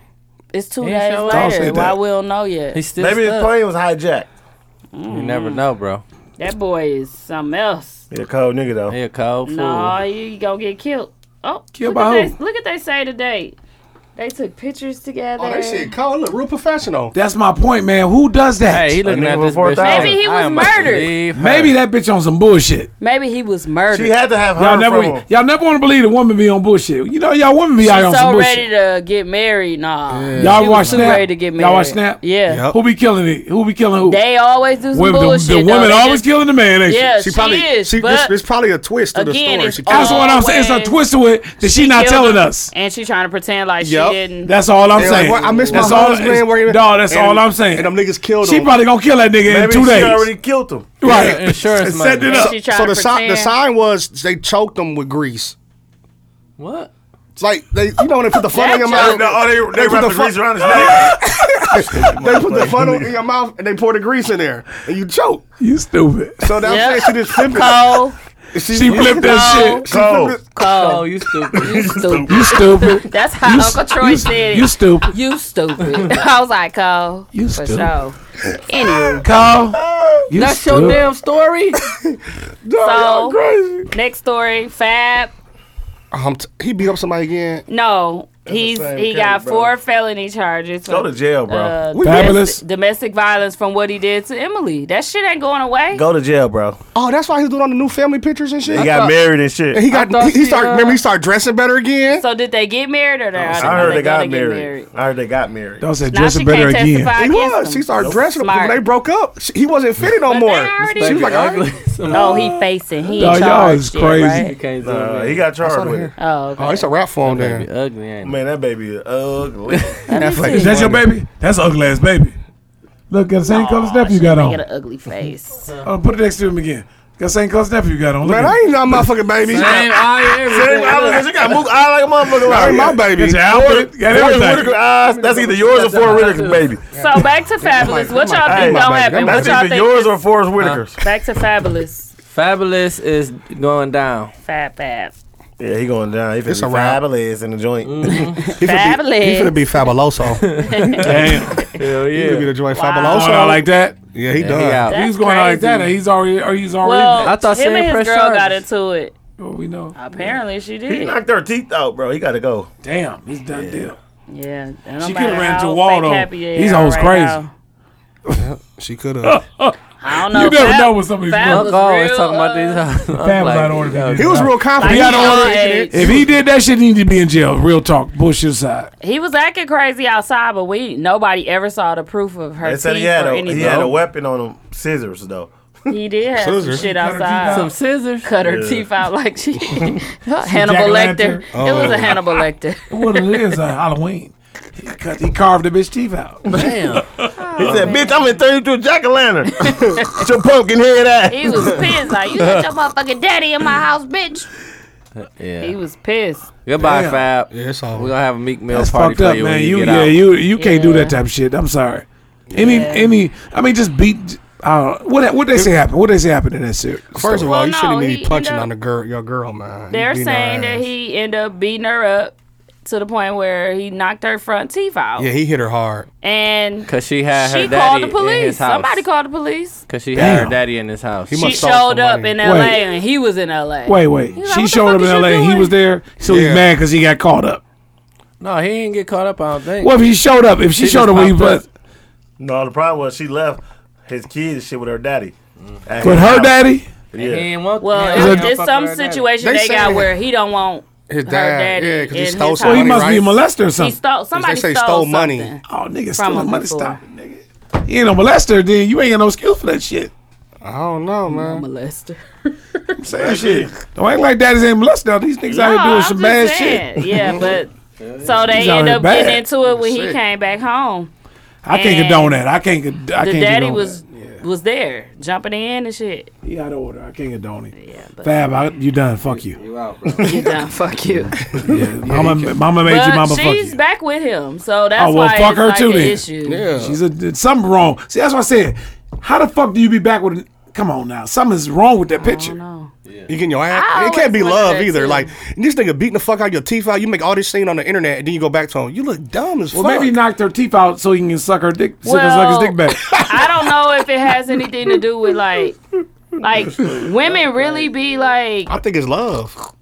Speaker 1: It's two
Speaker 6: He
Speaker 1: days
Speaker 6: sure don't
Speaker 1: later.
Speaker 8: say
Speaker 1: Why
Speaker 8: that.
Speaker 1: we don't know yet?
Speaker 6: He's still
Speaker 4: Maybe his
Speaker 6: stuck.
Speaker 4: plane was hijacked.
Speaker 6: You never know, bro.
Speaker 1: that boy is something else.
Speaker 4: He a cold nigga though.
Speaker 6: He a cold fool.
Speaker 1: No, you gonna get killed. Oh, look
Speaker 8: Killed by
Speaker 1: at
Speaker 8: who?
Speaker 1: They, look at they say today. They took pictures together.
Speaker 3: Oh, that shit cold. Look, real professional.
Speaker 8: That's my point, man. Who does that?
Speaker 6: Hey, he looking
Speaker 4: nigga
Speaker 6: at
Speaker 4: with
Speaker 6: this bitch.
Speaker 4: 4,000.
Speaker 1: Maybe he
Speaker 6: I
Speaker 1: was
Speaker 6: am about to
Speaker 1: murdered.
Speaker 6: leave her.
Speaker 8: Maybe that bitch on some bullshit.
Speaker 1: Maybe he was murdered.
Speaker 4: She had to have her
Speaker 8: Y'all never,
Speaker 4: from him.
Speaker 8: y'all never want to believe a woman be on bullshit. You know, y'all women be
Speaker 1: She's
Speaker 8: out here on
Speaker 1: so
Speaker 8: some
Speaker 1: ready
Speaker 8: bullshit.
Speaker 1: to get married. Nah,
Speaker 8: Y'all
Speaker 1: She
Speaker 8: watch
Speaker 1: was too
Speaker 8: Snap?
Speaker 1: ready to get married.
Speaker 8: Y'all watch Snap?
Speaker 1: Yeah,
Speaker 3: Yep.
Speaker 8: Who be killing it? Who be killing who?
Speaker 1: they always do some
Speaker 8: Women- the-
Speaker 1: bullshit.
Speaker 8: the
Speaker 1: though.
Speaker 8: woman
Speaker 1: They
Speaker 8: always
Speaker 1: just-
Speaker 8: killing the man. Ain't she?
Speaker 1: Yeah, she,
Speaker 3: She probably.
Speaker 1: is.
Speaker 3: she,
Speaker 1: but
Speaker 3: there's, there's probably a twist to the
Speaker 1: again,
Speaker 3: story.
Speaker 1: it's
Speaker 3: She
Speaker 1: all-
Speaker 8: That's what I'm saying. It's a
Speaker 1: Always.
Speaker 8: twist to it that she not
Speaker 1: killed
Speaker 8: telling
Speaker 1: him,
Speaker 8: us.
Speaker 1: and she trying to pretend like
Speaker 3: Yup.
Speaker 1: she didn't.
Speaker 8: That's all I'm
Speaker 3: [LAUGHS] They're like,
Speaker 8: saying.
Speaker 3: "Well, I miss my
Speaker 8: that's all-
Speaker 3: husband working-
Speaker 8: No, that's
Speaker 3: and-
Speaker 8: all I'm saying.
Speaker 3: and them niggas killed
Speaker 8: She
Speaker 3: him.
Speaker 8: probably gonna kill that nigga in
Speaker 4: Maybe
Speaker 8: two
Speaker 4: she
Speaker 8: days.
Speaker 4: already killed him.
Speaker 8: right. [LAUGHS]
Speaker 6: Insurance
Speaker 8: Set
Speaker 6: money.
Speaker 8: it up.
Speaker 1: She tried
Speaker 3: so
Speaker 1: to
Speaker 3: the sign the
Speaker 1: pretend.
Speaker 3: sign was they choked them with grease.
Speaker 6: What?
Speaker 3: It's like they, you know, when they put the funnel in your
Speaker 1: That
Speaker 3: mouth.
Speaker 4: No, oh, they, they,
Speaker 3: put
Speaker 4: wrapped
Speaker 3: the
Speaker 4: the
Speaker 3: fu-
Speaker 4: grease around his neck.
Speaker 3: [LAUGHS] They put the funnel in your mouth and they pour the grease in there and you choke.
Speaker 8: You stupid.
Speaker 3: So that's
Speaker 1: Yep.
Speaker 3: saying she just flipped it.
Speaker 1: Cole,
Speaker 8: She flipped that shit.
Speaker 3: She flipped it.
Speaker 6: Oh,
Speaker 1: Cole,
Speaker 6: you stupid.
Speaker 1: stupid.
Speaker 8: You stupid.
Speaker 1: That's how
Speaker 8: You s-
Speaker 1: Uncle Troy
Speaker 8: you, s-
Speaker 1: said.
Speaker 8: You stupid.
Speaker 1: You stupid. [LAUGHS] [LAUGHS] I was like, Cole,
Speaker 8: You
Speaker 1: for
Speaker 8: stupid.
Speaker 1: sure. Anyway,
Speaker 8: [LAUGHS] Cole. You
Speaker 6: That's
Speaker 8: stupid.
Speaker 6: your damn story.
Speaker 1: so next story, Fab.
Speaker 3: Um, t- he beat up somebody again.
Speaker 1: No, he's
Speaker 4: same
Speaker 1: he
Speaker 4: case,
Speaker 1: got
Speaker 4: bro.
Speaker 1: four felony charges.
Speaker 4: Go
Speaker 1: for,
Speaker 4: to jail, bro.
Speaker 1: uh,
Speaker 8: Fabulous.
Speaker 1: domestic, domestic violence from what he did to Emily. That shit ain't going away.
Speaker 4: Go to jail, bro.
Speaker 3: Oh, that's why he's doing all the new family pictures and shit.
Speaker 4: He got married and shit.
Speaker 3: And he got
Speaker 6: I
Speaker 1: [LAUGHS]
Speaker 6: thought
Speaker 3: he, he
Speaker 6: she,
Speaker 3: started.
Speaker 6: uh,
Speaker 3: remember, he started dressing better again.
Speaker 1: So did they get married or they?
Speaker 4: I heard they got
Speaker 1: gonna get
Speaker 4: married. I heard they got married.
Speaker 8: Don't say
Speaker 1: Now
Speaker 8: dress
Speaker 1: she
Speaker 8: it
Speaker 1: can't
Speaker 8: better again.
Speaker 1: testify
Speaker 3: he
Speaker 1: against
Speaker 3: was.
Speaker 1: him.
Speaker 3: He started dressing.
Speaker 1: Smart.
Speaker 3: Smart. When they broke up, she, he wasn't fitting no
Speaker 1: But
Speaker 3: more.
Speaker 1: they already-
Speaker 3: She was like, all
Speaker 1: [LAUGHS]
Speaker 3: right.
Speaker 1: No, he facing. He
Speaker 8: Dog,
Speaker 1: in
Speaker 8: y'all
Speaker 1: charge.
Speaker 8: is
Speaker 1: shit,
Speaker 8: crazy.
Speaker 6: You
Speaker 1: Right?
Speaker 6: can't do
Speaker 4: Uh,
Speaker 6: it.
Speaker 4: he got charged with it.
Speaker 1: Oh, okay.
Speaker 3: Oh, it's a rap form
Speaker 6: Baby
Speaker 3: then.
Speaker 6: ugly, ain't it?
Speaker 4: Man, that baby is
Speaker 1: [LAUGHS]
Speaker 4: ugly.
Speaker 8: Is that your baby?
Speaker 9: That's an ugly ass baby.
Speaker 8: Look, got the same color
Speaker 1: Aw,
Speaker 8: stuff you
Speaker 1: she
Speaker 8: got
Speaker 1: making
Speaker 8: on.
Speaker 1: an ugly face.
Speaker 8: Oh, put it next to him again. Got the same color stuff you got on. Look
Speaker 3: Man,
Speaker 8: at
Speaker 3: I
Speaker 8: it.
Speaker 3: ain't no motherfucking baby.
Speaker 6: Same eye,
Speaker 7: [LAUGHS]
Speaker 4: Same
Speaker 6: everything.
Speaker 4: eyes, you got move eye like a motherfucker.
Speaker 3: That ain't
Speaker 4: around
Speaker 3: my
Speaker 4: here.
Speaker 3: baby.
Speaker 8: Got your outfit. Got
Speaker 4: Forrest
Speaker 8: everything.
Speaker 4: Whitaker eyes. That's either yours or Forrest Whitaker's baby.
Speaker 1: [LAUGHS] So back to fabulous. What y'all
Speaker 4: Hey,
Speaker 1: think
Speaker 4: my
Speaker 1: don't
Speaker 3: baby.
Speaker 1: happen? What
Speaker 4: That's
Speaker 1: y'all
Speaker 4: either
Speaker 1: think?
Speaker 4: yours
Speaker 1: is-
Speaker 4: or Forrest Whitaker's.
Speaker 1: Back to fabulous.
Speaker 6: Uh, Fabulous is going down.
Speaker 1: Fab fab.
Speaker 4: Yeah, he going down. He
Speaker 3: It's
Speaker 4: finna
Speaker 3: a
Speaker 4: be
Speaker 3: wrap.
Speaker 4: fabulous in the joint.
Speaker 1: Mm-hmm.
Speaker 4: [LAUGHS]
Speaker 1: [LAUGHS]
Speaker 3: He finna be- He finna be fabuloso.
Speaker 8: Damn.
Speaker 3: He
Speaker 6: Hell
Speaker 3: finna be
Speaker 6: yeah.
Speaker 3: the joint
Speaker 8: Also,
Speaker 3: fabuloso.
Speaker 8: Oh, I like that.
Speaker 3: Yeah, he
Speaker 6: Yeah, he
Speaker 3: done.
Speaker 6: out.
Speaker 1: That's
Speaker 8: he's going out like
Speaker 1: crazy.
Speaker 8: that, and he's already, or he's already.
Speaker 1: Well,
Speaker 6: I thought
Speaker 1: him
Speaker 6: Sam
Speaker 1: and his
Speaker 6: pressed
Speaker 1: girl
Speaker 6: charges.
Speaker 1: got into it.
Speaker 8: well, we know.
Speaker 1: Apparently, she
Speaker 4: He
Speaker 1: did.
Speaker 4: knocked her teeth out, bro. He got to go.
Speaker 8: Damn, it's done deal.
Speaker 1: Yeah, and
Speaker 8: She
Speaker 1: she
Speaker 8: coulda
Speaker 1: could have ran into a
Speaker 8: wall,
Speaker 1: wall
Speaker 8: though.
Speaker 1: though.
Speaker 8: These hoes crazy. [LAUGHS]
Speaker 3: She could have.
Speaker 1: I don't know.
Speaker 8: You never
Speaker 1: Fab-
Speaker 8: know what some of these
Speaker 1: Fab
Speaker 8: girls-
Speaker 1: was
Speaker 6: Fuck always
Speaker 1: real,
Speaker 6: talking
Speaker 1: uh,
Speaker 6: about these.
Speaker 8: Fab was out of order to do
Speaker 3: He was real confident.
Speaker 1: Like,
Speaker 3: he had
Speaker 1: he
Speaker 3: on
Speaker 1: always-
Speaker 8: If he did that shit, he need to be in jail. Real talk, bullshit side.
Speaker 1: He was acting crazy outside, but we nobody ever saw the proof of her
Speaker 4: They
Speaker 1: teeth
Speaker 4: said he had
Speaker 1: or
Speaker 4: a
Speaker 1: anything.
Speaker 4: he had a weapon on him, scissors though.
Speaker 1: He did have some
Speaker 3: Scissors.
Speaker 1: shit
Speaker 8: Cut her teeth out.
Speaker 1: outside.
Speaker 6: Some scissors.
Speaker 1: cut her
Speaker 4: Yeah.
Speaker 1: teeth out like
Speaker 4: [LAUGHS]
Speaker 1: she [LAUGHS] uh, Hannibal
Speaker 8: Jack
Speaker 1: Lecter.
Speaker 3: Oh.
Speaker 4: Oh.
Speaker 1: It was a Hannibal Lecter.
Speaker 8: [LAUGHS] What it is, uh, Halloween. He, cut, he carved the bitch teeth out.
Speaker 6: Damn.
Speaker 8: Oh,
Speaker 4: He said, "Bitch, I'm in 32 jack o' [LAUGHS] lantern. It's your pumpkin head ass."
Speaker 1: He was pissed. Like you let your motherfucking daddy in my house, bitch. He
Speaker 6: [LAUGHS] Yeah.
Speaker 1: was pissed.
Speaker 6: Goodbye,
Speaker 8: Damn.
Speaker 6: Fab.
Speaker 3: Yeah, it's
Speaker 6: We're
Speaker 3: all.
Speaker 6: gonna have a meat meal
Speaker 8: That's
Speaker 6: party
Speaker 8: fucked
Speaker 6: for
Speaker 8: up,
Speaker 6: you
Speaker 8: man.
Speaker 6: when you,
Speaker 8: You,
Speaker 6: get
Speaker 8: yeah,
Speaker 6: out.
Speaker 8: you you can't do
Speaker 1: Yeah.
Speaker 8: that type of shit. I'm sorry. Any any, I mean, just beat. Uh, what what they say happened? What they say happened in that series?
Speaker 3: First of all,
Speaker 1: Well,
Speaker 3: you
Speaker 1: no,
Speaker 3: shouldn't
Speaker 1: he
Speaker 3: be
Speaker 1: ended
Speaker 3: punching
Speaker 1: up-
Speaker 3: on the girl, your girl, man. He
Speaker 1: They're
Speaker 3: beating her
Speaker 1: saying that
Speaker 3: ass.
Speaker 1: he ended up beating her up to the point where he knocked her front teeth out.
Speaker 3: Yeah, he hit her hard.
Speaker 1: And
Speaker 6: Cause she had her
Speaker 1: she called
Speaker 6: daddy
Speaker 1: the
Speaker 6: in
Speaker 1: police.
Speaker 6: his house.
Speaker 1: Somebody called the police.
Speaker 6: Cause she had her
Speaker 8: Damn.
Speaker 6: daddy in his house.
Speaker 3: He
Speaker 1: She
Speaker 3: must saw
Speaker 1: showed up
Speaker 3: somebody.
Speaker 1: in L.A.
Speaker 8: Wait.
Speaker 1: and he was in L.A.
Speaker 8: Wait, wait.
Speaker 1: He's like,
Speaker 8: she
Speaker 1: "What the
Speaker 8: showed
Speaker 1: fuck
Speaker 8: up in
Speaker 1: is you
Speaker 8: L.A. He
Speaker 1: doing?"
Speaker 8: was there, so
Speaker 3: Yeah.
Speaker 8: he's mad because he got caught up.
Speaker 6: no, he didn't get caught up. I don't think.
Speaker 8: Well, if he showed up, if she,
Speaker 6: She
Speaker 8: showed
Speaker 6: just
Speaker 8: up when he
Speaker 6: popped up.
Speaker 8: was
Speaker 4: No, the problem was she left his kids and shit with her daddy. At
Speaker 8: Mm-hmm. with her
Speaker 4: his house.
Speaker 8: daddy,
Speaker 6: He
Speaker 4: Yeah.
Speaker 6: didn't want-
Speaker 1: Well,
Speaker 6: he didn't
Speaker 1: it's,
Speaker 6: want to
Speaker 1: it's
Speaker 6: fuck
Speaker 1: some
Speaker 6: with her daddy.
Speaker 1: situation
Speaker 3: They
Speaker 1: they,
Speaker 3: saying
Speaker 1: got
Speaker 3: that-
Speaker 1: where he don't
Speaker 7: [LAUGHS]
Speaker 1: want
Speaker 3: His
Speaker 1: her
Speaker 3: dad,
Speaker 1: daddy
Speaker 3: yeah, because he
Speaker 1: in
Speaker 3: stole
Speaker 1: his house.
Speaker 3: some
Speaker 8: well, he
Speaker 3: money,
Speaker 8: must be
Speaker 3: right?
Speaker 8: a molester or
Speaker 1: He
Speaker 8: something.
Speaker 1: stole somebody
Speaker 3: say
Speaker 1: stole,
Speaker 3: stole money.
Speaker 1: money.
Speaker 8: Oh, nigga,
Speaker 1: From
Speaker 8: stealing
Speaker 1: him
Speaker 8: money.
Speaker 1: before.
Speaker 8: Stop it, nigga. He ain't a molester, then you ain't got no skill for that shit.
Speaker 3: I don't know, man.
Speaker 1: Molester.
Speaker 8: I'm saying shit. Don't act like daddies ain't molester. Now, These niggas out here doing some bad shit. [LAUGHS]
Speaker 1: Yeah, but so they
Speaker 8: He's out
Speaker 1: end
Speaker 8: here
Speaker 1: up
Speaker 8: bad.
Speaker 1: getting into it when he
Speaker 3: Sick.
Speaker 1: came back home.
Speaker 8: I can't
Speaker 1: And
Speaker 8: condone that. I can't. cond- I
Speaker 1: The
Speaker 8: can't
Speaker 1: daddy
Speaker 8: condone
Speaker 1: was
Speaker 8: That.
Speaker 1: was there jumping in and shit.
Speaker 8: He out of order. I can't condone it.
Speaker 1: Yeah, but
Speaker 8: Fab, I, you done. Fuck you. [LAUGHS]
Speaker 6: You out, bro.
Speaker 1: you done. [LAUGHS] Fuck you.
Speaker 8: Yeah, mama, mama made you.
Speaker 1: But
Speaker 8: Mama fuck
Speaker 1: she's
Speaker 8: you.
Speaker 1: back with him, so that's
Speaker 8: Oh, well,
Speaker 1: why
Speaker 8: fuck
Speaker 1: it's
Speaker 8: her
Speaker 1: like
Speaker 8: too
Speaker 1: an
Speaker 8: then.
Speaker 1: issue.
Speaker 3: Yeah.
Speaker 8: She's a did something wrong. See, that's what I said. How the fuck do you be back with? a Come on now, something's wrong with that
Speaker 1: I don't
Speaker 8: picture.
Speaker 1: know.
Speaker 3: You getting your ass?
Speaker 1: I
Speaker 3: It can't be
Speaker 1: always
Speaker 3: love
Speaker 1: wondered
Speaker 3: either.
Speaker 1: too.
Speaker 3: Like this nigga beating the fuck out your teeth out. You make all this scene on the internet, and then you go back to him. You look dumb as
Speaker 8: Well,
Speaker 3: fuck.
Speaker 8: maybe he knocked her teeth out so he can suck her dick, so he can
Speaker 1: Well,
Speaker 8: suck his dick back.
Speaker 1: [LAUGHS] I don't know if it has anything to do with like, like women really be like,
Speaker 3: I think it's love.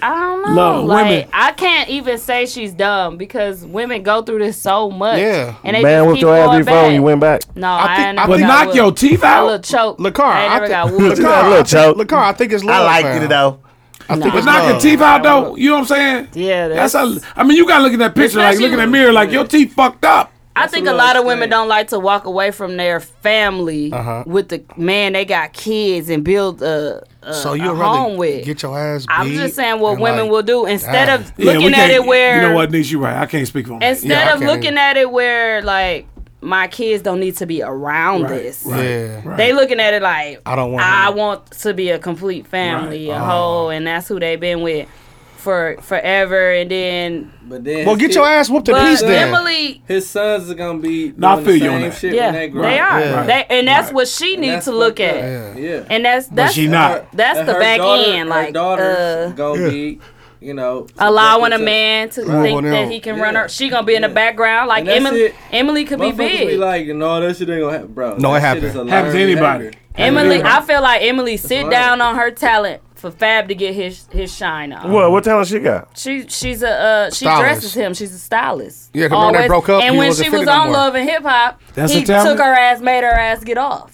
Speaker 1: I don't know.
Speaker 8: Love,
Speaker 1: like,
Speaker 8: women.
Speaker 1: I can't even say she's dumb because women go through this so much.
Speaker 3: Yeah.
Speaker 1: and they
Speaker 4: Man,
Speaker 1: just
Speaker 4: whooped
Speaker 1: keep
Speaker 4: your ass
Speaker 1: going
Speaker 4: before phone.
Speaker 1: back.
Speaker 4: you went back.
Speaker 1: No, I,
Speaker 3: think-
Speaker 1: ain't
Speaker 3: I
Speaker 1: never
Speaker 8: But
Speaker 1: got
Speaker 3: think-
Speaker 8: knock
Speaker 1: whooped.
Speaker 8: your teeth
Speaker 1: I
Speaker 8: out.
Speaker 1: little choke.
Speaker 3: Lakar,
Speaker 1: I ain't
Speaker 3: I
Speaker 1: never
Speaker 3: thi-
Speaker 1: got
Speaker 8: [LAUGHS]
Speaker 1: whooped.
Speaker 4: Look, I-
Speaker 3: Lakar,
Speaker 4: Little
Speaker 3: I think,
Speaker 4: choke.
Speaker 3: Lakar, I think it's love.
Speaker 4: I liked
Speaker 3: fam.
Speaker 4: it though.
Speaker 3: I think
Speaker 1: Nah.
Speaker 3: it's
Speaker 8: But knock your
Speaker 3: love.
Speaker 8: teeth out though. You know what I'm saying?
Speaker 1: Yeah,
Speaker 8: That's
Speaker 1: that's.
Speaker 8: a, I mean, you gotta look at that picture, like look in that mirror, like your teeth fucked up.
Speaker 1: I think a lot of women don't like to walk away from their family
Speaker 3: Uh-huh.
Speaker 1: with the man they got kids and build a, a,
Speaker 3: So you
Speaker 1: a
Speaker 3: rather
Speaker 1: home with.
Speaker 3: get your ass. Beat
Speaker 1: I'm just saying what
Speaker 3: and,
Speaker 1: women
Speaker 3: like,
Speaker 1: will do instead of
Speaker 8: Yeah, we
Speaker 1: looking at
Speaker 8: can't-
Speaker 1: it where
Speaker 8: you know what, Nish, you're right. I can't speak on that.
Speaker 1: instead
Speaker 3: Yeah, I
Speaker 1: of
Speaker 3: can't
Speaker 1: looking at it where like my kids don't need to be around this.
Speaker 3: Yeah.
Speaker 1: They looking at it like
Speaker 3: I don't want
Speaker 1: I
Speaker 3: them.
Speaker 1: want to be a complete family,
Speaker 3: Uh-huh.
Speaker 1: a whole, and that's who they've been with for forever. And then,
Speaker 6: But then
Speaker 3: Well, get your ass whooped in
Speaker 1: but
Speaker 3: peace then.
Speaker 1: Emily,
Speaker 6: His sons are gonna be
Speaker 8: Nah, I
Speaker 6: doing the
Speaker 8: feel you on
Speaker 6: same
Speaker 8: that.
Speaker 6: shit
Speaker 1: yeah,
Speaker 6: when they
Speaker 1: they,
Speaker 6: grow. up.
Speaker 1: are,
Speaker 3: Yeah.
Speaker 1: They, and that's what she needs
Speaker 6: That's
Speaker 1: to look
Speaker 6: fucked
Speaker 1: at.
Speaker 6: up. Yeah.
Speaker 1: And that's that's
Speaker 8: she not.
Speaker 1: that's
Speaker 6: And
Speaker 1: the
Speaker 6: her
Speaker 1: back
Speaker 6: daughter-
Speaker 1: end,
Speaker 6: her
Speaker 1: like
Speaker 6: daughter's
Speaker 1: uh,
Speaker 6: gonna be, you know,
Speaker 1: allowing a
Speaker 6: subjected to-
Speaker 1: man to
Speaker 3: Right.
Speaker 1: think
Speaker 3: Well,
Speaker 1: that
Speaker 3: now-
Speaker 1: he can run
Speaker 6: Yeah.
Speaker 1: her. She gonna be in the
Speaker 6: Yeah.
Speaker 1: background, like
Speaker 6: And that's
Speaker 1: Emily.
Speaker 6: it.
Speaker 1: Emily could be
Speaker 6: Motherfuckers
Speaker 1: big.
Speaker 6: Be like, no, that shit ain't gonna happen, bro.
Speaker 3: No, it
Speaker 6: That shit is a
Speaker 3: happened.
Speaker 8: Happens to
Speaker 6: learned
Speaker 8: anybody.
Speaker 6: behavior.
Speaker 1: Emily,
Speaker 8: Yeah.
Speaker 1: I feel like Emily sit
Speaker 6: right.
Speaker 1: down on her talent for Fab to get his his shine on.
Speaker 4: What? What talent she got?
Speaker 1: She she's a uh, she
Speaker 3: Stylist.
Speaker 1: dresses him. She's a stylist.
Speaker 3: Yeah, 'cause remember when they
Speaker 1: Always.
Speaker 3: broke up,
Speaker 1: and
Speaker 3: he
Speaker 1: when
Speaker 3: wasn't
Speaker 1: she was
Speaker 3: fitted no
Speaker 1: on
Speaker 3: more.
Speaker 1: Love and Hip Hop,
Speaker 8: That's
Speaker 1: he
Speaker 8: a talent?
Speaker 1: took her ass, made her ass get off.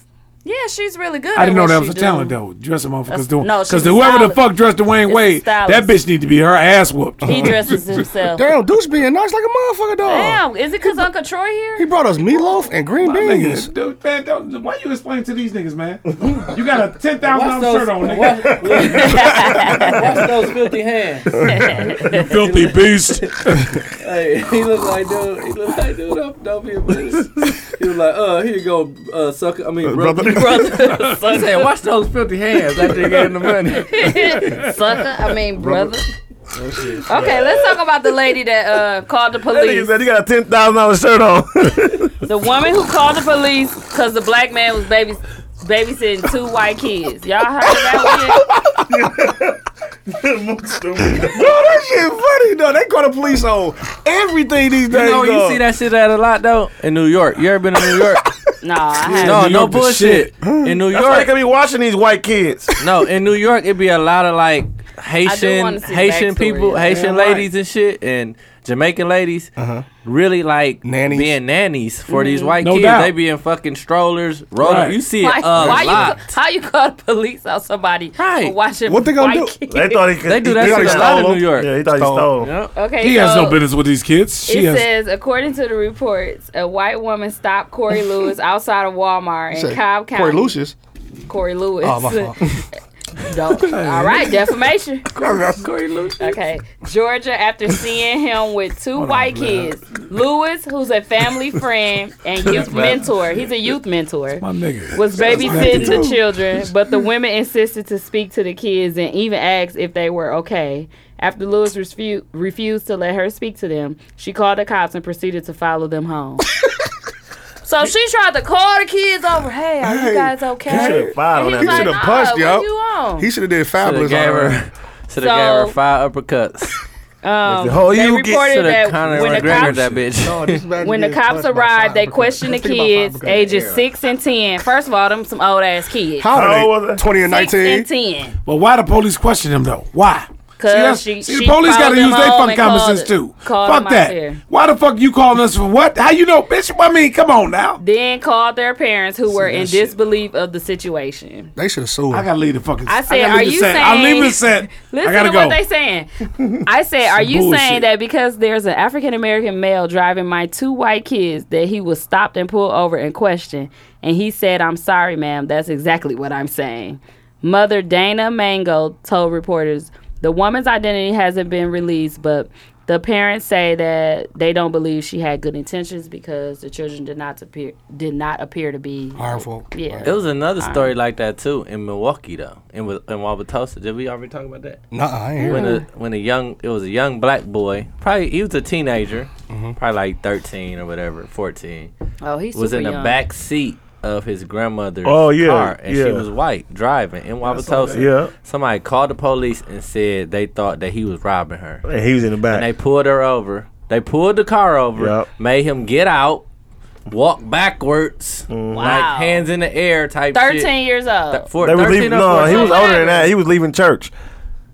Speaker 1: Yeah, she's really good.
Speaker 8: I
Speaker 1: at
Speaker 8: didn't know
Speaker 1: what
Speaker 8: that was
Speaker 1: she
Speaker 8: a
Speaker 1: do.
Speaker 8: talent though. Dressing motherfuckers
Speaker 1: That's-
Speaker 8: doing
Speaker 1: no, she's
Speaker 8: because
Speaker 1: a
Speaker 8: whoever the
Speaker 1: stylist.
Speaker 8: fuck dressed Dwayne
Speaker 1: a
Speaker 8: Wade, that
Speaker 1: stylist.
Speaker 8: bitch need to be her ass whooped.
Speaker 3: [LAUGHS]
Speaker 1: He dresses himself.
Speaker 3: Damn, Deuce being nice like a motherfucker, dog.
Speaker 1: Damn, is it because Uncle Troy
Speaker 3: He
Speaker 1: here? [LAUGHS]
Speaker 3: brought us meatloaf and green
Speaker 8: My
Speaker 3: beans.
Speaker 8: nigga, dude, [LAUGHS] man, don't, why you explain to these niggas, man? You got a ten thousand
Speaker 6: Watch
Speaker 8: dollar
Speaker 6: those,
Speaker 8: shirt on, nigga.
Speaker 6: watch, [LAUGHS] watch those filthy hands.
Speaker 8: [LAUGHS] Filthy
Speaker 7: [LAUGHS]
Speaker 8: beast.
Speaker 6: Hey, he looked like dude. He looked like dude. Don't, don't be a bitch. He was like, uh, here you go, uh, sucker. I mean, brother.
Speaker 1: [LAUGHS]
Speaker 6: [LAUGHS] I said, watch those filthy hands after you gave him the money.
Speaker 1: Sucker, I mean brother. Okay, let's talk about the lady that uh, called the
Speaker 4: That nigga
Speaker 1: police.
Speaker 4: said he got a ten thousand dollars shirt on. [LAUGHS]
Speaker 1: The woman who called the police because the black man was babys- babysitting two white kids. Y'all heard that?
Speaker 3: No, that shit funny though. They call the police on everything
Speaker 7: [LAUGHS]
Speaker 3: these days.
Speaker 6: You know, you
Speaker 3: dog.
Speaker 6: see that shit at a lot though. In New York, you ever been to New
Speaker 1: [LAUGHS]
Speaker 6: York?
Speaker 1: Win? No, I haven't.
Speaker 6: no, no
Speaker 8: York the
Speaker 6: bullshit. In New
Speaker 4: That's why they
Speaker 6: York,
Speaker 4: could be watching these white kids.
Speaker 6: no, in New York, it'd be a lot of like Haitian,
Speaker 1: wanna see
Speaker 6: Haitian
Speaker 1: backstory.
Speaker 6: people, Haitian
Speaker 8: Damn right.
Speaker 6: ladies and shit, and Jamaican ladies.
Speaker 7: Uh-huh.
Speaker 6: Really like
Speaker 3: Nannies.
Speaker 6: being nannies for
Speaker 1: Mm-hmm.
Speaker 6: these white
Speaker 8: No
Speaker 6: kids.
Speaker 8: doubt.
Speaker 6: They be in fucking strollers, rolling.
Speaker 8: Right.
Speaker 6: You see it
Speaker 1: Why,
Speaker 6: a
Speaker 1: why
Speaker 6: lot.
Speaker 1: you how you call the police on somebody
Speaker 6: Right.
Speaker 1: for watching
Speaker 3: What they gonna
Speaker 1: white
Speaker 3: do?
Speaker 1: kids?
Speaker 4: They thought he could.
Speaker 6: They do
Speaker 4: he
Speaker 6: that
Speaker 4: thought
Speaker 6: shit
Speaker 4: he
Speaker 6: a lot in
Speaker 4: stole 'em.
Speaker 6: New York.
Speaker 4: Yeah, he thought
Speaker 3: Stole.
Speaker 4: he stole. 'em.
Speaker 6: Yep.
Speaker 1: Okay,
Speaker 8: He has
Speaker 1: so
Speaker 8: no business with these kids. She
Speaker 1: It
Speaker 8: has.
Speaker 1: says, according to the reports, a white woman stopped Corey Lewis outside of Walmart in
Speaker 3: Say,
Speaker 1: Cobb County.
Speaker 3: Corey Lucius.
Speaker 1: Corey Lewis.
Speaker 3: Oh, my fault.
Speaker 1: Don't- All right, defamation.
Speaker 8: Corey Lewis.
Speaker 1: Okay, Georgia. After seeing him with two white kids, Lewis, who's a family friend and youth mentor, he's a youth mentor,
Speaker 8: My nigga.
Speaker 1: was babysitting the children. But the women insisted to speak to the kids and even asked if they were okay. After Lewis refu- refused to let her speak to them, she called the cops and proceeded to follow them home. so she tried to call the kids over. [LAUGHS] Hey, are you guys okay?
Speaker 4: shoulda fired
Speaker 1: And
Speaker 4: on that
Speaker 1: he was
Speaker 4: bitch.
Speaker 3: Shoulda
Speaker 1: like,
Speaker 3: punched,
Speaker 1: "Nah,
Speaker 3: yo."
Speaker 1: What you on?
Speaker 3: He should have did
Speaker 6: Should have
Speaker 3: fabulous.
Speaker 6: gave
Speaker 3: on her.
Speaker 6: her, [LAUGHS] should have gave
Speaker 1: So-
Speaker 6: her five uppercuts.
Speaker 1: Um,
Speaker 4: Oh,
Speaker 1: they
Speaker 4: you get
Speaker 1: reported
Speaker 6: Should
Speaker 1: that
Speaker 6: have Conor
Speaker 1: when the
Speaker 6: McGregor
Speaker 1: cops
Speaker 6: that bitch. [LAUGHS]
Speaker 1: When the cops arrived, they questioned the kids ages six and ten. First of all, them some old ass kids.
Speaker 4: How
Speaker 3: How
Speaker 4: old
Speaker 3: old
Speaker 4: was
Speaker 3: they?
Speaker 4: it?
Speaker 3: Twenty and
Speaker 1: Six
Speaker 3: nineteen.
Speaker 1: and ten.
Speaker 8: But why the police question him though? Why? See, that's-
Speaker 1: Cause she,
Speaker 8: see,
Speaker 1: she
Speaker 8: the police
Speaker 1: got
Speaker 8: gotta
Speaker 1: to
Speaker 8: use their fucking common sense too. Fuck that. Why the fuck you calling us for what? How you know, bitch? I mean, come on now.
Speaker 1: Then called their parents who were in
Speaker 8: that shit.
Speaker 1: disbelief of the situation.
Speaker 3: They should have sued.
Speaker 8: I
Speaker 3: her.
Speaker 8: gotta leave the fucking.
Speaker 1: I said,
Speaker 8: gotta
Speaker 1: "Are
Speaker 8: leave the
Speaker 1: you
Speaker 8: set. I'm
Speaker 1: saying-
Speaker 8: leaving the set. I
Speaker 1: Listen
Speaker 8: gotta
Speaker 1: to
Speaker 8: go.
Speaker 1: what they saying.
Speaker 8: [LAUGHS]
Speaker 1: I said, "Are you
Speaker 8: bullshit.
Speaker 1: saying that because there's an African American male driving my two white kids that he was stopped and pulled over and questioned?" And he said, "I'm sorry, ma'am. That's exactly what I'm saying." Mother Dana Mango told reporters the woman's identity hasn't been released, but the parents say that they don't believe she had good intentions because the children did not appear did not appear to be
Speaker 3: Harmful.
Speaker 1: Yeah.
Speaker 6: It was another story like that too in Milwaukee though, in Wa- in Wauwatosa. Did we already talk about that?
Speaker 3: Nah, I ain't.
Speaker 6: When
Speaker 3: hear
Speaker 6: a when a young it was a young black boy, probably he was a teenager, probably like thirteen or whatever, fourteen,
Speaker 1: Oh, he's
Speaker 6: was
Speaker 1: super
Speaker 6: in the
Speaker 1: young.
Speaker 6: back seat of his grandmother's
Speaker 7: Oh, yeah,
Speaker 6: car, and
Speaker 7: yeah.
Speaker 6: she was white driving in Wabatosa.
Speaker 7: Yeah.
Speaker 6: Somebody called the police and said they thought that he was robbing her.
Speaker 4: And he was in the back.
Speaker 6: And they pulled her over. They pulled the car over,
Speaker 4: Yep.
Speaker 6: made him get out, walk backwards,
Speaker 1: Wow.
Speaker 6: like hands in the air type. shit.
Speaker 1: Thirteen years old.
Speaker 6: Th- four-
Speaker 4: They was
Speaker 6: 13
Speaker 4: leaving.
Speaker 6: or
Speaker 4: No, he
Speaker 6: 14.
Speaker 4: was older than that. He was leaving church.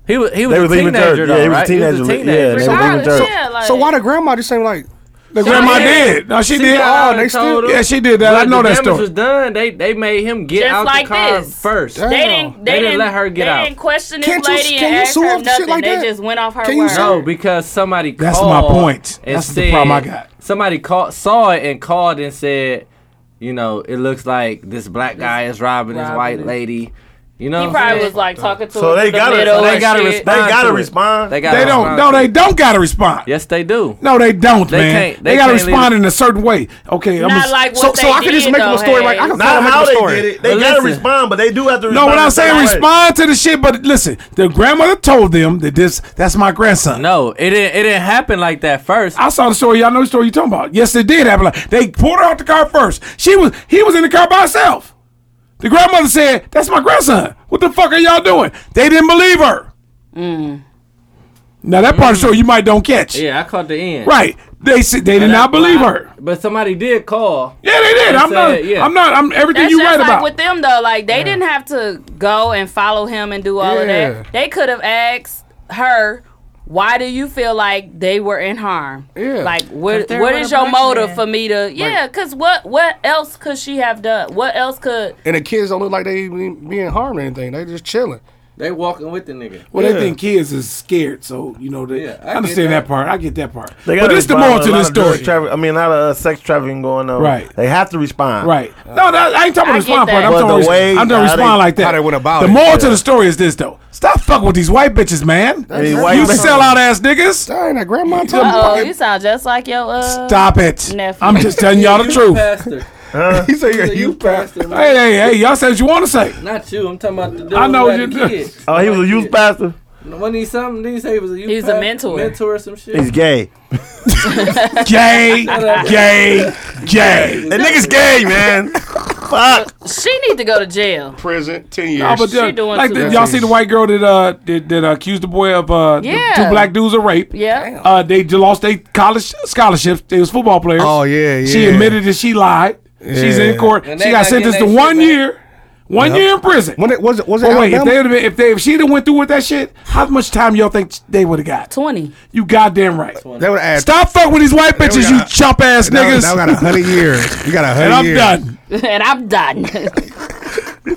Speaker 6: He was he was
Speaker 4: They
Speaker 6: a
Speaker 4: was leaving
Speaker 6: teenager
Speaker 4: church.
Speaker 6: though,
Speaker 4: Yeah, he was a
Speaker 6: right? He was a
Speaker 4: teenager. Yeah,
Speaker 6: teenager.
Speaker 4: they was leaving
Speaker 1: Regardless,
Speaker 4: church.
Speaker 1: yeah, like,
Speaker 3: So why the grandma just seem like
Speaker 8: The grandma
Speaker 6: did.
Speaker 8: did. No, she,
Speaker 6: She
Speaker 8: did.
Speaker 6: got
Speaker 8: Oh,
Speaker 6: out
Speaker 8: they
Speaker 6: and told
Speaker 8: still.
Speaker 6: her.
Speaker 8: Yeah, she did that. I
Speaker 6: But
Speaker 8: know
Speaker 6: the
Speaker 8: that
Speaker 6: damage
Speaker 8: story.
Speaker 6: was done. They they made him get
Speaker 1: Just
Speaker 6: out
Speaker 1: like
Speaker 6: the car
Speaker 1: this.
Speaker 6: first.
Speaker 3: Damn.
Speaker 1: They didn't. They,
Speaker 6: They didn't
Speaker 1: didn't
Speaker 6: let her get
Speaker 1: they
Speaker 6: out.
Speaker 1: didn't question this
Speaker 3: Can't you-
Speaker 1: lady
Speaker 3: can
Speaker 1: and
Speaker 3: you
Speaker 1: ask
Speaker 3: sue
Speaker 1: her
Speaker 3: up to shit
Speaker 1: nothing.
Speaker 3: like
Speaker 1: they
Speaker 3: that?
Speaker 1: just went off her
Speaker 3: Can you
Speaker 1: word.
Speaker 3: sue?
Speaker 6: No, because somebody
Speaker 8: That's
Speaker 6: called.
Speaker 8: my point.
Speaker 6: and
Speaker 8: That's the problem I got.
Speaker 6: Somebody called, saw it and called and said, you know, it looks like this black guy is robbing this
Speaker 1: robbing
Speaker 6: white
Speaker 1: it.
Speaker 6: lady. You know,
Speaker 1: He
Speaker 6: what I'm
Speaker 1: probably
Speaker 6: saying?
Speaker 1: was like talking to
Speaker 4: So
Speaker 1: her.
Speaker 4: they
Speaker 1: in the
Speaker 4: gotta-
Speaker 1: middle
Speaker 4: so
Speaker 6: they
Speaker 1: and
Speaker 6: gotta
Speaker 1: shit.
Speaker 6: respond.
Speaker 4: They gotta
Speaker 6: to it.
Speaker 4: respond.
Speaker 6: They, gotta
Speaker 8: They don't.
Speaker 6: respond
Speaker 8: No,
Speaker 6: to
Speaker 8: they
Speaker 6: it.
Speaker 8: don't got to respond.
Speaker 6: Yes, they do.
Speaker 8: No, they don't,
Speaker 6: They
Speaker 8: man.
Speaker 6: can't-
Speaker 8: they
Speaker 6: they
Speaker 8: gotta
Speaker 6: can't
Speaker 8: respond
Speaker 6: leave-
Speaker 8: in a certain way. Okay, I'm
Speaker 1: Not
Speaker 8: a-
Speaker 1: like what
Speaker 3: so?
Speaker 1: they
Speaker 3: So I can
Speaker 1: did,
Speaker 3: just make
Speaker 1: though,
Speaker 3: up a story. Like I
Speaker 1: Hayes.
Speaker 3: can
Speaker 4: Not
Speaker 3: find out
Speaker 4: how they
Speaker 3: story.
Speaker 4: did it. They
Speaker 6: But
Speaker 4: gotta
Speaker 6: listen.
Speaker 4: respond, but they do have to.
Speaker 8: no,
Speaker 4: respond
Speaker 8: what I'm
Speaker 4: the
Speaker 8: saying,
Speaker 4: right way.
Speaker 8: respond to the shit. But listen, the grandmother told them that this that's my grandson.
Speaker 6: No, it didn't. It didn't happen like that first.
Speaker 8: I saw the story. Y'all know the story you talking about. Yes, it did happen. Like, they pulled her out the car first. She was he was in the car by himself. The grandmother said, "That's my grandson. What the fuck are y'all doing?" They didn't believe her.
Speaker 1: Mm.
Speaker 8: Now that part of the story you might don't catch.
Speaker 6: Mm. yeah, I caught the end.
Speaker 8: Right? They said they did not believe her.
Speaker 6: But somebody did call.
Speaker 8: Yeah, they did.
Speaker 6: They
Speaker 8: I'm not.
Speaker 6: said, yeah.
Speaker 8: I'm not. I'm everything
Speaker 1: That's
Speaker 8: you
Speaker 1: just
Speaker 8: right
Speaker 1: like
Speaker 8: about.
Speaker 1: with them though. Like they didn't have to go and follow him and do all of
Speaker 3: Yeah.
Speaker 1: that. They could have asked her, "Why do you feel like they were in harm?
Speaker 3: Yeah.
Speaker 1: Like what?
Speaker 6: they're
Speaker 1: What
Speaker 6: with
Speaker 1: is
Speaker 6: a
Speaker 1: your
Speaker 6: black
Speaker 1: motive
Speaker 6: man.
Speaker 1: for me to? Yeah, because what? What else could she have done? What else could?
Speaker 3: And the kids don't look like they even being harmed or anything. They just chilling.
Speaker 6: They walking with the nigga.
Speaker 8: Well,
Speaker 3: Yeah.
Speaker 8: they think kids is scared, so you know they.
Speaker 6: Yeah, I
Speaker 8: I,
Speaker 6: get
Speaker 8: understand
Speaker 6: that.
Speaker 8: that. part. I get that
Speaker 6: [LAUGHS]
Speaker 8: part.
Speaker 4: They
Speaker 8: But
Speaker 4: gotta
Speaker 8: this the
Speaker 4: respond.
Speaker 8: moral
Speaker 4: A
Speaker 8: to
Speaker 4: lot
Speaker 8: the
Speaker 4: of drug
Speaker 8: story,
Speaker 4: traffic- I mean, a lot of uh, sex trafficking going on.
Speaker 8: Right.
Speaker 4: They have to respond.
Speaker 8: right?
Speaker 7: Oh,
Speaker 8: No, no, I ain't
Speaker 1: I
Speaker 8: talking about the
Speaker 1: get
Speaker 8: respond part.
Speaker 1: that.
Speaker 8: I'm
Speaker 4: But
Speaker 8: talking.
Speaker 4: the
Speaker 8: about
Speaker 4: way
Speaker 8: I'm
Speaker 4: how
Speaker 8: talking respond
Speaker 4: they-
Speaker 8: like that.
Speaker 3: how they went about
Speaker 8: the
Speaker 3: it,
Speaker 8: moral
Speaker 3: yeah.
Speaker 8: to the story is this though: stop fucking with these white bitches, man.
Speaker 4: These
Speaker 8: you
Speaker 4: white bitches.
Speaker 8: sell out ass niggas.
Speaker 3: Dang, that grandma told me.
Speaker 1: Oh, you sound just like your uh.
Speaker 8: Stop it.
Speaker 1: Nephew.
Speaker 8: I'm just telling
Speaker 1: [LAUGHS]
Speaker 8: y'all the truth. Hey,
Speaker 6: Pastor,
Speaker 3: He
Speaker 7: [LAUGHS]
Speaker 3: said, yeah,
Speaker 6: you
Speaker 3: you passed.
Speaker 6: pastor,
Speaker 8: [LAUGHS]
Speaker 6: man.
Speaker 8: hey, hey! Y'all say what you want to say.
Speaker 6: not you. I'm talking about the dude.
Speaker 8: I know
Speaker 6: who had
Speaker 8: you
Speaker 6: the
Speaker 8: do.
Speaker 6: kids.
Speaker 4: Oh, he was a youth pastor.
Speaker 6: Wasn't he something? Didn't he say he was a youth
Speaker 1: He was a
Speaker 6: pastor?
Speaker 1: mentor.
Speaker 6: Mentor or some shit.
Speaker 4: He's
Speaker 6: [LAUGHS]
Speaker 4: gay.
Speaker 8: Gay, gay, gay.
Speaker 4: That nigga's gay, man. Fuck.
Speaker 1: She need to go to jail.
Speaker 3: Prison, ten years.
Speaker 8: Oh, but
Speaker 1: She
Speaker 8: the,
Speaker 1: doing
Speaker 8: like
Speaker 1: too
Speaker 8: the-
Speaker 1: much.
Speaker 8: y'all see the white girl that uh that, that accused the boy of uh the
Speaker 1: Yeah.
Speaker 8: two black dudes of rape.
Speaker 1: Yeah.
Speaker 8: Uh, they j- lost their college scholarships. They was football players.
Speaker 3: Oh, yeah,
Speaker 8: She
Speaker 3: yeah.
Speaker 8: admitted that she lied. She's in
Speaker 3: Yeah.
Speaker 8: court.
Speaker 6: And
Speaker 8: She
Speaker 6: they
Speaker 8: got
Speaker 6: not
Speaker 8: sentenced to
Speaker 6: getting their
Speaker 8: one
Speaker 6: shit back.
Speaker 8: year, one year in prison.
Speaker 3: when it was it was it
Speaker 8: but wait, if
Speaker 3: Alabama?
Speaker 8: they would have been, if they if she would have went through with that shit, how much time y'all think they would have got?
Speaker 1: Twenty.
Speaker 8: You goddamn right.
Speaker 3: They would have asked.
Speaker 8: Stop fucking with these white bitches,
Speaker 3: got-
Speaker 8: you chump ass
Speaker 3: Now,
Speaker 8: niggas.
Speaker 3: now got a
Speaker 8: [LAUGHS]
Speaker 3: hundred years. You got a
Speaker 8: and
Speaker 3: hundred
Speaker 8: I'm
Speaker 3: years.
Speaker 8: done.
Speaker 1: and [LAUGHS] I'm done.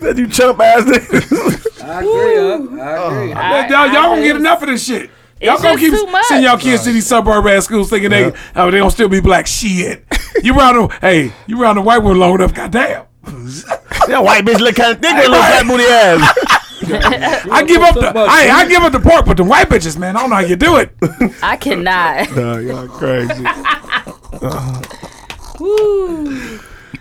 Speaker 4: That you chump
Speaker 8: [LAUGHS]
Speaker 4: ass nigga.
Speaker 6: I agree. huh? I agree.
Speaker 8: Man, y'all, y'all gonna get enough of this shit. Y'all
Speaker 1: It's
Speaker 8: gonna
Speaker 1: just
Speaker 8: keep
Speaker 1: too much.
Speaker 8: sending y'all kids to these suburban ass schools thinking they oh they gonna still be black
Speaker 4: [LAUGHS]
Speaker 8: shit. you round them, hey, you round the white one long enough, goddamn.
Speaker 4: that white bitch look kind of thick with a little fat booty ass.
Speaker 8: [LAUGHS] I give up the hey, I give up the pork, but the white bitches, man, I don't know how you do
Speaker 4: [LAUGHS]
Speaker 8: it.
Speaker 1: I
Speaker 8: [LAUGHS]
Speaker 1: cannot.
Speaker 3: Uh, y'all crazy.
Speaker 8: Uh-huh.
Speaker 1: Woo.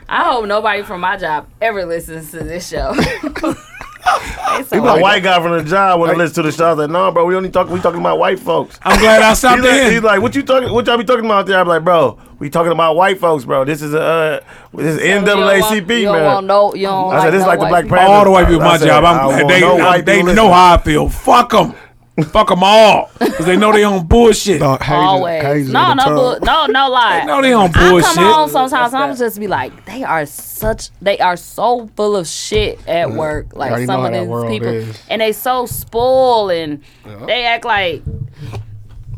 Speaker 1: I hope nobody from my job ever listens to this show. They so-
Speaker 4: A white guy from the job want to listen to the show. I was like, no, bro, we only talk. We talking about white folks.
Speaker 8: I'm glad I stopped
Speaker 4: He's like, he's
Speaker 8: in.
Speaker 4: like, what you talking? What y'all be talking about out there? I'm like, bro, we talking about white folks, bro. This is a uh, this is
Speaker 1: You don't
Speaker 4: NAACP,
Speaker 1: want- you don't
Speaker 4: man.
Speaker 1: want no, you don't
Speaker 4: I said, this is
Speaker 1: no
Speaker 4: like the
Speaker 1: white
Speaker 4: Black
Speaker 1: people.
Speaker 4: Panther.
Speaker 8: all the white people at
Speaker 4: I
Speaker 8: my
Speaker 4: said,
Speaker 8: job.
Speaker 4: I
Speaker 8: I'm glad
Speaker 4: want
Speaker 8: they,
Speaker 4: no
Speaker 8: I'm-
Speaker 4: white
Speaker 8: they
Speaker 4: people
Speaker 8: know how I feel. Fuck them. Fuck them all. Because they know they on bullshit.
Speaker 3: Dog, Hayes is- Hayes
Speaker 1: Always.
Speaker 3: is
Speaker 1: No,
Speaker 3: on
Speaker 1: no,
Speaker 3: the tongue.
Speaker 1: bu- no,
Speaker 3: [LAUGHS]
Speaker 1: no lie.
Speaker 8: know they on
Speaker 1: I
Speaker 8: bullshit.
Speaker 1: come home sometimes. I'm just be like, they are such. They are so full of shit at work. Like
Speaker 3: Mm-hmm. already
Speaker 1: some
Speaker 3: know
Speaker 1: of
Speaker 3: how that
Speaker 1: these
Speaker 3: world
Speaker 1: people,
Speaker 3: is.
Speaker 1: and they so spoiled, and they act like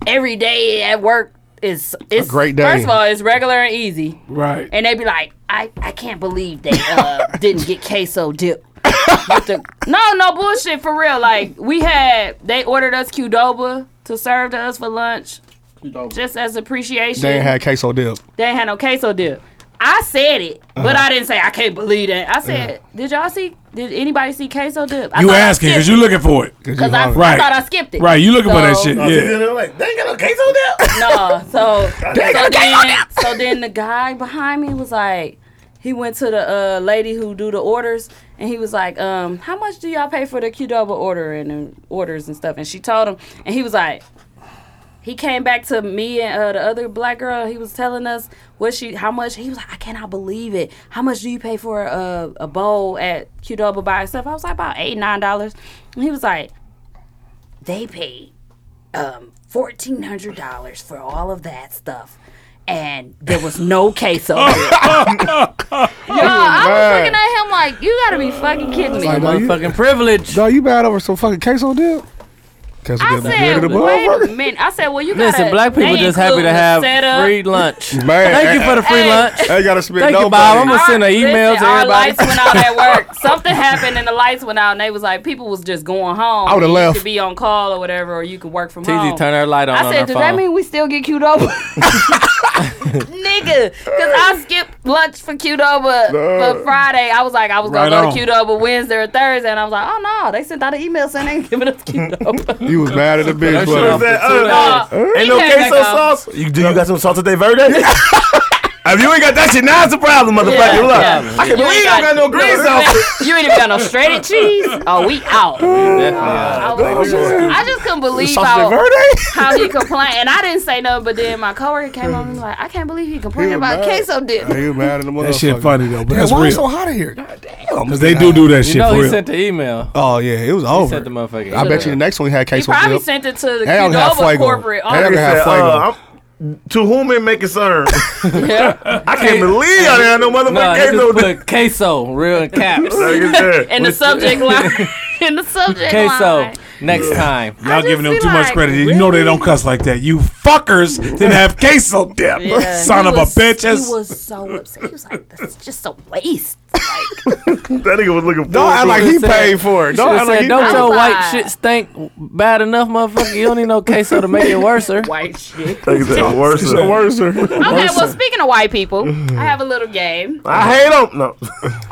Speaker 1: every day at work is it's
Speaker 3: great day.
Speaker 1: First of all, it's regular and easy,
Speaker 8: Right.
Speaker 1: and they be like, I I can't believe they uh, [LAUGHS] didn't get queso dip. With the- no, no bullshit for real. Like we had, they ordered us Qdoba to serve to us for lunch, just as appreciation.
Speaker 3: They ain't had queso dip.
Speaker 1: They ain't had no queso dip. I said it,
Speaker 8: Uh-huh.
Speaker 1: but I didn't say I can't believe that. I said, did y'all see? Did anybody see queso dip? I
Speaker 8: You
Speaker 1: thought I
Speaker 8: asking
Speaker 1: skipped
Speaker 8: because you looking for it.
Speaker 1: it, 'cause I, I
Speaker 8: Right.
Speaker 1: thought I skipped it.
Speaker 8: Right, you looking for that
Speaker 1: So-
Speaker 8: shit.
Speaker 4: He's
Speaker 8: Yeah.
Speaker 4: in there like, they ain't got no case on
Speaker 10: [LAUGHS]
Speaker 4: that.
Speaker 1: No,
Speaker 4: [LAUGHS]
Speaker 1: so so then, so then the guy behind me was like, he went to the uh, lady who do the orders, and he was like, um, how much do y'all pay for the Qdoba order and the orders and stuff? And she told him, and he was like,
Speaker 10: He came back to me and uh, the other black girl. He was telling us what she, how much. He was like, I cannot believe it. How much do you pay for a, a bowl at Qdoba by itself? I was like, about eight, nine dollars. And he was like, they paid um fourteen hundred dollars for all of that stuff. And there was no queso. I
Speaker 6: [LAUGHS]
Speaker 1: [LAUGHS]
Speaker 7: [LAUGHS]
Speaker 1: I was looking at him like, you gotta be fucking kidding me.
Speaker 3: no, you,
Speaker 6: Motherfucking privilege.
Speaker 3: no, you bad over some fucking queso dip? Queso
Speaker 1: I
Speaker 3: dip be good
Speaker 1: said,
Speaker 3: to the
Speaker 1: wait a
Speaker 3: motherfucker.
Speaker 1: minute. I said, well, you gotta.
Speaker 6: Listen, black
Speaker 1: they
Speaker 6: people just happy
Speaker 1: include
Speaker 6: to
Speaker 1: the
Speaker 6: have
Speaker 1: setup.
Speaker 6: free lunch.
Speaker 3: Man,
Speaker 6: Thank you for the free
Speaker 1: Hey.
Speaker 6: lunch.
Speaker 3: I ain't gotta spend
Speaker 6: Thank you,
Speaker 3: no
Speaker 6: Bob. I'm
Speaker 3: money.
Speaker 6: gonna send an
Speaker 1: Our-
Speaker 6: email to
Speaker 1: listen, Our
Speaker 6: everybody.
Speaker 1: lights went out at work. Something happened and the lights went out, and they was like, people was just going home.
Speaker 3: I would've
Speaker 1: You
Speaker 3: left.
Speaker 1: could be on call or whatever, or you could work from home.
Speaker 6: TZ turn her light on
Speaker 1: I
Speaker 6: on
Speaker 1: said,
Speaker 6: her
Speaker 1: does
Speaker 6: phone.
Speaker 1: that mean we still get queued over? [LAUGHS] Nigga, because I skipped lunch for Qdoba
Speaker 3: No.
Speaker 1: for Friday. I was like, I was going
Speaker 8: Right
Speaker 1: to go to Qdoba Wednesday or Thursday, and I was like, oh no, they sent out an email saying they ain't giving us Qdoba.
Speaker 3: [LAUGHS] You was mad at the bitch,
Speaker 6: shit
Speaker 3: but
Speaker 6: off.
Speaker 4: That
Speaker 6: Two
Speaker 4: other-
Speaker 1: Uh,
Speaker 4: Ain't no
Speaker 1: he came back
Speaker 4: queso
Speaker 1: up.
Speaker 4: sauce? You, do you got some salsa de verde? [LAUGHS] if you ain't got that shit, now it's a problem, motherfucker.
Speaker 1: Yeah,
Speaker 4: Look,
Speaker 1: yeah.
Speaker 4: I can
Speaker 1: You
Speaker 4: believe
Speaker 1: ain't
Speaker 4: I got no green sauce.
Speaker 1: You ain't even got no shredded
Speaker 6: [LAUGHS]
Speaker 1: cheese. Oh, we out. I, was- I just couldn't believe
Speaker 4: Salsa de
Speaker 1: how,
Speaker 4: verde?
Speaker 1: how he complained. And I didn't say nothing, but then my coworker came on and was like, I can't believe he complained
Speaker 3: He was
Speaker 1: about
Speaker 3: mad.
Speaker 1: queso dip.
Speaker 3: Hey, you mad at the motherfucker.
Speaker 8: That shit funny though, but
Speaker 3: Man,
Speaker 8: that's
Speaker 3: why it's so
Speaker 8: real.
Speaker 3: hot in here? God damn.
Speaker 8: Cause they do do that shit
Speaker 6: No,
Speaker 8: for
Speaker 6: he
Speaker 8: real.
Speaker 6: sent the email.
Speaker 3: Oh, yeah, it was over.
Speaker 6: sent the motherfucker.
Speaker 3: I bet you the next one had
Speaker 1: He
Speaker 3: queso
Speaker 1: probably
Speaker 3: dip.
Speaker 1: sent it to the
Speaker 3: They don't have
Speaker 1: Qdoba
Speaker 3: Fuego.
Speaker 1: corporate.
Speaker 3: They don't
Speaker 1: office.
Speaker 3: have
Speaker 4: Said,
Speaker 3: Fuego.
Speaker 4: uh, I'm- to whom it may
Speaker 6: [LAUGHS]
Speaker 4: concern.
Speaker 1: Yeah.
Speaker 4: I can't believe y'all ain't had no
Speaker 6: No,
Speaker 4: motherfucking
Speaker 6: he
Speaker 4: queso
Speaker 6: just
Speaker 4: dip.
Speaker 6: put queso, Oh, real
Speaker 8: [LAUGHS]
Speaker 6: in caps.
Speaker 4: Like I
Speaker 1: [LAUGHS]
Speaker 4: said,
Speaker 1: In the subject line. [LAUGHS] In the subject
Speaker 6: queso
Speaker 1: line.
Speaker 6: next time.
Speaker 8: Y'all
Speaker 1: just
Speaker 8: giving them
Speaker 1: be
Speaker 8: too much
Speaker 1: like,
Speaker 8: credit. You know they don't cuss like that. You fuckers didn't have queso
Speaker 1: [LAUGHS]
Speaker 8: dip.
Speaker 3: [LAUGHS]
Speaker 1: Yeah.
Speaker 8: [LAUGHS] Son
Speaker 1: He
Speaker 8: of
Speaker 1: was-
Speaker 8: a bitch.
Speaker 1: He
Speaker 8: That's-
Speaker 1: was so upset. He was like, "This is just a
Speaker 3: [LAUGHS]
Speaker 1: waste."
Speaker 4: [LAUGHS] That nigga was looking for
Speaker 3: Don't act like he
Speaker 6: Should've
Speaker 3: paid
Speaker 6: said-
Speaker 3: for it. Don't
Speaker 6: Should've
Speaker 3: act like
Speaker 6: said,
Speaker 3: he
Speaker 6: don't
Speaker 3: paid
Speaker 6: your
Speaker 1: for it."
Speaker 6: white shit stink bad enough, motherfucker. You don't need no queso to make it worse. sir.
Speaker 1: [LAUGHS] White shit.
Speaker 4: That nigga said, worse
Speaker 3: It's
Speaker 4: than-
Speaker 3: the
Speaker 6: [LAUGHS]
Speaker 3: worst.
Speaker 1: Okay, well, speaking of white people, I have a little game.
Speaker 4: I hate him. No.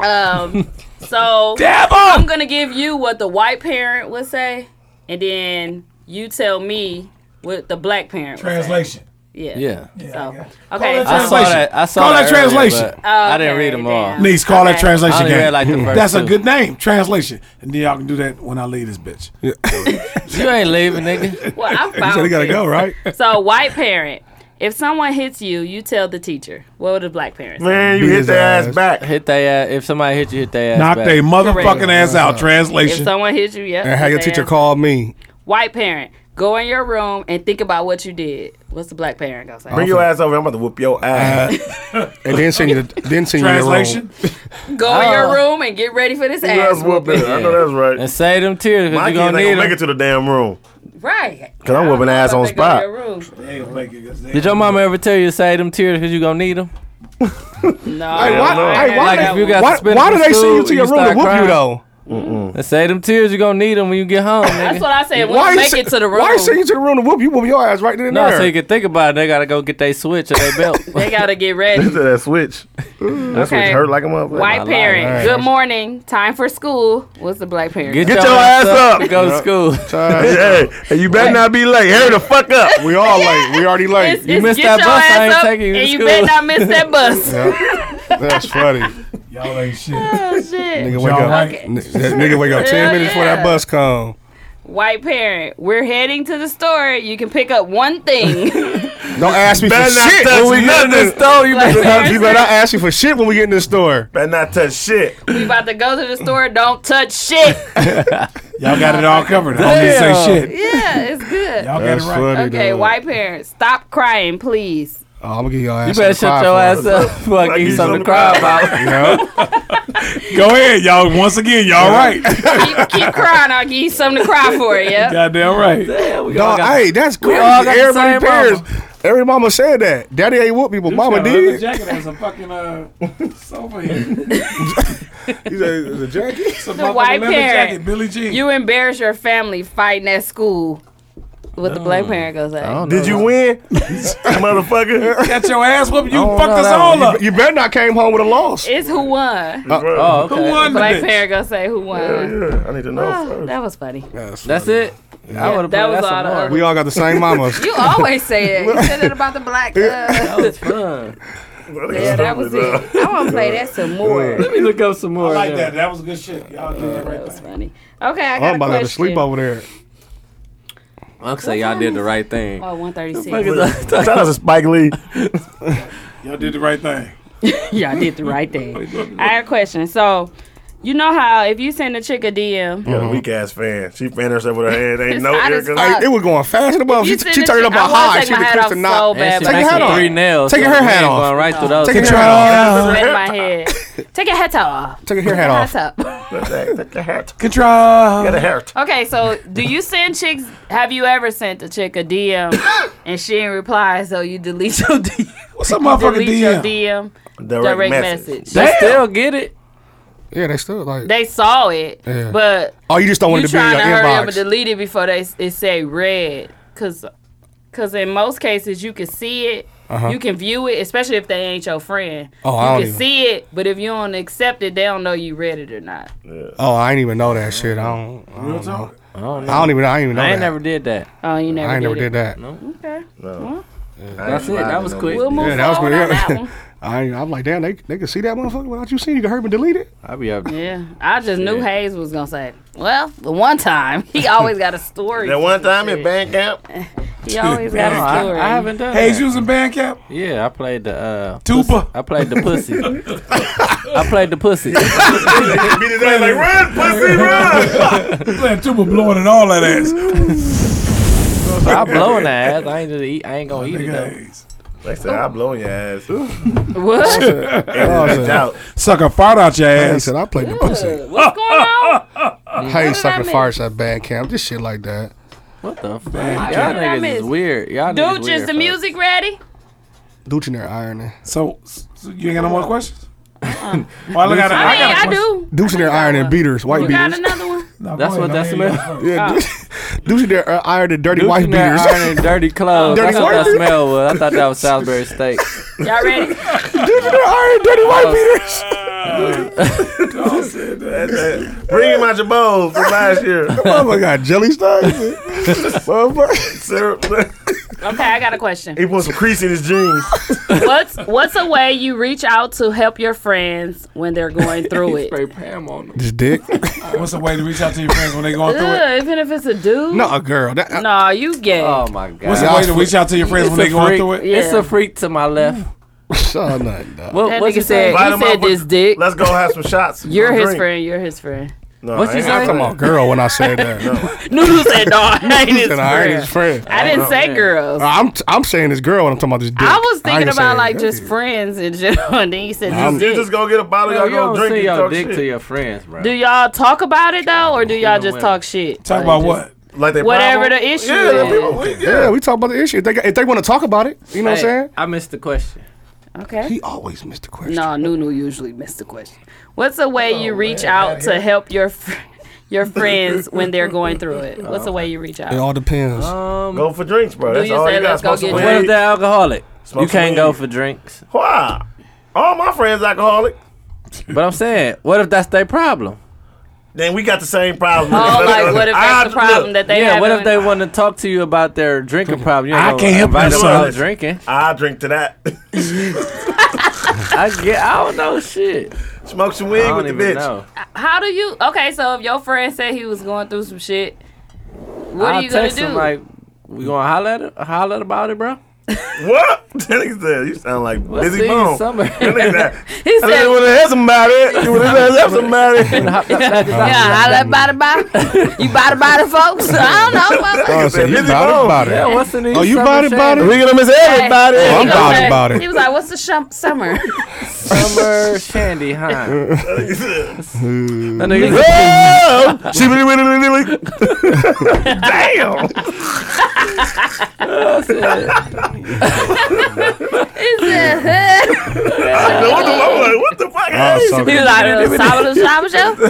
Speaker 1: Um, so I'm gonna give you what the white parent would say, and then you tell me what the black parent.
Speaker 11: Translation.
Speaker 1: Would say. Yeah.
Speaker 6: Yeah.
Speaker 1: So okay.
Speaker 6: I saw
Speaker 8: Translation.
Speaker 6: that. I saw
Speaker 8: Call
Speaker 6: that,
Speaker 8: that
Speaker 6: earlier,
Speaker 8: translation.
Speaker 6: but I didn't read them all.
Speaker 1: damn.
Speaker 8: Needs call that
Speaker 1: Okay.
Speaker 6: I
Speaker 8: translation
Speaker 6: only read
Speaker 8: game.
Speaker 6: like the first
Speaker 8: That's a
Speaker 6: two.
Speaker 8: good name, translation. And then y'all can do that when I leave this bitch.
Speaker 6: You ain't
Speaker 8: [LAUGHS]
Speaker 6: leaving, nigga.
Speaker 1: Well, I found
Speaker 3: So they gotta
Speaker 1: it.
Speaker 3: go, [LAUGHS] right?
Speaker 1: So white parent, if someone hits you, you tell the teacher. What would the black parent say?
Speaker 4: Man, you
Speaker 3: Beat
Speaker 4: hit
Speaker 3: his
Speaker 4: the ass,
Speaker 3: ass.
Speaker 4: back.
Speaker 6: Hit their ass. If somebody hit you, hit their ass.
Speaker 8: Knock
Speaker 6: back.
Speaker 8: they motherfucking
Speaker 1: Correct.
Speaker 8: ass out.
Speaker 1: If
Speaker 8: Translation.
Speaker 1: someone hits you, yeah.
Speaker 3: And had your
Speaker 1: they
Speaker 3: teacher
Speaker 1: ask-
Speaker 3: call me.
Speaker 1: White parent, go in your room and think about what you did. What's the black parent gonna say?
Speaker 4: Bring your ass over. I'm about to whoop your ass.
Speaker 3: [LAUGHS] And then send you the then send you the
Speaker 8: Translation.
Speaker 3: room.
Speaker 1: Go in
Speaker 4: Uh-huh.
Speaker 1: your room and get ready for this
Speaker 4: Ass
Speaker 1: ass.
Speaker 4: whooping. I know that's right.
Speaker 6: And save them tears if
Speaker 4: My
Speaker 6: you
Speaker 4: kids
Speaker 6: gonna
Speaker 4: ain't
Speaker 6: need
Speaker 4: gonna make
Speaker 6: them.
Speaker 4: it to the damn room.
Speaker 1: Right.
Speaker 4: Cause I'm whooping ass on spot.
Speaker 6: Did your mama ever tell you to save them tears because you gonna need them?
Speaker 1: No.
Speaker 3: why-
Speaker 1: I
Speaker 3: hey,
Speaker 1: ain't
Speaker 3: why
Speaker 1: had
Speaker 6: Like if you
Speaker 1: that
Speaker 6: got
Speaker 3: Why,
Speaker 6: suspended
Speaker 3: why do
Speaker 6: from
Speaker 3: they send you
Speaker 6: school,
Speaker 3: to your room to
Speaker 6: start
Speaker 3: whoop you
Speaker 6: crying.
Speaker 3: though?
Speaker 6: And save them tears you gonna need them when you get home,
Speaker 1: one. That's
Speaker 6: nigga.
Speaker 1: what I said. When
Speaker 3: Why
Speaker 1: you
Speaker 3: they
Speaker 1: make
Speaker 3: send-
Speaker 1: it to the room,
Speaker 3: Why they send you to the room to whoop you? Whoop your ass right then and
Speaker 6: No,
Speaker 3: there.
Speaker 6: so you can think about it. They gotta go get their switch or their belt.
Speaker 1: [LAUGHS] they
Speaker 3: [LAUGHS]
Speaker 1: gotta get
Speaker 4: [LAUGHS]
Speaker 1: ready.
Speaker 4: To that switch. That switch
Speaker 1: Okay.
Speaker 4: hurt like a motherfucker.
Speaker 1: White parent,
Speaker 3: All right.
Speaker 1: good morning. Time for school. What's the black parent?
Speaker 6: Get,
Speaker 1: gonna
Speaker 4: your ass up.
Speaker 6: to Go to
Speaker 4: [LAUGHS]
Speaker 6: school.
Speaker 3: Time.
Speaker 4: Hey, hey, you better not be late. Hurry the fuck up.
Speaker 3: we all late.
Speaker 1: [LAUGHS]
Speaker 3: We already
Speaker 1: say?
Speaker 3: late.
Speaker 1: It's- it's
Speaker 6: missed
Speaker 1: get
Speaker 6: that
Speaker 1: your
Speaker 6: bus, I
Speaker 1: ass
Speaker 6: ain't
Speaker 1: up,
Speaker 6: taking you to
Speaker 1: and you
Speaker 6: school.
Speaker 1: better not miss that
Speaker 3: [LAUGHS]
Speaker 1: bus.
Speaker 3: That's funny.
Speaker 8: Y'all
Speaker 7: [LAUGHS]
Speaker 8: ain't shit.
Speaker 1: Oh, shit.
Speaker 4: [LAUGHS]
Speaker 3: Nigga wake
Speaker 8: Y'all
Speaker 3: up.
Speaker 8: right.
Speaker 3: N- that nigga wake up ten
Speaker 1: Hell
Speaker 3: minutes before that
Speaker 1: yeah.
Speaker 3: bus come.
Speaker 1: White parent, we're heading to the store. You can pick up one thing. [LAUGHS]
Speaker 3: Don't ask me for
Speaker 4: Better not
Speaker 3: shit
Speaker 4: touch
Speaker 3: when we get in the
Speaker 4: nothing.
Speaker 3: store. You
Speaker 1: Like
Speaker 3: better not
Speaker 1: Paris
Speaker 3: you
Speaker 7: [LAUGHS]
Speaker 3: better
Speaker 1: said.
Speaker 3: not ask me for shit when we get in the store.
Speaker 4: Better not touch shit.
Speaker 1: we about to go to the store. Don't touch
Speaker 8: [LAUGHS]
Speaker 1: shit.
Speaker 8: Y'all got it all covered. I don't need to say shit.
Speaker 1: Yeah, it's good.
Speaker 8: Y'all got it
Speaker 3: That's
Speaker 8: right.
Speaker 3: funny.
Speaker 1: Okay,
Speaker 3: dude.
Speaker 1: white parents, stop crying, please.
Speaker 3: Oh, I'm gonna give y'all ass.
Speaker 6: You better
Speaker 3: some
Speaker 6: shut
Speaker 3: cry
Speaker 6: your
Speaker 3: for
Speaker 6: ass
Speaker 3: it.
Speaker 6: up. Before I give
Speaker 3: [LAUGHS]
Speaker 6: you something to cry about.
Speaker 3: You
Speaker 8: [LAUGHS]
Speaker 3: know?
Speaker 8: Go ahead, y'all. Once again, y'all right.
Speaker 1: Keep, keep crying. I'll give you something to cry for. Yeah.
Speaker 8: Goddamn right.
Speaker 3: Dog, hey, that's crazy.
Speaker 6: all got the
Speaker 3: Everybody
Speaker 6: same
Speaker 3: parents. Every mama said that. Daddy ain't whoop me, but [LAUGHS] mama did.
Speaker 8: jacket has a fucking uh, sofa
Speaker 3: [LAUGHS]
Speaker 8: here.
Speaker 3: He said, "Is it Jackie?
Speaker 8: Some
Speaker 1: The white
Speaker 8: leather
Speaker 1: parent.
Speaker 8: jacket, Billie Jean.
Speaker 1: You embarrass your family fighting at school. What the black parent goes
Speaker 8: [LAUGHS]
Speaker 6: Oh,
Speaker 1: at.
Speaker 4: Did you
Speaker 6: [LAUGHS]
Speaker 4: win, motherfucker?
Speaker 8: got your ass whooped.
Speaker 3: [LAUGHS]
Speaker 8: You
Speaker 6: don't
Speaker 8: fucked
Speaker 6: know
Speaker 8: us
Speaker 6: that
Speaker 8: all up.
Speaker 3: You better not came home with a loss.
Speaker 1: It's who won.
Speaker 6: Oh, okay.
Speaker 8: Who won the
Speaker 1: Black
Speaker 8: bitch?
Speaker 1: parent gonna say who won.
Speaker 4: Yeah, I need to know
Speaker 1: Oh,
Speaker 4: first.
Speaker 1: that was funny.
Speaker 6: That's it. I would have
Speaker 1: that
Speaker 6: played
Speaker 1: was all
Speaker 6: that some
Speaker 1: the
Speaker 6: more.
Speaker 1: other-
Speaker 3: We all got the same
Speaker 1: [LAUGHS]
Speaker 3: mamas.
Speaker 1: You always say it. You said it about the black. Uh,
Speaker 6: That was fun.
Speaker 1: [LAUGHS] yeah, that was it. I want to play that some more.
Speaker 6: Let me look up some more.
Speaker 8: like
Speaker 6: now.
Speaker 8: that. That was good shit. Y'all did it right
Speaker 1: That
Speaker 8: there.
Speaker 1: was funny. Okay, I got
Speaker 3: I'm
Speaker 1: a
Speaker 3: about to
Speaker 1: question.
Speaker 3: have to sleep over there.
Speaker 6: I'll say y'all did the right thing.
Speaker 1: Oh, 136.
Speaker 7: Shout out to Spike Lee.
Speaker 8: Y'all did the right thing.
Speaker 1: [LAUGHS] Yeah, I did the right thing. I have a question. So, you know how if you send a chick a DM,
Speaker 3: Uh-huh.
Speaker 7: Got a weak ass fan. She fanned herself with her hand. Ain't no
Speaker 1: It's hot
Speaker 7: ear
Speaker 1: as
Speaker 7: con-
Speaker 1: fuck.
Speaker 3: It was going fast as above.
Speaker 1: You
Speaker 3: She,
Speaker 1: send
Speaker 3: she
Speaker 1: this
Speaker 3: turned
Speaker 1: shit-
Speaker 3: up a
Speaker 1: I wanna
Speaker 3: high.
Speaker 1: take
Speaker 3: She
Speaker 1: my
Speaker 3: the
Speaker 1: hat
Speaker 3: Chris
Speaker 1: off
Speaker 3: to
Speaker 1: so
Speaker 3: knock.
Speaker 1: bad,
Speaker 6: And she
Speaker 1: but I
Speaker 3: your
Speaker 6: makes
Speaker 3: hat
Speaker 6: it
Speaker 3: off.
Speaker 6: three nails.
Speaker 3: Take
Speaker 6: so
Speaker 3: your hair
Speaker 6: we
Speaker 3: hat
Speaker 6: ain't
Speaker 3: off.
Speaker 6: Going right through those.
Speaker 3: Take your
Speaker 6: nails.
Speaker 3: hat
Speaker 1: [LAUGHS]
Speaker 3: off.
Speaker 1: Red my head. Take your hat off.
Speaker 3: Take your hair hat
Speaker 1: Hat
Speaker 3: off.
Speaker 1: up.
Speaker 7: Take your hat.
Speaker 8: Control.
Speaker 7: Get a hat.
Speaker 1: Okay, so do you send chicks? Have you ever sent a chick a
Speaker 3: [COUGHS]
Speaker 1: DM and she didn't reply? So you delete your DM.
Speaker 8: What's a motherfucking
Speaker 1: delete your
Speaker 8: DM?
Speaker 1: DM.
Speaker 7: Direct,
Speaker 1: Direct
Speaker 7: message.
Speaker 1: message.
Speaker 6: They still get it.
Speaker 3: Yeah, they still like.
Speaker 1: They saw it,
Speaker 3: Yeah.
Speaker 1: but
Speaker 3: oh, you just don't want
Speaker 1: you
Speaker 3: it to be in
Speaker 1: trying
Speaker 3: your
Speaker 1: to hurry up and
Speaker 3: inbox.
Speaker 1: delete it before they s- it say red, cause, 'cause in most cases you can see it, you can view it, especially if they ain't your friend.
Speaker 3: Uh-huh.
Speaker 1: you
Speaker 3: Oh, I don't
Speaker 1: can
Speaker 3: even-
Speaker 1: see it, but if you don't accept it, they don't know you read it or not.
Speaker 3: Oh, I ain't even know that shit. I don't. I don't know. I don't even. I ain't even know
Speaker 6: I ain't
Speaker 3: that.
Speaker 6: never did that.
Speaker 1: Oh, you never.
Speaker 3: I ain't
Speaker 1: did
Speaker 3: never
Speaker 1: it.
Speaker 3: did that.
Speaker 1: Okay,
Speaker 6: That's it. That was quick.
Speaker 1: we'll move
Speaker 3: Yeah, that was
Speaker 1: forward
Speaker 3: good.
Speaker 1: on that
Speaker 3: [LAUGHS]
Speaker 1: one.
Speaker 3: I ain't, I'm like, damn, they they can see that motherfucker without you seeing. You can hurt and delete it.
Speaker 6: I'll be up.
Speaker 1: Yeah, I just knew Hayes was gonna say. Well, the one time he always got a story.
Speaker 7: That one time at band camp,
Speaker 1: he always
Speaker 6: No,
Speaker 1: got
Speaker 6: [LAUGHS]
Speaker 1: a
Speaker 6: I,
Speaker 1: story.
Speaker 6: I haven't done
Speaker 8: Hey,
Speaker 6: that.
Speaker 8: you was in Bandcamp?
Speaker 6: Yeah, I played the uh,
Speaker 8: Tuba.
Speaker 6: pussy. I played the
Speaker 8: [LAUGHS]
Speaker 6: pussy. I played the pussy.
Speaker 7: beat his ass like
Speaker 6: [LAUGHS]
Speaker 7: run, pussy, run.
Speaker 8: [LAUGHS] Playing Tuba, blowing and all that ass.
Speaker 6: [LAUGHS] I
Speaker 7: [LAUGHS]
Speaker 6: blowing that ass. I ain't gonna eat. I ain't gonna eat it though.
Speaker 8: Guys.
Speaker 7: They said I blow your ass.
Speaker 1: What?
Speaker 6: Oh,
Speaker 7: Edit it out.
Speaker 8: Suck a fart out your
Speaker 3: Hey, he
Speaker 8: ass.
Speaker 3: said I played the pussy.
Speaker 1: What's going
Speaker 3: [LAUGHS]
Speaker 1: on?
Speaker 3: Hey, sucking
Speaker 1: miss?
Speaker 3: farts at band camp. Just shit like that.
Speaker 6: What the fuck?
Speaker 1: did
Speaker 6: Y'all
Speaker 1: I
Speaker 6: niggas
Speaker 1: miss?
Speaker 6: is weird. Y'all niggas
Speaker 1: Dude,
Speaker 6: weird,
Speaker 1: is the
Speaker 6: folks.
Speaker 1: music ready?
Speaker 3: Dooch in there ironing.
Speaker 8: So, so you ain't got no more questions? well, I, look
Speaker 1: Uh-uh. I mean,
Speaker 8: at it. got a
Speaker 1: I,
Speaker 8: question.
Speaker 1: do.
Speaker 3: Dooch in there ironing beaters, white
Speaker 1: You got
Speaker 3: beaters.
Speaker 1: another one?
Speaker 8: [LAUGHS]
Speaker 1: Oh.
Speaker 8: No,
Speaker 6: That's
Speaker 8: go
Speaker 6: what
Speaker 8: ahead.
Speaker 6: that's
Speaker 8: I mean,
Speaker 6: about.
Speaker 3: Yeah, [LAUGHS] Dooch in there uh, ironing dirty
Speaker 6: Dudes
Speaker 3: white
Speaker 6: in there
Speaker 3: beaters.
Speaker 6: ironing [LAUGHS] dirty clothes.
Speaker 3: Dirty
Speaker 6: That's what that
Speaker 3: white-
Speaker 6: smell was. I thought
Speaker 8: [LAUGHS]
Speaker 6: that was Salisbury steak.
Speaker 1: Y'all ready? Oh,
Speaker 3: Dooch in there ironing dirty white beaters.
Speaker 7: That- that- Bring him out your bowl from last
Speaker 6: [LAUGHS]
Speaker 7: year.
Speaker 3: Motherfucker got jelly stains.
Speaker 7: [LAUGHS]
Speaker 3: Motherfucker.
Speaker 7: Syrup.
Speaker 1: Okay, I got a question.
Speaker 7: he put some crease in his jeans.
Speaker 1: What's what's a way you reach out to help your friends when they're going through it?
Speaker 6: Spray Pam on them.
Speaker 3: Just dick.
Speaker 8: What's the way to reach out to your friends when they going through it?
Speaker 1: Ugh, even if it's a dude.
Speaker 3: No, a girl. That, I,
Speaker 1: No, you gay.
Speaker 6: Oh my god.
Speaker 8: What's the
Speaker 3: Y'all
Speaker 8: way to reach out to your friends when they
Speaker 6: it's, a
Speaker 8: going through
Speaker 6: freak.
Speaker 8: it?
Speaker 1: Yeah.
Speaker 6: it's a freak to
Speaker 8: [LAUGHS]
Speaker 6: my left.
Speaker 3: oh, nothing, dog.
Speaker 6: What,
Speaker 1: that
Speaker 6: what you
Speaker 1: nigga said
Speaker 6: say?
Speaker 7: Light
Speaker 1: he
Speaker 7: him
Speaker 1: said
Speaker 7: up with-
Speaker 1: this dick.
Speaker 7: Let's go have some shots.
Speaker 1: You're
Speaker 7: Some
Speaker 1: his
Speaker 7: drink.
Speaker 1: friend. You're his friend.
Speaker 7: No,
Speaker 6: What you
Speaker 7: ain't-
Speaker 6: say?
Speaker 7: I'm talking
Speaker 3: I'm
Speaker 7: about-
Speaker 3: a girl when I said
Speaker 1: [LAUGHS]
Speaker 3: that.
Speaker 1: Noodle said, "No, I
Speaker 3: [LAUGHS]
Speaker 1: ain't his
Speaker 3: Said I ain't his
Speaker 1: friend."
Speaker 3: friend. Uh,
Speaker 1: I didn't say girls.
Speaker 3: I'm t- I'm saying this girl when I'm talking about this dick.
Speaker 1: I was thinking
Speaker 3: ain't
Speaker 1: about
Speaker 3: saying
Speaker 1: like
Speaker 3: that.
Speaker 1: just friends in [LAUGHS] general, and then you said
Speaker 3: I'm-
Speaker 1: this
Speaker 7: You
Speaker 1: dick.
Speaker 7: just go get a bottle,
Speaker 6: Yo,
Speaker 7: y'all
Speaker 6: you
Speaker 7: go
Speaker 6: don't
Speaker 7: drink
Speaker 6: send
Speaker 7: and
Speaker 6: your
Speaker 7: talk
Speaker 6: dick to
Speaker 7: shit. [LAUGHS]
Speaker 6: your friends, bro.
Speaker 1: Do y'all talk about it though, or do y'all just
Speaker 6: women.
Speaker 1: talk shit?
Speaker 8: Talk
Speaker 1: Like,
Speaker 8: about
Speaker 1: just
Speaker 8: what?
Speaker 7: Like they
Speaker 1: Whatever
Speaker 7: problem.
Speaker 1: the issue
Speaker 7: Yeah, the
Speaker 1: is.
Speaker 7: people- we- yeah.
Speaker 3: Yeah, we talk about the issue. If they, got- if they want to talk about it, you know what I'm saying?
Speaker 6: I missed the question.
Speaker 1: Okay.
Speaker 3: He always missed the question.
Speaker 1: No, Nunu usually missed the question. What's a way
Speaker 6: Oh,
Speaker 1: you reach out to help your fr-
Speaker 6: [LAUGHS]
Speaker 1: your friends when they're going through it? What's
Speaker 6: Oh.
Speaker 1: a way you reach out?
Speaker 3: It all depends.
Speaker 6: Um,
Speaker 7: Go for drinks, bro. That's
Speaker 1: you
Speaker 7: all
Speaker 1: say,
Speaker 7: you got.
Speaker 1: "Let's go get
Speaker 7: Smoke some
Speaker 1: drinks"?
Speaker 6: what if
Speaker 7: weed.
Speaker 6: they're alcoholic?
Speaker 7: Smoke
Speaker 6: you can't
Speaker 7: weed.
Speaker 6: go for drinks.
Speaker 7: Why? All my friends alcoholic.
Speaker 6: But I'm saying, what if that's their problem?
Speaker 7: Then we got the same
Speaker 1: [LAUGHS]
Speaker 7: problem.
Speaker 1: Oh,
Speaker 4: [LAUGHS]
Speaker 1: like what if
Speaker 7: I-
Speaker 1: that's the problem
Speaker 7: look,
Speaker 1: that they
Speaker 6: yeah,
Speaker 1: have?
Speaker 6: what if they want to talk to you about their drinking problem? You ain't
Speaker 8: I
Speaker 6: gonna
Speaker 8: can't help
Speaker 6: invite
Speaker 8: that,
Speaker 6: them out
Speaker 8: son.
Speaker 6: drinking.
Speaker 7: I drink to that.
Speaker 6: [LAUGHS] I get. I don't know shit.
Speaker 7: Smoke some
Speaker 6: I
Speaker 7: weed
Speaker 6: don't
Speaker 7: with the
Speaker 6: even
Speaker 7: bitch.
Speaker 4: [LAUGHS]
Speaker 6: know.
Speaker 1: How do you? Okay, so if your friend said he was going through some shit, what
Speaker 6: I'll
Speaker 1: are you gonna
Speaker 6: text
Speaker 1: do?
Speaker 6: Them, like, we gonna holler at it, holler about it, bro.
Speaker 7: What? [LAUGHS] That nigga said, you sound like
Speaker 6: Let's
Speaker 7: Busy
Speaker 6: see
Speaker 7: Bone. That
Speaker 6: somebody.
Speaker 7: nigga that.
Speaker 1: he
Speaker 7: I didn't
Speaker 1: said,
Speaker 7: want to have somebody. You want to have
Speaker 6: [LAUGHS]
Speaker 7: somebody.
Speaker 1: "Yeah, holla bada bada, you bada bada, folks." I don't know. motherfucker.
Speaker 3: Oh, so
Speaker 7: Busy
Speaker 3: you bothered
Speaker 7: bone.
Speaker 3: about it.
Speaker 6: Yeah, what's the new?
Speaker 3: Oh, you
Speaker 6: summer
Speaker 3: body
Speaker 6: shade?
Speaker 3: body?
Speaker 7: We gonna miss everybody.
Speaker 3: Oh, I'm
Speaker 1: He
Speaker 3: bothered
Speaker 1: was
Speaker 3: about
Speaker 1: like-
Speaker 3: it.
Speaker 1: He was like, "What's the shum- [LAUGHS] summer?"
Speaker 6: Summer shandy, huh? That nigga-
Speaker 7: Oh, she really, really, really, really. Damn. [LAUGHS]
Speaker 1: He said,
Speaker 7: No wonder I'm like, what the fuck?
Speaker 3: Oh,
Speaker 7: happened?
Speaker 3: so
Speaker 1: He was like, "Uh, Sábado Sábado
Speaker 3: [LAUGHS]
Speaker 1: Show."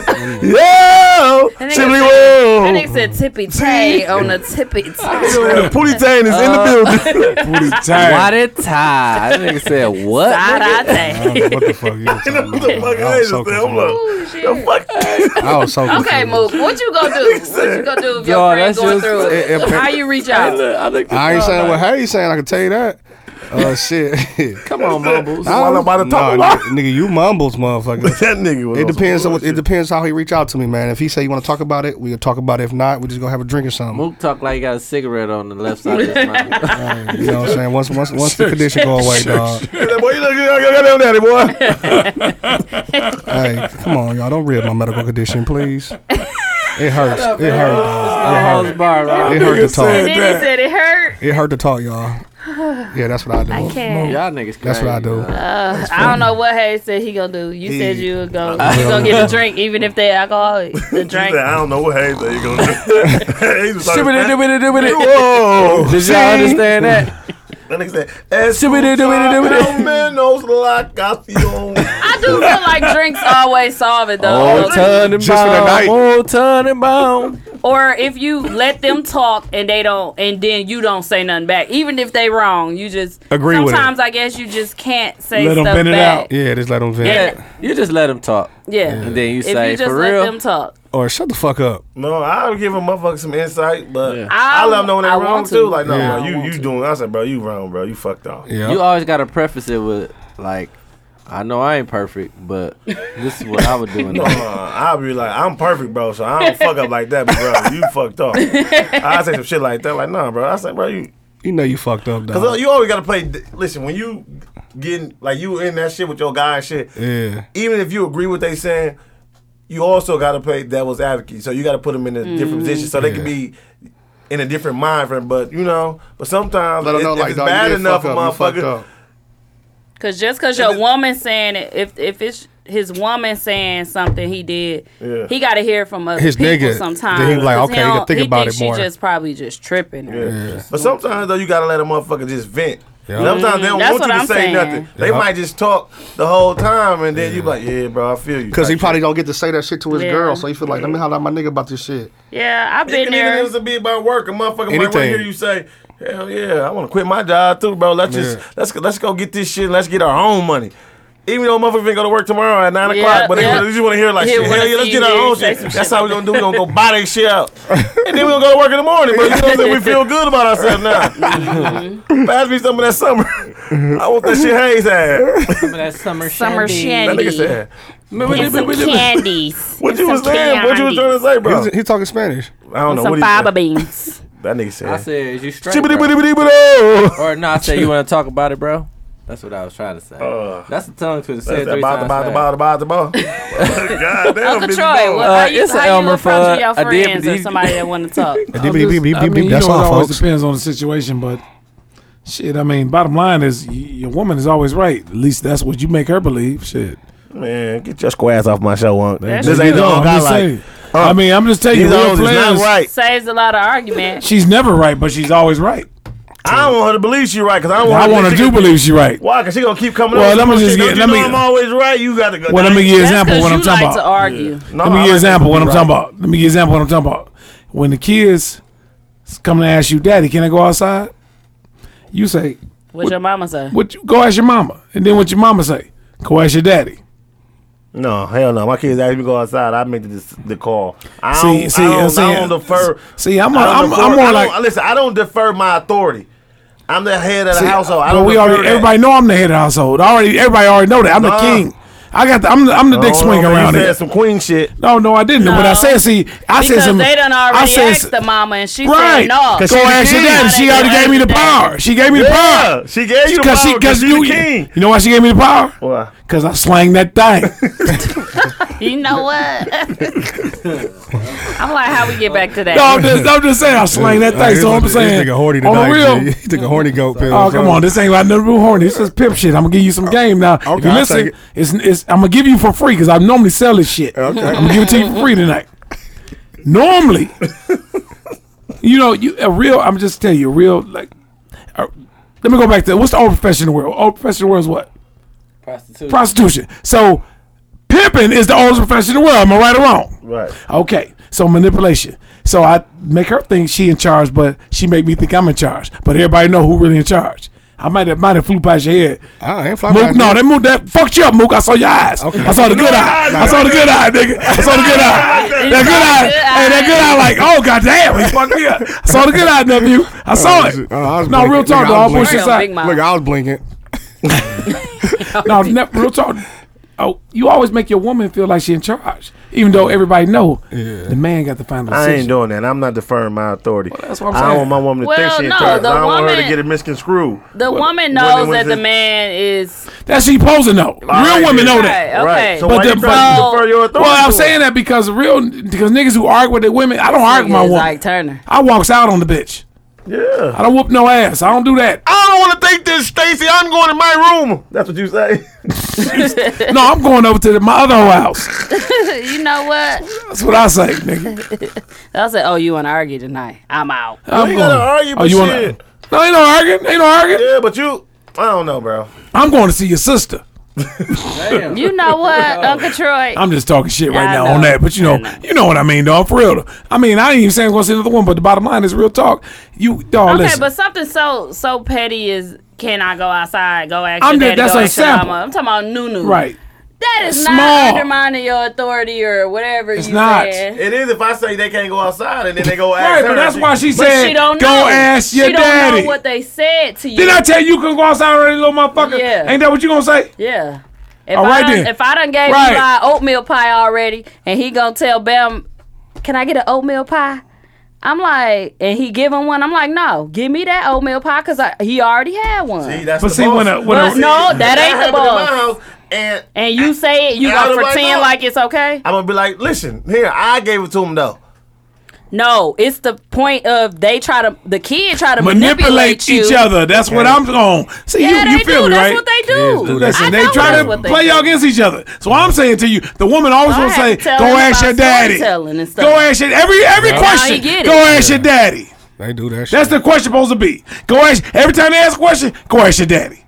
Speaker 6: Oh,
Speaker 7: Yo,
Speaker 1: That nigga
Speaker 7: Chimney
Speaker 1: said- That
Speaker 7: Whoa.
Speaker 1: nigga said tippy
Speaker 3: [LAUGHS]
Speaker 1: tay on the
Speaker 6: [LAUGHS]
Speaker 1: tippy tay.
Speaker 7: Pootie Tane is in
Speaker 6: Uh,
Speaker 7: the building.
Speaker 8: Booty
Speaker 6: Why
Speaker 8: tight.
Speaker 6: did Ty? That nigga said what?
Speaker 1: Side
Speaker 3: I
Speaker 1: eye
Speaker 3: don't know [LAUGHS] what the fuck you were talking
Speaker 7: What the fuck
Speaker 3: about. I was
Speaker 7: is
Speaker 3: so
Speaker 7: this? I'm like,
Speaker 3: confused.
Speaker 1: tay.
Speaker 7: fuck.
Speaker 3: I was so confused.
Speaker 1: Oh, Okay, Mook, what you gonna do? What you gonna do if your
Speaker 6: Yo,
Speaker 1: friend
Speaker 6: that's
Speaker 1: going
Speaker 6: just-
Speaker 1: through it?
Speaker 3: it- it-
Speaker 1: How you reach out?
Speaker 6: I looked
Speaker 3: I ain't saying what Harry's saying. I can tell you that. Oh [LAUGHS] shit.
Speaker 7: Come on,
Speaker 6: [LAUGHS]
Speaker 7: Mumbles.
Speaker 3: I
Speaker 4: While
Speaker 3: don't-
Speaker 4: I'm by the top.
Speaker 3: Nah, nigga, nigga, you mumbles, motherfucker.
Speaker 4: [LAUGHS] that nigga was.
Speaker 3: It
Speaker 4: on some
Speaker 3: depends on what, it
Speaker 4: bullshit.
Speaker 3: depends how he reach out to me, man. If he say you want to talk about it, we'll talk about it. If not, we just gonna have a drink or something.
Speaker 6: Mook talk like he got a cigarette on the left side of his mouth.
Speaker 3: You know what I'm saying? Once once once
Speaker 4: [LAUGHS]
Speaker 3: the condition go away, dog.
Speaker 4: That boy, you look good. Goddamn daddy, boy.
Speaker 3: [LAUGHS] Hey, come on, y'all. Don't read my medical condition, please. It hurts. It hurt. dog. It
Speaker 6: House bar,
Speaker 3: hurt.
Speaker 6: right?
Speaker 3: It hurt to
Speaker 1: And
Speaker 3: talk.
Speaker 1: then he said it hurt. [SIGHS]
Speaker 3: It hurt to talk, y'all. Yeah, that's what I do.
Speaker 12: I can't.
Speaker 6: Y'all niggas crazy.
Speaker 3: That's what I do.
Speaker 6: dog.
Speaker 1: Uh, I don't know what Hayes said he gonna do. You said
Speaker 3: He-
Speaker 1: you would go. you gonna get a drink even if they're
Speaker 3: [LAUGHS]
Speaker 1: alcoholic. The
Speaker 4: She
Speaker 1: drink.
Speaker 4: said, I don't know what Hayes that you gonna do. He was talking
Speaker 6: Shibbity
Speaker 4: fat.
Speaker 6: dibbity dibbity.
Speaker 3: Oh, [LAUGHS]
Speaker 4: Whoa!
Speaker 6: Did y'all understand that?
Speaker 4: [LAUGHS] That nigga said, "Es
Speaker 6: Shibbity dibbity dibbity.
Speaker 4: menos la canción."
Speaker 1: I do feel like drinks always solve [LAUGHS] it though.
Speaker 6: Tannenbaum,
Speaker 4: night.
Speaker 6: old Tannenbaum.
Speaker 1: Or if you let them talk and they don't, and then you don't say nothing back, even if they wrong, you just
Speaker 3: Agree with it.
Speaker 1: Sometimes I guess you just can't say
Speaker 8: Let 'em
Speaker 1: stuff
Speaker 8: vent it
Speaker 1: back.
Speaker 8: out.
Speaker 3: Yeah, just let them vent.
Speaker 6: Yeah, You just let him talk.
Speaker 1: Yeah.
Speaker 6: And then you
Speaker 1: If
Speaker 6: say,
Speaker 1: you just
Speaker 6: for
Speaker 1: let
Speaker 6: real.
Speaker 1: them talk,
Speaker 3: Or shut the fuck up.
Speaker 4: No, I'll give a motherfucker some insight, but
Speaker 6: Yeah.
Speaker 4: I,
Speaker 1: I-
Speaker 4: love knowing they
Speaker 1: I
Speaker 4: wrong
Speaker 1: want to.
Speaker 4: too. Like, no,
Speaker 3: Yeah.
Speaker 4: bro,
Speaker 1: I
Speaker 4: you
Speaker 1: want
Speaker 4: you
Speaker 1: to.
Speaker 4: doing? I said, bro, you wrong, bro. You fucked off.
Speaker 3: Yeah.
Speaker 6: You always gotta preface it with like, I know I ain't perfect, but this is what I would do. In
Speaker 4: Uh,
Speaker 6: that.
Speaker 4: I'll be like, I'm perfect, bro, so I don't fuck up like that, but bro, you fucked off. I say some shit like that, like, nah, bro. I say, bro, you,
Speaker 3: you know you fucked up,
Speaker 4: cause uh,
Speaker 3: dog.
Speaker 4: you always gotta play. d- Listen, when you getting like you in that shit with your guy and shit,
Speaker 3: Yeah.
Speaker 4: even if you agree with they saying, you also got to play devil's advocate. So you got to put them in a different position so they can be in a different mind frame. But you know, but sometimes
Speaker 3: Let 'em
Speaker 4: if,
Speaker 3: know,
Speaker 4: if
Speaker 3: like,
Speaker 4: it's
Speaker 3: dog, you
Speaker 4: bad
Speaker 3: did
Speaker 4: enough,
Speaker 3: fuck
Speaker 4: a
Speaker 3: up, you fucked
Speaker 4: motherfucker.
Speaker 3: up.
Speaker 1: cause just cause your woman saying it, if if it's his woman saying something he did,
Speaker 4: Yeah.
Speaker 1: he got to hear from other
Speaker 3: His
Speaker 1: people
Speaker 3: nigga.
Speaker 1: sometimes.
Speaker 3: Then he like,
Speaker 1: 'Cause
Speaker 3: okay, he can
Speaker 1: don't-
Speaker 3: think
Speaker 1: he
Speaker 3: about
Speaker 1: thinks
Speaker 3: it
Speaker 1: she
Speaker 3: more.
Speaker 1: just probably just tripping. Or
Speaker 4: But sometimes though, you got to let a motherfucker just vent.
Speaker 3: Yeah.
Speaker 4: Sometimes they don't
Speaker 1: Mm, that's
Speaker 4: want you
Speaker 1: what
Speaker 4: to
Speaker 1: I'm
Speaker 4: say
Speaker 1: saying.
Speaker 4: nothing. They
Speaker 3: Yeah.
Speaker 4: might just talk the whole time, and then you be like, "Yeah, bro, I feel you."
Speaker 3: Because he
Speaker 4: Like,
Speaker 3: probably don't get to say that shit to his
Speaker 1: Yeah.
Speaker 3: girl, so he feel like, let me holler at my nigga about this shit.
Speaker 1: Yeah, I've
Speaker 4: It
Speaker 1: been
Speaker 4: can
Speaker 1: there.
Speaker 4: even to be about work. A motherfucker might want to
Speaker 3: Anything.
Speaker 4: hear you say, "Hell yeah, I want to quit my job too, bro. Let's just
Speaker 3: Yeah.
Speaker 4: let's go- let's go get this shit. and Let's get our own money." Even though motherfuckers ain't go to work tomorrow at nine
Speaker 1: Yeah,
Speaker 4: o'clock, but they
Speaker 1: yeah.
Speaker 4: wanna- they just want to hear like,
Speaker 1: Yeah,
Speaker 4: shit,
Speaker 1: wanna
Speaker 4: "Hell yeah, let's
Speaker 1: see
Speaker 4: get
Speaker 1: you
Speaker 4: our own
Speaker 1: say
Speaker 4: shit."
Speaker 1: some
Speaker 4: That's
Speaker 1: shit
Speaker 4: how we gonna do. We gonna go buy that shit out, and then we gonna go to work in the morning, bro. You know what I'm saying?
Speaker 1: [LAUGHS]
Speaker 4: We feel good about ourselves now.
Speaker 1: Mm-hmm.
Speaker 4: Pass me some of that summer. I want that shit Hayes had.
Speaker 6: Remember that
Speaker 1: [LAUGHS]
Speaker 6: summer
Speaker 1: Summer
Speaker 4: That nigga
Speaker 1: shandy.
Speaker 4: said,
Speaker 1: And some candies. And
Speaker 4: "What you
Speaker 1: some
Speaker 4: was saying? What you was trying
Speaker 1: candies.
Speaker 4: to say,
Speaker 3: He,
Speaker 4: bro?"
Speaker 3: was- he talking Spanish.
Speaker 4: I don't know
Speaker 1: Some
Speaker 4: what he
Speaker 1: faba
Speaker 4: said.
Speaker 1: beans.
Speaker 4: That nigga
Speaker 6: I
Speaker 4: said.
Speaker 6: said, is you straight? bro?"
Speaker 4: Chibbity-bitty-bitty-oh.
Speaker 6: Or no, I said you want to talk about it, bro. That's what I was trying to say.
Speaker 4: Uh,
Speaker 6: That's the tongue twister. Say
Speaker 4: That's
Speaker 6: it
Speaker 4: that
Speaker 6: three
Speaker 4: ball,
Speaker 6: times.
Speaker 4: the ball, the ball,
Speaker 6: fast.
Speaker 4: the ball, the ball.
Speaker 6: [LAUGHS]
Speaker 4: God damn,
Speaker 1: Uncle
Speaker 4: bitch,
Speaker 1: Troy,
Speaker 4: ball.
Speaker 1: what,
Speaker 6: Uh,
Speaker 1: how you,
Speaker 6: it's
Speaker 1: how
Speaker 6: Elmer
Speaker 1: you approach
Speaker 6: Fudd.
Speaker 1: your
Speaker 6: I did-
Speaker 1: friends or somebody that want to talk?
Speaker 8: I'm just- I mean,
Speaker 3: That's
Speaker 8: you know, it
Speaker 3: all,
Speaker 8: always
Speaker 3: folks.
Speaker 8: depends on the situation, but shit. I mean, bottom line is y- your woman is always right. At least that's what you make her believe. Shit.
Speaker 4: Man, get your square ass off my show, Unc. This
Speaker 8: You
Speaker 4: ain't the
Speaker 8: know,
Speaker 4: Unc
Speaker 8: I'm
Speaker 4: I
Speaker 8: just
Speaker 4: like.
Speaker 8: saying. I mean, I'm just telling you,
Speaker 4: These
Speaker 8: real
Speaker 4: Uncs is not
Speaker 8: players.
Speaker 4: right.
Speaker 1: Saves a lot of argument.
Speaker 8: She's never right, but she's always right.
Speaker 4: I don't want her to believe she right, because I don't want
Speaker 8: I
Speaker 4: her
Speaker 8: want her
Speaker 4: think she
Speaker 8: to
Speaker 4: can-
Speaker 8: believe she right.
Speaker 4: Why? Because she going to keep coming
Speaker 8: Well,
Speaker 4: up.
Speaker 8: let me just get-
Speaker 4: You
Speaker 8: let
Speaker 4: know
Speaker 8: me-
Speaker 4: I'm always right. You got to go.
Speaker 8: Well, let me give you an
Speaker 1: That's
Speaker 8: example of
Speaker 1: 'cause
Speaker 8: what I'm
Speaker 1: you
Speaker 8: talking
Speaker 1: like to
Speaker 8: about.
Speaker 1: argue.
Speaker 4: No,
Speaker 8: Let me
Speaker 4: I
Speaker 8: give you an
Speaker 4: like
Speaker 8: example what I'm
Speaker 4: right.
Speaker 8: talking about. Let me give you an example what I'm talking about. When the kids s- come to ask you, Daddy, can I go outside? You say,
Speaker 1: What your mama say?
Speaker 8: What you, go ask your mama. And then what your mama say? Go ask your daddy.
Speaker 4: No, hell no. My kids ask me to go outside. I make the, the call. I
Speaker 8: See-
Speaker 4: don't,
Speaker 8: see,
Speaker 4: I
Speaker 8: I'm
Speaker 4: don't, I
Speaker 8: saying-
Speaker 4: don't defer.
Speaker 8: See, I'm a,
Speaker 4: I
Speaker 8: I'm,
Speaker 4: don't defer-
Speaker 8: I'm
Speaker 4: I
Speaker 8: more
Speaker 4: don't-
Speaker 8: like
Speaker 4: Listen, I don't defer my authority. I'm the head of the household. I
Speaker 8: but
Speaker 4: don't
Speaker 8: we
Speaker 4: defer
Speaker 8: already
Speaker 4: that.
Speaker 8: everybody know I'm the head of the household. I already everybody already know that. I'm
Speaker 4: Nah.
Speaker 8: the king. I got the I'm the, I'm the
Speaker 4: I
Speaker 8: dick
Speaker 4: don't know,
Speaker 8: swing
Speaker 4: man, you
Speaker 8: around
Speaker 4: said
Speaker 8: here.
Speaker 4: some queen shit.
Speaker 8: No, no, I didn't. But I
Speaker 1: No.
Speaker 8: said, see, I said
Speaker 1: Because
Speaker 8: some.
Speaker 1: they done
Speaker 8: I
Speaker 1: already
Speaker 8: said
Speaker 1: asked
Speaker 8: s-
Speaker 1: the mama and she
Speaker 8: right.
Speaker 1: said no.
Speaker 8: Go ask your
Speaker 4: king.
Speaker 8: daddy. She already gave me the power. She gave me the power.
Speaker 4: Yeah, she gave you the
Speaker 8: Cause
Speaker 4: power
Speaker 8: she, cause you,
Speaker 4: you the king.
Speaker 8: you know why she gave me the power?
Speaker 4: Why?
Speaker 8: Cause I slang that thing.
Speaker 1: [LAUGHS] You know what?
Speaker 8: [LAUGHS]
Speaker 1: I'm like, how we get back to that?
Speaker 8: no, I'm just, I'm just saying I slang
Speaker 3: [LAUGHS]
Speaker 8: that thing. So I'm
Speaker 3: This
Speaker 8: saying
Speaker 3: nigga horny
Speaker 8: on the
Speaker 3: tonight. G. [LAUGHS]
Speaker 8: real.
Speaker 3: He took a horny goat pill.
Speaker 8: Oh come on, this ain't about nothing but horny. This is pimp shit. I'm gonna give you some game now. if
Speaker 3: okay,
Speaker 8: you
Speaker 3: I'll
Speaker 8: listen,
Speaker 3: take it.
Speaker 8: it's, it's I'm gonna give you for free because I normally sell this shit. I'm gonna give it to you for free tonight. Normally, you know, you a real. I'm just telling you, a real like. uh, let me go back to what's the old professional world. Old professional world is what
Speaker 6: Prostitute.
Speaker 8: prostitution. So, pimping is the oldest profession in the world. Am I right or wrong?
Speaker 4: Right.
Speaker 8: Okay, so manipulation. So I make her think she in charge, but she make me think I'm in charge. But everybody know who really in charge. I might have might have flew past your head.
Speaker 3: I ain't fly
Speaker 8: Mook,
Speaker 3: by
Speaker 8: no, that Mook that fucked you up, Mook. I saw your eyes.
Speaker 3: Okay.
Speaker 8: I saw the good eye. I saw the good eye, nigga. I saw the good eye. That good eye. Hey, that good eye. Like, oh goddamn, he fucked me up. I saw the good eye, nephew. I saw
Speaker 3: shit.
Speaker 8: it.
Speaker 3: Oh, I was
Speaker 8: No, real
Speaker 3: blinking.
Speaker 8: talk.
Speaker 3: Nigga,
Speaker 8: though.
Speaker 3: I
Speaker 8: I'll
Speaker 3: was
Speaker 8: push this
Speaker 3: blinking.
Speaker 1: Real
Speaker 8: out.
Speaker 1: big mouth.
Speaker 3: Look, I was blinking.
Speaker 8: No, ne- real talk. Oh, you always make your woman feel like she in charge, even though everybody know the man got the final
Speaker 4: I
Speaker 8: decision.
Speaker 4: ain't doing that. I'm not deferring my authority.
Speaker 8: that's what I'm
Speaker 4: I do not
Speaker 8: saying.
Speaker 4: want my woman to
Speaker 1: Well,
Speaker 4: think she in
Speaker 1: no,
Speaker 4: charge.
Speaker 1: the
Speaker 4: I don't want her to
Speaker 1: woman-
Speaker 4: get it misconstrued.
Speaker 1: The woman
Speaker 4: Women
Speaker 1: knows
Speaker 4: was
Speaker 1: that the
Speaker 4: it-
Speaker 1: man is
Speaker 8: That's she posing though.
Speaker 4: Alright,
Speaker 8: real women know
Speaker 4: then.
Speaker 8: that.
Speaker 1: right. Okay.
Speaker 4: Right. So
Speaker 8: But
Speaker 4: why
Speaker 8: the-
Speaker 4: you trying
Speaker 1: but-
Speaker 4: to defer your authority?
Speaker 8: Well, I'm
Speaker 4: to her?
Speaker 8: saying that because real because niggas who argue with their women, I don't argue with my
Speaker 1: Nigga is
Speaker 8: woman.
Speaker 1: Ike Turner.
Speaker 8: I walks out on the bitch.
Speaker 4: Yeah.
Speaker 8: I don't whoop no ass. I don't do that.
Speaker 4: I don't want to think this, Stacy. I'm going to my room. That's what you say.
Speaker 8: [LAUGHS] No, I'm going over to the, my other house.
Speaker 1: [LAUGHS] You know what?
Speaker 8: That's what I say, nigga.
Speaker 1: I said, "Oh, you want to argue tonight? I'm out." [LAUGHS]
Speaker 8: I'm
Speaker 4: ain't
Speaker 8: going. Oh,
Speaker 4: gotta argue, but
Speaker 8: wanna-
Speaker 4: shit.
Speaker 8: No, ain't no arguing. Ain't no arguing.
Speaker 4: yeah, but you, I don't know, bro.
Speaker 8: I'm going to see your sister. Oh,
Speaker 10: Damn.
Speaker 1: You know
Speaker 4: [LAUGHS]
Speaker 1: what, Uncle Troy?
Speaker 8: [LAUGHS] I'm just talking shit right
Speaker 1: I
Speaker 8: now
Speaker 1: know.
Speaker 8: on that, but you know,
Speaker 1: I know.
Speaker 8: you know what I mean, dog. For real, though. I mean, I ain't even saying I'm going to see another one, but the bottom line is real talk. You, dog,
Speaker 1: okay,
Speaker 8: Oh, listen.
Speaker 1: but something so so petty is can I go outside? Go ask
Speaker 8: I'm
Speaker 1: your
Speaker 8: just-
Speaker 1: daddy.
Speaker 8: that's
Speaker 1: go
Speaker 8: a
Speaker 1: ask your
Speaker 8: sample.
Speaker 1: mama. I'm talking about Nunu.
Speaker 8: right?
Speaker 1: That is
Speaker 8: Small.
Speaker 1: not undermining your authority or whatever
Speaker 8: It's
Speaker 1: you
Speaker 8: not.
Speaker 1: said.
Speaker 4: It is if I say they can't go outside and then they go
Speaker 8: Right,
Speaker 4: ask
Speaker 8: but
Speaker 4: her.
Speaker 8: that's why she
Speaker 1: But
Speaker 8: said,
Speaker 1: she don't
Speaker 8: "Go
Speaker 1: know.
Speaker 8: ask your
Speaker 1: she
Speaker 8: daddy."
Speaker 1: don't know what they said to you.
Speaker 8: Didn't I tell you you could go outside already, little motherfucker?
Speaker 1: Yeah.
Speaker 8: Ain't that what you gonna say?
Speaker 1: yeah. If
Speaker 8: All
Speaker 1: I
Speaker 8: Oh, right
Speaker 1: done,
Speaker 8: then.
Speaker 1: if I done gave
Speaker 8: Right.
Speaker 1: Eli oatmeal pie already, and he gonna tell Bam, "Can I get an oatmeal pie?" I'm like, and he give him one. I'm like, no, give me that oatmeal pie because he already had one.
Speaker 4: See, that's
Speaker 8: But
Speaker 4: the
Speaker 8: see,
Speaker 4: boss.
Speaker 8: when a- when a-
Speaker 1: But no, that ain't the
Speaker 4: happened in my
Speaker 1: boss.
Speaker 4: house, and
Speaker 1: and you say it, you
Speaker 4: And
Speaker 1: gonna
Speaker 4: I was like,
Speaker 1: pretend
Speaker 4: no.
Speaker 1: like it's okay.
Speaker 4: I'm gonna be like, listen, here, I gave it to him though.
Speaker 1: No, it's the point of they try to the kid try to manipulate,
Speaker 8: manipulate
Speaker 1: you.
Speaker 8: each other. That's what I'm on. See,
Speaker 1: Yeah, they
Speaker 8: you, you feel
Speaker 1: do.
Speaker 8: me,
Speaker 1: That's
Speaker 8: right?
Speaker 1: what they do.
Speaker 3: do that.
Speaker 8: Listen,
Speaker 1: I
Speaker 8: they
Speaker 1: know
Speaker 8: try
Speaker 1: that's
Speaker 8: to
Speaker 1: what they
Speaker 8: play
Speaker 1: do.
Speaker 8: y'all against each other. So I'm saying to you, the woman always
Speaker 1: I
Speaker 8: gonna
Speaker 1: had
Speaker 8: say,
Speaker 1: to tell
Speaker 8: "Go
Speaker 1: him
Speaker 8: ask
Speaker 1: about
Speaker 8: your daddy."
Speaker 1: storytelling and stuff.
Speaker 8: Go ask your every every
Speaker 1: Now
Speaker 8: question.
Speaker 1: you get it.
Speaker 8: Go ask your daddy.
Speaker 3: They do that shit.
Speaker 8: That's the question supposed to be. Go ask every time they ask a question. Go ask your daddy.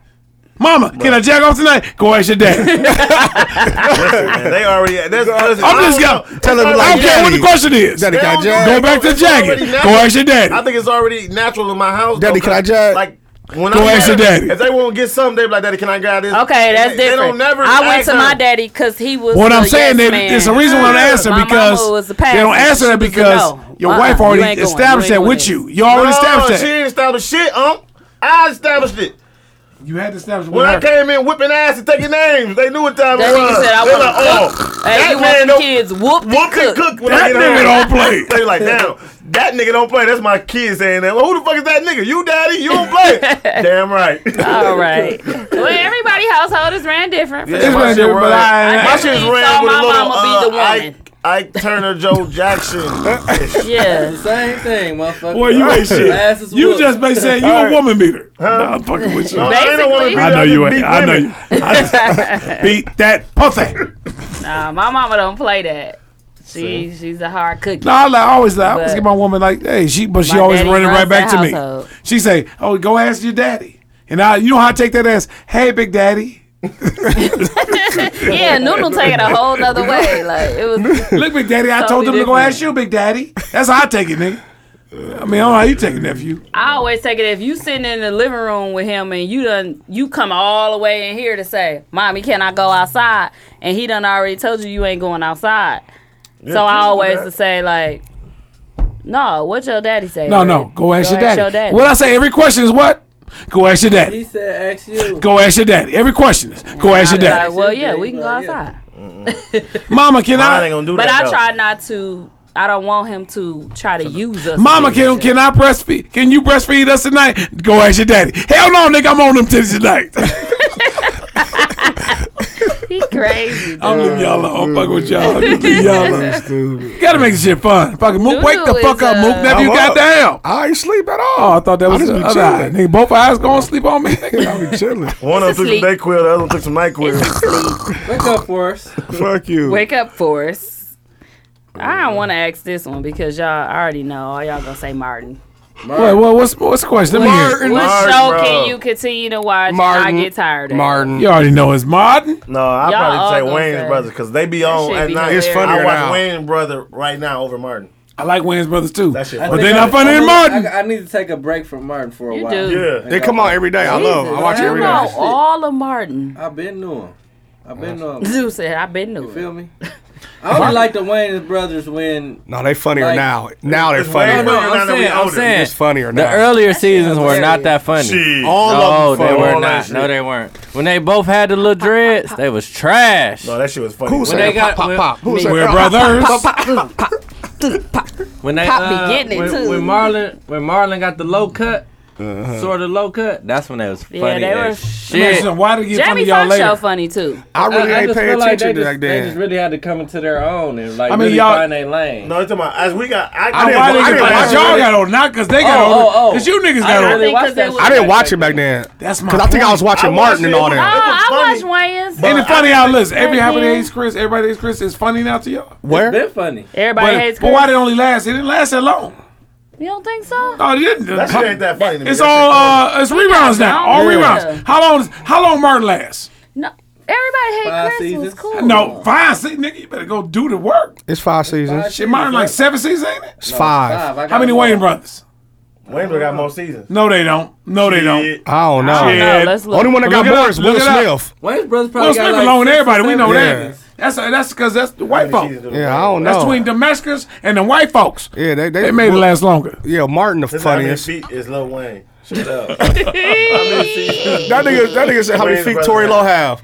Speaker 8: Mama, can I jack off tonight? Go ask your daddy.
Speaker 4: Man, they already. That's,
Speaker 8: I'm just
Speaker 4: going
Speaker 8: gonna
Speaker 3: Tell him,
Speaker 8: I
Speaker 3: like,
Speaker 8: don't care what the
Speaker 3: daddy.
Speaker 8: question is.
Speaker 3: Daddy, can I
Speaker 4: They
Speaker 3: jag?
Speaker 4: don't
Speaker 8: Go back to
Speaker 4: It's
Speaker 8: jagging.
Speaker 4: already
Speaker 8: Go
Speaker 4: natural.
Speaker 8: ask your daddy.
Speaker 4: I think it's already natural in my house.
Speaker 3: Daddy,
Speaker 4: though,
Speaker 3: can I
Speaker 4: 'cause,
Speaker 3: jag?
Speaker 4: Like. When
Speaker 8: Go
Speaker 4: I
Speaker 8: ask your
Speaker 4: get-
Speaker 8: daddy.
Speaker 4: If they won't get something, they be like, "Daddy, can I grab this?"
Speaker 1: Okay,
Speaker 4: And
Speaker 1: that's
Speaker 4: they,
Speaker 1: different.
Speaker 4: They don't never.
Speaker 1: I went
Speaker 4: ask
Speaker 1: to
Speaker 4: her.
Speaker 1: my daddy because he was.
Speaker 8: What
Speaker 1: the
Speaker 8: I'm saying,
Speaker 1: yes
Speaker 8: they,
Speaker 1: man.
Speaker 8: there's a reason why they
Speaker 4: Yeah.
Speaker 8: answer
Speaker 1: My mama
Speaker 8: because
Speaker 1: was a
Speaker 8: they don't
Speaker 1: pastor.
Speaker 8: answer that
Speaker 1: She was a
Speaker 8: because
Speaker 1: no.
Speaker 8: your
Speaker 1: Uh-uh.
Speaker 8: wife
Speaker 1: You
Speaker 8: already
Speaker 1: ain't going.
Speaker 8: established
Speaker 1: You
Speaker 8: that
Speaker 1: ain't
Speaker 8: with
Speaker 1: doing
Speaker 8: you. You already
Speaker 4: No,
Speaker 8: established
Speaker 4: she
Speaker 8: that.
Speaker 4: didn't establish shit, um. I established it.
Speaker 8: You had to establish
Speaker 4: When I came in whipping ass and taking names, they knew what time
Speaker 1: That
Speaker 4: it
Speaker 1: nigga
Speaker 4: was.
Speaker 1: said, "I
Speaker 4: they
Speaker 1: wanna
Speaker 4: like, oh,
Speaker 1: Hey,
Speaker 4: that
Speaker 1: you
Speaker 4: man
Speaker 1: want the
Speaker 4: don't
Speaker 1: kids whooped and
Speaker 4: whoop and
Speaker 1: cooked.
Speaker 4: cook when I
Speaker 8: That
Speaker 4: get
Speaker 8: nigga
Speaker 4: home.
Speaker 8: don't play.
Speaker 4: [LAUGHS] They like, damn, that nigga don't play. That's my kid saying that. Well, who the fuck is that nigga? You daddy? You don't
Speaker 1: [LAUGHS]
Speaker 4: play. damn right.
Speaker 1: All
Speaker 4: [LAUGHS]
Speaker 1: right. [LAUGHS] well, everybody household is ran different.
Speaker 4: Yeah,
Speaker 8: It's
Speaker 4: my
Speaker 8: been
Speaker 4: shit
Speaker 8: different, but
Speaker 4: ran-
Speaker 8: I-
Speaker 4: my shit
Speaker 1: I
Speaker 4: ran
Speaker 1: saw
Speaker 4: with a
Speaker 1: my
Speaker 4: little
Speaker 1: mama be the
Speaker 4: uh,
Speaker 1: woman.
Speaker 4: Ike, Ike Turner, Joe Jackson. [LAUGHS]
Speaker 1: Yeah.
Speaker 10: Same thing, motherfucker.
Speaker 8: Boy, you ain't
Speaker 10: Ass is
Speaker 8: shit. You
Speaker 10: whooped.
Speaker 8: just basically saying you a woman beater. Nah, I'm fucking with you.
Speaker 4: No, I don't wanna
Speaker 1: Basically.
Speaker 4: be
Speaker 8: I
Speaker 4: that.
Speaker 8: know you
Speaker 4: just beat
Speaker 8: ain't. I know
Speaker 4: women.
Speaker 8: you. I [LAUGHS] just beat that pussy.
Speaker 1: Nah, my mama don't play that. She she's a hard cookie.
Speaker 8: No, I like, I always like, I always
Speaker 1: But-
Speaker 8: get my woman like, hey, she, but she
Speaker 1: My
Speaker 8: always
Speaker 1: daddy
Speaker 8: running
Speaker 1: runs
Speaker 8: right back
Speaker 1: the
Speaker 8: to me.
Speaker 1: household.
Speaker 8: She say, oh, go ask your daddy. And I, you know how I take that as, hey, big
Speaker 1: [LAUGHS]
Speaker 8: daddy.
Speaker 1: yeah, Noodle take it a whole nother way. Like it was.
Speaker 8: Look, Big Daddy, I told
Speaker 1: Totally
Speaker 8: them to go
Speaker 1: different.
Speaker 8: ask you, Big Daddy. That's how I take it, nigga. I mean, I don't know how you take it, nephew.
Speaker 1: I always take it if you sitting in the living room with him and you done you come all the way in here to say, "Mommy, can I go outside?" and he done already told you you ain't going outside. so I
Speaker 4: true,
Speaker 1: always
Speaker 4: that.
Speaker 1: say like, "No, what your daddy say?"
Speaker 8: No,
Speaker 1: Red?
Speaker 8: no, go ask,
Speaker 1: Go
Speaker 8: your,
Speaker 1: ask
Speaker 8: daddy.
Speaker 1: your daddy.
Speaker 8: What I say every [LAUGHS] question is what? Go ask your
Speaker 10: He
Speaker 8: daddy.
Speaker 10: said, ask you.
Speaker 8: Go ask your daddy. Every question is go ask your
Speaker 1: I'll be
Speaker 8: daddy.
Speaker 1: Like, well,
Speaker 10: Ask your
Speaker 1: yeah,
Speaker 10: daddy,
Speaker 1: we can go
Speaker 10: like, yeah.
Speaker 1: outside.
Speaker 8: Mama, can
Speaker 4: I ain't
Speaker 8: I?
Speaker 4: gonna do
Speaker 1: But
Speaker 4: that.
Speaker 1: I
Speaker 4: though.
Speaker 1: try not to. I don't want him to try to use us.
Speaker 8: Mama, can can I breastfeed? Can you breastfeed us tonight? Go ask your daddy. Hell no, nigga, I'm on them titties tonight. [LAUGHS]
Speaker 1: He crazy.
Speaker 8: I'm leaving y'all alone. I'm fucking with y'all. I'm
Speaker 3: Mm.
Speaker 8: leaving y'all
Speaker 1: [LAUGHS]
Speaker 8: alone.
Speaker 3: [LAUGHS] Stupid.
Speaker 8: Gotta make this shit fun. Fucking Mook, wake the
Speaker 1: Dude
Speaker 8: fuck
Speaker 1: is,
Speaker 8: up, Mook.
Speaker 1: uh,
Speaker 8: Nephew,
Speaker 3: I'm up.
Speaker 8: goddamn.
Speaker 3: I ain't sleep at all.
Speaker 8: Oh, I thought that was
Speaker 3: just
Speaker 8: the
Speaker 3: be
Speaker 8: other eye.
Speaker 3: chilling.
Speaker 8: Nigga, both eyes gonna sleep on me. Nigga.
Speaker 3: I be chilling.
Speaker 4: One of them took
Speaker 1: Asleep.
Speaker 4: some Dayquil, the other one took some Nyquil.
Speaker 10: Wake up for us.
Speaker 3: Fuck you.
Speaker 1: Wake up for us. I don't want to ask this one because y'all I already know. All y'all gonna say Martin.
Speaker 8: [LAUGHS] Wait, what, what's what's the question? Let me hear. it.
Speaker 1: What
Speaker 4: Martin,
Speaker 1: show
Speaker 4: bro.
Speaker 1: can you continue to watch?
Speaker 3: Martin.
Speaker 1: I get tired of
Speaker 3: Martin.
Speaker 8: You already know it's Martin.
Speaker 4: No, I
Speaker 1: Y'all all
Speaker 4: probably say
Speaker 1: gonna
Speaker 4: Wayne's
Speaker 1: say-
Speaker 4: brothers because they be on
Speaker 1: shit
Speaker 4: at
Speaker 1: be
Speaker 4: night.
Speaker 1: It's
Speaker 3: hilarious. funnier
Speaker 4: I watch
Speaker 3: now.
Speaker 4: Wayne's brother right now over Martin.
Speaker 8: I like Wayne's Brothers too.
Speaker 4: That shit
Speaker 8: But
Speaker 4: funny.
Speaker 8: they're not funny
Speaker 6: I
Speaker 8: in
Speaker 6: need-
Speaker 8: Martin.
Speaker 6: I, I need to take a break from Martin for a
Speaker 7: You
Speaker 6: while.
Speaker 7: do.
Speaker 4: Yeah.
Speaker 3: They come out every day. I love. 'em. I watch it
Speaker 7: You
Speaker 3: every
Speaker 7: know
Speaker 3: day.
Speaker 7: all of Martin.
Speaker 6: I've been to him. I've been to
Speaker 3: [LAUGHS]
Speaker 7: [LAUGHS]
Speaker 6: him.
Speaker 7: Zeus said, I've been
Speaker 6: You
Speaker 7: new.
Speaker 6: feel me? I only like the Wayne brothers when
Speaker 3: No, Oh, they funnier
Speaker 6: Like-
Speaker 3: now. Now they're
Speaker 6: I
Speaker 3: funnier.
Speaker 6: know,
Speaker 4: Now that
Speaker 6: I'm
Speaker 4: we
Speaker 6: saying, I'm
Speaker 4: older.
Speaker 6: saying.
Speaker 3: It's funnier
Speaker 13: The
Speaker 3: now.
Speaker 13: earlier seasons were not that funny.
Speaker 4: Shit.
Speaker 13: All no,
Speaker 4: of them
Speaker 13: they
Speaker 4: funny.
Speaker 13: were
Speaker 4: All that
Speaker 13: not. No,
Speaker 4: shit.
Speaker 13: they weren't. When they both had the little dreads, they was trash.
Speaker 4: No, that shit was funny.
Speaker 3: Who
Speaker 13: they
Speaker 3: said
Speaker 13: got-
Speaker 3: pop, pop,
Speaker 13: when-
Speaker 3: pop? Who said
Speaker 8: We're
Speaker 3: pop,
Speaker 8: brothers.
Speaker 13: When they
Speaker 7: Pop be
Speaker 13: uh,
Speaker 7: getting it,
Speaker 13: when,
Speaker 7: too.
Speaker 13: when Marlon when Marlon got the low cut, sort of low cut. That's when they was funny.
Speaker 7: Yeah, they were-
Speaker 13: as
Speaker 8: Man,
Speaker 13: shit.
Speaker 8: son, Why did it get funny
Speaker 7: Jamie
Speaker 8: to y'all
Speaker 7: Foxx show
Speaker 8: later?
Speaker 7: funny too.
Speaker 3: I really
Speaker 6: I, I
Speaker 3: ain't
Speaker 6: just
Speaker 3: pay attention
Speaker 6: feel like they
Speaker 3: to
Speaker 6: just,
Speaker 3: that
Speaker 6: they just
Speaker 3: damn.
Speaker 6: really had to come into their own and like
Speaker 8: I mean,
Speaker 6: really
Speaker 8: y'all-
Speaker 6: find their lane.
Speaker 4: No, it's about as we got. I,
Speaker 8: I, why
Speaker 4: I
Speaker 8: they
Speaker 4: didn't
Speaker 8: get
Speaker 4: watch
Speaker 8: funny? Y'all
Speaker 4: it.
Speaker 8: got on not because they got on.
Speaker 6: Oh, oh, oh.
Speaker 8: Cause you niggas
Speaker 6: I
Speaker 8: got
Speaker 6: really
Speaker 8: on.
Speaker 7: think
Speaker 6: watched
Speaker 7: 'cause
Speaker 6: that
Speaker 7: it
Speaker 6: shit
Speaker 7: was-
Speaker 3: I didn't
Speaker 6: back
Speaker 3: watch it
Speaker 6: then.
Speaker 3: back then.
Speaker 8: That's my.
Speaker 3: Cause I think I was
Speaker 8: point.
Speaker 3: watching
Speaker 4: I
Speaker 3: Martin and all
Speaker 4: watched it.
Speaker 7: Oh,
Speaker 3: that.
Speaker 6: Ah!
Speaker 4: funny.
Speaker 7: I watched Wayne's.
Speaker 8: Ain't it funny how listen? Every
Speaker 7: Back
Speaker 8: happy
Speaker 7: then.
Speaker 8: days Chris, everybody hates Chris is funny now to y'all.
Speaker 3: Where?
Speaker 6: Been funny.
Speaker 7: Everybody
Speaker 8: But,
Speaker 7: hates
Speaker 8: but
Speaker 7: Chris.
Speaker 8: why did it only last? It didn't last that long.
Speaker 7: you don't think so?
Speaker 8: Oh, it didn't.
Speaker 4: That shit ain't that funny. to me.
Speaker 8: It's
Speaker 4: That shit
Speaker 8: all
Speaker 4: funny.
Speaker 8: uh, it's rebounds now. All
Speaker 7: Yeah.
Speaker 8: rebounds. How long? Is, how long Martin lasts?
Speaker 7: No. Everybody hates
Speaker 6: Five
Speaker 7: Chris. It was
Speaker 6: seasons.
Speaker 7: cool.
Speaker 8: No, five se- nigga. You better go do the work.
Speaker 3: It's five seasons.
Speaker 8: Shit, Martin like seven seasons, ain't it?
Speaker 3: It's five.
Speaker 6: Five, I
Speaker 8: How many
Speaker 6: got one.
Speaker 8: Wayne brothers?
Speaker 4: Wayne Bro got more seasons.
Speaker 8: No, they don't. No, they
Speaker 4: Yeah.
Speaker 8: don't.
Speaker 3: I don't know.
Speaker 8: Shit.
Speaker 7: No, let's look.
Speaker 3: Only one that
Speaker 8: Look
Speaker 3: got
Speaker 8: it
Speaker 3: more
Speaker 8: up.
Speaker 3: is Will
Speaker 8: Look it up.
Speaker 3: Smith.
Speaker 6: Wayne's brothers probably
Speaker 8: Will
Speaker 6: got
Speaker 8: Smith
Speaker 6: like
Speaker 8: alone,
Speaker 6: six or
Speaker 8: everybody. We
Speaker 6: seven
Speaker 8: know that.
Speaker 3: seasons.
Speaker 8: That's that's because that's the white
Speaker 4: How many
Speaker 8: folks.
Speaker 4: seasons do
Speaker 3: Yeah,
Speaker 4: they
Speaker 3: I
Speaker 4: have?
Speaker 3: don't
Speaker 8: That's
Speaker 3: know.
Speaker 8: between the Mexicans and the white folks.
Speaker 3: Yeah, they
Speaker 8: They made it last longer.
Speaker 3: Yeah, Martin the
Speaker 4: This is how many
Speaker 3: funniest.
Speaker 4: feet is Lil Wayne. Shut up. How many seasons?
Speaker 3: That nigga, that nigga said how many
Speaker 4: Wayne's
Speaker 3: feet
Speaker 4: brother.
Speaker 3: Tory Lowe have.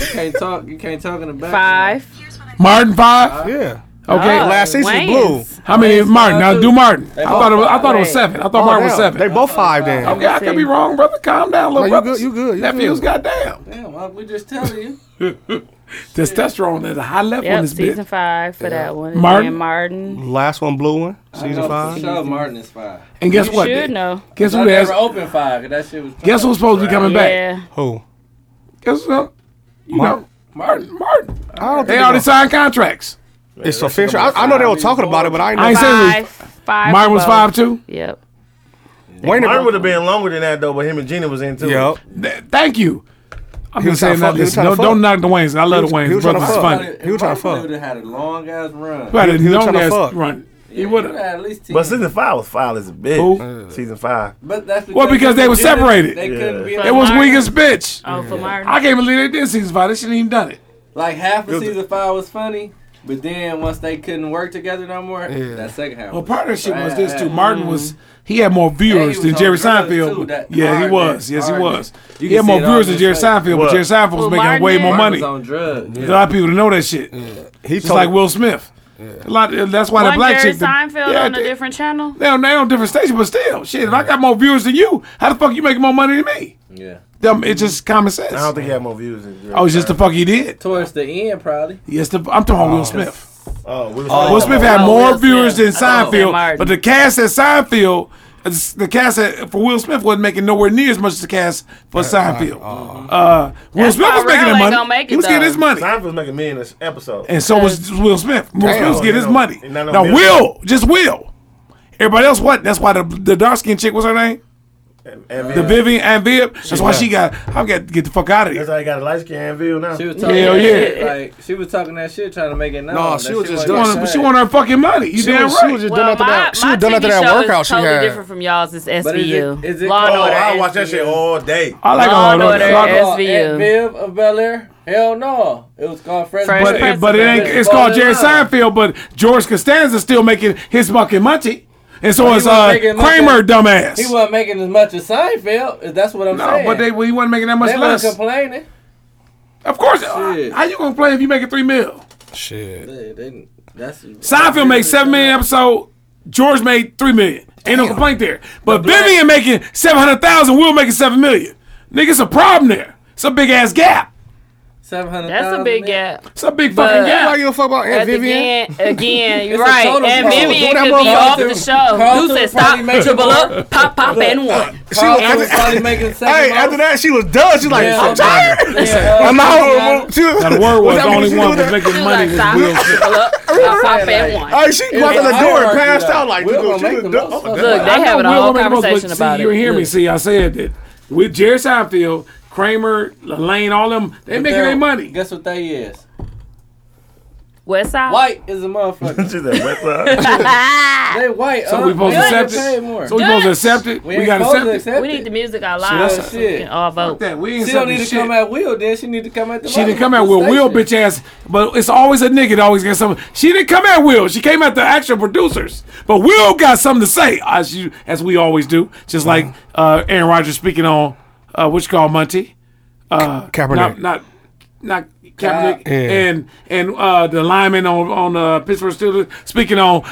Speaker 6: You can't talk. You can't talk in the back.
Speaker 7: Five.
Speaker 8: [LAUGHS] Martin five.
Speaker 3: Yeah.
Speaker 8: Okay.
Speaker 7: Oh,
Speaker 3: Last season
Speaker 7: Wayne's.
Speaker 3: blue.
Speaker 8: How many
Speaker 6: Wayne's
Speaker 8: Martin?
Speaker 6: five,
Speaker 8: Now
Speaker 6: too.
Speaker 8: do Martin. I
Speaker 6: They both
Speaker 8: thought it was, I
Speaker 6: five.
Speaker 8: thought it was
Speaker 7: Wait.
Speaker 8: seven. I thought Martin was
Speaker 3: damn.
Speaker 8: seven.
Speaker 3: They both five then.
Speaker 8: Okay, I could be wrong, brother. Calm down,
Speaker 3: No,
Speaker 8: little
Speaker 3: you
Speaker 8: brother.
Speaker 3: good, you good, you
Speaker 8: Nephews,
Speaker 3: good.
Speaker 8: goddamn.
Speaker 6: Damn, I- we just telling
Speaker 8: [LAUGHS]
Speaker 6: you.
Speaker 8: Testosterone at a high level in
Speaker 7: Yep,
Speaker 8: this
Speaker 7: season
Speaker 8: bitch.
Speaker 7: five for that one. And
Speaker 8: Martin?
Speaker 7: then Martin.
Speaker 3: Last one, blue one, season five.
Speaker 6: Show Martin is five.
Speaker 8: And guess
Speaker 7: You
Speaker 8: what?
Speaker 7: should
Speaker 8: Dick?
Speaker 7: know.
Speaker 8: Guess
Speaker 6: I
Speaker 8: who
Speaker 6: never
Speaker 8: that's?
Speaker 6: opened five. 'cause That shit was.
Speaker 8: Guess who's supposed to be coming back?
Speaker 7: Yeah.
Speaker 3: Who?
Speaker 8: Guess who? You
Speaker 3: Martin.
Speaker 8: know, Martin. Martin.
Speaker 3: I don't
Speaker 8: They
Speaker 3: think
Speaker 8: already signed contracts.
Speaker 3: it's official. I, I know they were talking about it, but I ain't
Speaker 8: I ain't
Speaker 3: know.
Speaker 8: saying it
Speaker 7: Five. Five.
Speaker 8: Martin
Speaker 7: for
Speaker 8: was
Speaker 7: both.
Speaker 8: five too.
Speaker 7: Yep.
Speaker 3: Wayne
Speaker 4: Mine would have been longer than that though, but him and Gina was in too.
Speaker 3: Yep.
Speaker 8: Th- Thank you. I'm just
Speaker 3: He was
Speaker 8: saying
Speaker 3: trying to
Speaker 8: that.
Speaker 3: fuck. He was
Speaker 8: Listen,
Speaker 3: trying
Speaker 8: don't,
Speaker 3: to
Speaker 8: don't
Speaker 3: fuck.
Speaker 8: knock the Waynes. I love the
Speaker 3: was- he
Speaker 8: Waynes.
Speaker 3: was trying to
Speaker 8: Brothers is
Speaker 3: fuck.
Speaker 8: funny.
Speaker 3: He was trying to fuck.
Speaker 6: Would have had a long ass run.
Speaker 8: But
Speaker 3: He was trying to
Speaker 8: ass
Speaker 3: fuck.
Speaker 8: run. He
Speaker 6: Yeah,
Speaker 8: would
Speaker 6: you
Speaker 8: have.
Speaker 6: had at least ten.
Speaker 4: But season five was foul as a bitch. Season five.
Speaker 6: But that's because
Speaker 8: Well, because they were
Speaker 6: couldn't-
Speaker 8: separated.
Speaker 6: They couldn't be.
Speaker 8: It was
Speaker 7: Martin.
Speaker 8: weak as bitch.
Speaker 7: Oh, for Martin.
Speaker 8: I can't believe they did season five. They shouldn't even done it.
Speaker 6: Like half of season five was funny, but then once they couldn't work together no more, that second half.
Speaker 8: Well,
Speaker 6: was-
Speaker 8: partnership was
Speaker 6: Right,
Speaker 8: this
Speaker 6: right.
Speaker 8: too. Martin
Speaker 7: Mm-hmm.
Speaker 8: was he had more viewers
Speaker 6: Mm-hmm. was
Speaker 8: than
Speaker 6: on
Speaker 8: Jerry
Speaker 6: drugs, too,
Speaker 8: Seinfeld.
Speaker 6: that
Speaker 8: yeah, he
Speaker 6: Martin-
Speaker 8: was. Yes, he
Speaker 6: Martin-
Speaker 8: was.
Speaker 6: you
Speaker 8: He
Speaker 6: can
Speaker 8: had
Speaker 6: see
Speaker 8: more
Speaker 6: it on
Speaker 8: viewers than
Speaker 6: his
Speaker 8: Jerry
Speaker 6: face.
Speaker 8: Seinfeld, but
Speaker 4: What?
Speaker 8: Jerry Seinfeld was
Speaker 7: Well,
Speaker 8: making
Speaker 7: Martin
Speaker 8: way
Speaker 7: did.
Speaker 8: more
Speaker 6: Martin
Speaker 8: money.
Speaker 6: was on drugs.
Speaker 8: A lot of people don't know that shit.
Speaker 3: He
Speaker 8: Just
Speaker 3: told
Speaker 8: like Will Smith. A lot. uh, That's why the
Speaker 7: One
Speaker 8: black
Speaker 7: Jerry
Speaker 8: chick. the-
Speaker 7: Seinfeld
Speaker 8: yeah,
Speaker 7: on a
Speaker 8: they-
Speaker 7: different channel.
Speaker 8: They on, they on different stations, but still, shit. If I got more viewers than you, how the fuck you making more money than me?
Speaker 6: Yeah.
Speaker 8: Dumb, it's just common sense.
Speaker 4: I don't think he had more views than Gina.
Speaker 8: oh, it's just the fuck he did.
Speaker 6: Towards the end, probably.
Speaker 8: Yes, the, I'm talking about Will Smith.
Speaker 4: Oh, Will Smith.
Speaker 8: Will Smith had
Speaker 7: oh,
Speaker 8: more
Speaker 7: Will
Speaker 8: viewers
Speaker 7: Smith.
Speaker 8: than
Speaker 7: Oh,
Speaker 8: Seinfeld,
Speaker 7: and Martin.
Speaker 8: but the cast at Seinfeld, the cast at, for Will Smith wasn't making nowhere near as much as the cast for
Speaker 4: Oh,
Speaker 8: Seinfeld.
Speaker 6: Uh-huh.
Speaker 8: Uh, Will
Speaker 7: That's
Speaker 8: Smith
Speaker 7: why
Speaker 8: was making
Speaker 7: Rel
Speaker 8: the
Speaker 7: ain't
Speaker 8: money.
Speaker 7: gonna make
Speaker 8: he
Speaker 7: it,
Speaker 8: was getting
Speaker 7: though.
Speaker 8: his money.
Speaker 4: Seinfeld's making me in this episode.
Speaker 8: And so was Will Smith. Will Smith was getting his
Speaker 4: Damn.
Speaker 8: money.
Speaker 4: And not no
Speaker 8: Now,
Speaker 4: million.
Speaker 8: Will, just Will. Everybody else, what? That's why the, the dark skinned chick, what's her name?
Speaker 4: And
Speaker 8: The
Speaker 4: Viv-
Speaker 8: Vivian and Viv. That's why she got, I've got to get the fuck out of
Speaker 4: That's
Speaker 8: here.
Speaker 4: how he got a light skin view now.
Speaker 6: She was talking
Speaker 8: Hell
Speaker 6: that
Speaker 8: yeah.
Speaker 4: [LAUGHS]
Speaker 6: shit. Like she was talking that shit, trying to make it known.
Speaker 3: No,
Speaker 6: that
Speaker 3: she was just
Speaker 8: She
Speaker 6: wasn't
Speaker 3: doing
Speaker 8: wanted,
Speaker 6: gay.
Speaker 8: she wanted her fucking money. You
Speaker 3: She
Speaker 8: damn
Speaker 3: was,
Speaker 8: right.
Speaker 3: she was just done after that. She was done
Speaker 7: TV
Speaker 3: after that
Speaker 7: show
Speaker 3: workout
Speaker 7: is
Speaker 3: she
Speaker 7: totally
Speaker 3: had.
Speaker 7: different from y'all's. It's SVU.
Speaker 6: it- is it
Speaker 7: Law and
Speaker 4: Oh,
Speaker 6: called-
Speaker 7: Order.
Speaker 4: I watch that
Speaker 6: SVU.
Speaker 4: shit all day.
Speaker 8: I like
Speaker 7: Law
Speaker 8: all
Speaker 7: and
Speaker 8: of
Speaker 7: Order
Speaker 8: that. Law and Order.
Speaker 7: is-
Speaker 6: Called
Speaker 7: SVU.
Speaker 6: Aunt Viv of Bel Air? Hell no. It was called Fresh.
Speaker 7: Fresh
Speaker 8: But
Speaker 7: Prince
Speaker 8: it, but it
Speaker 7: of
Speaker 8: ain't.
Speaker 7: Bel-Air.
Speaker 8: It's called Jerry
Speaker 6: Falling in
Speaker 8: Seinfeld, but George Costanza still making his fucking money, and so
Speaker 6: he
Speaker 8: is
Speaker 6: wasn't
Speaker 8: uh,
Speaker 6: making much
Speaker 8: Kramer,
Speaker 6: as-
Speaker 8: dumbass.
Speaker 6: He wasn't making as much as Seinfeld. if That's what I'm
Speaker 8: no,
Speaker 6: saying.
Speaker 8: but they he wasn't making that much
Speaker 6: they
Speaker 8: less.
Speaker 6: wasn't complaining.
Speaker 8: of course,
Speaker 6: Shit.
Speaker 8: how you gonna play if you making three mil?
Speaker 3: Shit.
Speaker 6: They, they, that's
Speaker 8: Seinfeld made seven million episode. George made three million. Ain't no complaint there. But Vivian making seven hundred thousand. Will making seven million. Nigga, it's a problem there. It's a big ass gap.
Speaker 6: Seven hundred.
Speaker 7: That's a big gap.
Speaker 8: It's a big
Speaker 7: But-
Speaker 8: fucking
Speaker 3: Yeah,
Speaker 8: gap.
Speaker 3: I give a fuck about Aunt
Speaker 7: At the
Speaker 3: Vivian.
Speaker 8: [LAUGHS]
Speaker 7: again, again, you're
Speaker 6: It's a
Speaker 7: right.
Speaker 6: total
Speaker 7: And
Speaker 6: problem.
Speaker 7: Vivian
Speaker 3: What
Speaker 7: could
Speaker 3: that
Speaker 7: be
Speaker 3: motherfucker
Speaker 7: off
Speaker 6: do?
Speaker 7: the show.
Speaker 6: Carlton
Speaker 7: Dude said,
Speaker 6: was
Speaker 7: stop,
Speaker 6: probably making
Speaker 7: dribble
Speaker 6: more-
Speaker 7: up, [LAUGHS] pop, pop,
Speaker 8: [LAUGHS]
Speaker 7: and one.
Speaker 6: She was probably making seven.
Speaker 3: Hey,
Speaker 6: million.
Speaker 3: after that, she was done. She's like,
Speaker 6: Yeah,
Speaker 3: I'm
Speaker 6: I'm
Speaker 3: tired. I'm out. She was-
Speaker 8: Now, the word was
Speaker 3: That
Speaker 8: the
Speaker 3: mean
Speaker 8: only
Speaker 3: she
Speaker 8: one
Speaker 3: doing
Speaker 8: was
Speaker 3: that-
Speaker 8: making
Speaker 7: Dude
Speaker 8: money was
Speaker 7: like, stop,
Speaker 8: Will Smith.
Speaker 7: dribble up, pop, pop, and one.
Speaker 3: Hey, she walked out the door and passed out like,
Speaker 6: We're gonna
Speaker 3: dude, she
Speaker 6: make
Speaker 3: was
Speaker 6: them
Speaker 3: done.
Speaker 6: up.
Speaker 3: I'm
Speaker 7: Look,
Speaker 8: I
Speaker 7: they
Speaker 8: know
Speaker 7: having a
Speaker 8: Will
Speaker 7: whole
Speaker 8: made the most- but
Speaker 7: conversation
Speaker 8: see,
Speaker 7: about it.
Speaker 8: You hear me?
Speaker 7: Look.
Speaker 8: See, I said that with Jerry Seinfeld, Kramer, Lane, all them, they making their money.
Speaker 6: Guess what they is?
Speaker 1: West Side.
Speaker 6: White is a motherfucker.
Speaker 4: She's at West Side.
Speaker 6: they
Speaker 8: [LAUGHS]
Speaker 6: white.
Speaker 8: So
Speaker 6: uh,
Speaker 8: we supposed to
Speaker 6: they
Speaker 8: accept
Speaker 6: get paid
Speaker 8: it?
Speaker 6: More.
Speaker 8: So we supposed to accept it? We,
Speaker 6: ain't
Speaker 8: got
Speaker 6: supposed
Speaker 8: to accept it?
Speaker 1: we need the music out loud
Speaker 6: Shit,
Speaker 1: so we
Speaker 6: shit.
Speaker 1: can all vote.
Speaker 8: That, we ain't
Speaker 6: She don't
Speaker 8: accepting
Speaker 6: need to
Speaker 8: shit.
Speaker 6: come at Will, then she need to come at the
Speaker 8: She didn't
Speaker 6: motherfucking
Speaker 8: come at Will. Will,
Speaker 6: station.
Speaker 8: bitch ass. But it's always a nigga that always gets something. She didn't come at Will. She came at the actual producers. But Will got something to say, as you, as we always do. Just like uh, Aaron Rodgers speaking on uh, what you call Monty. Uh,
Speaker 3: Kaepernick.
Speaker 8: Not not, not Kaepernick.
Speaker 3: Yeah.
Speaker 8: And and uh, the lineman on on uh, Pittsburgh Steelers speaking on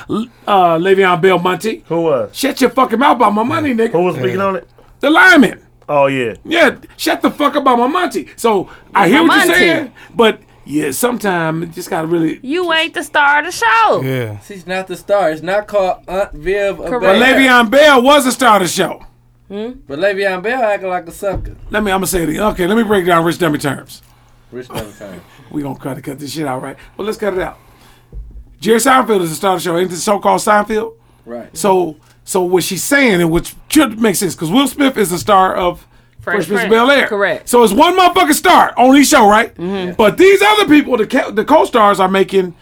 Speaker 8: uh, Le'Veon Bell Monty.
Speaker 4: Who was?
Speaker 8: Shut your fucking mouth about my money,
Speaker 4: Who
Speaker 8: nigga.
Speaker 4: was speaking on it?
Speaker 8: The lineman.
Speaker 4: Oh yeah.
Speaker 8: Yeah, shut the fuck up about my Monty. So I hear what you're
Speaker 1: Monty.
Speaker 8: saying, but yeah, sometimes it just gotta really.
Speaker 1: You ain't the star of the show.
Speaker 3: Yeah.
Speaker 6: She's not the star. It's not called Aunt Viv. Correct.
Speaker 8: But Le'Veon Bell was a star of the show.
Speaker 6: But Le'Veon Bell acting like a sucker.
Speaker 8: Let me, I'm gonna say it. again. Okay, let me break down Rich Dummy terms.
Speaker 6: Rich Dumb Time.
Speaker 8: We gonna try to cut this shit out, right? Well, let's cut it out. Jerry Seinfeld is a star of the show. Ain't this so-called Seinfeld?
Speaker 6: Right.
Speaker 8: So, so what she's saying, and which should make sense, because Will Smith is the star of Fresh Prince of
Speaker 1: Prince,
Speaker 8: Bel Air.
Speaker 1: correct.
Speaker 8: So it's one motherfucking star on each show, right? But these other people, the ca- the co-stars, are making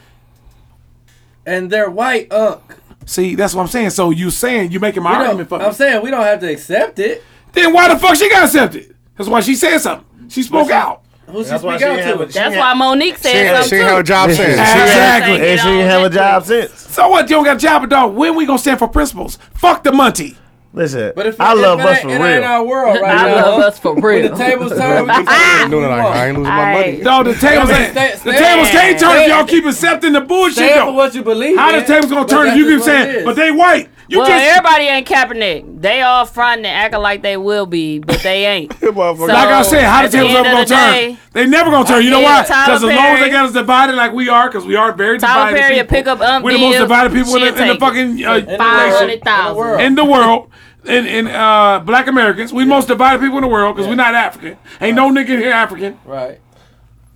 Speaker 6: And they're white unk.
Speaker 8: See, that's what I'm saying. So you saying you making my
Speaker 6: We
Speaker 8: argument
Speaker 6: don't,
Speaker 8: for
Speaker 6: I'm
Speaker 8: me.
Speaker 6: saying we don't have to accept it.
Speaker 8: Then why the fuck she got accepted? That's why she said something. She spoke out.
Speaker 6: Who she
Speaker 4: That's why
Speaker 6: speak
Speaker 4: she ain't
Speaker 6: out
Speaker 4: have a.
Speaker 6: to?
Speaker 4: She
Speaker 1: That's
Speaker 4: ain't-
Speaker 1: why Monique said
Speaker 3: She ain't,
Speaker 1: something.
Speaker 3: she ain't had a job
Speaker 7: [LAUGHS]
Speaker 3: since.
Speaker 8: Exactly.
Speaker 4: And she didn't have a job since.
Speaker 8: So what? You don't got a job, but dog. When we gonna stand for principles? Fuck the money.
Speaker 4: Listen,
Speaker 6: But if
Speaker 4: I
Speaker 6: it-
Speaker 4: love
Speaker 6: if it
Speaker 4: us
Speaker 6: ain't-
Speaker 4: for
Speaker 6: it ain't
Speaker 4: real.
Speaker 6: our world right
Speaker 1: I
Speaker 6: now.
Speaker 1: love
Speaker 6: huh?
Speaker 1: us for real.
Speaker 6: When the tables
Speaker 3: [LAUGHS]
Speaker 6: turn, we
Speaker 1: [LAUGHS]
Speaker 6: can
Speaker 3: I'm doing it like, I ain't losing my money.
Speaker 1: Aight.
Speaker 8: Dog, the tables
Speaker 6: Yeah,
Speaker 8: ain't,
Speaker 6: stand-
Speaker 8: the
Speaker 6: stand-
Speaker 8: tables can't turn if
Speaker 6: stand-
Speaker 8: y'all keep accepting the bullshit.
Speaker 6: stand for
Speaker 8: though.
Speaker 6: what you believe.
Speaker 8: How the
Speaker 6: man.
Speaker 8: tables gonna
Speaker 6: But
Speaker 8: turn if
Speaker 6: that's
Speaker 8: you keep
Speaker 6: just what it
Speaker 8: saying,
Speaker 6: is.
Speaker 8: but they white? You
Speaker 1: well,
Speaker 8: just
Speaker 1: everybody ain't Kaepernick. They all fronting and acting like they will be, but they
Speaker 3: [LAUGHS]
Speaker 1: ain't.
Speaker 3: Motherfucker.
Speaker 8: like I
Speaker 1: So,
Speaker 8: said, how the
Speaker 1: at the
Speaker 8: tables
Speaker 1: end
Speaker 8: ever gonna
Speaker 1: of the
Speaker 8: turn?
Speaker 1: day-
Speaker 8: they never gonna turn. You know why?
Speaker 1: Yeah, Tyler
Speaker 8: Because as long as they
Speaker 1: Perry-
Speaker 8: got us divided like we are, because we are very
Speaker 1: Tyler
Speaker 8: divided
Speaker 1: Perry will
Speaker 8: people.
Speaker 1: pick up Unc
Speaker 8: We're the most
Speaker 1: Bill.
Speaker 8: divided people in the,
Speaker 1: She'll
Speaker 8: in the
Speaker 1: take
Speaker 8: fucking uh,
Speaker 6: In the world.
Speaker 1: 500,000.
Speaker 6: In the world.
Speaker 8: in the world. In, in uh, black Americans, we most divided people in the world because we're not African. Ain't no nigga here African.
Speaker 6: Right.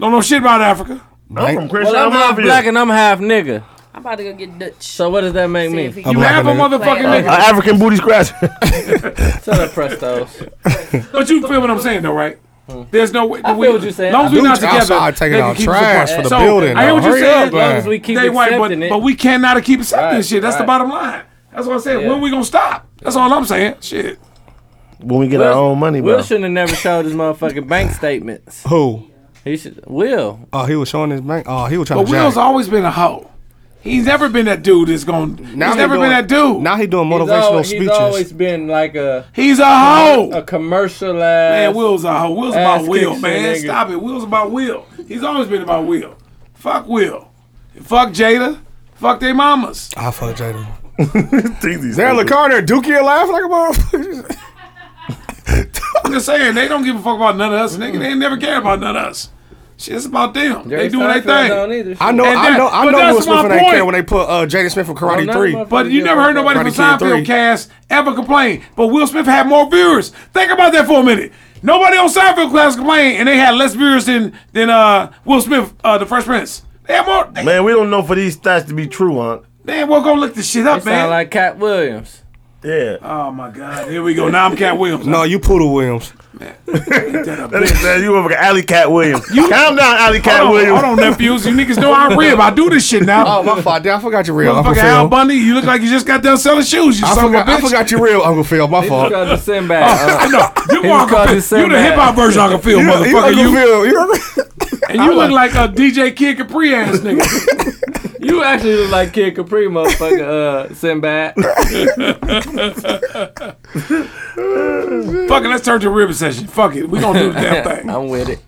Speaker 8: Don't know shit about Africa.
Speaker 4: I'm from Christian.
Speaker 13: Well, I'm half
Speaker 4: Hillview.
Speaker 13: black and I'm half
Speaker 8: [LAUGHS]
Speaker 13: nigga.
Speaker 1: I'm about to go get Dutch.
Speaker 13: So what does that make
Speaker 1: See
Speaker 13: me?
Speaker 1: if he
Speaker 3: I'm
Speaker 1: can-
Speaker 8: You
Speaker 3: black
Speaker 8: have a
Speaker 3: and nigga.
Speaker 8: motherfucking
Speaker 4: An
Speaker 6: uh,
Speaker 8: nigga,
Speaker 4: Uh, African booty scratcher.
Speaker 6: Shut up, Prestos.
Speaker 8: but you feel what I'm saying though, right?
Speaker 13: Hmm.
Speaker 8: There's no way. I
Speaker 6: feel what you're saying.
Speaker 8: Long as we're
Speaker 3: Dudes
Speaker 8: not together,
Speaker 3: outside taking
Speaker 8: they can
Speaker 3: out
Speaker 8: keep us
Speaker 3: trash
Speaker 8: apart.
Speaker 3: for the
Speaker 8: So,
Speaker 3: building,
Speaker 8: I hear what
Speaker 3: though.
Speaker 8: you're
Speaker 3: Hurry
Speaker 8: saying.
Speaker 3: up, man.
Speaker 13: As we keep
Speaker 8: they white, but,
Speaker 13: accepting it.
Speaker 8: but we cannot keep accepting
Speaker 6: Right,
Speaker 8: this shit. That's the
Speaker 6: right.
Speaker 8: bottom line. That's what I'm saying.
Speaker 6: Yeah.
Speaker 8: When we gonna stop? That's all I'm saying. Shit.
Speaker 4: when we get our own money, bro.
Speaker 13: Will shouldn't have never showed his motherfucking
Speaker 4: [LAUGHS]
Speaker 13: bank statements.
Speaker 3: Who?
Speaker 13: He should. Will.
Speaker 3: Oh, he was showing his bank. Oh, he was trying
Speaker 8: But
Speaker 3: to
Speaker 8: Will's
Speaker 3: jack.
Speaker 8: always been a hoe. He's never been that dude that's going. to He's
Speaker 3: Now he
Speaker 8: never
Speaker 3: doing-
Speaker 8: been that dude.
Speaker 3: Now he doing
Speaker 6: He's,
Speaker 3: motivational
Speaker 6: always, he's
Speaker 3: speeches.
Speaker 6: always been like a
Speaker 8: he's a hoe.
Speaker 6: a commercial
Speaker 8: Man,
Speaker 6: ass.
Speaker 8: Will's a hoe. Will's
Speaker 6: ass
Speaker 8: about Will,
Speaker 6: kicks
Speaker 8: man.
Speaker 6: and nigga.
Speaker 8: Stop it. Will's about Will. He's always been about Will. Fuck Will. Fuck Jada. Fuck their mamas.
Speaker 3: I fuck Jada.
Speaker 4: Teezy's
Speaker 3: Darren
Speaker 4: stupid.
Speaker 3: LeCarter, Dookie laugh like a motherfucker.
Speaker 8: I'm just saying, they don't give a fuck about none of us, nigga. They ain't never care about none of us. Shit, it's about them. they doing their
Speaker 6: Seinfeld
Speaker 8: thing.
Speaker 6: Don't either.
Speaker 3: I know,
Speaker 8: And
Speaker 3: I
Speaker 8: that-
Speaker 3: know, I
Speaker 8: but
Speaker 3: know.
Speaker 8: that's
Speaker 3: Will Smith
Speaker 8: my
Speaker 3: and ain't care
Speaker 8: point.
Speaker 3: when they put uh, Jaden Smith from Karate
Speaker 6: none
Speaker 3: Three.
Speaker 6: of my-
Speaker 8: But you never heard nobody from
Speaker 3: Karate Kid
Speaker 8: Seinfeld
Speaker 3: three.
Speaker 8: cast ever complain. But Will Smith had more viewers. Think about that for a minute. Nobody on Seinfeld class complained, and they had less viewers than than uh, Will Smith, uh, the Fresh Prince. They had more. Man,
Speaker 4: [LAUGHS] Man, we don't know for these stats to be true, huh?
Speaker 8: we'll go look this shit
Speaker 13: He
Speaker 8: up, man.
Speaker 13: sound like Cat Williams.
Speaker 4: Yeah.
Speaker 8: oh my God, here we go. Now I'm Cat Williams.
Speaker 3: No, you Poodle Williams. [LAUGHS]
Speaker 4: that nigga said you over Alley Cat Williams. Calm down, Alley Cat
Speaker 8: hold on,
Speaker 4: Williams.
Speaker 8: hold on, nephews. You niggas know I rib. I do this shit now.
Speaker 3: Oh, my fault. Damn, I forgot you real Uncle
Speaker 8: Motherfucker Al
Speaker 3: Phil.
Speaker 8: Bundy, you look like you just got done selling shoes. You
Speaker 3: I
Speaker 8: son of a
Speaker 3: forgot, I
Speaker 8: bitch. Oh,
Speaker 3: forgot you real Uncle Phil. My
Speaker 6: He's
Speaker 3: fault. [LAUGHS]
Speaker 6: called the
Speaker 8: [LAUGHS]
Speaker 6: Sinbad.
Speaker 8: I know. You
Speaker 13: was
Speaker 8: more Uncle
Speaker 13: called
Speaker 8: Phil.
Speaker 13: the same
Speaker 8: You the
Speaker 13: man.
Speaker 8: hip hop version of Uncle Phil, motherfucker.
Speaker 3: Uncle
Speaker 8: You,
Speaker 3: Phil. You know
Speaker 8: and you look like a DJ Kid Capri ass nigga.
Speaker 3: [LAUGHS]
Speaker 6: You actually look like Kid Capri, motherfucker. Uh, Sinbad. Fuck
Speaker 8: [LAUGHS] Fuck it, let's turn to a ribbon session. Fuck it, we gonna do the
Speaker 3: [LAUGHS]
Speaker 8: damn thing.
Speaker 13: I'm with it.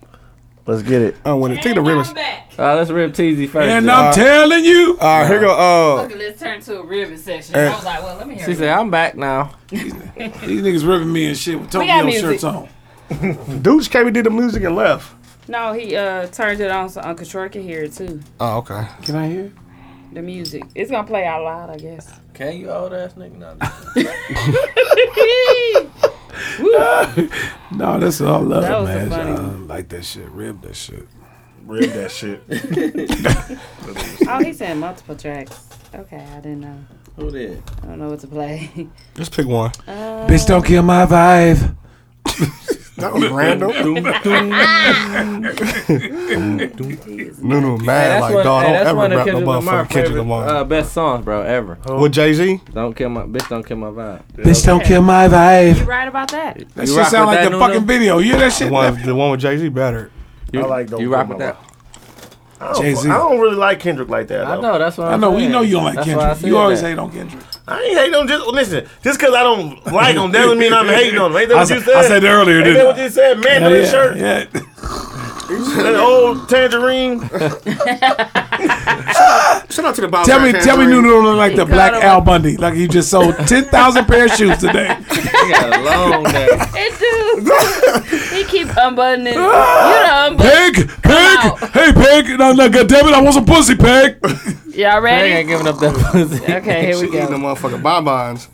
Speaker 4: Let's get it. Uh,
Speaker 3: I want to take the ribbons.
Speaker 6: Uh, let's rip Teasy first.
Speaker 8: And
Speaker 6: then.
Speaker 8: I'm telling you,
Speaker 3: All right, here go. Uh,
Speaker 7: Let's turn to a ribbon session. I was like, well, let me hear
Speaker 13: She said, I'm back now.
Speaker 8: these niggas ripping me and shit with
Speaker 7: got
Speaker 8: Tokyo
Speaker 7: music.
Speaker 8: shirts on.
Speaker 3: Dudes came and did the music and left.
Speaker 7: No, he uh turned it on so Uncle Short can hear it too.
Speaker 3: Oh, okay.
Speaker 8: Can I hear?
Speaker 7: The music. It's gonna play out loud, I guess.
Speaker 6: Can you old ass nigga? No,
Speaker 1: [LAUGHS]
Speaker 3: [LAUGHS]
Speaker 8: [LAUGHS] No, that's all love,
Speaker 7: That was
Speaker 8: man.
Speaker 7: the funny
Speaker 8: I like that shit, rib that shit.
Speaker 4: Rib that
Speaker 8: [LAUGHS]
Speaker 3: [LAUGHS]
Speaker 4: shit.
Speaker 1: [LAUGHS]
Speaker 7: oh, he said multiple tracks. Okay, I didn't know.
Speaker 6: Who did?
Speaker 7: I don't know what to play.
Speaker 3: Just pick one.
Speaker 6: [LAUGHS]
Speaker 8: Bitch, don't kill my vibe.
Speaker 3: That
Speaker 1: [LAUGHS]
Speaker 3: was random. Mm. [LAUGHS] Nunu mad
Speaker 6: that's
Speaker 3: like
Speaker 6: one,
Speaker 3: dog. Don't
Speaker 6: hey, that's
Speaker 3: ever
Speaker 6: one of
Speaker 3: rap no
Speaker 6: Kendrick
Speaker 3: motherfucking
Speaker 6: Lamar's
Speaker 3: Kendrick
Speaker 6: favorite
Speaker 3: Lamar
Speaker 6: uh, best songs, bro.
Speaker 14: bro, ever.
Speaker 3: with Jay Z.
Speaker 6: Don't kill my bitch. Don't kill my vibe.
Speaker 8: Bitch, don't kill my vibe.
Speaker 1: You right about that?
Speaker 8: That
Speaker 6: You
Speaker 8: shit
Speaker 6: rock
Speaker 8: sound
Speaker 6: with
Speaker 8: like
Speaker 6: that,
Speaker 8: the
Speaker 6: Nuno?
Speaker 8: fucking video. You hear that
Speaker 3: The
Speaker 8: shit?
Speaker 3: one, the one with Jay Z better.
Speaker 14: You,
Speaker 4: I like those
Speaker 14: You rock
Speaker 4: Pokemon
Speaker 14: with that?
Speaker 4: I don't,
Speaker 8: Jay-Z.
Speaker 4: I don't really like Kendrick like that.
Speaker 6: I
Speaker 4: though.
Speaker 6: know. That's what
Speaker 8: I
Speaker 6: I'm
Speaker 8: know. We
Speaker 6: saying.
Speaker 8: know you don't like
Speaker 6: That's why I
Speaker 8: Kendrick.
Speaker 6: said
Speaker 8: You always
Speaker 6: that.
Speaker 8: hate on Kendrick.
Speaker 4: I ain't hating on just listen. Just because I don't
Speaker 8: [LAUGHS]
Speaker 4: like them doesn't mean I'm hating on them. Ain't that
Speaker 8: I
Speaker 4: what you
Speaker 8: said,
Speaker 4: said?
Speaker 8: I said earlier,
Speaker 4: Ain't that
Speaker 8: didn't
Speaker 4: what
Speaker 8: I?
Speaker 4: you said? Man, on his
Speaker 8: Yeah,
Speaker 4: shirt,
Speaker 8: yeah.
Speaker 4: that old tangerine.
Speaker 3: Shout out to the bottom.
Speaker 8: Tell me, tell me, Nuno don't look like the black
Speaker 1: cut him.
Speaker 8: Al Bundy. Like you just sold ten thousand pair of shoes today.
Speaker 6: You got a long day.
Speaker 1: It do. he keep unbuttoning. it. You done unbutton.
Speaker 8: Pig, pig,
Speaker 1: out.
Speaker 8: hey pig, no, no, God damn it, I want some pussy, pig.
Speaker 1: Y'all
Speaker 6: I
Speaker 1: ready?
Speaker 6: ain't giving up that pussy.
Speaker 1: [LAUGHS] Okay, here
Speaker 3: She
Speaker 1: we
Speaker 3: eating the
Speaker 1: go.
Speaker 3: motherfucking bonbons.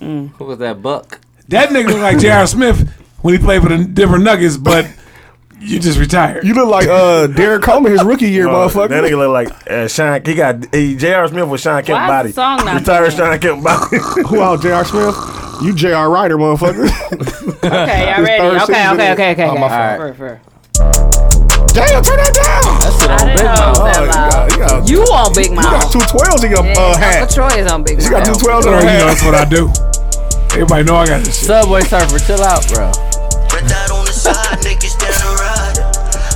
Speaker 6: Who was that buck?
Speaker 8: That nigga look like J.R. Smith when he played for the Denver Nuggets, but [LAUGHS] you just retired.
Speaker 3: You look like uh Derek Coleman his
Speaker 4: [LAUGHS]
Speaker 3: rookie year,
Speaker 4: Bro,
Speaker 3: motherfucker.
Speaker 4: That nigga look like uh, Sean. He got he, J.R. Smith with Sean Kemp
Speaker 1: Why is
Speaker 4: body.
Speaker 1: the song not
Speaker 4: Retired
Speaker 1: playing?
Speaker 4: Sean Kemp body.
Speaker 3: [LAUGHS] Who out, J.R. Smith? You J.R. Ryder,
Speaker 1: [LAUGHS]
Speaker 3: motherfucker.
Speaker 1: Okay,
Speaker 3: [LAUGHS]
Speaker 1: y'all
Speaker 3: third
Speaker 1: ready? Okay,
Speaker 3: season.
Speaker 1: okay, okay, okay.
Speaker 3: Oh,
Speaker 1: okay.
Speaker 3: my
Speaker 1: Fair,
Speaker 14: fault.
Speaker 1: fair, fair.
Speaker 3: Damn, turn that down.
Speaker 1: I didn't know it was
Speaker 3: Oh,
Speaker 1: that loud.
Speaker 3: you got, you got, you
Speaker 1: You on Big
Speaker 3: got
Speaker 1: Mouth.
Speaker 3: two twelves in your uh,
Speaker 1: Yeah,
Speaker 3: hat.
Speaker 1: Uncle Troy is on Big
Speaker 3: You got two
Speaker 1: Mouth.
Speaker 3: twelves
Speaker 8: You
Speaker 3: in your
Speaker 8: already know
Speaker 3: hat.
Speaker 8: that's what I do. Everybody know I got this shit.
Speaker 6: Subway Surfer, chill out, bro.
Speaker 7: Red dot on the side, niggas down to ride.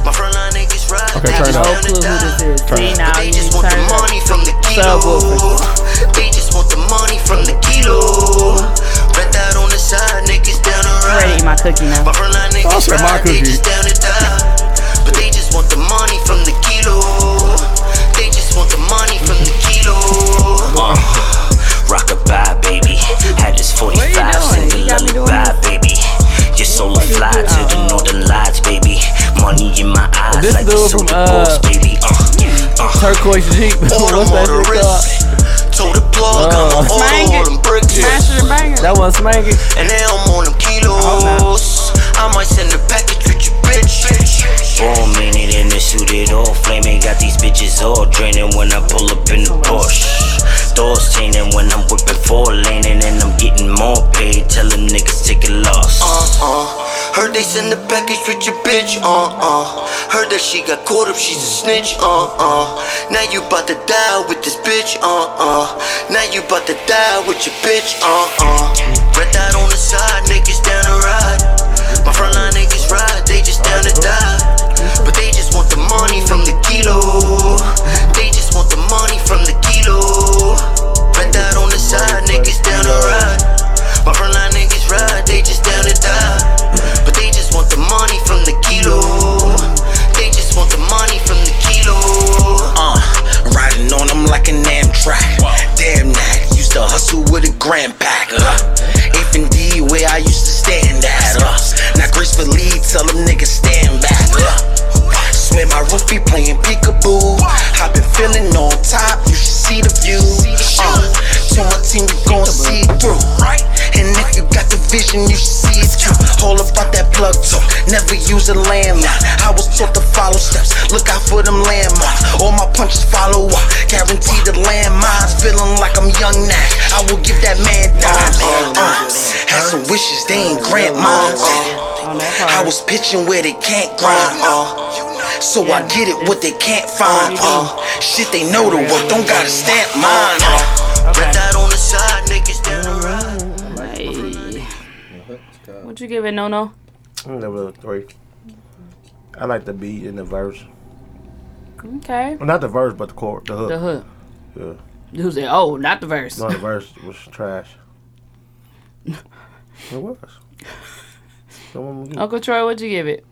Speaker 7: My front line niggas ride,
Speaker 3: Okay, turn
Speaker 7: niggas
Speaker 3: it up.
Speaker 1: No
Speaker 7: down to
Speaker 1: clue
Speaker 7: die.
Speaker 1: who this is. See now,
Speaker 7: But they
Speaker 1: you
Speaker 7: just want the
Speaker 1: turn up.
Speaker 7: money from the kilo. They just want the money from the kilo. Red dot on the side, niggas down to
Speaker 1: I'm ready to eat
Speaker 7: ride.
Speaker 1: my cookie now.
Speaker 7: My front line niggas
Speaker 3: said my
Speaker 7: ride, they
Speaker 3: cookie.
Speaker 7: just down to die. But they just want the money from the kilo. They just want the money from the kilo. Rock a bye, baby. Had this 45
Speaker 1: doing? You
Speaker 7: single
Speaker 1: got me doing
Speaker 7: lullaby, baby. Your soul a fly to the northern lights, baby. Money in my eyes
Speaker 6: This
Speaker 7: like the
Speaker 6: dude
Speaker 7: soda
Speaker 6: from, uh,
Speaker 7: box, baby. Uh, uh.
Speaker 6: Turquoise Jeep.
Speaker 7: Order
Speaker 6: What's that
Speaker 7: on the
Speaker 6: shit called?
Speaker 7: wrist. Told the plug,
Speaker 1: Smack
Speaker 7: I'ma order
Speaker 1: it.
Speaker 7: all them bricks.
Speaker 1: Smash and banger.
Speaker 6: That one smanky.
Speaker 7: And now I'm on them kilos. I might send a package with your bitch. One minute and they shoot it all. Flaming got these bitches all draining when I pull up in the Porsche. Doors chaining when I'm whipping four laning and I'm getting more paid. Tell them niggas take a loss. Uh uh. Heard they send a package with your bitch. Uh uh. Heard that she got caught up, she's a snitch. Uh uh. Now you bout to die with this bitch. Uh uh. Now you bout to die with your bitch. Uh uh. Red dot on the side, niggas down to ride. My frontline niggas ride, they just down to die. But they just want the money from the kilo. They just want the money from the kilo. Red dot on the side, niggas down to ride. My frontline niggas ride, they just down to die. But they just want the money from the kilo. They just want the money from the kilo. Uh, riding on them like an Amtrak. Damn that, used to hustle with a grand pack. Uh, if indeed where I used to stand at. Uh, now gracefully tell them niggas stand back. Uh, Swim my roof be playing peekaboo. I've been feeling on top, you should see the view. Uh, to my team, you gon' see it through. And if you got the vision, you should see it's true. All about that plug talk, never use a landline. I was taught to follow steps, look out for them Oh, landmines. All my punches follow up, guaranteed the landmines. Feeling like I'm young now, I will give that man time. Uh, uh, had some wishes, they ain't grant mine. I was pitching where they can't grind. Uh, so I get it what they can't find. Uh, shit they know the work, don't gotta stamp mine. Uh, Red dot on the side, niggas down the ride.
Speaker 1: What you giving, No No?
Speaker 4: I'm gonna give it a three. I like the beat and the verse.
Speaker 1: Okay.
Speaker 4: Well, not the verse, but the chord, the hook.
Speaker 1: The hood.
Speaker 4: Yeah.
Speaker 1: You said, oh, not the verse.
Speaker 4: No, the verse was
Speaker 1: [LAUGHS]
Speaker 4: trash. It was. Someone-
Speaker 1: Uncle Troy, what'd you give it?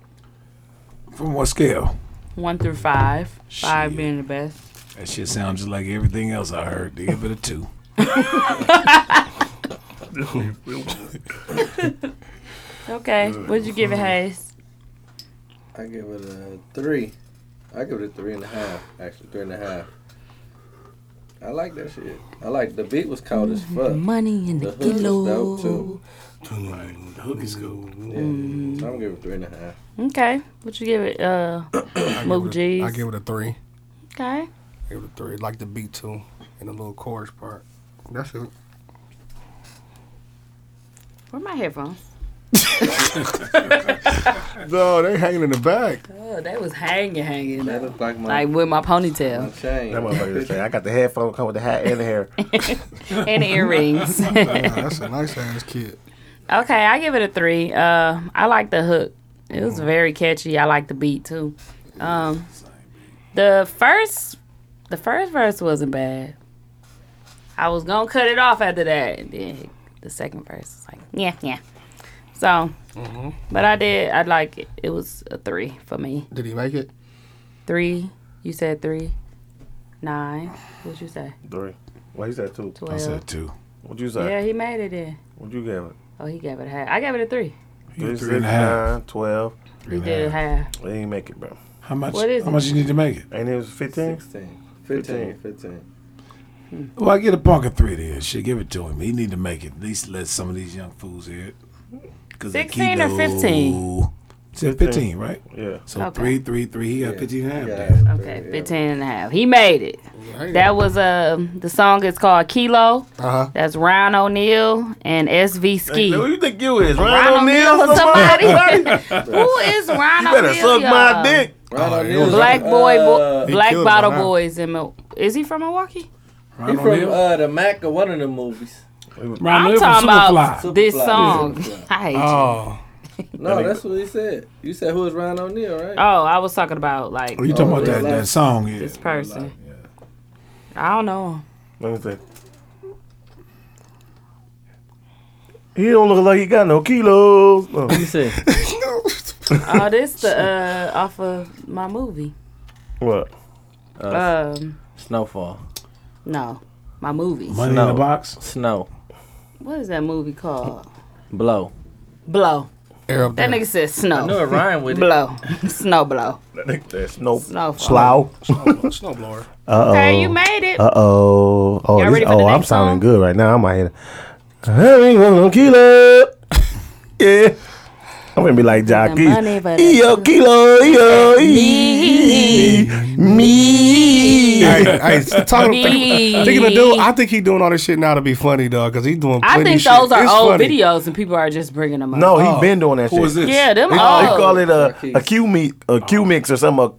Speaker 8: From what scale?
Speaker 1: One through five. Five being the best.
Speaker 8: That shit sounds just like everything else I heard. They give it a [LAUGHS] two.
Speaker 1: [LAUGHS] [LAUGHS] Okay. What'd you give it, Hayes?
Speaker 6: I give it a three. I give it a three and a half. Actually, three and a half. I like that shit. I like the beat was cold as fuck.
Speaker 1: Money in
Speaker 6: The
Speaker 1: the
Speaker 6: hook was
Speaker 1: kilo.
Speaker 6: dope too. Yeah.
Speaker 1: Mm.
Speaker 6: So I'm gonna give it three and a half.
Speaker 1: Okay. What'd you give it, uh, Mook G's?
Speaker 3: I give it a three.
Speaker 1: Okay.
Speaker 3: give it a three. Like the beat too, and the little chorus part. That's it.
Speaker 1: Where my headphones?
Speaker 7: no, they hanging in the back.
Speaker 1: Oh, they was hanging, hanging. That
Speaker 6: looked like
Speaker 1: my like with my ponytail
Speaker 4: That motherfucker just said, I got the headphone, come with the hat and the hair.
Speaker 1: [LAUGHS] [LAUGHS] and [LAUGHS]
Speaker 4: [LAUGHS]
Speaker 3: [LAUGHS]
Speaker 1: earrings.
Speaker 3: Nah, that's a nice ass kid.
Speaker 1: Okay, I give it a three. Uh, I like the hook. It was
Speaker 3: Mm.
Speaker 1: very catchy. I like the beat too. Um, the first, the first verse wasn't bad. I was gonna cut it off after that. And then the second verse is like, yeah, yeah. So,
Speaker 3: Mm-hmm.
Speaker 1: but I did. I like it. It was a three for me.
Speaker 3: Did he make it?
Speaker 1: Three. You said three. Nine. What'd you say?
Speaker 4: Three. Well, he said two.
Speaker 1: Twelve. said
Speaker 4: two. What'd you say?
Speaker 1: Yeah, he made it. Then.
Speaker 4: What'd you give it?
Speaker 1: Oh, he gave it a half. I gave it a three.
Speaker 4: Three,
Speaker 8: three and
Speaker 4: six,
Speaker 8: a half.
Speaker 4: nine, twelve.
Speaker 1: He did a half.
Speaker 4: They ain't make it, bro.
Speaker 8: How much?
Speaker 1: What is
Speaker 8: how
Speaker 1: it?
Speaker 8: much you need to make it?
Speaker 4: Ain't it was 15?
Speaker 6: 16. 15. 15.
Speaker 8: Well, I get a punk of three there. Shit, give it to him. He need to make it. At least let some of these young fools hear it. 'Cause the
Speaker 1: 16 or
Speaker 8: kiddo-
Speaker 1: 15?
Speaker 8: Said 15, right?
Speaker 4: Yeah.
Speaker 8: So
Speaker 1: Okay.
Speaker 8: three, three, three. He got 15 and a half
Speaker 6: Yeah.
Speaker 8: there.
Speaker 1: Okay, 15 and a half. He made it. That was uh, the song is called Kilo.
Speaker 3: Uh huh.
Speaker 1: That's Ryan O'Neal and SV Ski.
Speaker 4: Who you think you is?
Speaker 1: Ryan
Speaker 4: Ryan
Speaker 1: O'Neal
Speaker 4: O'Neal?
Speaker 1: or somebody? [LAUGHS] Who
Speaker 4: you
Speaker 1: is Ryan O'Neal?
Speaker 4: better suck my
Speaker 1: y'all?
Speaker 4: dick.
Speaker 1: Black boy, bo-
Speaker 6: uh,
Speaker 7: He
Speaker 1: black
Speaker 7: killed
Speaker 1: bottle
Speaker 7: Ryan.
Speaker 1: boys in Mil- Is he from
Speaker 6: [LAUGHS]
Speaker 1: Milwaukee?
Speaker 6: He
Speaker 8: Ron
Speaker 6: from
Speaker 8: O'Neal.
Speaker 6: uh, the Mac or one of the movies.
Speaker 8: Ron
Speaker 1: I'm
Speaker 8: O'Neal
Speaker 1: talking
Speaker 8: from
Speaker 1: about
Speaker 8: Superfly.
Speaker 1: this
Speaker 6: Superfly.
Speaker 1: song.
Speaker 6: [LAUGHS]
Speaker 1: [LAUGHS] I hate you.
Speaker 7: Oh,
Speaker 6: No, that's what he said. You said who is Ryan O'Neal, right?
Speaker 1: Oh, I was talking about like
Speaker 8: Oh, you talking about
Speaker 6: yeah,
Speaker 8: that,
Speaker 6: like-
Speaker 8: that song? Yeah.
Speaker 1: this person. I don't know.
Speaker 4: [LAUGHS] Let me see. He don't look like he got no kilos. No.
Speaker 15: You said
Speaker 4: [LAUGHS]
Speaker 1: Oh, this the uh, off of my movie.
Speaker 4: what?
Speaker 1: Um,
Speaker 15: snowfall,
Speaker 1: no, my movie.
Speaker 8: Money in
Speaker 15: No.
Speaker 8: the box.
Speaker 15: snow,
Speaker 1: What is that movie called?
Speaker 15: blow.
Speaker 1: Blow.
Speaker 3: Arab
Speaker 1: That
Speaker 3: bear.
Speaker 1: nigga said snow.
Speaker 6: I knew it rhymed with it.
Speaker 1: Blow. Snow blow.
Speaker 4: That nigga, that's no
Speaker 1: Snowfall.
Speaker 3: Snowblower.
Speaker 4: Uh
Speaker 1: Okay, you made it.
Speaker 4: Uh oh.
Speaker 1: Y'all
Speaker 4: Oh, this-
Speaker 1: ready for the
Speaker 4: oh I'm
Speaker 1: next song?
Speaker 4: sounding good right now. I'm out here. I ain't gonna no kilo. [LAUGHS] yeah. I'm gonna be like
Speaker 1: The
Speaker 4: Jockey.
Speaker 1: money for the-
Speaker 4: Yo, kilo, E yo, e-
Speaker 1: E.
Speaker 4: me.
Speaker 3: Hey, hey, talking
Speaker 1: Me.
Speaker 3: think, thinking of dude, I think he doing all this shit now to be funny, dog, because he doing.
Speaker 1: I
Speaker 3: plenty
Speaker 1: think
Speaker 3: shit.
Speaker 1: those are
Speaker 3: It's
Speaker 1: old
Speaker 3: funny.
Speaker 1: videos and people are just bringing them up.
Speaker 4: No, he
Speaker 3: Oh.
Speaker 4: been doing that shit.
Speaker 8: Who is this?
Speaker 1: Yeah, them
Speaker 4: They,
Speaker 1: old.
Speaker 4: they call it a a Q meet, a
Speaker 3: Oh.
Speaker 4: Q mix or something. A,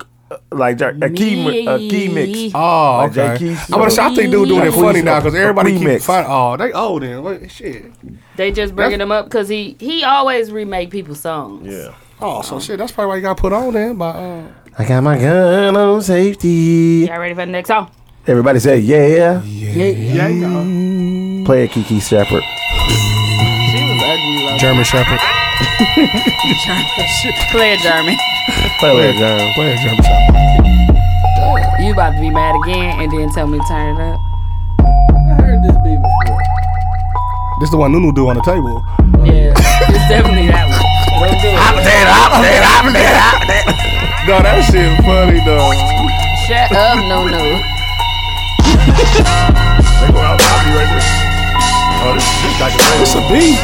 Speaker 4: like Jack- a key, mi- a key mix.
Speaker 3: Oh,
Speaker 4: Like
Speaker 3: okay.
Speaker 4: Jay Keith
Speaker 3: I'm gonna
Speaker 4: said.
Speaker 3: say, I think dude doing it
Speaker 4: Like
Speaker 3: funny
Speaker 4: Queens
Speaker 3: now
Speaker 4: of-
Speaker 3: because
Speaker 4: a
Speaker 3: everybody keep
Speaker 4: remix.
Speaker 3: fun. Oh, they old then. What shit?
Speaker 1: They just bringing them up because he he always remake people's songs.
Speaker 4: Yeah.
Speaker 3: Oh, so shit. That's probably why you got put on then by. Uh,
Speaker 4: I got my gun on safety.
Speaker 1: Y'all ready for the next song?
Speaker 4: Everybody say yeah.
Speaker 8: Yeah, yeah.
Speaker 4: Play a Kiki Shepherd.
Speaker 1: She was ugly. Like,
Speaker 3: German Shepherd.
Speaker 1: [LAUGHS] Play it, Jeremy.
Speaker 4: Play it, John.
Speaker 3: Play a German Shepherd.
Speaker 1: You about to be mad again and then tell me to turn it up.
Speaker 6: I heard this beat before.
Speaker 3: This the one Nunu do on the table. [LAUGHS]
Speaker 1: Yeah, it's definitely that one.
Speaker 3: No, that shit funny though.
Speaker 1: Shut up, no no.
Speaker 3: It's a beat.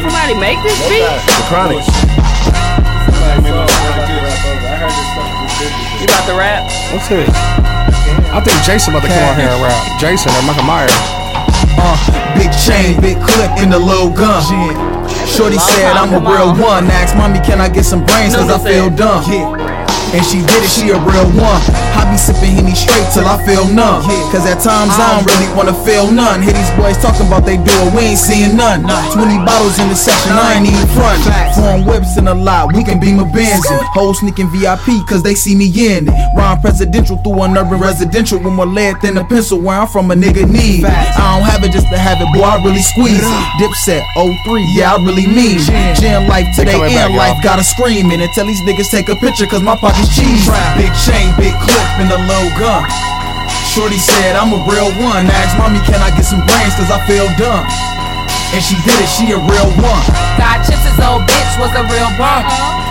Speaker 1: Somebody make this beat.
Speaker 4: The Chronic.
Speaker 1: You about to rap?
Speaker 3: What's it? I think Jason about to come on here and rap. Jason or Michael Myers.
Speaker 16: Big chain, big clip, and the little gun. Shorty said I'm a real one. Asked mommy, can I get some brains? Cause I feel dumb. And she did it, she a real one. I be sipping Henny straight till I feel numb. Cause at times I don't really wanna feel none. Hear these boys talking about they do it, we ain't seeing none. 20 bottles in the session, I ain't even front. Foreign whips in a lot, we can beam a Benz in. Hoes sneaking VIP cause they see me in it. Rhyme presidential through an urban residential with more lead than a pencil where I'm from a nigga need. I don't have it just to have it, boy, I really squeeze it. Dipset 03, yeah, I really mean. it. Gin life today
Speaker 3: coming back,
Speaker 16: and life
Speaker 3: y'all.
Speaker 16: gotta scream it and tell these niggas take a picture cause my pocket's cheese. Big chain, big clip, and a low gun. Shorty said I'm a real one. Asked mommy, can I get some brains cause I feel dumb. And she did it, she a real one.
Speaker 10: God, Chips' old bitch was a real bum.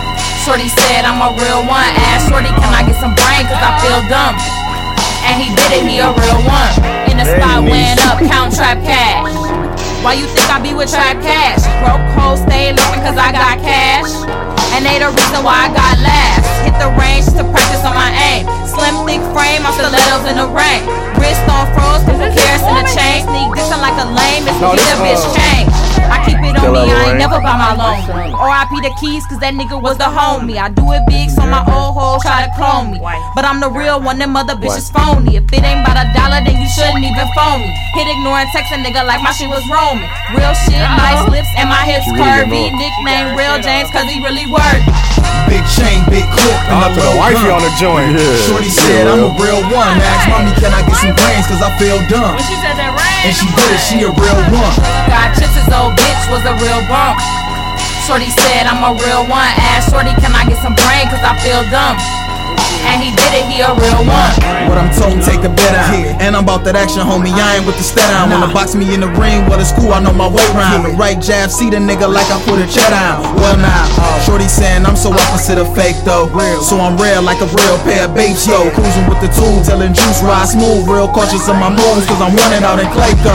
Speaker 10: Shorty said, I'm a real one. Ask Shorty, can I get some brain? Cause I feel dumb. And he did it, he a real one. In the spot, went up, count trap cash. Why you think I be with trap cash? Broke hoes stay looking cause I got cash. And they the reason why I got last. Hit the range just to practice on my aim. Slim, thick frame, I'm stilettos in the rain. Wrist on froze, purple carrots in the chain. Sneak this on like a lame, it's
Speaker 16: No,
Speaker 10: get
Speaker 16: this,
Speaker 10: a bitch
Speaker 16: uh,
Speaker 10: chain. I keep it on
Speaker 16: Still out
Speaker 10: me,
Speaker 16: of
Speaker 10: I ain't
Speaker 16: range.
Speaker 10: never by my loan. RIP the keys, cause that nigga was the homie. I do it big, so my old hoes try to clone me. But I'm the real one, them other bitches phony. If it ain't about a dollar, then you shouldn't even phone me. Hit ignoring, text a nigga like my shit was roaming. Real shit, nice lips, and my hips
Speaker 16: She really got
Speaker 10: curvy.
Speaker 16: on.
Speaker 10: Nickname Real James, cause he really worthy.
Speaker 16: Big chain, big clip, and I
Speaker 3: I put
Speaker 16: blow
Speaker 3: a wifey
Speaker 16: gum.
Speaker 3: on the joint. Yeah.
Speaker 16: Shorty said I'm a real one. Asked mommy, can I get some brains? Cause I feel dumb.
Speaker 10: When she said that rain,
Speaker 16: And she did it, she a real one.
Speaker 10: Got chips, his old bitch was a real bump. Shorty said, I'm a real one. Ask Shorty, can I get some brain? Cause I feel dumb. And he did it, he a real one.
Speaker 16: What I'm told, take the bet out. And I'm about that action, homie. I ain't with the stat down. Wanna box me in the ring, well, the school, I know my weight round. The right jab, see the nigga like I put a chat down. Well, now, Shorty saying I'm so opposite of fake, though. So I'm rare like a real pair of babes, yo. Cruising with the tool, telling juice, ride smooth. Real cautious of my moves, cause I'm running out in Clayco.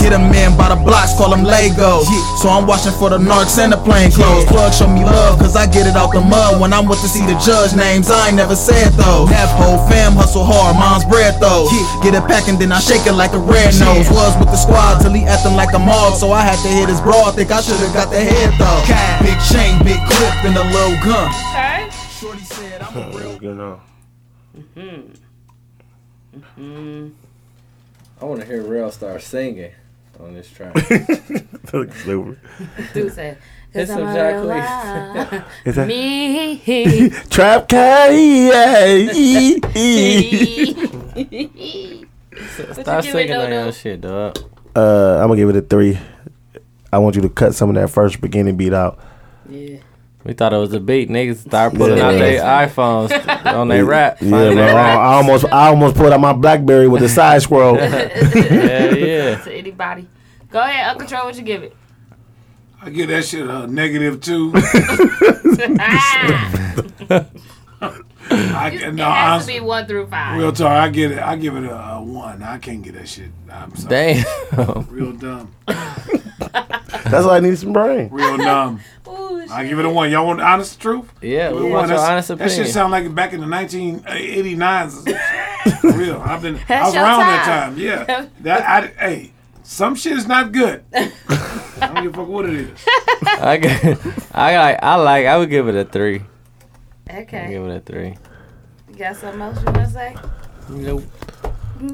Speaker 16: Get a man by the blocks, call them Legos. So I'm watching for the narcs and the plain clothes. Plug, show me love, cause I get it out the mud. When I'm with to see the judge names, I ain't never said though. That whole fam hustle hard, mom's bread though. Get it packed and then I shake it like a red nose. Was with the squad till he acting like a mog, so I had to hit his broad. Think I should've got the head though. Big chain, big clip, and a little gun.
Speaker 1: Okay.
Speaker 16: Shorty said I'm a real
Speaker 4: You know.
Speaker 1: Mm.
Speaker 7: I want to hear Rail start singing on this
Speaker 8: [LAUGHS]
Speaker 7: track.
Speaker 1: Do say.
Speaker 7: It's
Speaker 1: Cause I'm
Speaker 7: some
Speaker 1: a
Speaker 7: Jack
Speaker 1: real
Speaker 8: [LAUGHS]
Speaker 7: Lees.
Speaker 1: one.
Speaker 7: Is
Speaker 1: [LAUGHS]
Speaker 7: that-
Speaker 1: Me.
Speaker 4: Trap K. Yeah. E,
Speaker 1: [LAUGHS]
Speaker 6: Stop singing on your shit, dog.
Speaker 4: Uh, I'm gonna give it a three. I want you to cut some of that first beginning beat out.
Speaker 6: We thought it was a beat. Niggas start pulling
Speaker 4: Yeah.
Speaker 6: out their iPhones on their rap.
Speaker 4: Yeah,
Speaker 6: finding
Speaker 4: man.
Speaker 6: their
Speaker 4: I,
Speaker 6: rap.
Speaker 4: I almost, I almost pulled out my BlackBerry with the side scroll.
Speaker 6: yeah, [LAUGHS] yeah.
Speaker 1: to anybody. Go ahead, Uncle Troy, what you give it?
Speaker 8: I give that shit a negative
Speaker 6: [LAUGHS]
Speaker 8: two. I,
Speaker 1: You-
Speaker 8: no,
Speaker 1: it has
Speaker 8: honest-
Speaker 1: to be one through five.
Speaker 8: real talk. I get it. I give it a, a one. I can't get that shit.
Speaker 6: [LAUGHS]
Speaker 8: I'm sorry.
Speaker 6: [LAUGHS] Damn.
Speaker 8: Real dumb.
Speaker 4: That's why I need some brain.
Speaker 1: [LAUGHS]
Speaker 8: Real dumb. I give it a one. Y'all want the honest truth?
Speaker 6: Yeah,
Speaker 8: Give
Speaker 6: we
Speaker 8: it a
Speaker 6: want your
Speaker 8: That's-
Speaker 6: honest
Speaker 8: That
Speaker 6: opinion.
Speaker 8: shit sound like back in the
Speaker 4: [LAUGHS]
Speaker 8: 1989s. For real, I've been. I
Speaker 1: That's
Speaker 8: was
Speaker 1: your
Speaker 8: around
Speaker 1: time.
Speaker 8: that
Speaker 1: [LAUGHS]
Speaker 8: time. Yeah, that. I, hey, some shit is not good. I don't give a fuck what
Speaker 1: [LAUGHS]
Speaker 8: it is.
Speaker 6: I, g- I like. I like. I would give it a three. I'd
Speaker 1: Okay.
Speaker 6: give it a three.
Speaker 1: You got something else you want to say?
Speaker 6: Nope.
Speaker 8: [LAUGHS]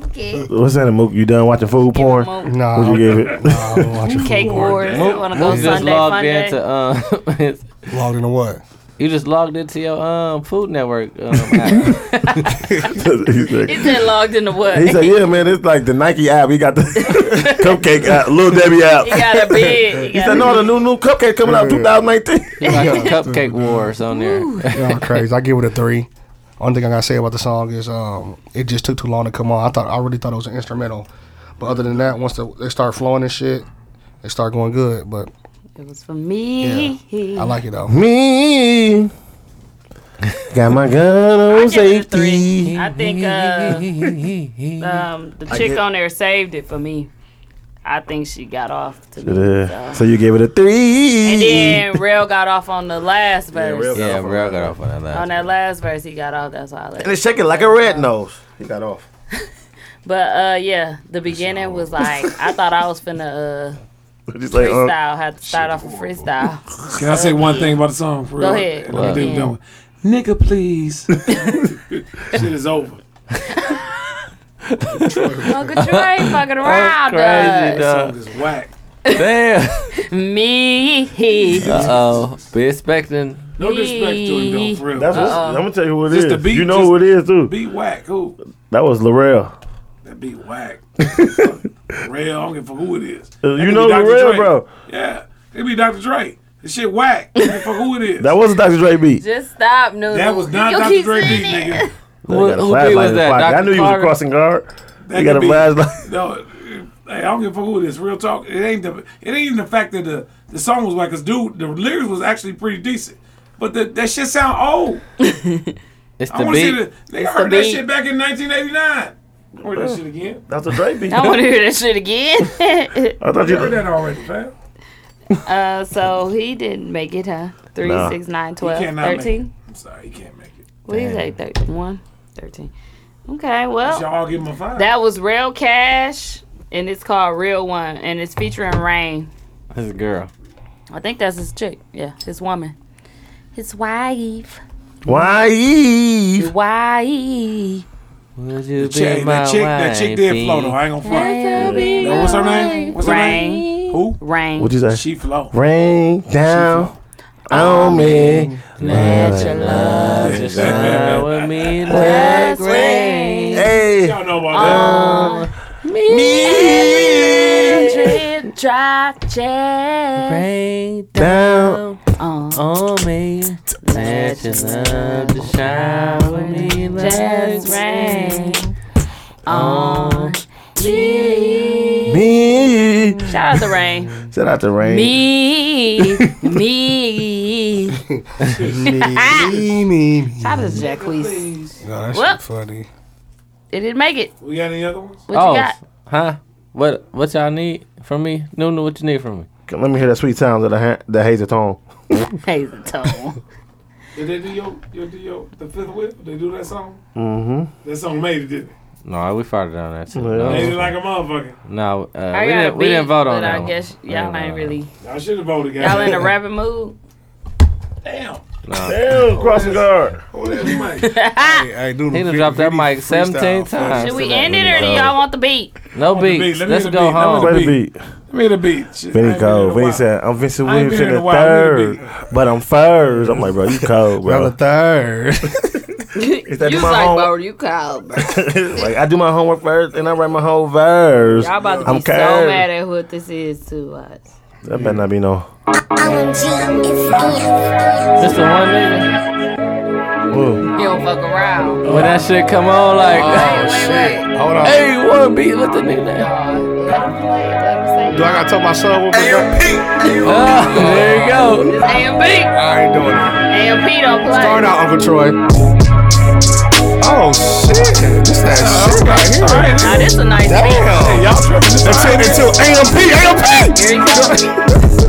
Speaker 1: Okay.
Speaker 4: What's that, Mook? You done watching food porn?
Speaker 1: Mook.
Speaker 4: No. What you give it? [LAUGHS]
Speaker 1: Cake Wars.
Speaker 6: Mook-
Speaker 1: want to go
Speaker 6: Mook just
Speaker 1: Sunday,
Speaker 6: logged
Speaker 1: fun day.
Speaker 6: into um. [LAUGHS] his-
Speaker 3: Logged into what?
Speaker 6: You just logged into your um Food Network. Um, app.
Speaker 4: he said,
Speaker 1: He said logged into what?
Speaker 4: he
Speaker 1: [LAUGHS]
Speaker 4: said, "Yeah, man, it's like the Nike app. He got the cupcake app, little Debbie app."
Speaker 1: He got a big.
Speaker 4: [LAUGHS] He said, "No, the new new cupcake coming out 2019."
Speaker 6: like Cupcake Wars on [LAUGHS]
Speaker 3: [LAUGHS]
Speaker 6: there.
Speaker 3: Y'all crazy. I give it a three. Only thing I gotta say about the song is um, it just took too long to come on. I thought I really thought it was an instrumental, but other than that, once the, they start flowing and shit, they start going good. But
Speaker 1: It was for me.
Speaker 3: I like it though.
Speaker 4: Me. Got my gun on safety.
Speaker 1: I think uh, um, the
Speaker 4: I
Speaker 1: chick
Speaker 4: get-
Speaker 1: on there saved it for me. I think she got off to me.
Speaker 4: Uh, So you gave it a three.
Speaker 1: And then Rail got off on the last verse.
Speaker 4: Rail got
Speaker 6: Yeah,
Speaker 4: off on
Speaker 6: bro, I
Speaker 4: that.
Speaker 6: got off on that last.
Speaker 1: on that last verse, he got off. That's why I let
Speaker 4: And it's shaking like a red nose. He got off. [LAUGHS]
Speaker 1: But uh, yeah, the beginning was like I thought I was
Speaker 4: [LAUGHS]
Speaker 1: finna uh,
Speaker 4: What'd you say,
Speaker 1: freestyle.
Speaker 4: huh?
Speaker 1: had to start off a
Speaker 4: [LAUGHS]
Speaker 1: freestyle.
Speaker 8: Can I say one thing about the song? For
Speaker 1: Go
Speaker 8: real?
Speaker 1: ahead.
Speaker 8: Let me
Speaker 1: What?
Speaker 8: do
Speaker 1: Yeah.
Speaker 8: that one.
Speaker 1: [LAUGHS]
Speaker 8: Nigga, please. shit is over.
Speaker 1: Uncle Trey fucking around, dog.
Speaker 6: Crazy dog.
Speaker 8: It's whack.
Speaker 6: Damn.
Speaker 1: Me.
Speaker 6: Uh oh. Be expecting.
Speaker 8: No disrespect to him though. For real.
Speaker 4: That's what,
Speaker 1: Uh-oh.
Speaker 4: I'm gonna tell you who it is.
Speaker 8: Just the beat,
Speaker 4: you know
Speaker 8: just
Speaker 4: who it is too.
Speaker 8: Be whack. Who?
Speaker 4: That was Larell.
Speaker 8: That be whack. Real. I don't give a fuck who it is.
Speaker 4: Uh,
Speaker 8: That
Speaker 4: you
Speaker 8: could
Speaker 4: know
Speaker 8: be Dr.
Speaker 4: Larell,
Speaker 8: Dre.
Speaker 4: bro.
Speaker 8: Yeah. It be Dr. Dre. This shit whack. I don't give a fuck who it is.
Speaker 4: That was a Dr. Dre beat.
Speaker 1: Just stop, Noodle.
Speaker 8: That was not
Speaker 1: You
Speaker 8: Dr.
Speaker 1: keep
Speaker 8: Dre
Speaker 1: saying
Speaker 8: beat,
Speaker 1: it.
Speaker 8: nigga.
Speaker 4: They
Speaker 6: Who-
Speaker 4: got a
Speaker 6: who beat
Speaker 4: flashlight
Speaker 6: was
Speaker 4: in his
Speaker 6: that?
Speaker 4: pocket. I
Speaker 6: Dr.
Speaker 4: knew he was a
Speaker 6: Carter?
Speaker 4: crossing guard. They got
Speaker 8: could
Speaker 4: a
Speaker 8: be-
Speaker 4: flashlight.
Speaker 8: No, uh, hey, I don't give a fuck who it is. Real talk. It ain't the. It ain't even the fact that the the song was whack. Cause dude, the lyrics was actually pretty decent. But the, that shit sound old.
Speaker 6: It's
Speaker 8: I
Speaker 6: the
Speaker 8: want to see
Speaker 6: beat.
Speaker 8: the. They
Speaker 1: It's the
Speaker 8: heard that
Speaker 1: beat.
Speaker 8: shit back in 1989. I Heard that shit again.
Speaker 4: That's a Uh, Dre beat.
Speaker 1: I want to hear that shit again.
Speaker 4: [LAUGHS] I thought
Speaker 8: You
Speaker 4: you.
Speaker 8: heard that already, fam.
Speaker 1: uh, so he didn't make it, huh? Three,
Speaker 4: Nah.
Speaker 1: six, nine,
Speaker 8: He
Speaker 1: twelve,
Speaker 8: cannot make it.
Speaker 1: thirteen.
Speaker 8: I'm sorry, he can't make it.
Speaker 1: What do you say? Thirty-one, thirteen. Okay, well,
Speaker 8: Y'all give him a five.
Speaker 1: that was Real Cash, and it's called Real One, and it's featuring Rain.
Speaker 6: That's a girl.
Speaker 1: I think that's his chick. Yeah, his woman. His wife.
Speaker 4: Why? Eve?
Speaker 1: Why?
Speaker 6: Would you
Speaker 8: The chick, that chick, that chick did flow though. I ain't gonna front. No, what's her name? What's her name?
Speaker 1: Rain.
Speaker 8: Who?
Speaker 1: Rain.
Speaker 4: What'd you say?
Speaker 8: She flow.
Speaker 4: Rain down on me.
Speaker 6: Let your love just shine with me like rain.
Speaker 4: Hey.
Speaker 8: Y'all know about that.
Speaker 1: Me. Me. Drop
Speaker 6: Rain
Speaker 4: down
Speaker 6: on me. Let your love just shine with me like
Speaker 1: Just rain.
Speaker 6: rain. On
Speaker 4: Me.
Speaker 1: Shout out to Rain.
Speaker 4: Shout out to Rain. [LAUGHS]
Speaker 1: Me. Me.
Speaker 4: me, me, me.
Speaker 1: Shout out to Jacquees.
Speaker 7: Nah, that
Speaker 1: Well.
Speaker 7: shit funny.
Speaker 1: It didn't make it.
Speaker 8: We got any other ones?
Speaker 1: What you got?
Speaker 6: Oh, huh? What what y'all need from me? No, no, what you need from me?
Speaker 4: Let me hear that sweet sound of the, ha- the hazel tone.
Speaker 1: [LAUGHS] Hazel Tone.
Speaker 8: Did they do your, your, do your the fifth whip? Did they do that song?
Speaker 6: Mm-hmm.
Speaker 8: That song made it, didn't it?
Speaker 6: No, we farted on that. Too.
Speaker 8: Made it
Speaker 6: No,
Speaker 8: like a motherfucker.
Speaker 6: no uh,
Speaker 1: I
Speaker 6: we
Speaker 1: got a
Speaker 6: didn't we didn't
Speaker 1: beat,
Speaker 6: vote on
Speaker 1: but
Speaker 6: that.
Speaker 1: I
Speaker 6: one.
Speaker 1: guess
Speaker 6: We
Speaker 1: y'all ain't
Speaker 6: didn't vote on
Speaker 1: really.
Speaker 8: Y'all should have voted.
Speaker 1: Y'all [LAUGHS] in a
Speaker 8: goddamn.
Speaker 1: rapping mood.
Speaker 8: Damn.
Speaker 4: [LAUGHS]
Speaker 6: that.
Speaker 4: Damn, crossing guard.
Speaker 8: Oh, that's
Speaker 1: [LAUGHS]
Speaker 8: Mike.
Speaker 7: Hey, hey, dude,
Speaker 6: He done
Speaker 7: Vidi-
Speaker 6: dropped that
Speaker 7: Vidi
Speaker 6: mic
Speaker 7: freestyle
Speaker 6: 17
Speaker 7: funny.
Speaker 6: times.
Speaker 1: Should we
Speaker 6: Absolutely.
Speaker 1: end it or do
Speaker 6: No.
Speaker 1: y'all want the beat?
Speaker 6: No
Speaker 8: the beat.
Speaker 6: beats.
Speaker 8: Let me
Speaker 6: Let's
Speaker 8: hear the
Speaker 6: go
Speaker 8: beat. Let me
Speaker 6: home.
Speaker 8: hear
Speaker 4: Play the beat.
Speaker 8: Give me the beat. Shit, I
Speaker 4: Vinny
Speaker 8: ain't been in a
Speaker 4: Cole. Vinny
Speaker 8: while.
Speaker 4: said, I'm Vincent
Speaker 8: I ain't
Speaker 4: Williams
Speaker 8: been
Speaker 4: in
Speaker 8: in a
Speaker 4: the
Speaker 8: while. I need a
Speaker 4: third, but I'm first. I'm like, bro, you cold, [LAUGHS] bro.
Speaker 3: [LAUGHS]
Speaker 7: Brother third.
Speaker 4: Is that
Speaker 1: you
Speaker 4: do
Speaker 1: was
Speaker 4: my
Speaker 1: like, bro,
Speaker 4: homework?
Speaker 1: you cold, bro.
Speaker 4: like, I do my homework first, and I write my whole verse.
Speaker 1: Y'all about to be
Speaker 4: I'm
Speaker 1: so
Speaker 4: curved.
Speaker 1: mad at what this is to us.
Speaker 4: That better not be no.
Speaker 6: This the one nigga.
Speaker 4: Woo.
Speaker 1: You don't fuck around.
Speaker 6: When that shit come on, like, uh,
Speaker 1: wait, wait, wait.
Speaker 7: Hold on.
Speaker 6: hey, what beat? Let the nigga. down.
Speaker 1: Y'all, let him play it. Let him say
Speaker 7: Do I gotta tell my son what we got?
Speaker 6: Oh, there you go.
Speaker 1: It's AMP.
Speaker 7: I ain't doing it.
Speaker 1: AMP don't play.
Speaker 7: Start out, Uncle Troy. Oh shit! This that shit right here.
Speaker 1: Now, this a nice beat.
Speaker 7: Damn. Y'all tripping. They turned into AMP, AMP.
Speaker 1: Here you go.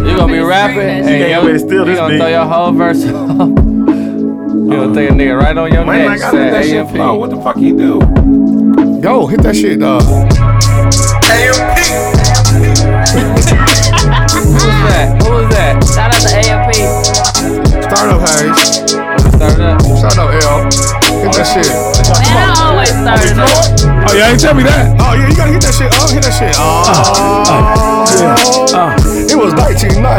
Speaker 6: You gonna be rapping, and
Speaker 4: can't
Speaker 6: yo,
Speaker 4: wait to steal
Speaker 6: you
Speaker 4: this
Speaker 6: gonna
Speaker 4: beat.
Speaker 6: throw your whole verse [LAUGHS] off. You gonna take a nigga right on your
Speaker 4: Man,
Speaker 6: neck.
Speaker 4: like, I
Speaker 6: say
Speaker 4: let that shit
Speaker 6: AMP.
Speaker 8: Oh, what the fuck he do?
Speaker 7: Go hit that shit, dog.
Speaker 6: Who's that? Who was that?
Speaker 1: Shout out to AMP.
Speaker 7: Start up, Hayes.
Speaker 6: Was it started up?
Speaker 7: Start up, L. Hit that shit.
Speaker 1: Man, I always start it up.
Speaker 8: Oh, y'all ain't tell me that.
Speaker 7: Oh yeah, you gotta hit that shit. Oh, hit that shit. Oh, it was [LAUGHS] 1994. oh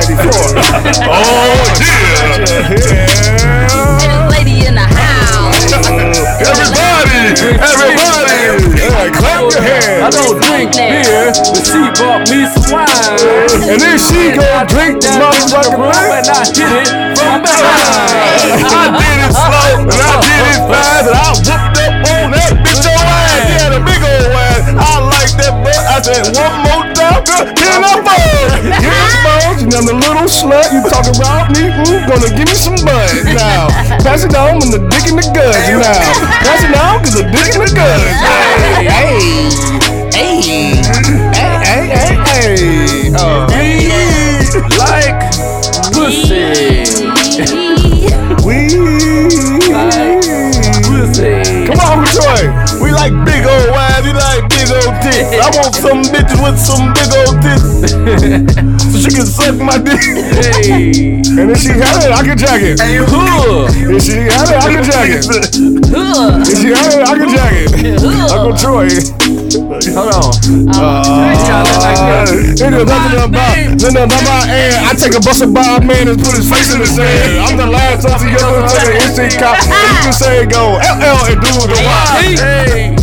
Speaker 7: yeah.
Speaker 17: This lady in the house.
Speaker 7: [LAUGHS] Everybody, everybody, yeah, clap your
Speaker 6: I
Speaker 7: hands.
Speaker 6: don't drink beer, but she bought me some wine.
Speaker 7: And then she gon' drink the motherfucking
Speaker 6: And
Speaker 7: wine.
Speaker 6: I hit it from behind.
Speaker 7: I did it slow and I did it fast and I whooped up on that bitch your ass. Yeah, the big old ass. I like that butt. I said one more time, girl, get in the bones.
Speaker 6: [LAUGHS]
Speaker 7: Get in [LAUGHS] the bones. And I'm the little slut. You talking about me? Who gonna give me some buds now? Pass it on and the dick in the guns now. Pass it on cause the dick in the guns. Hey, hey, hey, hey, hey, hey, hey. Uh, like
Speaker 6: Pussy.
Speaker 7: we.
Speaker 6: Pussy.
Speaker 7: Come on, Troy. We like big old wives. We like big old dicks. I want some bitches with some big old dicks. [LAUGHS] so she can suck my dick.
Speaker 6: Hey.
Speaker 7: And if she had it, I can jack it.
Speaker 6: Huh.
Speaker 7: If she had it, I can jack it. If she had it, I can jack it. Uncle Troy.
Speaker 6: Hold on.
Speaker 7: Uh, it is nothing about, nothing about my and I take a busted by a man and put his face in the sand. I'm the last of the other under instant
Speaker 6: [LAUGHS]
Speaker 7: cop. And you can say go LL and do the Y.
Speaker 6: Hey.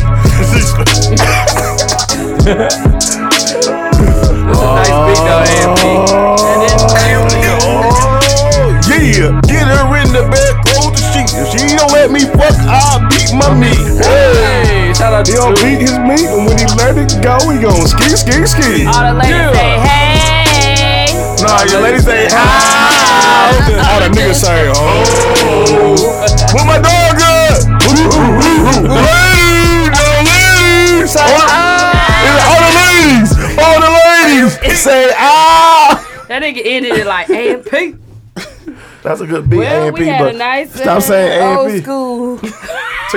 Speaker 6: That's a nice beat though, AMP.
Speaker 7: Oh. Yeah, get her in the bed, close the sheet. If she don't let me fuck, I'll beat my meat. Hey.
Speaker 6: Hey, shout out to
Speaker 7: He gon'
Speaker 6: Drew.
Speaker 7: beat his meat, and when he let it go, he gon' ski, ski, ski.
Speaker 1: All the ladies say, hey.
Speaker 7: Nah, your lady say how.
Speaker 6: Ah.
Speaker 7: All the niggas say
Speaker 6: [LAUGHS]
Speaker 7: oh. Where my dog at? Ooh, ooh, ooh, ooh. Ladies, all the ladies. All the-
Speaker 1: uh,
Speaker 7: all the ladies, all the ladies say ah.
Speaker 1: That nigga ended it like AMP.
Speaker 4: That's a good beat,
Speaker 1: Well,
Speaker 4: AMP,
Speaker 1: we had
Speaker 4: but
Speaker 1: a nice
Speaker 4: stop saying
Speaker 1: uh, old
Speaker 4: AMP.
Speaker 1: school
Speaker 7: Took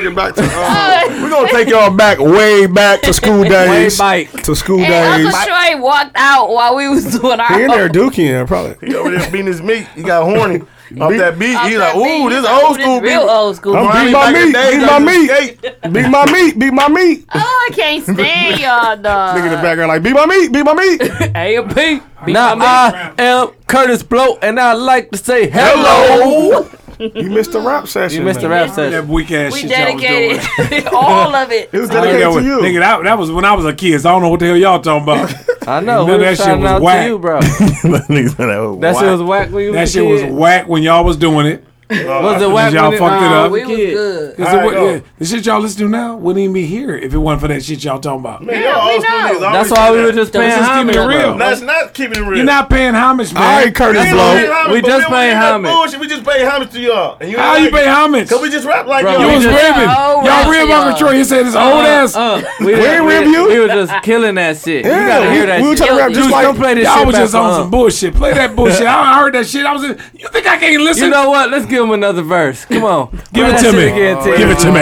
Speaker 7: it back to.
Speaker 1: Uh, [LAUGHS]
Speaker 7: we're gonna take y'all back way back to school days. Way back to school
Speaker 1: And
Speaker 7: days.
Speaker 1: Uncle Troy walked out while we was doing our.
Speaker 7: He in there duking, probably.
Speaker 4: He over there beating his meat. He got horny off that [LAUGHS] beat.
Speaker 1: Off
Speaker 4: He
Speaker 1: that
Speaker 4: like, ooh,
Speaker 1: beat.
Speaker 4: this old
Speaker 1: This
Speaker 4: school beat.
Speaker 1: real old school
Speaker 7: I'm
Speaker 4: Ronnie
Speaker 7: beat my
Speaker 4: back in the
Speaker 7: meat.
Speaker 4: day,
Speaker 7: Beat
Speaker 4: got
Speaker 7: my
Speaker 4: this-
Speaker 7: meat. Beat my meat. Beat my meat.
Speaker 1: Oh, I can't stand y'all, dog.
Speaker 7: Nigga in the background like, beat my meat. Beat my meat.
Speaker 3: A&P.
Speaker 6: Now I am Curtis Blow, and I like to say hello.
Speaker 7: you missed the rap session.
Speaker 6: You missed the
Speaker 7: man.
Speaker 6: rap session.
Speaker 8: That weak ass
Speaker 1: We
Speaker 8: shit y'all was doing.
Speaker 6: [LAUGHS]
Speaker 1: dedicated all of it.
Speaker 7: It was
Speaker 8: I don't
Speaker 7: dedicated
Speaker 8: know
Speaker 7: to
Speaker 8: what-
Speaker 7: you.
Speaker 8: Nigga, that, that was when I was a kid, so I don't know what the hell y'all talking about.
Speaker 6: [LAUGHS] I know.
Speaker 8: None of
Speaker 6: we
Speaker 8: that
Speaker 6: was
Speaker 8: shit
Speaker 6: shouting
Speaker 8: was
Speaker 6: out
Speaker 8: whack. [LAUGHS]
Speaker 6: to you, bro.
Speaker 7: Nigga, that was
Speaker 6: That
Speaker 7: whack.
Speaker 6: shit was whack when you
Speaker 8: That
Speaker 6: was a
Speaker 8: shit was
Speaker 6: kid.
Speaker 8: whack when y'all was doing it.
Speaker 6: Was it whack?
Speaker 8: Oh, y'all
Speaker 6: when
Speaker 8: fucked it uh,
Speaker 6: nah,
Speaker 8: up.
Speaker 6: we
Speaker 1: We was
Speaker 6: kid.
Speaker 1: good.
Speaker 8: Cause
Speaker 4: All
Speaker 8: it
Speaker 4: right,
Speaker 8: wa-
Speaker 4: go.
Speaker 8: yeah, the shit y'all listen to now wouldn't even be here if it wasn't for that shit y'all talking about.
Speaker 4: Man,
Speaker 1: Yeah,
Speaker 4: y'all
Speaker 1: we
Speaker 4: old school
Speaker 1: know.
Speaker 4: niggas always
Speaker 6: That's why
Speaker 4: do
Speaker 6: we
Speaker 4: that.
Speaker 6: were just
Speaker 8: That was
Speaker 6: playing
Speaker 8: just keeping
Speaker 6: homage.
Speaker 8: it real.
Speaker 6: bro.
Speaker 4: Let's not keep it real.
Speaker 8: You're not paying homage, man.
Speaker 7: All right, Curtis
Speaker 4: Ain't no paying
Speaker 7: Blow.
Speaker 4: homage,
Speaker 6: we
Speaker 4: but
Speaker 6: just
Speaker 4: we
Speaker 6: paying
Speaker 4: ain't got
Speaker 6: homage.
Speaker 4: Bullshit. We just pay homage to y'all. And you
Speaker 8: How
Speaker 4: ain't
Speaker 8: you
Speaker 4: like
Speaker 8: pay
Speaker 4: it.
Speaker 8: homage?
Speaker 4: Cause we just rap like
Speaker 6: Bro,
Speaker 4: y'all.
Speaker 8: You
Speaker 6: we
Speaker 8: was
Speaker 6: just-
Speaker 8: ribbing.
Speaker 1: Oh,
Speaker 8: y'all
Speaker 1: right,
Speaker 8: rib
Speaker 1: y'all.
Speaker 8: Uncle Troy. He said his old ass.
Speaker 6: Uh, we,
Speaker 7: We ain't rib you.
Speaker 6: We were just killing that shit. you gotta
Speaker 7: Yeah,
Speaker 6: hear
Speaker 7: we-
Speaker 6: that
Speaker 7: we were
Speaker 6: shit.
Speaker 7: trying to rap just
Speaker 6: Dude,
Speaker 7: like-
Speaker 6: don't play this
Speaker 8: y'all
Speaker 6: shit
Speaker 8: was
Speaker 6: back
Speaker 8: just on
Speaker 6: for
Speaker 8: some
Speaker 6: us.
Speaker 8: bullshit. Play that bullshit. I
Speaker 6: [LAUGHS]
Speaker 8: heard that shit. I was. In, you think I can't listen?
Speaker 6: You know what? Let's give him another verse. Come on.
Speaker 8: Give it to me. Give it to me.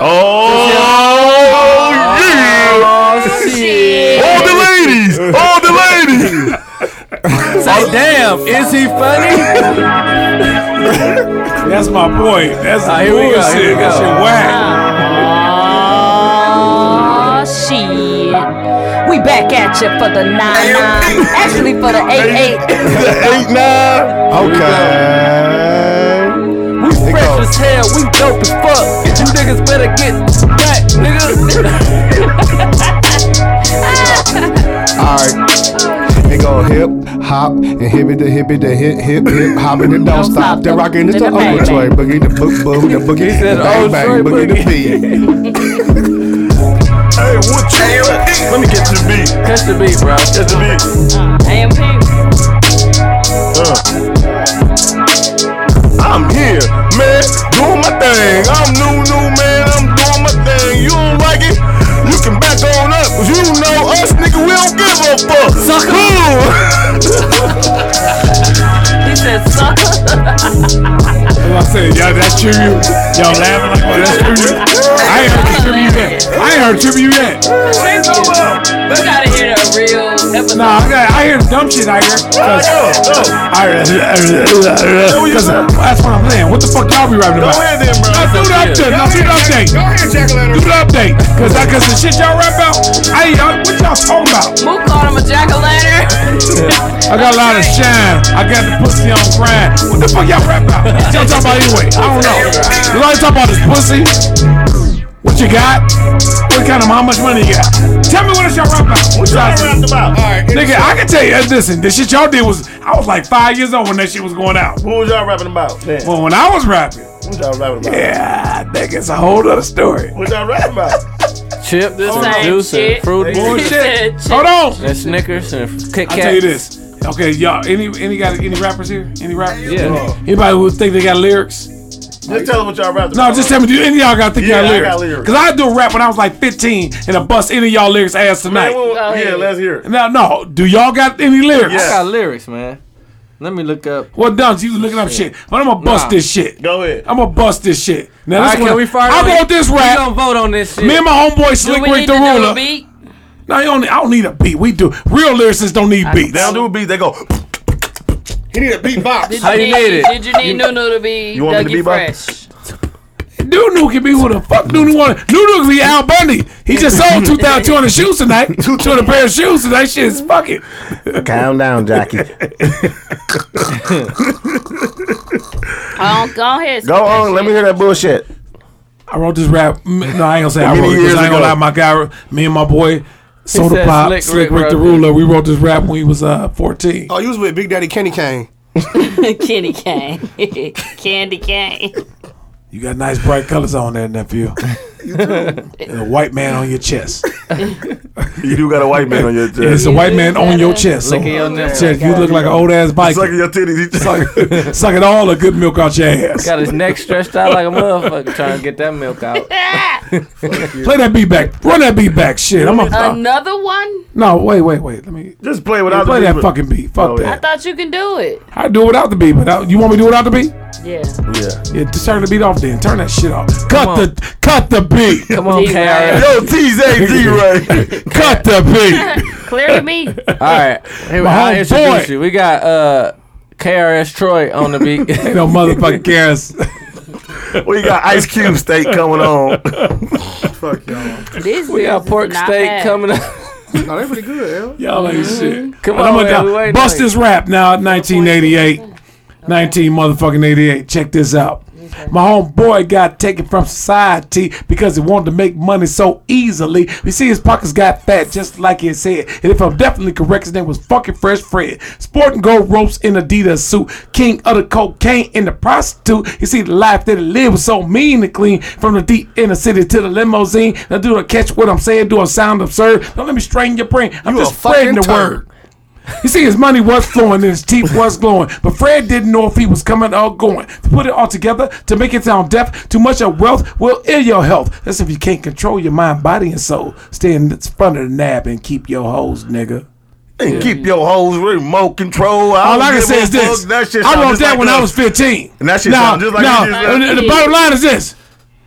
Speaker 7: Oh yeah!
Speaker 6: Oh, shit.
Speaker 7: All the ladies, all the ladies.
Speaker 6: [LAUGHS] Say, damn, is he funny?
Speaker 8: [LAUGHS] That's my point. That's
Speaker 6: Ah, here we
Speaker 8: bullshit.
Speaker 6: go, here we
Speaker 8: That
Speaker 6: go.
Speaker 8: shit
Speaker 1: Aw,
Speaker 8: whack.
Speaker 1: shit. We back at you for the 9 9. Actually, for the 8 8.
Speaker 7: The eight nine. Okay.
Speaker 6: We fresh as hell. We dope as fuck. You niggas better get back, nigga.
Speaker 7: [LAUGHS] All right. It go hip hop and hip it the hip it the hip hip hip hop and it don't stop. They're rocking the
Speaker 1: Then the bang,
Speaker 7: Uncle Troy boogie the book boom the boogie the
Speaker 6: said, "Oh,
Speaker 7: bang
Speaker 6: Troy
Speaker 7: bang boogie the beat.
Speaker 4: Hey, what you? Let me get to the beat.
Speaker 6: Catch the beat, bro.
Speaker 4: Get to the beat.
Speaker 1: AMP.
Speaker 7: Uh, I'm here, man, doing my thing. I'm new, new man, I'm doing my thing. You don't like it? You can back on up. 'cause You know us, nigga, we don't give a fuck. Cool.
Speaker 1: [LAUGHS] He said, sucker.
Speaker 8: That's what I said. Y'all, that's tribute. Y'all laughing like what? That's tribute. I ain't heard tribute yet. I ain't heard tribute yet.
Speaker 1: We gotta hear the real episode.
Speaker 8: Nah, I, got, I hear dumb shit. I hear. 'Cause- I heard. Because that's what I'm playing. What the fuck y'all be rapping about?
Speaker 4: ahead then, bro.
Speaker 8: Now, do the update. Now, do the update.
Speaker 4: Go ahead, Jack
Speaker 8: Do the update. Cause, I, cause the shit y'all rap about, I ain't, y'all- what y'all talking about?
Speaker 1: Mook called him a jack o' lantern.
Speaker 8: [LAUGHS] I got a lot of shine. I got the pussy on grind. What the fuck y'all rap about? What y'all talking about anyway? I don't know. You always talk about this pussy. What you got? What kind of, how much money you got? Tell me what is y'all rap about. What y'all
Speaker 4: Rapped about. All right.
Speaker 8: Nigga, I can tell you, uh, listen, the shit y'all did was, I was like five years old when that shit was going out.
Speaker 4: Who was y'all rapping about? Then?
Speaker 8: But when I was rapping,
Speaker 4: What y'all rapping about?
Speaker 8: yeah, I think it's a whole other story.
Speaker 4: What y'all rapping about?
Speaker 6: Chip, this
Speaker 1: Same
Speaker 6: juice,
Speaker 1: shit.
Speaker 6: and fruity.
Speaker 1: Shit.
Speaker 8: Bullshit. Hold on.
Speaker 6: And Snickers and Kit
Speaker 8: I tell you
Speaker 6: Kat.
Speaker 8: this. Okay, y'all, any any got any rappers here? Any rappers?
Speaker 6: Yeah.
Speaker 8: Anybody who think they got lyrics?
Speaker 4: Just tell us what y'all rapping about.
Speaker 8: No, just tell me, do any of y'all got think
Speaker 4: Yeah, I
Speaker 8: y'all lyrics?
Speaker 4: got lyrics.
Speaker 8: Because I do rap when I was like 15 and I bust any of y'all lyrics ass
Speaker 4: Man,
Speaker 8: tonight.
Speaker 1: Go
Speaker 4: we'll- yeah,
Speaker 1: ahead.
Speaker 4: let's hear it.
Speaker 8: Now, no, do y'all got any lyrics?
Speaker 6: I
Speaker 4: Yeah.
Speaker 6: got lyrics, man. Let me look up.
Speaker 8: Well, Dunce, you looking up shit, but I'm gonna bust
Speaker 6: Nah.
Speaker 8: this shit.
Speaker 4: Go ahead.
Speaker 8: I'm gonna bust this shit. Now,
Speaker 6: All
Speaker 8: this
Speaker 6: right,
Speaker 8: one,
Speaker 6: can we fire
Speaker 8: I
Speaker 6: on-
Speaker 8: wrote this
Speaker 6: We
Speaker 8: rap.
Speaker 6: gonna vote on this shit.
Speaker 8: Me and my homeboy
Speaker 1: Do
Speaker 8: Slick
Speaker 1: we
Speaker 8: Rick
Speaker 1: need
Speaker 8: the
Speaker 1: to do a
Speaker 8: Ruler.
Speaker 1: beat?
Speaker 8: No, you don't, need- I don't need a beat. We do. Real lyricists don't need beats.
Speaker 4: They don't do a beat. They go. he need a beatbox.
Speaker 6: How you need it?
Speaker 1: Did you need Nunu to be
Speaker 4: You want me to
Speaker 1: Dougie
Speaker 4: be by?
Speaker 1: Fresh?
Speaker 8: Nunu can be who the fuck Nunu wanted. Nunu can be Al Bundy. He just
Speaker 4: [LAUGHS]
Speaker 8: sold 2,200 shoes tonight. 200 pair of shoes tonight. Shit is fucking.
Speaker 4: Calm down,
Speaker 6: [LAUGHS]
Speaker 4: Jackie.
Speaker 1: Oh, go ahead.
Speaker 4: Go on. Let me hear that bullshit.
Speaker 8: I wrote this rap. m- No, I ain't gonna say I
Speaker 4: Many
Speaker 8: wrote it. 'cause
Speaker 4: years
Speaker 8: I ain't gonna lie.
Speaker 4: ago.
Speaker 8: My guy, me and my boy, Soda
Speaker 6: said
Speaker 8: Pop,
Speaker 6: Slick
Speaker 8: Slick, Rick,
Speaker 6: Rick wrote
Speaker 8: the
Speaker 6: it.
Speaker 8: Ruler. We wrote this rap when he was uh 14.
Speaker 7: Oh, you was with Big Daddy Kenny [LAUGHS] Kane.
Speaker 1: [LAUGHS] Kenny Kane. [LAUGHS] Candy Kane.
Speaker 8: You got nice bright colors on there,
Speaker 4: [LAUGHS]
Speaker 8: nephew. and a white man on your chest.
Speaker 4: You do got a white man on your
Speaker 8: And it's
Speaker 4: chest.
Speaker 8: a white man on your chest. So,
Speaker 6: Look at your nipples.
Speaker 8: chest, you look like an old ass bike.
Speaker 4: Sucking your titties. He
Speaker 8: [LAUGHS]
Speaker 4: suck. [LAUGHS]
Speaker 8: Sucking all the good milk out your ass.
Speaker 6: Got his neck stretched out like a motherfucker trying to get that milk out.
Speaker 8: Play that beat back. Run that beat back. Shit, I'm a.
Speaker 1: Another one?
Speaker 8: no, wait, wait, wait. Let me
Speaker 4: just play
Speaker 8: without. Play
Speaker 1: the
Speaker 8: that
Speaker 1: beat.
Speaker 8: fucking beat. Fuck
Speaker 4: Oh,
Speaker 1: I
Speaker 8: that.
Speaker 1: thought you can do it.
Speaker 8: I do it without the beat, but I- you want me to do it without the beat?
Speaker 1: Yeah.
Speaker 8: Yeah. Yeah. Just turn the beat off then. Turn that shit off. Cut the cut the beat. Come
Speaker 6: on, T-Ray.
Speaker 8: [LAUGHS]
Speaker 6: Karen.
Speaker 8: Yo, T-Z-T-Ray. cut [LAUGHS] the beat.
Speaker 1: [LAUGHS] Clearly me.
Speaker 6: All right, here,
Speaker 8: My
Speaker 6: I'll
Speaker 8: whole
Speaker 6: introduce
Speaker 8: point.
Speaker 6: you. We got uh, KRS Troy on
Speaker 8: [LAUGHS]
Speaker 6: the beat.
Speaker 8: no
Speaker 6: [LAUGHS]
Speaker 8: motherfucking KRS.
Speaker 4: We got Ice Cube steak coming
Speaker 6: [LAUGHS]
Speaker 4: on.
Speaker 6: Fuck y'all.
Speaker 1: This
Speaker 6: we got
Speaker 1: is
Speaker 6: pork
Speaker 1: not
Speaker 6: steak
Speaker 1: bad. Mm-hmm.
Speaker 6: coming up.
Speaker 3: No, they pretty
Speaker 7: [LAUGHS]
Speaker 3: good,
Speaker 8: Y'all ain't shit.
Speaker 6: Come
Speaker 8: But
Speaker 6: on,
Speaker 8: I'ma-
Speaker 6: man, we waiting
Speaker 8: bust
Speaker 6: on you.
Speaker 8: this rap now. 1988, 19 motherfucking 88. Check this out. My homeboy got taken from society because he wanted to make money so easily. You see, his pockets got fat, just like his head. And if I'm definitely correct, his name was fucking Fresh Fred. Sporting gold ropes in Adidas suit, king of the cocaine and the prostitute. You see, the life that he lived was so mean and clean. From the deep inner city to the limousine. Now, do I catch what I'm saying? Do I sound absurd? Don't let me strain your brain. I'm
Speaker 18: You a
Speaker 8: just spreading the
Speaker 18: fucking
Speaker 8: word.
Speaker 18: turd.
Speaker 8: You see, his money was flowing and his teeth was glowing, but Fred didn't know if he was coming or going. To put it all together, to make it sound deaf, too much of wealth will ill your health. That's if you can't control your mind, body, and soul. Stay in front of the nab and keep your hoes, nigga.
Speaker 4: And keep your hoes remote control. I
Speaker 8: All
Speaker 4: don't
Speaker 8: I can
Speaker 4: give
Speaker 8: say
Speaker 4: a
Speaker 8: is this:
Speaker 4: fuck. That shit
Speaker 8: I
Speaker 4: sound
Speaker 8: wrote
Speaker 4: just
Speaker 8: that
Speaker 4: like
Speaker 8: when I
Speaker 4: us.
Speaker 8: was 15.
Speaker 4: And that shit
Speaker 8: now,
Speaker 4: sound just like
Speaker 8: now,
Speaker 4: you just said.
Speaker 8: and the bottom line is this: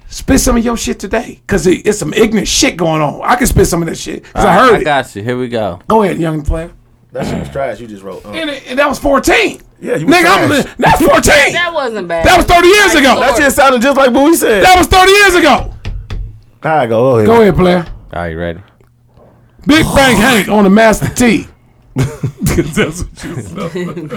Speaker 8: spit some of your shit today, cause it, it's some ignorant shit going on. I can spit some of that shit, cause I
Speaker 6: All right,
Speaker 8: heard
Speaker 6: I
Speaker 8: it.
Speaker 6: got you. Here we go.
Speaker 8: Go ahead, young player.
Speaker 4: That shit was trash. You just wrote. uh.
Speaker 8: And, it- and that was 14.
Speaker 4: Yeah, you was
Speaker 8: Nigga, I'm,
Speaker 4: trash.
Speaker 8: li- that's 14.
Speaker 1: That wasn't bad.
Speaker 8: That was 30 years ago.
Speaker 4: That shit sounded just like Bowie said.
Speaker 8: That was 30 years ago.
Speaker 4: All right, go ahead.
Speaker 8: Go ahead, player.
Speaker 6: Are you ready?
Speaker 8: Big Bang Hank on the Master
Speaker 4: [LAUGHS]
Speaker 8: T. that's what you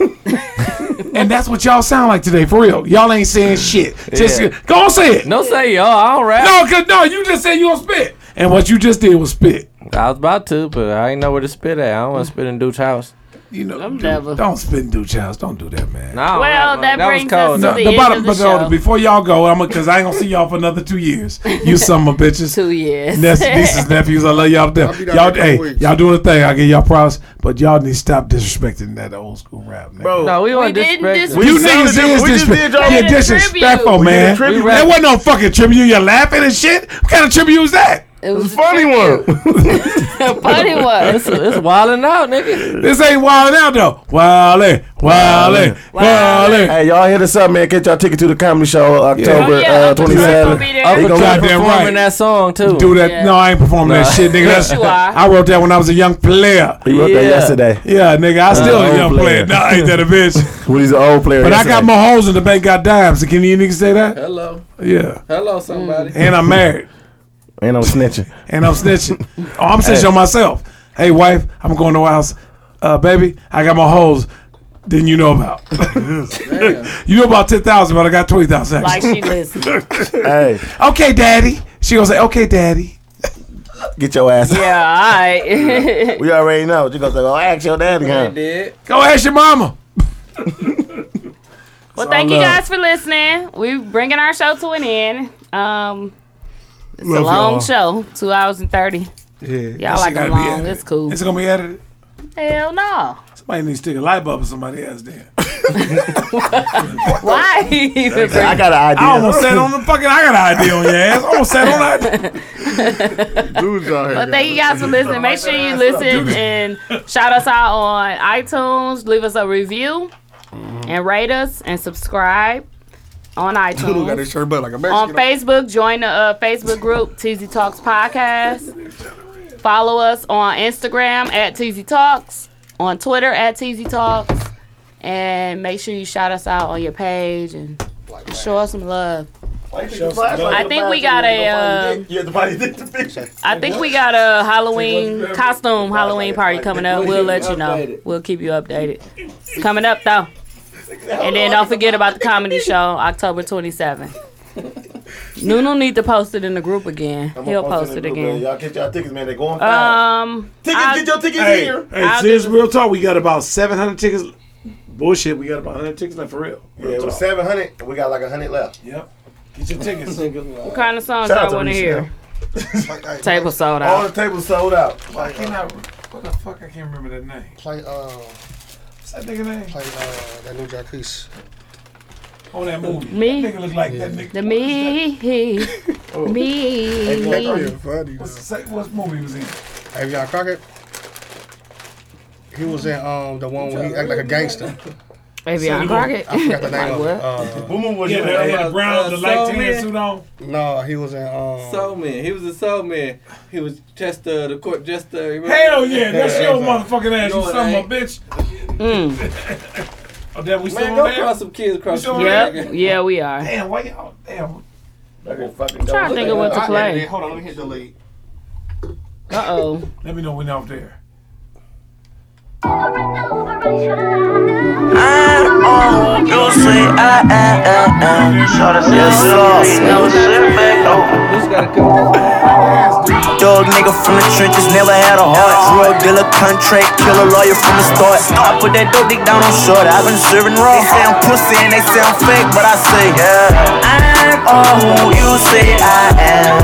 Speaker 8: and that's what y'all sound like today, for real. Y'all ain't saying shit. Just
Speaker 6: Yeah.
Speaker 8: go on, say it.
Speaker 6: No, say y'all. I don't rap.
Speaker 8: No, cause no, you just said you gonna spit, and what you just did was spit.
Speaker 6: I was about to, but I ain't know where to spit at. I don't want to spit in Dude's house.
Speaker 8: You know,
Speaker 1: I'm never.
Speaker 8: Don't spit in dude's house. Don't do that, man.
Speaker 6: No,
Speaker 1: Well,
Speaker 6: no,
Speaker 1: that
Speaker 6: was
Speaker 1: brings
Speaker 6: cold.
Speaker 1: us
Speaker 8: No,
Speaker 1: to the
Speaker 8: the
Speaker 1: end
Speaker 8: bottom,
Speaker 1: of the
Speaker 8: but
Speaker 1: show.
Speaker 8: no, before y'all go, I'm gonna, cause I ain't gonna see y'all for another two years.
Speaker 1: [LAUGHS]
Speaker 8: You summer bitches.
Speaker 1: Two years.
Speaker 8: Nep-
Speaker 1: [LAUGHS]
Speaker 8: nieces, nephews, I love y'all. to death. Y'all, hey, y'all doing a thing. I give y'all props, but y'all need to stop disrespecting that old school rap, man.
Speaker 4: Bro,
Speaker 6: No, we want to disrespect.
Speaker 8: you
Speaker 4: We
Speaker 8: niggas
Speaker 4: sounded different.
Speaker 8: is
Speaker 4: We just did
Speaker 8: disrespectful.
Speaker 4: y'all-
Speaker 8: Yeah,
Speaker 4: We did a tribute.
Speaker 8: disrespectful,
Speaker 4: We did a
Speaker 8: man.
Speaker 4: tribute.
Speaker 8: That wasn't no fucking tribute. You laughing and shit. What kind of tribute is that?
Speaker 1: It was
Speaker 4: funny one.
Speaker 1: funny one.
Speaker 6: It's, it's wilding out, nigga.
Speaker 8: This ain't wild out though. Wildin', wildin', wildin'.
Speaker 4: Hey, y'all hit us up, man. Get y'all ticket to the comedy show October
Speaker 1: Oh, yeah,
Speaker 4: uh,
Speaker 1: Uncle Drew gonna be there.
Speaker 4: 27th. They
Speaker 6: Uncle
Speaker 4: gonna
Speaker 6: Drew
Speaker 4: be-
Speaker 8: Goddamn
Speaker 6: performing
Speaker 8: right.
Speaker 6: that song too.
Speaker 8: Do [LAUGHS] that?
Speaker 1: Yeah.
Speaker 8: No, I ain't performing that
Speaker 6: Nah.
Speaker 8: shit, nigga. That's,
Speaker 1: you are.
Speaker 8: I wrote that when I was a young player.
Speaker 4: He wrote
Speaker 6: Yeah.
Speaker 4: that yesterday.
Speaker 8: Yeah, nigga, I still a
Speaker 4: old
Speaker 8: young player.
Speaker 4: player.
Speaker 8: No, ain't that a bitch?
Speaker 4: [LAUGHS] Well, he's an old player.
Speaker 8: But I
Speaker 4: yesterday.
Speaker 8: got more hoes in the bank, got dimes. Can you niggas say that?
Speaker 3: Hello.
Speaker 8: Yeah.
Speaker 3: Hello, somebody.
Speaker 8: And I'm married.
Speaker 4: And [LAUGHS] I'm snitching.
Speaker 8: And I'm
Speaker 4: [LAUGHS]
Speaker 8: snitching. Oh, I'm snitching
Speaker 4: Hey.
Speaker 8: on myself. Hey, wife, I'm going to the house. Uh, baby, I got my hoes. Didn't you know about? [LAUGHS] you know about ten thousand, but I got twenty thousand.
Speaker 1: Like she
Speaker 8: [LAUGHS]
Speaker 1: listened.
Speaker 4: hey,
Speaker 8: Okay, daddy. She gonna say, "Okay, daddy."
Speaker 4: get your ass. out.
Speaker 1: Yeah, alright.
Speaker 4: [LAUGHS] We already know. You gonna say, "Oh, ask your daddy." Huh?
Speaker 3: Did.
Speaker 8: Go ask your mama.
Speaker 1: Well, thank you
Speaker 4: love.
Speaker 1: guys for listening. We're bringing our show to an end. Um, it's a
Speaker 8: Love
Speaker 1: long
Speaker 8: y'all.
Speaker 1: show, two hours and thirty.
Speaker 8: Yeah,
Speaker 1: Y'all like them long. It's cool.
Speaker 8: It's gonna be edited.
Speaker 1: Hell no.
Speaker 8: Somebody needs to stick a light bulb in somebody else. Then
Speaker 1: Why? even
Speaker 4: I
Speaker 1: bring-
Speaker 4: got an idea.
Speaker 8: I almost sat on the fucking. I got an idea on your ass. I almost sat on that.
Speaker 4: [LAUGHS]
Speaker 19: Dudes out here.
Speaker 1: But thank you guys for listening. Make sure you listen and shout us out on iTunes. Leave us a review
Speaker 19: Mm-hmm.
Speaker 1: and rate us and subscribe
Speaker 19: [LAUGHS]
Speaker 1: on
Speaker 19: Dude got his
Speaker 1: iTunes.
Speaker 19: shirt butt like a
Speaker 1: On
Speaker 19: Mexican.
Speaker 1: Facebook, join the uh, Facebook group TZ Talks Podcast. Follow us on Instagram at TZ Talks, on Twitter at TZ Talks, and make sure you shout us out on your page and show us some love. I think we got a. Uh,
Speaker 4: Yeah, the body did the picture.
Speaker 1: I think we got a Halloween costume Halloween party coming up. We'll let you know. We'll keep you updated. It's coming up though. And then don't forget about the [LAUGHS] comedy show October 27th. Nunu need to post it in the group again. He'll post it again.
Speaker 4: Y'all get y'all tickets, man. They going fast.
Speaker 1: Um,
Speaker 4: tickets,
Speaker 1: I-
Speaker 4: get your tickets
Speaker 8: Hey,
Speaker 4: here.
Speaker 8: hey, serious real talk. We got about seven hundred tickets. Bullshit. We got about hundred tickets left for real.
Speaker 4: Yeah, it was seven hundred, and we got like hundred left.
Speaker 8: Yep. Get your
Speaker 1: [LAUGHS]
Speaker 8: tickets.
Speaker 1: what kind of songs
Speaker 4: Shout out
Speaker 1: y'all
Speaker 4: to
Speaker 1: want to
Speaker 4: Reese
Speaker 1: hear? Table sold
Speaker 4: All the
Speaker 1: out.
Speaker 4: tables sold out.
Speaker 8: I cannot. What the fuck? I can't remember that name.
Speaker 19: uh, Play, uh,
Speaker 8: What's that nigga name?
Speaker 19: play, uh, that new Jacquees.
Speaker 8: on that movie.
Speaker 1: Me.
Speaker 8: That nigga look like that nigga.
Speaker 1: The [LAUGHS] me.
Speaker 3: Oh.
Speaker 1: Oh. Me.
Speaker 8: What's, the sec- what movie he was in?
Speaker 3: Have y'all Crockett? He was in um the one where he act like a gangster.
Speaker 1: Avion Crockett.
Speaker 3: I forgot the
Speaker 1: Like
Speaker 3: name of it.
Speaker 1: what?
Speaker 3: Uh,
Speaker 8: What movie was Yeah, you in? uh, they had the brown, the light tan suit
Speaker 3: on. No, he was in. Um,
Speaker 6: Soul Man. He was a soul man. He was Chester, the court jester. you remember?
Speaker 8: Hell yeah, that's your motherfucking ass,
Speaker 6: know
Speaker 8: you
Speaker 6: what eh?
Speaker 8: son
Speaker 6: I
Speaker 8: of
Speaker 6: ain't?
Speaker 8: a bitch.
Speaker 1: Hmm.
Speaker 8: oh, that we still
Speaker 6: Man,
Speaker 8: on
Speaker 6: go
Speaker 8: there?
Speaker 6: cross some kids across
Speaker 8: still
Speaker 6: the
Speaker 8: on there?
Speaker 1: Yep. Yeah, we are.
Speaker 8: Damn, why y'all? Damn.
Speaker 20: I'm
Speaker 1: trying to think of what to play.
Speaker 8: Hold on, let me hit delete.
Speaker 1: Uh oh.
Speaker 8: Let me know when off there.
Speaker 7: You say I, I, I, I. Shorty said, yes, sir. Never sit back over. Dog nigga from the trenches, never had a heart. Drug dealer, contract killer, lawyer from the start. I put that dope dick down on short. I've been serving raw. They say I'm pussy and they say I'm fake, but I say yeah. I'm all who you say I am.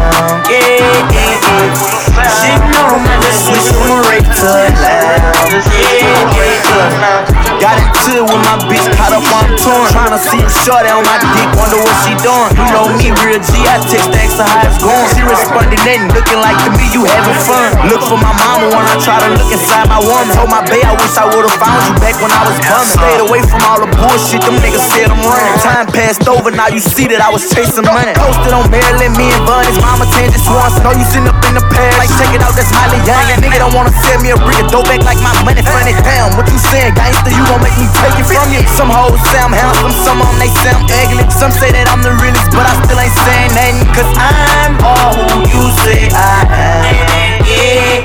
Speaker 7: Yeah, yeah, yeah. She know I just switch from rape to laugh. Yeah, yeah, yeah. Got into it with my bitch, caught up on torn. Tryna see you shorty on my dick, wonder what she doing. You know me, real G, I text thanks to how it's going. She responded nothing, looking like to me, you having fun. Look for my mama when I try to look inside my woman. Told my bae I wish I would've found you back when I was bumming. Stayed away from all the bullshit, them niggas said I'm running. Time passed over, now you see that I was chasing money. Posted on Maryland, me and Bunny's mama changed it once. No, you sitting up in the past. Like, check it out, that's Miley Yang. Nigga don't wanna sell me a brick of dope back like my money funny. Damn, what you saying, gangster? You gon' make me take it from you. Some hoes say I'm handsome, some of 'em they say I'm ugly. Some say that I'm the realest, but I still ain't saying nothing. Cause I'm all who you say I am. Yeah,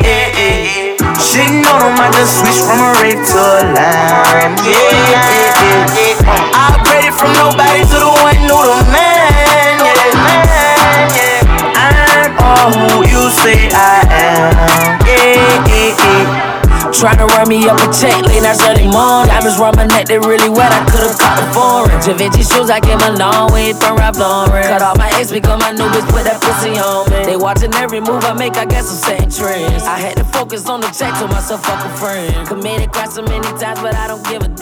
Speaker 7: yeah, yeah. She know them, I just switch from a red to a lime. Yeah, yeah, yeah, yeah. I upgraded from nobody to the one who the man. Yeah, man, yeah. I'm all who you say I am. Yeah, yeah, yeah.
Speaker 10: Tryna run me up a check late night Sunday morning. Diamonds round my neck, they really wet. I could've caught a foreign. Givenchy shoes, I came a long way from Ralph Lauren. Cut off my ex because my new bitch put that pussy on me. They watching every move I make. I guess I'm setting trends. I had to focus on the check, told myself fuck a friend. Committed crimes so many times, but I don't give a